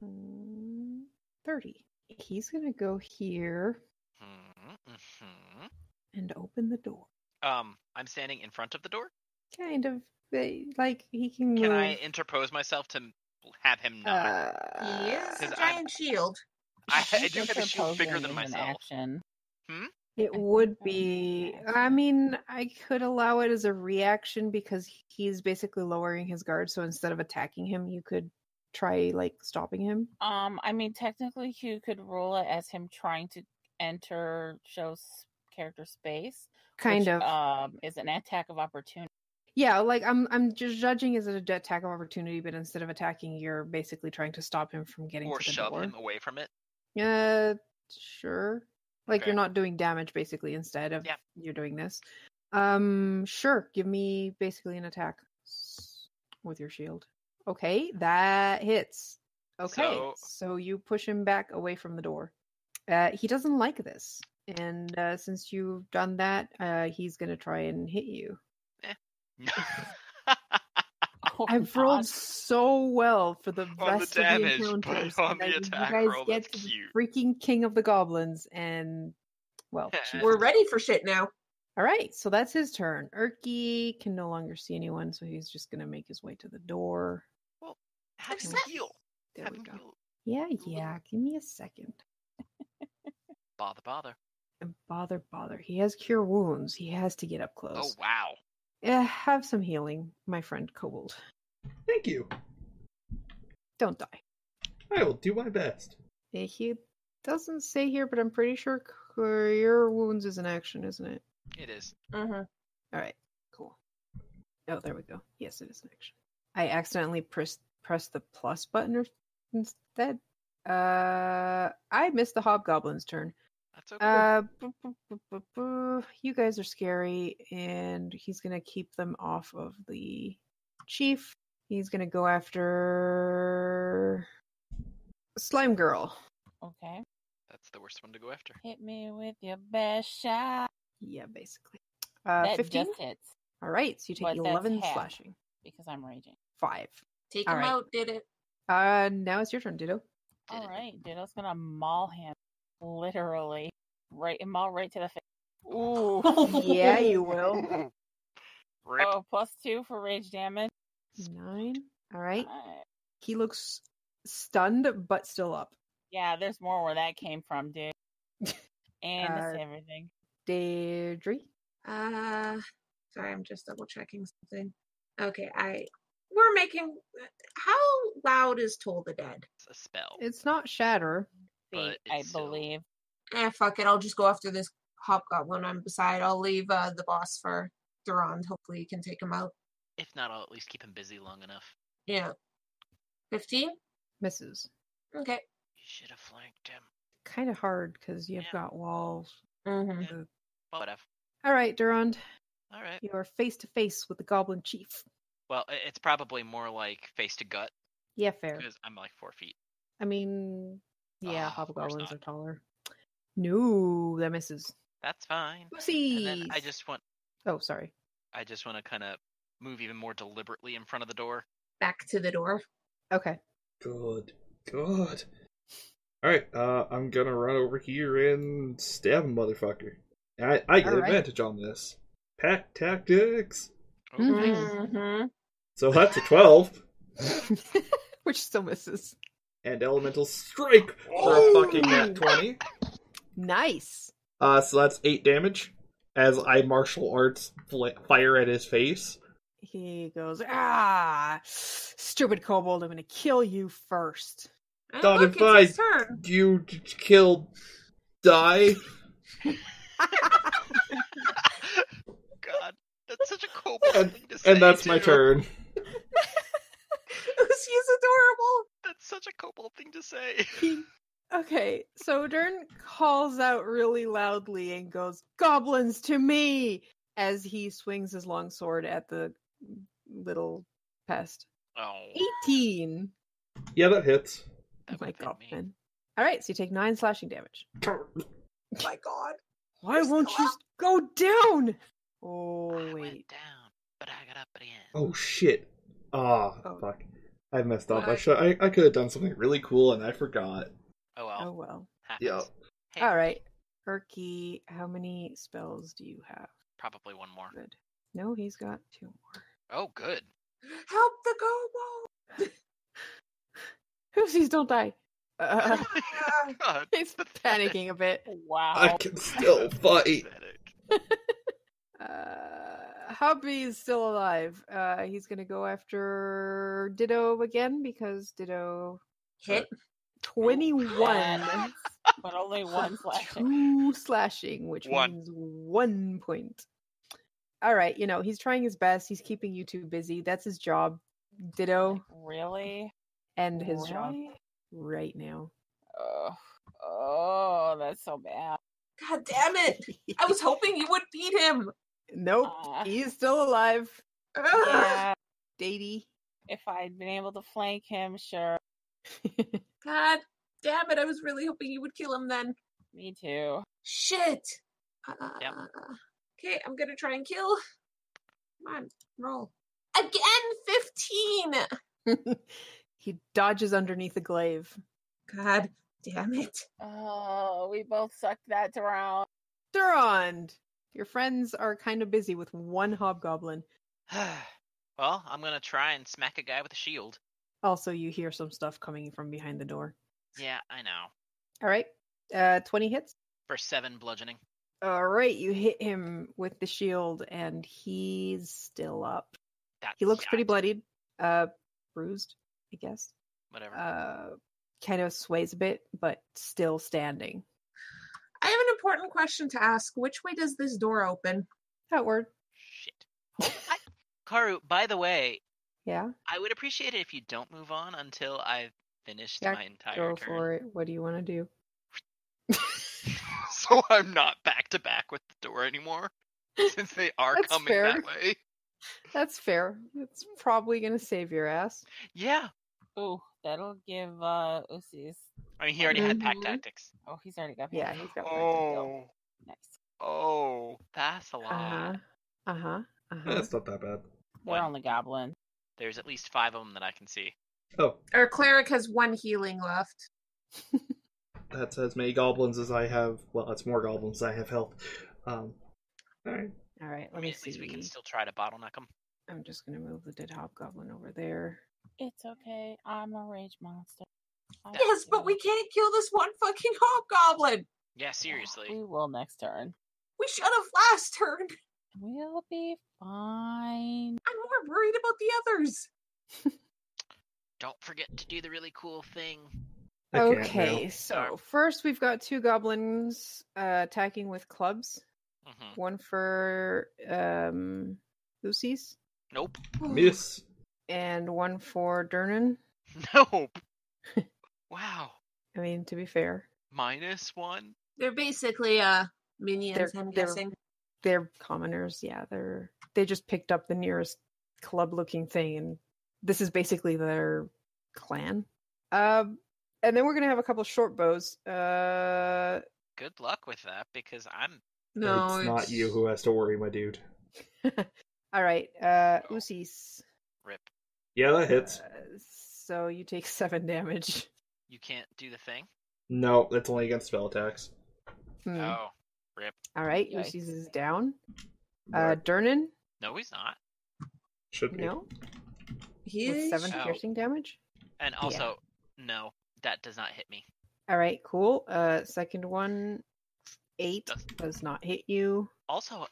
Speaker 1: Mm, 30. He's going to go here
Speaker 2: Mhm, mhm.
Speaker 1: and open the door.
Speaker 2: Um, I'm standing in front of the door.
Speaker 1: kind of they- like he can.
Speaker 2: Can I
Speaker 1: move,
Speaker 2: interpose myself to have him not?
Speaker 1: Uh,
Speaker 5: He is a
Speaker 2: Because
Speaker 5: giant
Speaker 2: I'm-
Speaker 5: shield.
Speaker 2: I, I
Speaker 4: think
Speaker 2: do have a shield bigger
Speaker 4: proposing
Speaker 2: than
Speaker 4: is an
Speaker 2: myself.
Speaker 4: Action.
Speaker 1: It
Speaker 4: I
Speaker 1: would
Speaker 4: think I'm
Speaker 1: be.
Speaker 4: back.
Speaker 1: I mean, I could allow it as a reaction because he's basically lowering his guard. So instead of attacking him, you could try like stopping him.
Speaker 4: Um, I mean, technically, you could rule it as him trying to enter show's character space,
Speaker 1: Kind
Speaker 4: which,
Speaker 1: of.
Speaker 4: um, is an attack of opportunity.
Speaker 1: yeah, like I'm. I'm just judging as an attack of opportunity, but instead of attacking, you're basically trying to stop him from getting
Speaker 2: Or
Speaker 1: to the
Speaker 2: shove
Speaker 1: door.
Speaker 2: him away from it.
Speaker 1: Uh, sure. Like
Speaker 2: Okay.
Speaker 1: you're not doing damage basically instead of
Speaker 2: Yeah.
Speaker 1: you're doing this. Um, sure. Give me basically an attack s- with your shield. Okay, that hits. Okay,
Speaker 2: So-
Speaker 1: so, you push him back away from the door. Uh, he doesn't like this, and uh, since you've done that, uh, he's gonna try and hit you.
Speaker 4: Oh,
Speaker 1: I've
Speaker 4: God.
Speaker 1: rolled so well for the
Speaker 2: on the
Speaker 1: rest
Speaker 2: damage,
Speaker 1: of the encounters,
Speaker 2: but on
Speaker 1: and
Speaker 2: the
Speaker 1: I-
Speaker 2: attack
Speaker 1: you guys
Speaker 2: roll,
Speaker 1: get
Speaker 2: that's
Speaker 1: to the
Speaker 2: cute.
Speaker 1: freaking king of the goblins, and well, she's-
Speaker 5: We're ready for shit now.
Speaker 1: all right. So that's his turn. Erky can no longer see anyone, so he's just gonna make his way to the door.
Speaker 2: Have him
Speaker 5: Success.
Speaker 2: heal.
Speaker 1: There
Speaker 2: Have
Speaker 1: we
Speaker 2: him
Speaker 1: go.
Speaker 2: heal.
Speaker 1: Yeah, yeah. Give me a second.
Speaker 2: Bother, bother.
Speaker 1: And bother, bother. He has cure wounds. He has to get up
Speaker 2: Oh
Speaker 1: close.
Speaker 2: wow.
Speaker 1: Eh, have some healing, my friend Kobold.
Speaker 3: Thank you.
Speaker 1: Don't die.
Speaker 3: I will do my best.
Speaker 1: Eh, He doesn't say here, but I'm pretty sure cure wounds is an action, isn't it?
Speaker 2: It is.
Speaker 5: Mm-hmm.
Speaker 1: All right, cool. Oh, there we go. Yes, it is an action. I accidentally pressed pressed the plus button or instead. Uh, I missed the hobgoblin's turn.
Speaker 2: That's okay.
Speaker 1: Uh, boo, boo, boo, boo, boo. you guys are scary, and he's gonna keep them off of the chief. He's gonna go after slime girl.
Speaker 4: Okay.
Speaker 2: that's the worst one to go after.
Speaker 4: Hit me with your best shot.
Speaker 1: Yeah, basically. Uh,
Speaker 4: that
Speaker 1: fifteen.
Speaker 4: just hits
Speaker 1: All right, so you take
Speaker 4: but that's
Speaker 1: eleven
Speaker 4: half.
Speaker 1: slashing.
Speaker 4: because I'm raging.
Speaker 1: Five.
Speaker 5: Take
Speaker 1: All
Speaker 5: him
Speaker 1: right.
Speaker 5: out, did it.
Speaker 1: Uh, now it's your turn, Ditto.
Speaker 2: Did
Speaker 4: All
Speaker 2: it.
Speaker 4: right, Ditto's gonna maul him, literally, right and maul right to the face.
Speaker 2: Ooh.
Speaker 1: Yeah, you will.
Speaker 2: Rip.
Speaker 4: Oh, plus two for rage damage.
Speaker 1: Nine. All right.
Speaker 4: Uh,
Speaker 1: He looks stunned, but still up.
Speaker 4: yeah, there's more where that came from, dude. And
Speaker 1: Uh,
Speaker 4: it's everything.
Speaker 1: Deirdre.
Speaker 5: Uh, sorry, I'm just double checking something. Okay, I we're making. How loud is Toll the Dead?
Speaker 2: It's a spell.
Speaker 1: It's not Shatter.
Speaker 4: Feet,
Speaker 2: but
Speaker 4: I
Speaker 2: it's still-
Speaker 4: believe.
Speaker 5: Eh, fuck it. I'll just go after this hobgoblin I'm beside. I'll leave uh, the boss for Durand. Hopefully, he can take him out.
Speaker 2: If not, I'll at least keep him busy long enough.
Speaker 5: Yeah, fifteen.
Speaker 1: Misses.
Speaker 5: Okay.
Speaker 2: You should have flanked him.
Speaker 1: Kind of hard because you've
Speaker 2: Yeah.
Speaker 1: got walls.
Speaker 5: Mm-hmm.
Speaker 2: Well, whatever.
Speaker 1: All right, Durand.
Speaker 2: All right.
Speaker 1: You are face to face with the Goblin Chief.
Speaker 2: Well, i- it's probably more like face to gut
Speaker 1: Yeah, fair.
Speaker 2: because I'm like four feet.
Speaker 1: I mean, yeah,
Speaker 2: Ah, of course
Speaker 1: hobgoblins
Speaker 2: not.
Speaker 1: are taller. No, that misses.
Speaker 2: That's fine.
Speaker 1: Pussies.
Speaker 2: And then I just want,
Speaker 1: Oh, sorry.
Speaker 2: I just want to kind of move even more deliberately in front of the door.
Speaker 5: Back to the door.
Speaker 1: Okay.
Speaker 3: Good. Good. Alright, uh, I'm gonna run over here and stab a motherfucker. I, I get
Speaker 1: Alright.
Speaker 3: advantage on this. Pack tactics!
Speaker 2: Oh,
Speaker 1: Mhm.
Speaker 2: nice.
Speaker 5: Mm-hmm.
Speaker 3: So that's a 12.
Speaker 1: Which still misses.
Speaker 3: and Elemental Strike for a fucking nat 20.
Speaker 1: Nice.
Speaker 3: Uh, so that's 8 damage as I martial arts fl- fire at his face.
Speaker 1: He goes, ah, stupid kobold, I'm going to kill you first.
Speaker 3: Done
Speaker 5: Oh, look,
Speaker 3: and
Speaker 5: it's his turn.
Speaker 3: You d- kill. Die.
Speaker 2: God, that's such a cool thing to say.
Speaker 3: And that's my
Speaker 2: too.
Speaker 3: turn.
Speaker 5: She's adorable.
Speaker 2: That's such a cobalt thing to say.
Speaker 1: He- okay, so Dern calls out really loudly and goes, goblins to me, as he swings his long sword at the little pest.
Speaker 2: Oh,
Speaker 1: 18.
Speaker 3: Yeah, that hits.
Speaker 1: Oh
Speaker 2: that
Speaker 1: my
Speaker 2: would've hit
Speaker 1: god,
Speaker 2: me.
Speaker 1: man. All right, so you take nine slashing damage.
Speaker 5: My God.
Speaker 1: Why
Speaker 5: You're
Speaker 1: won't
Speaker 5: still
Speaker 1: you s- go down?
Speaker 2: I
Speaker 1: Oh, wait.
Speaker 2: went down, but I got up again.
Speaker 3: Oh shit. Ah,
Speaker 1: Oh.
Speaker 3: fuck. I messed up. I
Speaker 5: What?
Speaker 3: should. I, I could have done something really cool and I forgot.
Speaker 2: Oh well.
Speaker 1: Oh, well.
Speaker 2: happens.
Speaker 3: Yeah.
Speaker 2: Hey,
Speaker 1: All right. Erky, how many spells do you have?
Speaker 2: Probably one more.
Speaker 1: Good. No, he's got two more.
Speaker 2: Oh, good.
Speaker 5: Help the kobold!
Speaker 1: Oopsies, don't die. Uh,
Speaker 2: Oh, God,
Speaker 1: he's panicking a bit.
Speaker 4: Wow.
Speaker 1: Oh.
Speaker 3: I can still fight.
Speaker 2: pathetic.
Speaker 1: Uh, Hobby is still alive. Uh, he's gonna go after Ditto again because Ditto
Speaker 5: Hit.
Speaker 1: twenty-one,
Speaker 4: Yes, but only one slashing.
Speaker 1: two slashing, which
Speaker 2: One.
Speaker 1: means one point. All right, you know he's trying his best. He's keeping you two busy. That's his job. Ditto
Speaker 4: Really?
Speaker 1: and his job
Speaker 4: Really?
Speaker 1: right now.
Speaker 4: Oh, oh, that's so bad.
Speaker 5: God damn it! I was hoping you would beat him.
Speaker 1: Nope,
Speaker 4: Aw.
Speaker 1: he's still alive.
Speaker 5: Ugh.
Speaker 4: Yeah,
Speaker 1: Datey.
Speaker 4: if I'd been able to flank him, sure.
Speaker 5: God damn it! I was really hoping you would kill him then.
Speaker 4: Me too.
Speaker 5: Shit. Uh,
Speaker 2: Yep.
Speaker 5: Okay, I'm gonna try and kill. Come on, roll again. Fifteen.
Speaker 1: he dodges underneath a glaive.
Speaker 5: God damn it.
Speaker 4: Oh, we both sucked that round.
Speaker 1: Durand, your friends are kind of busy with one hobgoblin.
Speaker 2: well, I'm gonna try and smack a guy with a shield.
Speaker 1: Also, you hear some stuff coming from behind the door.
Speaker 2: Yeah, I know.
Speaker 1: All right, uh, twenty hits.
Speaker 2: For seven bludgeoning.
Speaker 1: All right, you hit him with the shield, and he's still up.
Speaker 2: That
Speaker 1: He looks
Speaker 2: shot.
Speaker 1: pretty bloodied, uh, bruised, I guess.
Speaker 2: Whatever.
Speaker 1: Uh, kind of sways a bit, but still standing.
Speaker 5: I have an important question to ask. Which way does this door open?
Speaker 1: Outward,
Speaker 2: Shit. I... Karu, by the way,
Speaker 1: yeah.
Speaker 2: I would appreciate it if you don't move on until I've finished
Speaker 1: Yeah,
Speaker 2: my entire
Speaker 1: Go
Speaker 2: turn.
Speaker 1: for it. What do you want to do?
Speaker 2: so I'm not back to back with the door anymore. Since they are
Speaker 1: That's
Speaker 2: coming
Speaker 1: fair.
Speaker 2: that way.
Speaker 1: That's fair. It's probably gonna save your ass.
Speaker 2: Yeah.
Speaker 4: Ooh, that'll give uh Usis.
Speaker 2: I mean he already had pack
Speaker 1: Mm-hmm.
Speaker 5: Mhm.
Speaker 2: tactics.
Speaker 4: Oh, he's already got.
Speaker 1: Yeah,
Speaker 4: hit.
Speaker 1: he's got.
Speaker 2: Oh.
Speaker 4: nice.
Speaker 2: Oh. That's a
Speaker 1: Uh
Speaker 2: lot.
Speaker 1: huh. Uh huh. Uh huh.
Speaker 3: That's not that bad.
Speaker 4: They're
Speaker 2: One.
Speaker 4: only goblin.
Speaker 2: There's at least five of them that I can see.
Speaker 3: Oh,
Speaker 5: Our cleric has one healing left.
Speaker 3: that's as many goblins as I have. Well, that's more goblins than I have health. Um, all right.
Speaker 1: All right. Let me
Speaker 2: I mean, at
Speaker 1: see.
Speaker 2: least we can still try to bottleneck them.
Speaker 1: I'm just gonna move the dead hobgoblin over there.
Speaker 4: It's okay. I'm a rage monster. I can
Speaker 5: Yes,
Speaker 4: do
Speaker 5: but we
Speaker 4: it.
Speaker 5: can't kill this one fucking hobgoblin.
Speaker 2: Yeah, seriously.
Speaker 4: We will next turn.
Speaker 5: We should have last turn.
Speaker 4: We'll be fine.
Speaker 5: I'm more worried about the others.
Speaker 2: Don't forget to do the really cool thing.
Speaker 3: I can't now.
Speaker 1: Okay, so first we've got two goblins uh, attacking with clubs.
Speaker 2: hmm
Speaker 1: One for um, Lucy's
Speaker 2: Nope.
Speaker 3: Miss.
Speaker 1: and one for Dernan.
Speaker 2: Nope. wow.
Speaker 1: I mean, to be fair,
Speaker 2: Minus one?
Speaker 5: They're basically uh minions,
Speaker 1: They're-
Speaker 5: I'm
Speaker 1: they're-
Speaker 5: guessing.
Speaker 1: they're commoners. Yeah, they're they just picked up the nearest club-looking thing, and this is basically their clan. Um, and then we're gonna have a couple short bows. Uh,
Speaker 2: Good luck with that because I'm
Speaker 5: No,
Speaker 3: it's not you who has to worry, my dude.
Speaker 1: all right, uh,
Speaker 2: Oh.
Speaker 1: Usis.
Speaker 2: rip.
Speaker 3: Yeah, that hits.
Speaker 1: Uh, so you take seven damage.
Speaker 2: You can't do the thing?
Speaker 3: No, that's only against spell attacks.
Speaker 1: Hmm.
Speaker 2: Oh.
Speaker 1: All right,
Speaker 4: Yikes.
Speaker 1: Lucy's is down. Uh, Dernan,
Speaker 2: No, he's not.
Speaker 3: Should be.
Speaker 1: no, with
Speaker 5: He
Speaker 1: seven
Speaker 2: Oh.
Speaker 1: piercing damage.
Speaker 2: And also, no, that does not hit me.
Speaker 1: All right, cool. Uh, second one, eight
Speaker 2: Does-
Speaker 1: does not hit you.
Speaker 2: Also,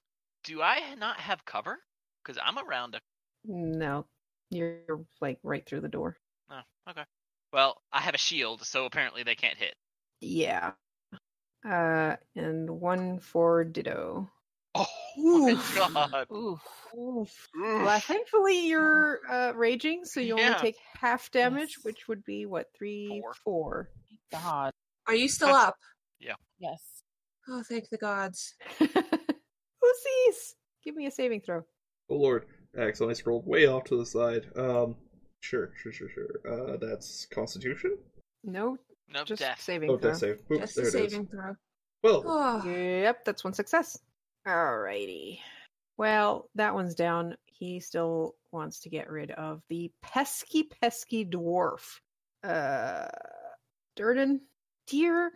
Speaker 2: do I not have cover? Because I'm around a.
Speaker 1: No, you're like right through the door.
Speaker 2: Oh, okay. Well, I have a shield, so apparently they can't hit.
Speaker 1: Yeah. Uh, and one for Ditto.
Speaker 2: Oh my
Speaker 1: Oof.
Speaker 2: god.
Speaker 4: Oof.
Speaker 1: Oof.
Speaker 2: Oof.
Speaker 1: Well, thankfully you're uh, raging, so you
Speaker 2: Yeah.
Speaker 1: only take half damage,
Speaker 4: Yes.
Speaker 1: which would be what three,
Speaker 2: Four.
Speaker 1: four.
Speaker 4: Thank God.
Speaker 5: Are you still up?
Speaker 4: Yes.
Speaker 5: Oh thank the gods.
Speaker 1: Oopsies! Give me a saving throw.
Speaker 3: Oh lord, I accidentally scrolled way off to the side. Um, sure, sure, sure, sure. Uh, that's Constitution.
Speaker 1: No,
Speaker 2: No
Speaker 1: just
Speaker 2: death.
Speaker 1: saving
Speaker 3: Oh,
Speaker 1: throw.
Speaker 3: death save. Boop,
Speaker 5: Just
Speaker 3: there
Speaker 5: a
Speaker 3: it is.
Speaker 5: saving throw.
Speaker 3: Well,
Speaker 5: Oh,
Speaker 1: Yep, that's one success. Alrighty. Well, that one's down. He still wants to get rid of the pesky, pesky dwarf. Uh, Durden, dear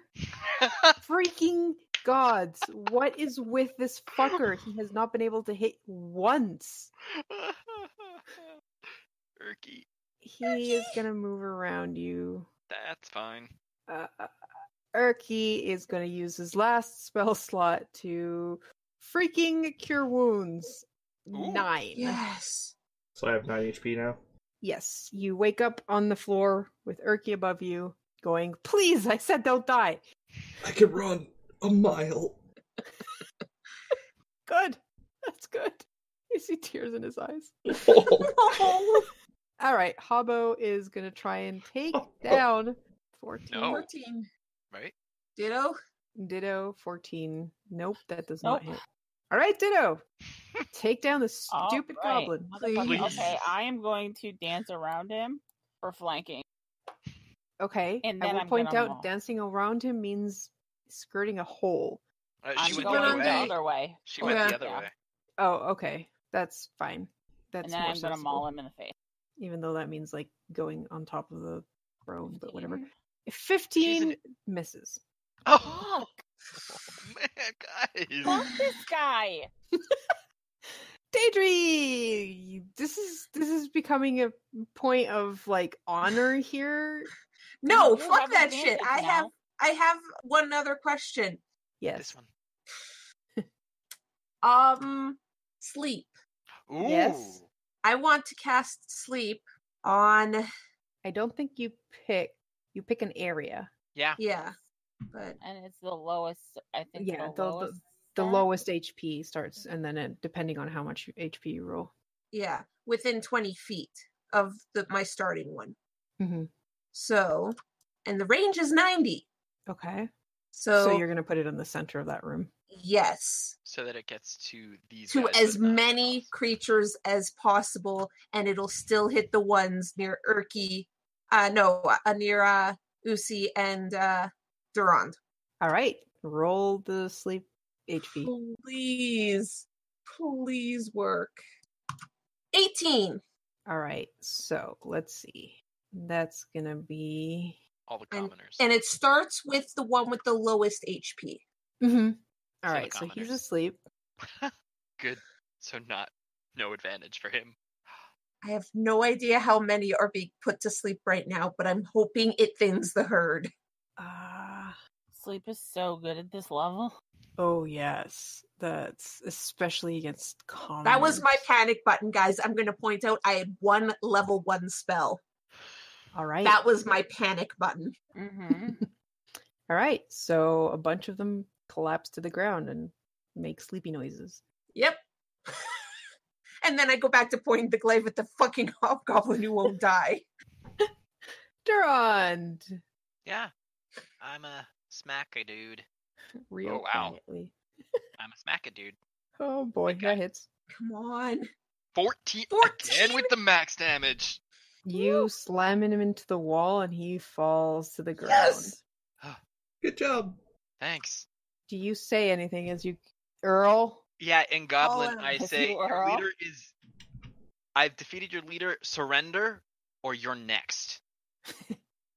Speaker 1: freaking gods, what is with this fucker? He has not been able to hit once.
Speaker 2: Erky.
Speaker 1: He is gonna move around you.
Speaker 2: That's fine.
Speaker 1: Uh, Erky is gonna use his last spell slot to freaking cure wounds.
Speaker 2: Ooh.
Speaker 1: Nine.
Speaker 5: Yes.
Speaker 3: So I have 9 HP now.
Speaker 1: Yes, you wake up on the floor with Erky above you, going, "Please, I said don't die."
Speaker 3: I can run a mile.
Speaker 1: Good. That's good. You see tears in his eyes.
Speaker 3: Oh,
Speaker 1: All right, Hobo is gonna try and take down 14.
Speaker 2: No.
Speaker 5: 14.
Speaker 2: Right?
Speaker 5: Ditto.
Speaker 1: Ditto 14. Nope, that does not
Speaker 4: Nope.
Speaker 1: hit. All right, Ditto. Take down the
Speaker 4: All
Speaker 1: stupid
Speaker 4: right,
Speaker 1: goblin,
Speaker 4: motherfucker.
Speaker 1: please.
Speaker 2: Please.
Speaker 4: Okay, I am going to dance around him for flanking.
Speaker 1: Okay,
Speaker 4: And
Speaker 1: I
Speaker 4: then
Speaker 1: will
Speaker 4: I'm
Speaker 1: point
Speaker 4: gonna
Speaker 1: out
Speaker 4: maul.
Speaker 1: dancing around him means skirting a hole.
Speaker 2: Uh,
Speaker 4: I'm
Speaker 2: she went the
Speaker 4: going
Speaker 2: other
Speaker 5: down
Speaker 2: way.
Speaker 4: the other way,
Speaker 2: She went
Speaker 5: Yeah.
Speaker 2: the other
Speaker 4: Yeah.
Speaker 2: way.
Speaker 1: Oh, okay, that's fine. That's
Speaker 4: and then
Speaker 1: more
Speaker 4: I'm going to
Speaker 1: sensible.
Speaker 4: maul him in the face.
Speaker 1: Even though that means like going on top of the throne, but whatever.
Speaker 4: Damn.
Speaker 1: Fifteen misses.
Speaker 2: Oh,
Speaker 4: Fuck!
Speaker 5: Oh.
Speaker 2: man, guys.
Speaker 4: Fuck this guy!
Speaker 1: Daedry, this is this is becoming a point of like honor here.
Speaker 5: No,
Speaker 4: You
Speaker 5: fuck
Speaker 4: have
Speaker 5: that shit.
Speaker 4: advantage
Speaker 5: I
Speaker 4: now.
Speaker 5: have I have one other question.
Speaker 1: Yes.
Speaker 2: This one.
Speaker 5: Um sleep.
Speaker 2: Ooh.
Speaker 1: Yes.
Speaker 5: I want to cast sleep on
Speaker 1: I don't think you pick you pick an area.
Speaker 2: Yeah.
Speaker 5: yeah. But
Speaker 4: And it's the lowest, I think.
Speaker 1: Yeah, the-
Speaker 4: the,
Speaker 1: the-
Speaker 4: lowest
Speaker 1: The
Speaker 4: stat?
Speaker 1: lowest HP starts and then it, depending on how much HP you roll.
Speaker 5: yeah, within 20 feet of the my starting one.
Speaker 1: Mhm.
Speaker 5: So, and the range is 90.
Speaker 1: Okay.
Speaker 5: So,
Speaker 1: so you're going to put it in the center of that room.
Speaker 5: yes,
Speaker 2: So that it gets to these.
Speaker 5: to
Speaker 2: guys, but
Speaker 5: as
Speaker 2: not
Speaker 5: many
Speaker 2: us.
Speaker 5: creatures as possible and it'll still hit the ones near Urki. Uh no, uh, near uh Usi and uh Durand.
Speaker 1: All right. Roll the sleep HP.
Speaker 5: please, please work. 18.
Speaker 1: All right. So let's see. That's going to be.
Speaker 2: All the
Speaker 5: And-
Speaker 2: commoners.
Speaker 5: And it starts with the one with the lowest HP.
Speaker 1: Mhm. All
Speaker 2: So the
Speaker 1: right. So he's
Speaker 2: commoners.
Speaker 1: asleep.
Speaker 2: Good. So not no advantage for him.
Speaker 5: I have no idea how many are being put to sleep right now, but I'm hoping it thins the herd.
Speaker 1: Ah.
Speaker 4: Sleep is so good at this level.
Speaker 1: oh, yes. That's especially against common.
Speaker 5: That was my panic button, guys. I'm going to point out I had one level one spell.
Speaker 1: All right.
Speaker 5: That was my panic button.
Speaker 4: Mm-hmm.
Speaker 1: All right. So a bunch of them collapse to the ground and make sleepy noises.
Speaker 5: Yep. and then I go back to pointing the glaive at the fucking hobgoblin who won't die.
Speaker 1: Durand.
Speaker 5: Oh,
Speaker 2: Yeah. I'm a smacker dude.
Speaker 1: Real
Speaker 2: wow.
Speaker 1: quietly.
Speaker 2: I'm a smacker dude.
Speaker 1: Oh boy,
Speaker 2: Okay.
Speaker 1: that hits.
Speaker 5: Come on.
Speaker 2: 14,
Speaker 5: 14?
Speaker 2: again with the max damage.
Speaker 1: You slam him into the wall and he falls to the ground.
Speaker 5: Yes!
Speaker 3: good job.
Speaker 2: Thanks.
Speaker 1: Do you say anything as you Earl?
Speaker 2: Yeah, in Goblin,
Speaker 5: Oh,
Speaker 2: I
Speaker 4: if
Speaker 2: say
Speaker 4: you
Speaker 2: your
Speaker 4: are all-
Speaker 2: leader is. I've defeated your leader. Surrender, or you're next.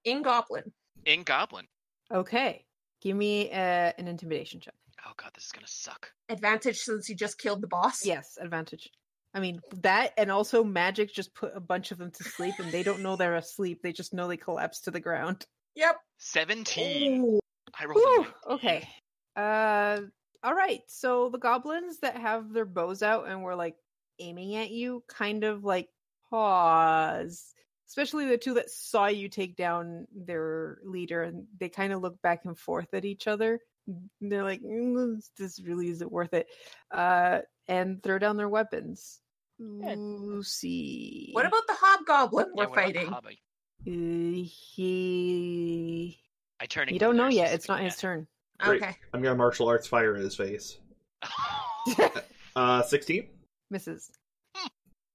Speaker 5: In Goblin.
Speaker 2: In Goblin.
Speaker 1: Okay. Give me uh, an intimidation check.
Speaker 2: Oh god, this is gonna suck.
Speaker 5: Advantage since you just killed the boss.
Speaker 1: Yes, advantage. I mean that and also magic just put a bunch of them to sleep and they don't know they're asleep. They just know they collapse to the ground.
Speaker 5: Yep.
Speaker 2: Seventeen.
Speaker 5: Ooh.
Speaker 2: I rolled a
Speaker 1: Whew,
Speaker 2: 19.
Speaker 1: okay. Uh all right. So the goblins that have their bows out and were like aiming at you kind of like pause. Especially the two that saw you take down their leader and they kind of look back and forth at each other. And They're like, "Mm, this- this really isn't worth it. Uh and throw down their weapons. Lucy.
Speaker 5: What about the hobgoblin
Speaker 2: Yeah,
Speaker 5: we're
Speaker 2: what about
Speaker 5: fighting?
Speaker 2: Hobby?
Speaker 1: Uh, he
Speaker 2: I turn.
Speaker 1: You don't know yet. It's not his turn.
Speaker 3: Great.
Speaker 5: Okay.
Speaker 3: I'm gonna martial arts fire in his face. Uh, 16?
Speaker 1: Misses.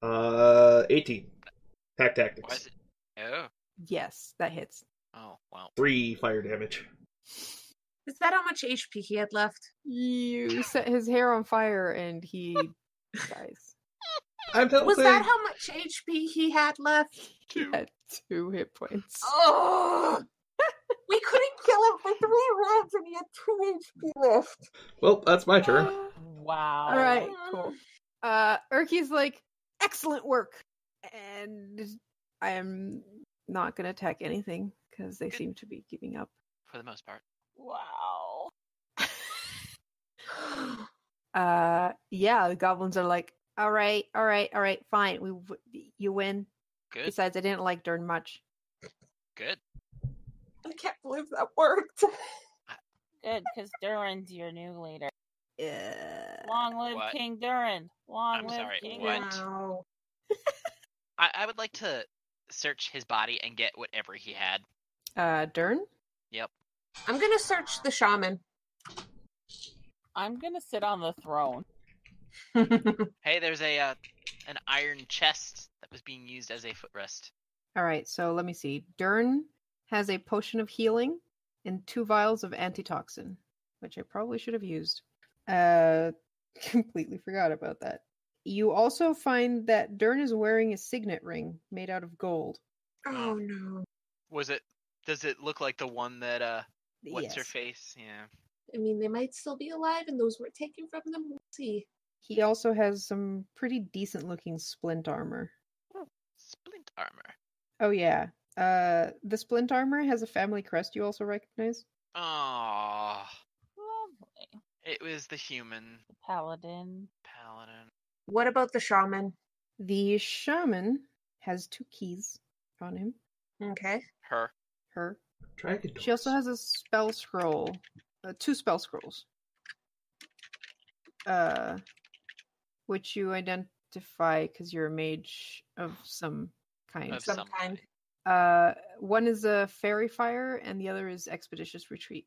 Speaker 3: Uh, 18. Pack
Speaker 2: Why
Speaker 3: tactics.
Speaker 2: is it? Oh.
Speaker 1: Yes, that hits.
Speaker 2: Oh wow.
Speaker 3: Three fire damage.
Speaker 5: Is that how much HP he had left?
Speaker 1: You set his hair on fire and he dies.
Speaker 3: I'm helping.
Speaker 5: Was that how much HP he had left?
Speaker 1: He had two hit points.
Speaker 5: Oh, We couldn't kill him for three rounds and he had two HP left.
Speaker 3: Well, that's my turn.
Speaker 5: Uh,
Speaker 4: Wow.
Speaker 1: All right, cool. Uh, Erky's like, excellent work, and I am not gonna attack anything because they seem to be giving up.
Speaker 2: for the most part.
Speaker 4: Wow.
Speaker 1: Uh, yeah, the goblins are like, all right, all right, all right, fine, we w- you win.
Speaker 2: Good.
Speaker 1: Besides, I didn't like Dern much.
Speaker 2: Good.
Speaker 5: I can't believe that worked.
Speaker 4: Good, because Durin's your new leader.
Speaker 1: Yeah.
Speaker 4: Long live
Speaker 2: What?
Speaker 4: King Durin. Long
Speaker 2: I'm
Speaker 4: live
Speaker 2: sorry,
Speaker 4: King
Speaker 2: what?
Speaker 4: Durin.
Speaker 5: Wow.
Speaker 2: I, I would like to search his body and get whatever he had.
Speaker 1: Uh, Dern.
Speaker 5: I'm gonna search the shaman.
Speaker 4: I'm gonna sit on the throne.
Speaker 2: Hey, there's a uh, an iron chest that was being used as a footrest.
Speaker 1: All right, so let me see. Dern has a potion of healing and two vials of antitoxin, which I probably should have used. Uh, completely forgot about that. You also find that Dern is wearing a signet ring made out of gold.
Speaker 5: oh no.
Speaker 2: Was it? Does it look like the one that uh? What's her
Speaker 1: Yes.
Speaker 2: face? Yeah.
Speaker 5: I mean, they might still be alive and those were taken from them. We'll see.
Speaker 1: He also has some pretty decent looking splint armor.
Speaker 2: Splint armor.
Speaker 1: Oh yeah. Uh, the splint armor has a family crest you also recognize.
Speaker 2: Oh,
Speaker 4: Lovely.
Speaker 2: it was the human
Speaker 4: The paladin.
Speaker 2: paladin.
Speaker 5: What about the shaman?
Speaker 1: The shaman has two keys on him.
Speaker 5: Okay.
Speaker 2: Her.
Speaker 1: Her
Speaker 3: Dragon.
Speaker 1: She also
Speaker 3: doors.
Speaker 1: has a spell scroll, uh, two spell scrolls, uh, which you identify because you're a mage of some kind.
Speaker 2: Of
Speaker 5: some
Speaker 2: some
Speaker 5: kind.
Speaker 2: kind.
Speaker 1: Uh, one is a fairy fire, and the other is expeditious retreat.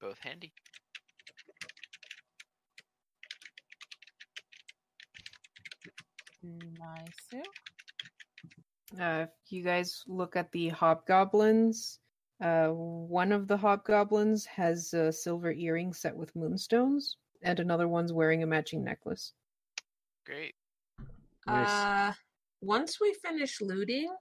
Speaker 2: Both handy.
Speaker 4: Nice.
Speaker 1: Uh, if you guys look at the hobgoblins, uh, one of the hobgoblins has a silver earring set with moonstones, and another one's wearing a matching necklace.
Speaker 2: Great.
Speaker 3: Nice.
Speaker 5: Uh, once we finish looting,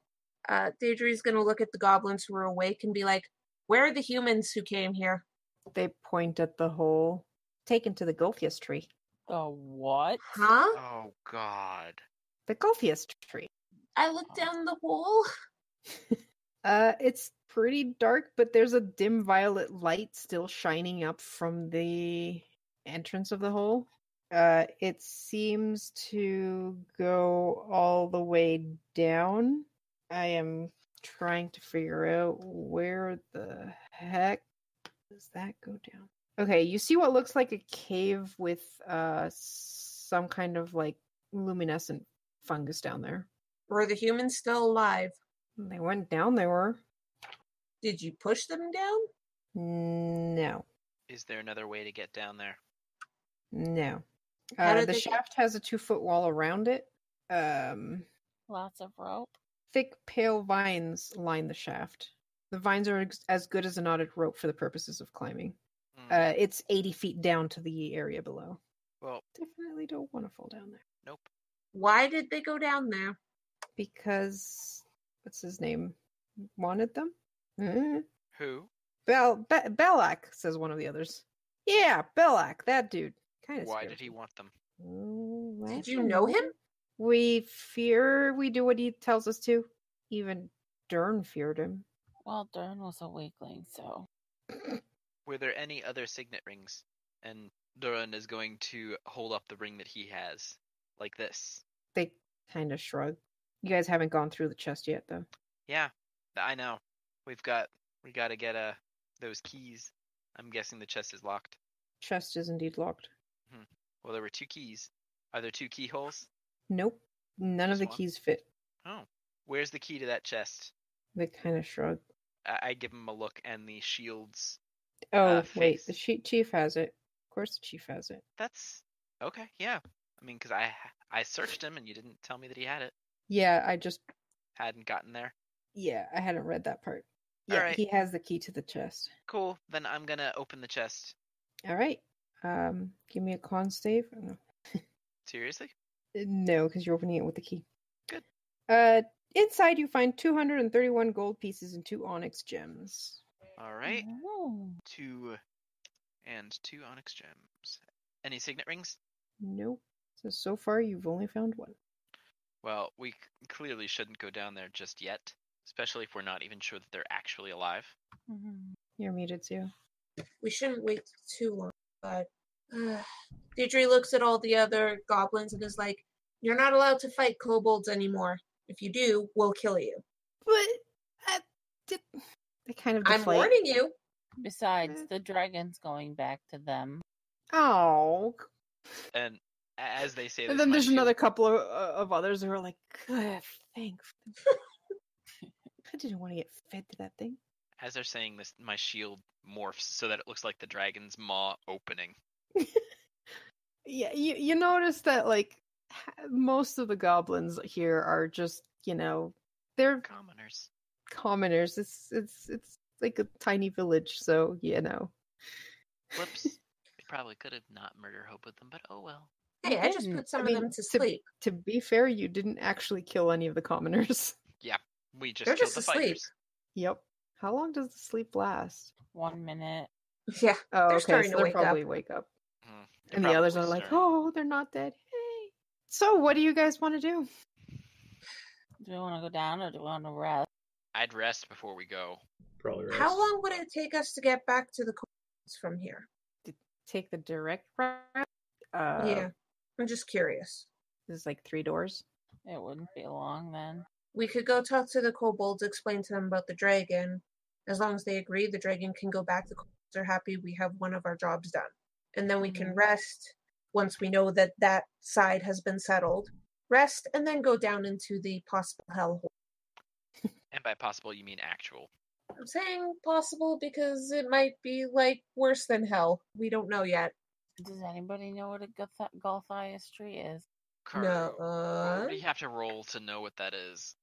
Speaker 5: uh, Daedry's gonna look at the goblins who are awake and be like, "Where are the humans who came here?"
Speaker 1: They point at the hole. Taken to the Golfius tree.
Speaker 4: The what?
Speaker 5: Huh?
Speaker 2: Oh God.
Speaker 1: the Golfius tree.
Speaker 5: I looked down the hole.
Speaker 1: Uh, it's pretty dark, but there's a dim violet light still shining up from the entrance of the hole. Uh, it seems to go all the way down. I am trying to figure out where the heck does that go down. Okay, you see what looks like a cave with uh some kind of like luminescent fungus down there.
Speaker 5: Were the humans still alive?
Speaker 1: They went down. They were
Speaker 5: Did you push them down?
Speaker 1: No,
Speaker 2: Is there another way to get down there?
Speaker 1: no.
Speaker 5: How
Speaker 1: Uh,
Speaker 5: did
Speaker 1: the
Speaker 5: they get-
Speaker 1: shaft has a two foot wall around it. Um,
Speaker 4: Lots of rope.
Speaker 1: thick, pale vines line the shaft. The vines are ex- as good as a knotted rope for the purposes of climbing.
Speaker 2: Hmm,
Speaker 1: Uh, it's 80 feet down to the area below.
Speaker 2: well,
Speaker 1: Definitely don't want to fall down there
Speaker 2: nope.
Speaker 5: Why did they go down there?
Speaker 1: because what's his name wanted them. mm
Speaker 2: Who?
Speaker 1: Bel Be- Belak says one of the others. Yeah, Belak, that dude. Kind of.
Speaker 2: Why did he want them?
Speaker 1: Oh, I
Speaker 5: Did you
Speaker 1: don't
Speaker 5: know him?
Speaker 1: We fear we do what he tells us to. Even Dern feared him.
Speaker 4: Well, Durin was a weakling, so
Speaker 2: Were there any other signet rings? And Durin is going to hold up the ring that he has, like this.
Speaker 1: They kind of shrug. You guys haven't gone through the chest yet, though.
Speaker 2: Yeah, I know. We've got we got to get uh those keys. I'm guessing the chest is locked.
Speaker 1: Chest is indeed locked.
Speaker 2: Well, there were two keys. Are there two keyholes?
Speaker 1: Nope. None of
Speaker 2: Just
Speaker 1: the
Speaker 2: one?
Speaker 1: keys fit.
Speaker 2: Where's the key to that chest?
Speaker 1: They kind of shrug.
Speaker 2: I, I give him a look, and the shields.
Speaker 1: Oh,
Speaker 2: Uh,
Speaker 1: wait.
Speaker 2: face.
Speaker 1: The she- chief has it. Of course, the chief has it.
Speaker 2: That's okay. Yeah, I mean, because I ha- I searched him, and you didn't tell me that he had it.
Speaker 1: Yeah, I just.
Speaker 2: Hadn't gotten there.
Speaker 1: Yeah, I hadn't read that part.
Speaker 2: All
Speaker 1: Yeah,
Speaker 2: right.
Speaker 1: he has the key to the chest.
Speaker 2: Cool. Then I'm gonna open the chest.
Speaker 1: All right. Um, give me a con save. I don't know.
Speaker 2: Seriously?
Speaker 1: Uh, No, because you're opening it with the key.
Speaker 2: Good.
Speaker 1: Uh, Inside, you find 231 gold pieces and two onyx gems.
Speaker 2: All right,
Speaker 4: Mm-hmm. Ooh.
Speaker 2: two and two onyx gems. Any signet rings?
Speaker 1: Nope. So, so far, you've only found one.
Speaker 2: Well, we c- clearly shouldn't go down there just yet, especially if we're not even sure that they're actually alive.
Speaker 4: Mhm.
Speaker 1: You're muted, too.
Speaker 5: We shouldn't wait too long, but uh, Deidre looks at all the other goblins and is like, "You're not allowed to fight kobolds anymore. If you do, we'll kill you.
Speaker 1: But uh, did... they kind of.
Speaker 5: I'm
Speaker 1: deflate.
Speaker 5: warning you."
Speaker 2: Mm-hmm.
Speaker 4: Besides, the dragon's going back to them.
Speaker 1: Oh.
Speaker 2: And a- as they say,
Speaker 1: And
Speaker 2: this,
Speaker 1: then
Speaker 2: my
Speaker 1: there's
Speaker 2: shield-
Speaker 1: another couple of, of others who are like, "Good, thanks." I didn't want to get fed to that thing.
Speaker 2: As they're saying this, my shield morphs so that it looks like the dragon's maw opening.
Speaker 1: Yeah, you you notice that like h- most of the goblins here are just you know they're
Speaker 2: Commoners.
Speaker 1: commoners. It's it's it's like a tiny village, so you know.
Speaker 2: Whoops. we probably could have not murder hobbled them, but oh well.
Speaker 5: Hey, I just
Speaker 4: didn't.
Speaker 5: put some
Speaker 1: I
Speaker 5: of
Speaker 1: mean,
Speaker 5: them to
Speaker 1: to-
Speaker 5: sleep.
Speaker 1: To be fair, you didn't actually kill any of the commoners.
Speaker 2: We just
Speaker 5: They're
Speaker 2: killed
Speaker 5: just
Speaker 2: the
Speaker 5: asleep.
Speaker 2: fighters.
Speaker 1: yep. How long does the sleep last?
Speaker 4: One minute.
Speaker 5: Yeah,
Speaker 1: Oh,
Speaker 5: They're
Speaker 1: okay.
Speaker 5: starting
Speaker 1: so
Speaker 5: to
Speaker 1: they'll
Speaker 5: wake up.
Speaker 1: probably wake up.
Speaker 2: Mm, they're
Speaker 1: And the others are
Speaker 2: probably
Speaker 1: like,
Speaker 2: stirring.
Speaker 1: oh, they're not dead. Hey. So, what do you guys want to do?
Speaker 4: Do we want to go down or do we want to rest?
Speaker 2: I'd rest before we go.
Speaker 3: Probably right.
Speaker 5: How long would it take us to get back to the coast from here?
Speaker 1: Take the direct route. Uh,
Speaker 5: yeah, I'm just curious.
Speaker 1: There's like three doors.
Speaker 4: It wouldn't be long then.
Speaker 5: We could go talk to the kobolds, explain to them about the dragon. As long as they agree, the dragon can go back. The kobolds are happy we have one of our jobs done. And then we can
Speaker 4: Mhm.
Speaker 5: rest once we know that that side has been settled. Rest and then go down into the possible hellhole.
Speaker 2: And by possible, you mean actual.
Speaker 5: I'm saying possible because it might be like worse than hell. We don't know yet.
Speaker 4: Does anybody know what a Goth- Golthias tree is?
Speaker 2: Karu,
Speaker 5: No.
Speaker 2: what
Speaker 5: Uh...
Speaker 2: do you have to roll to know what that is?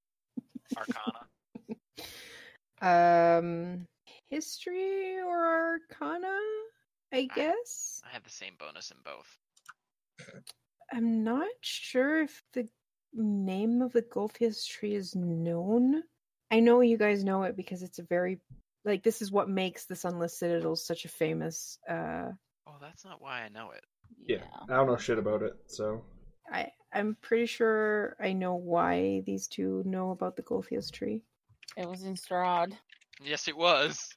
Speaker 2: Arcana.
Speaker 1: Um, history or arcana, I
Speaker 2: Ah.
Speaker 1: guess.
Speaker 2: I have the same bonus in both.
Speaker 1: I'm not sure if the name of the Golthius tree is known. I know you guys know it because it's a very like this is what makes the Sunless Citadel such a famous uh
Speaker 2: Oh, that's not why I know it.
Speaker 3: Yeah. I don't know shit about it, so
Speaker 1: I I'm pretty sure I know why these two know about the Golthius tree.
Speaker 4: It was in Strahd.
Speaker 2: Yes, it was.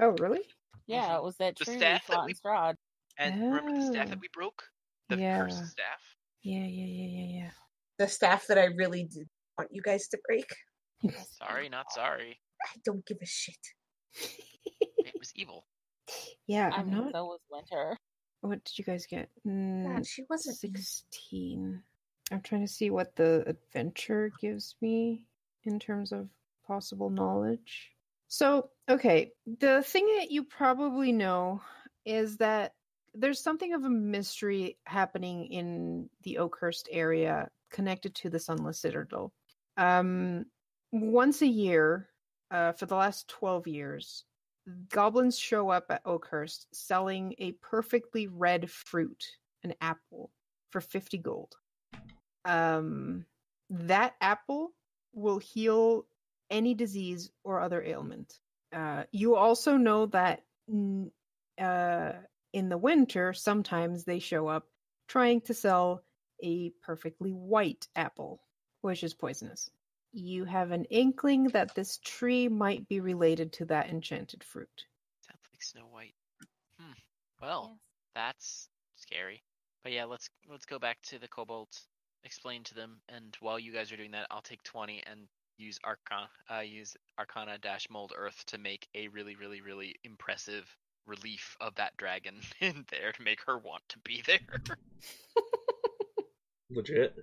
Speaker 1: Oh, really?
Speaker 4: Yeah,
Speaker 2: Mhm.
Speaker 4: it was that
Speaker 2: The
Speaker 4: tree we
Speaker 2: staff that
Speaker 4: fought
Speaker 2: we-
Speaker 4: in Strahd.
Speaker 2: And remember the staff
Speaker 1: Oh.
Speaker 2: that we broke? The
Speaker 1: Yeah.
Speaker 2: cursed staff?
Speaker 1: Yeah, yeah, yeah, yeah,
Speaker 5: the staff that I really did want you guys to break.
Speaker 1: yeah.
Speaker 2: Sorry, not sorry.
Speaker 5: I don't give a shit.
Speaker 2: It was evil.
Speaker 1: yeah,
Speaker 4: I
Speaker 1: I'm
Speaker 4: mean,
Speaker 1: not.
Speaker 4: so was Winter.
Speaker 1: What did you guys get? Mm,
Speaker 5: God, she wasn't. evil.
Speaker 1: Sixteen. I'm trying to see what the adventure gives me in terms of possible knowledge. So, okay, the thing that you probably know is that there's something of a mystery happening in the Oakhurst area connected to the Sunless Citadel. Um, once a year, uh, for the last 12 years, goblins show up at Oakhurst selling a perfectly red fruit, an apple, for 50 gold. Um, that apple will heal any disease or other ailment. Uh, you also know that mm, uh, in the winter, sometimes they show up trying to sell a perfectly white apple, which is poisonous. You have an inkling that this tree might be related to that enchanted fruit.
Speaker 2: Sounds like Snow White. Hmm. Well, that's scary. But yeah, let's let's go back to the kobolds. Explain to them, and while you guys are doing that, I'll take twenty and use Arcana, uh, use Arcana dash Mold Earth to make a really, really, really impressive relief of that dragon in there to make her want to be there.
Speaker 3: legit.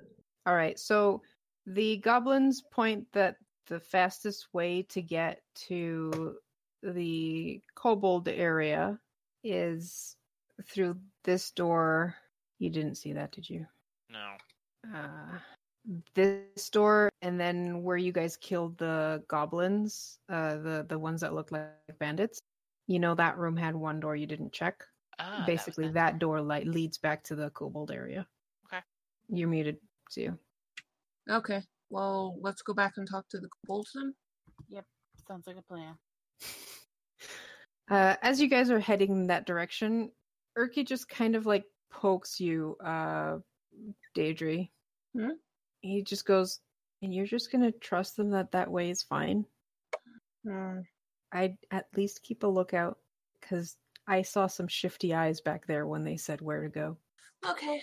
Speaker 1: All right. So the goblins point that the fastest way to get to the kobold area is through this door. You didn't see that, did you?
Speaker 2: No,
Speaker 1: Uh, this door, and then where you guys killed the goblins, uh, the the ones that looked like bandits. You know that room had one door you didn't check.
Speaker 2: ah, was
Speaker 1: Basically,
Speaker 2: nice.
Speaker 1: that door like leads back to the kobold area.
Speaker 2: Okay.
Speaker 1: You're muted, Sue.
Speaker 5: Okay. Well, let's go back and talk to the kobolds then.
Speaker 4: Sounds like a plan.
Speaker 1: Uh, as you guys are heading in that direction, Erky just kind of like pokes you, uh, Daedry.
Speaker 5: Hmm?
Speaker 1: He just goes, and you're just gonna trust them that that way is fine.
Speaker 5: Hmm.
Speaker 1: I'd at least keep a lookout because I saw some shifty eyes back there when they said where to go.
Speaker 5: Okay,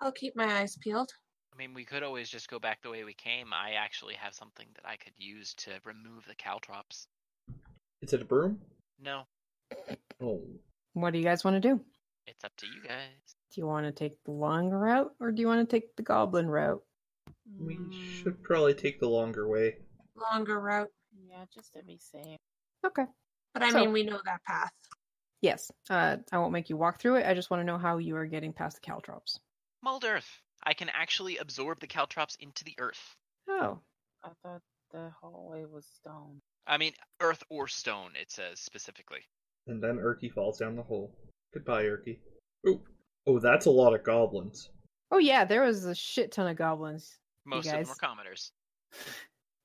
Speaker 5: I'll keep my eyes peeled.
Speaker 2: I mean, we could always just go back the way we came. I actually have something that I could use to remove the caltrops.
Speaker 3: Is it a broom?
Speaker 2: No,
Speaker 3: Oh.
Speaker 1: What do you guys want to do?
Speaker 2: it's up to you guys.
Speaker 1: Do you want to take the long route or do you want to take the goblin route?
Speaker 3: We
Speaker 4: Mm,
Speaker 3: should probably take the longer way.
Speaker 5: Longer route,
Speaker 4: Yeah, just to be safe.
Speaker 1: Okay.
Speaker 5: but I
Speaker 1: So-
Speaker 5: mean we know that path.
Speaker 1: Yes. Uh, I won't make you walk through it. I just want to know how you are getting past the caltrops.
Speaker 2: Mulled earth. I can actually absorb the caltrops into the earth.
Speaker 1: Oh,
Speaker 4: I thought the hallway was stone.
Speaker 2: I mean, earth or stone, it says specifically.
Speaker 3: And then Erky falls down the hole. Goodbye, Erky. Oh, oh, that's a lot of goblins.
Speaker 1: oh yeah. There was a shit ton of goblins.
Speaker 2: Most of them
Speaker 1: guys-
Speaker 2: are commoners.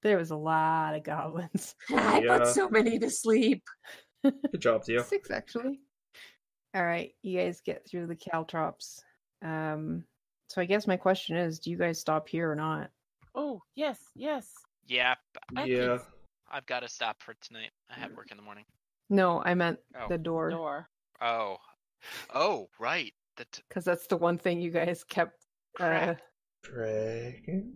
Speaker 1: There was a lot of goblins.
Speaker 5: I
Speaker 3: Yeah.
Speaker 5: put so many to sleep.
Speaker 3: Good job, Theo.
Speaker 1: Six actually. All right, you guys get through the caltrops. Um, so I guess my question is, do you guys stop here or not?
Speaker 4: Oh, yes, yes.
Speaker 2: Yeah, b-
Speaker 4: I
Speaker 3: yeah.
Speaker 4: think-
Speaker 2: I've got to stop for tonight. I have work in the morning.
Speaker 1: No, I meant
Speaker 2: Oh.
Speaker 1: the door
Speaker 4: Door.
Speaker 2: Oh. Oh, right. The t-
Speaker 1: because that's the one thing you guys kept. Uh,
Speaker 2: Crap.
Speaker 3: Dragon?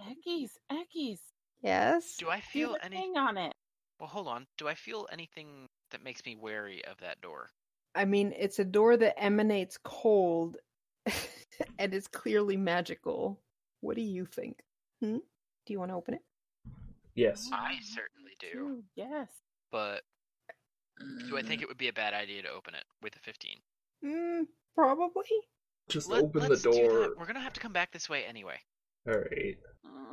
Speaker 4: Eckies, Eckies.
Speaker 1: yes.
Speaker 2: do I
Speaker 4: Do
Speaker 2: feel
Speaker 4: the
Speaker 2: any
Speaker 4: thing on it.
Speaker 2: Well, hold on. Do I feel anything that makes me wary of that door?
Speaker 1: I mean, it's a door that emanates cold, and is clearly magical. What do you think? Hmm? Do you want to open it?
Speaker 3: Yes.
Speaker 2: I certainly do.
Speaker 4: Ooh, Mm, yes.
Speaker 2: But
Speaker 5: Mm.
Speaker 2: do I think it would be a bad idea to open it with a 15?
Speaker 1: Mm, probably.
Speaker 3: Just
Speaker 2: Let-
Speaker 3: open the
Speaker 2: let's do that.
Speaker 3: door.
Speaker 2: We're going to have to come back this way anyway.
Speaker 3: Alright.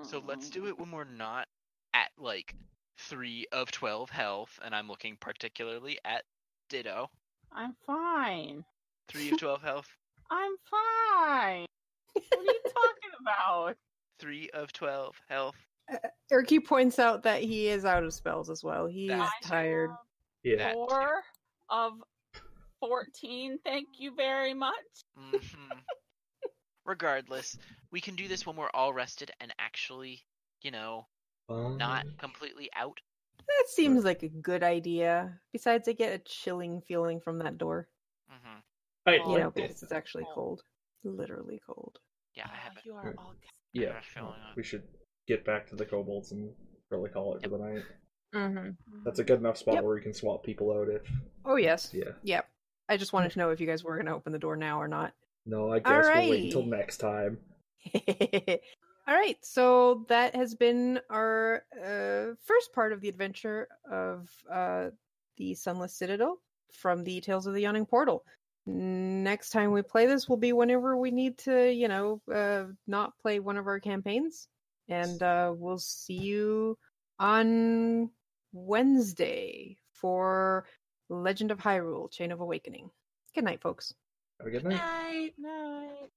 Speaker 2: So let's
Speaker 4: Mm,
Speaker 2: do it when we're not at like 3 of 12 health, and I'm looking particularly at Ditto.
Speaker 4: I'm fine.
Speaker 2: 3 of 12 health.
Speaker 4: I'm fine. What are you talking about?
Speaker 2: 3 of 12 health.
Speaker 1: Erky points out that he is out of spells as well. He is
Speaker 2: That-
Speaker 1: tired.
Speaker 3: Yeah.
Speaker 2: That too.
Speaker 4: Four of fourteen. Thank you very much.
Speaker 2: Mhm. Regardless, we can do this when we're all rested and actually, you know,
Speaker 3: Um,
Speaker 2: not completely out.
Speaker 1: That seems like a good idea. Besides, I get a chilling feeling from that door.
Speaker 2: hmm
Speaker 3: I
Speaker 1: You
Speaker 4: Oh,
Speaker 1: know,
Speaker 3: like
Speaker 1: because
Speaker 3: this.
Speaker 1: it's actually
Speaker 4: cold.
Speaker 1: cold. Literally cold.
Speaker 2: Yeah, I
Speaker 4: Oh,
Speaker 2: have it.
Speaker 4: You are all. good.
Speaker 3: Yeah.
Speaker 2: not feeling it.
Speaker 3: We should get back to the kobolds and really call it for the night.
Speaker 5: Mm-hmm.
Speaker 3: That's a good enough spot
Speaker 1: Yep.
Speaker 3: where we can swap people out if.
Speaker 1: Oh, yes.
Speaker 3: Yeah.
Speaker 1: Yep. I just wanted to know if you guys were going to open the door now or not.
Speaker 3: No, I guess we'll wait until
Speaker 1: Alrighty.
Speaker 3: next time.
Speaker 1: All right. So that has been our uh, first part of the adventure of uh, the Sunless Citadel from the Tales of the Yawning Portal. Next time we play this will be whenever we need to, you know, uh, not play one of our campaigns. And uh, we'll see you on Wednesday for Legend of Hyrule Chain of Awakening. Good night, folks.
Speaker 3: Have a good night.
Speaker 5: Night.
Speaker 4: Night.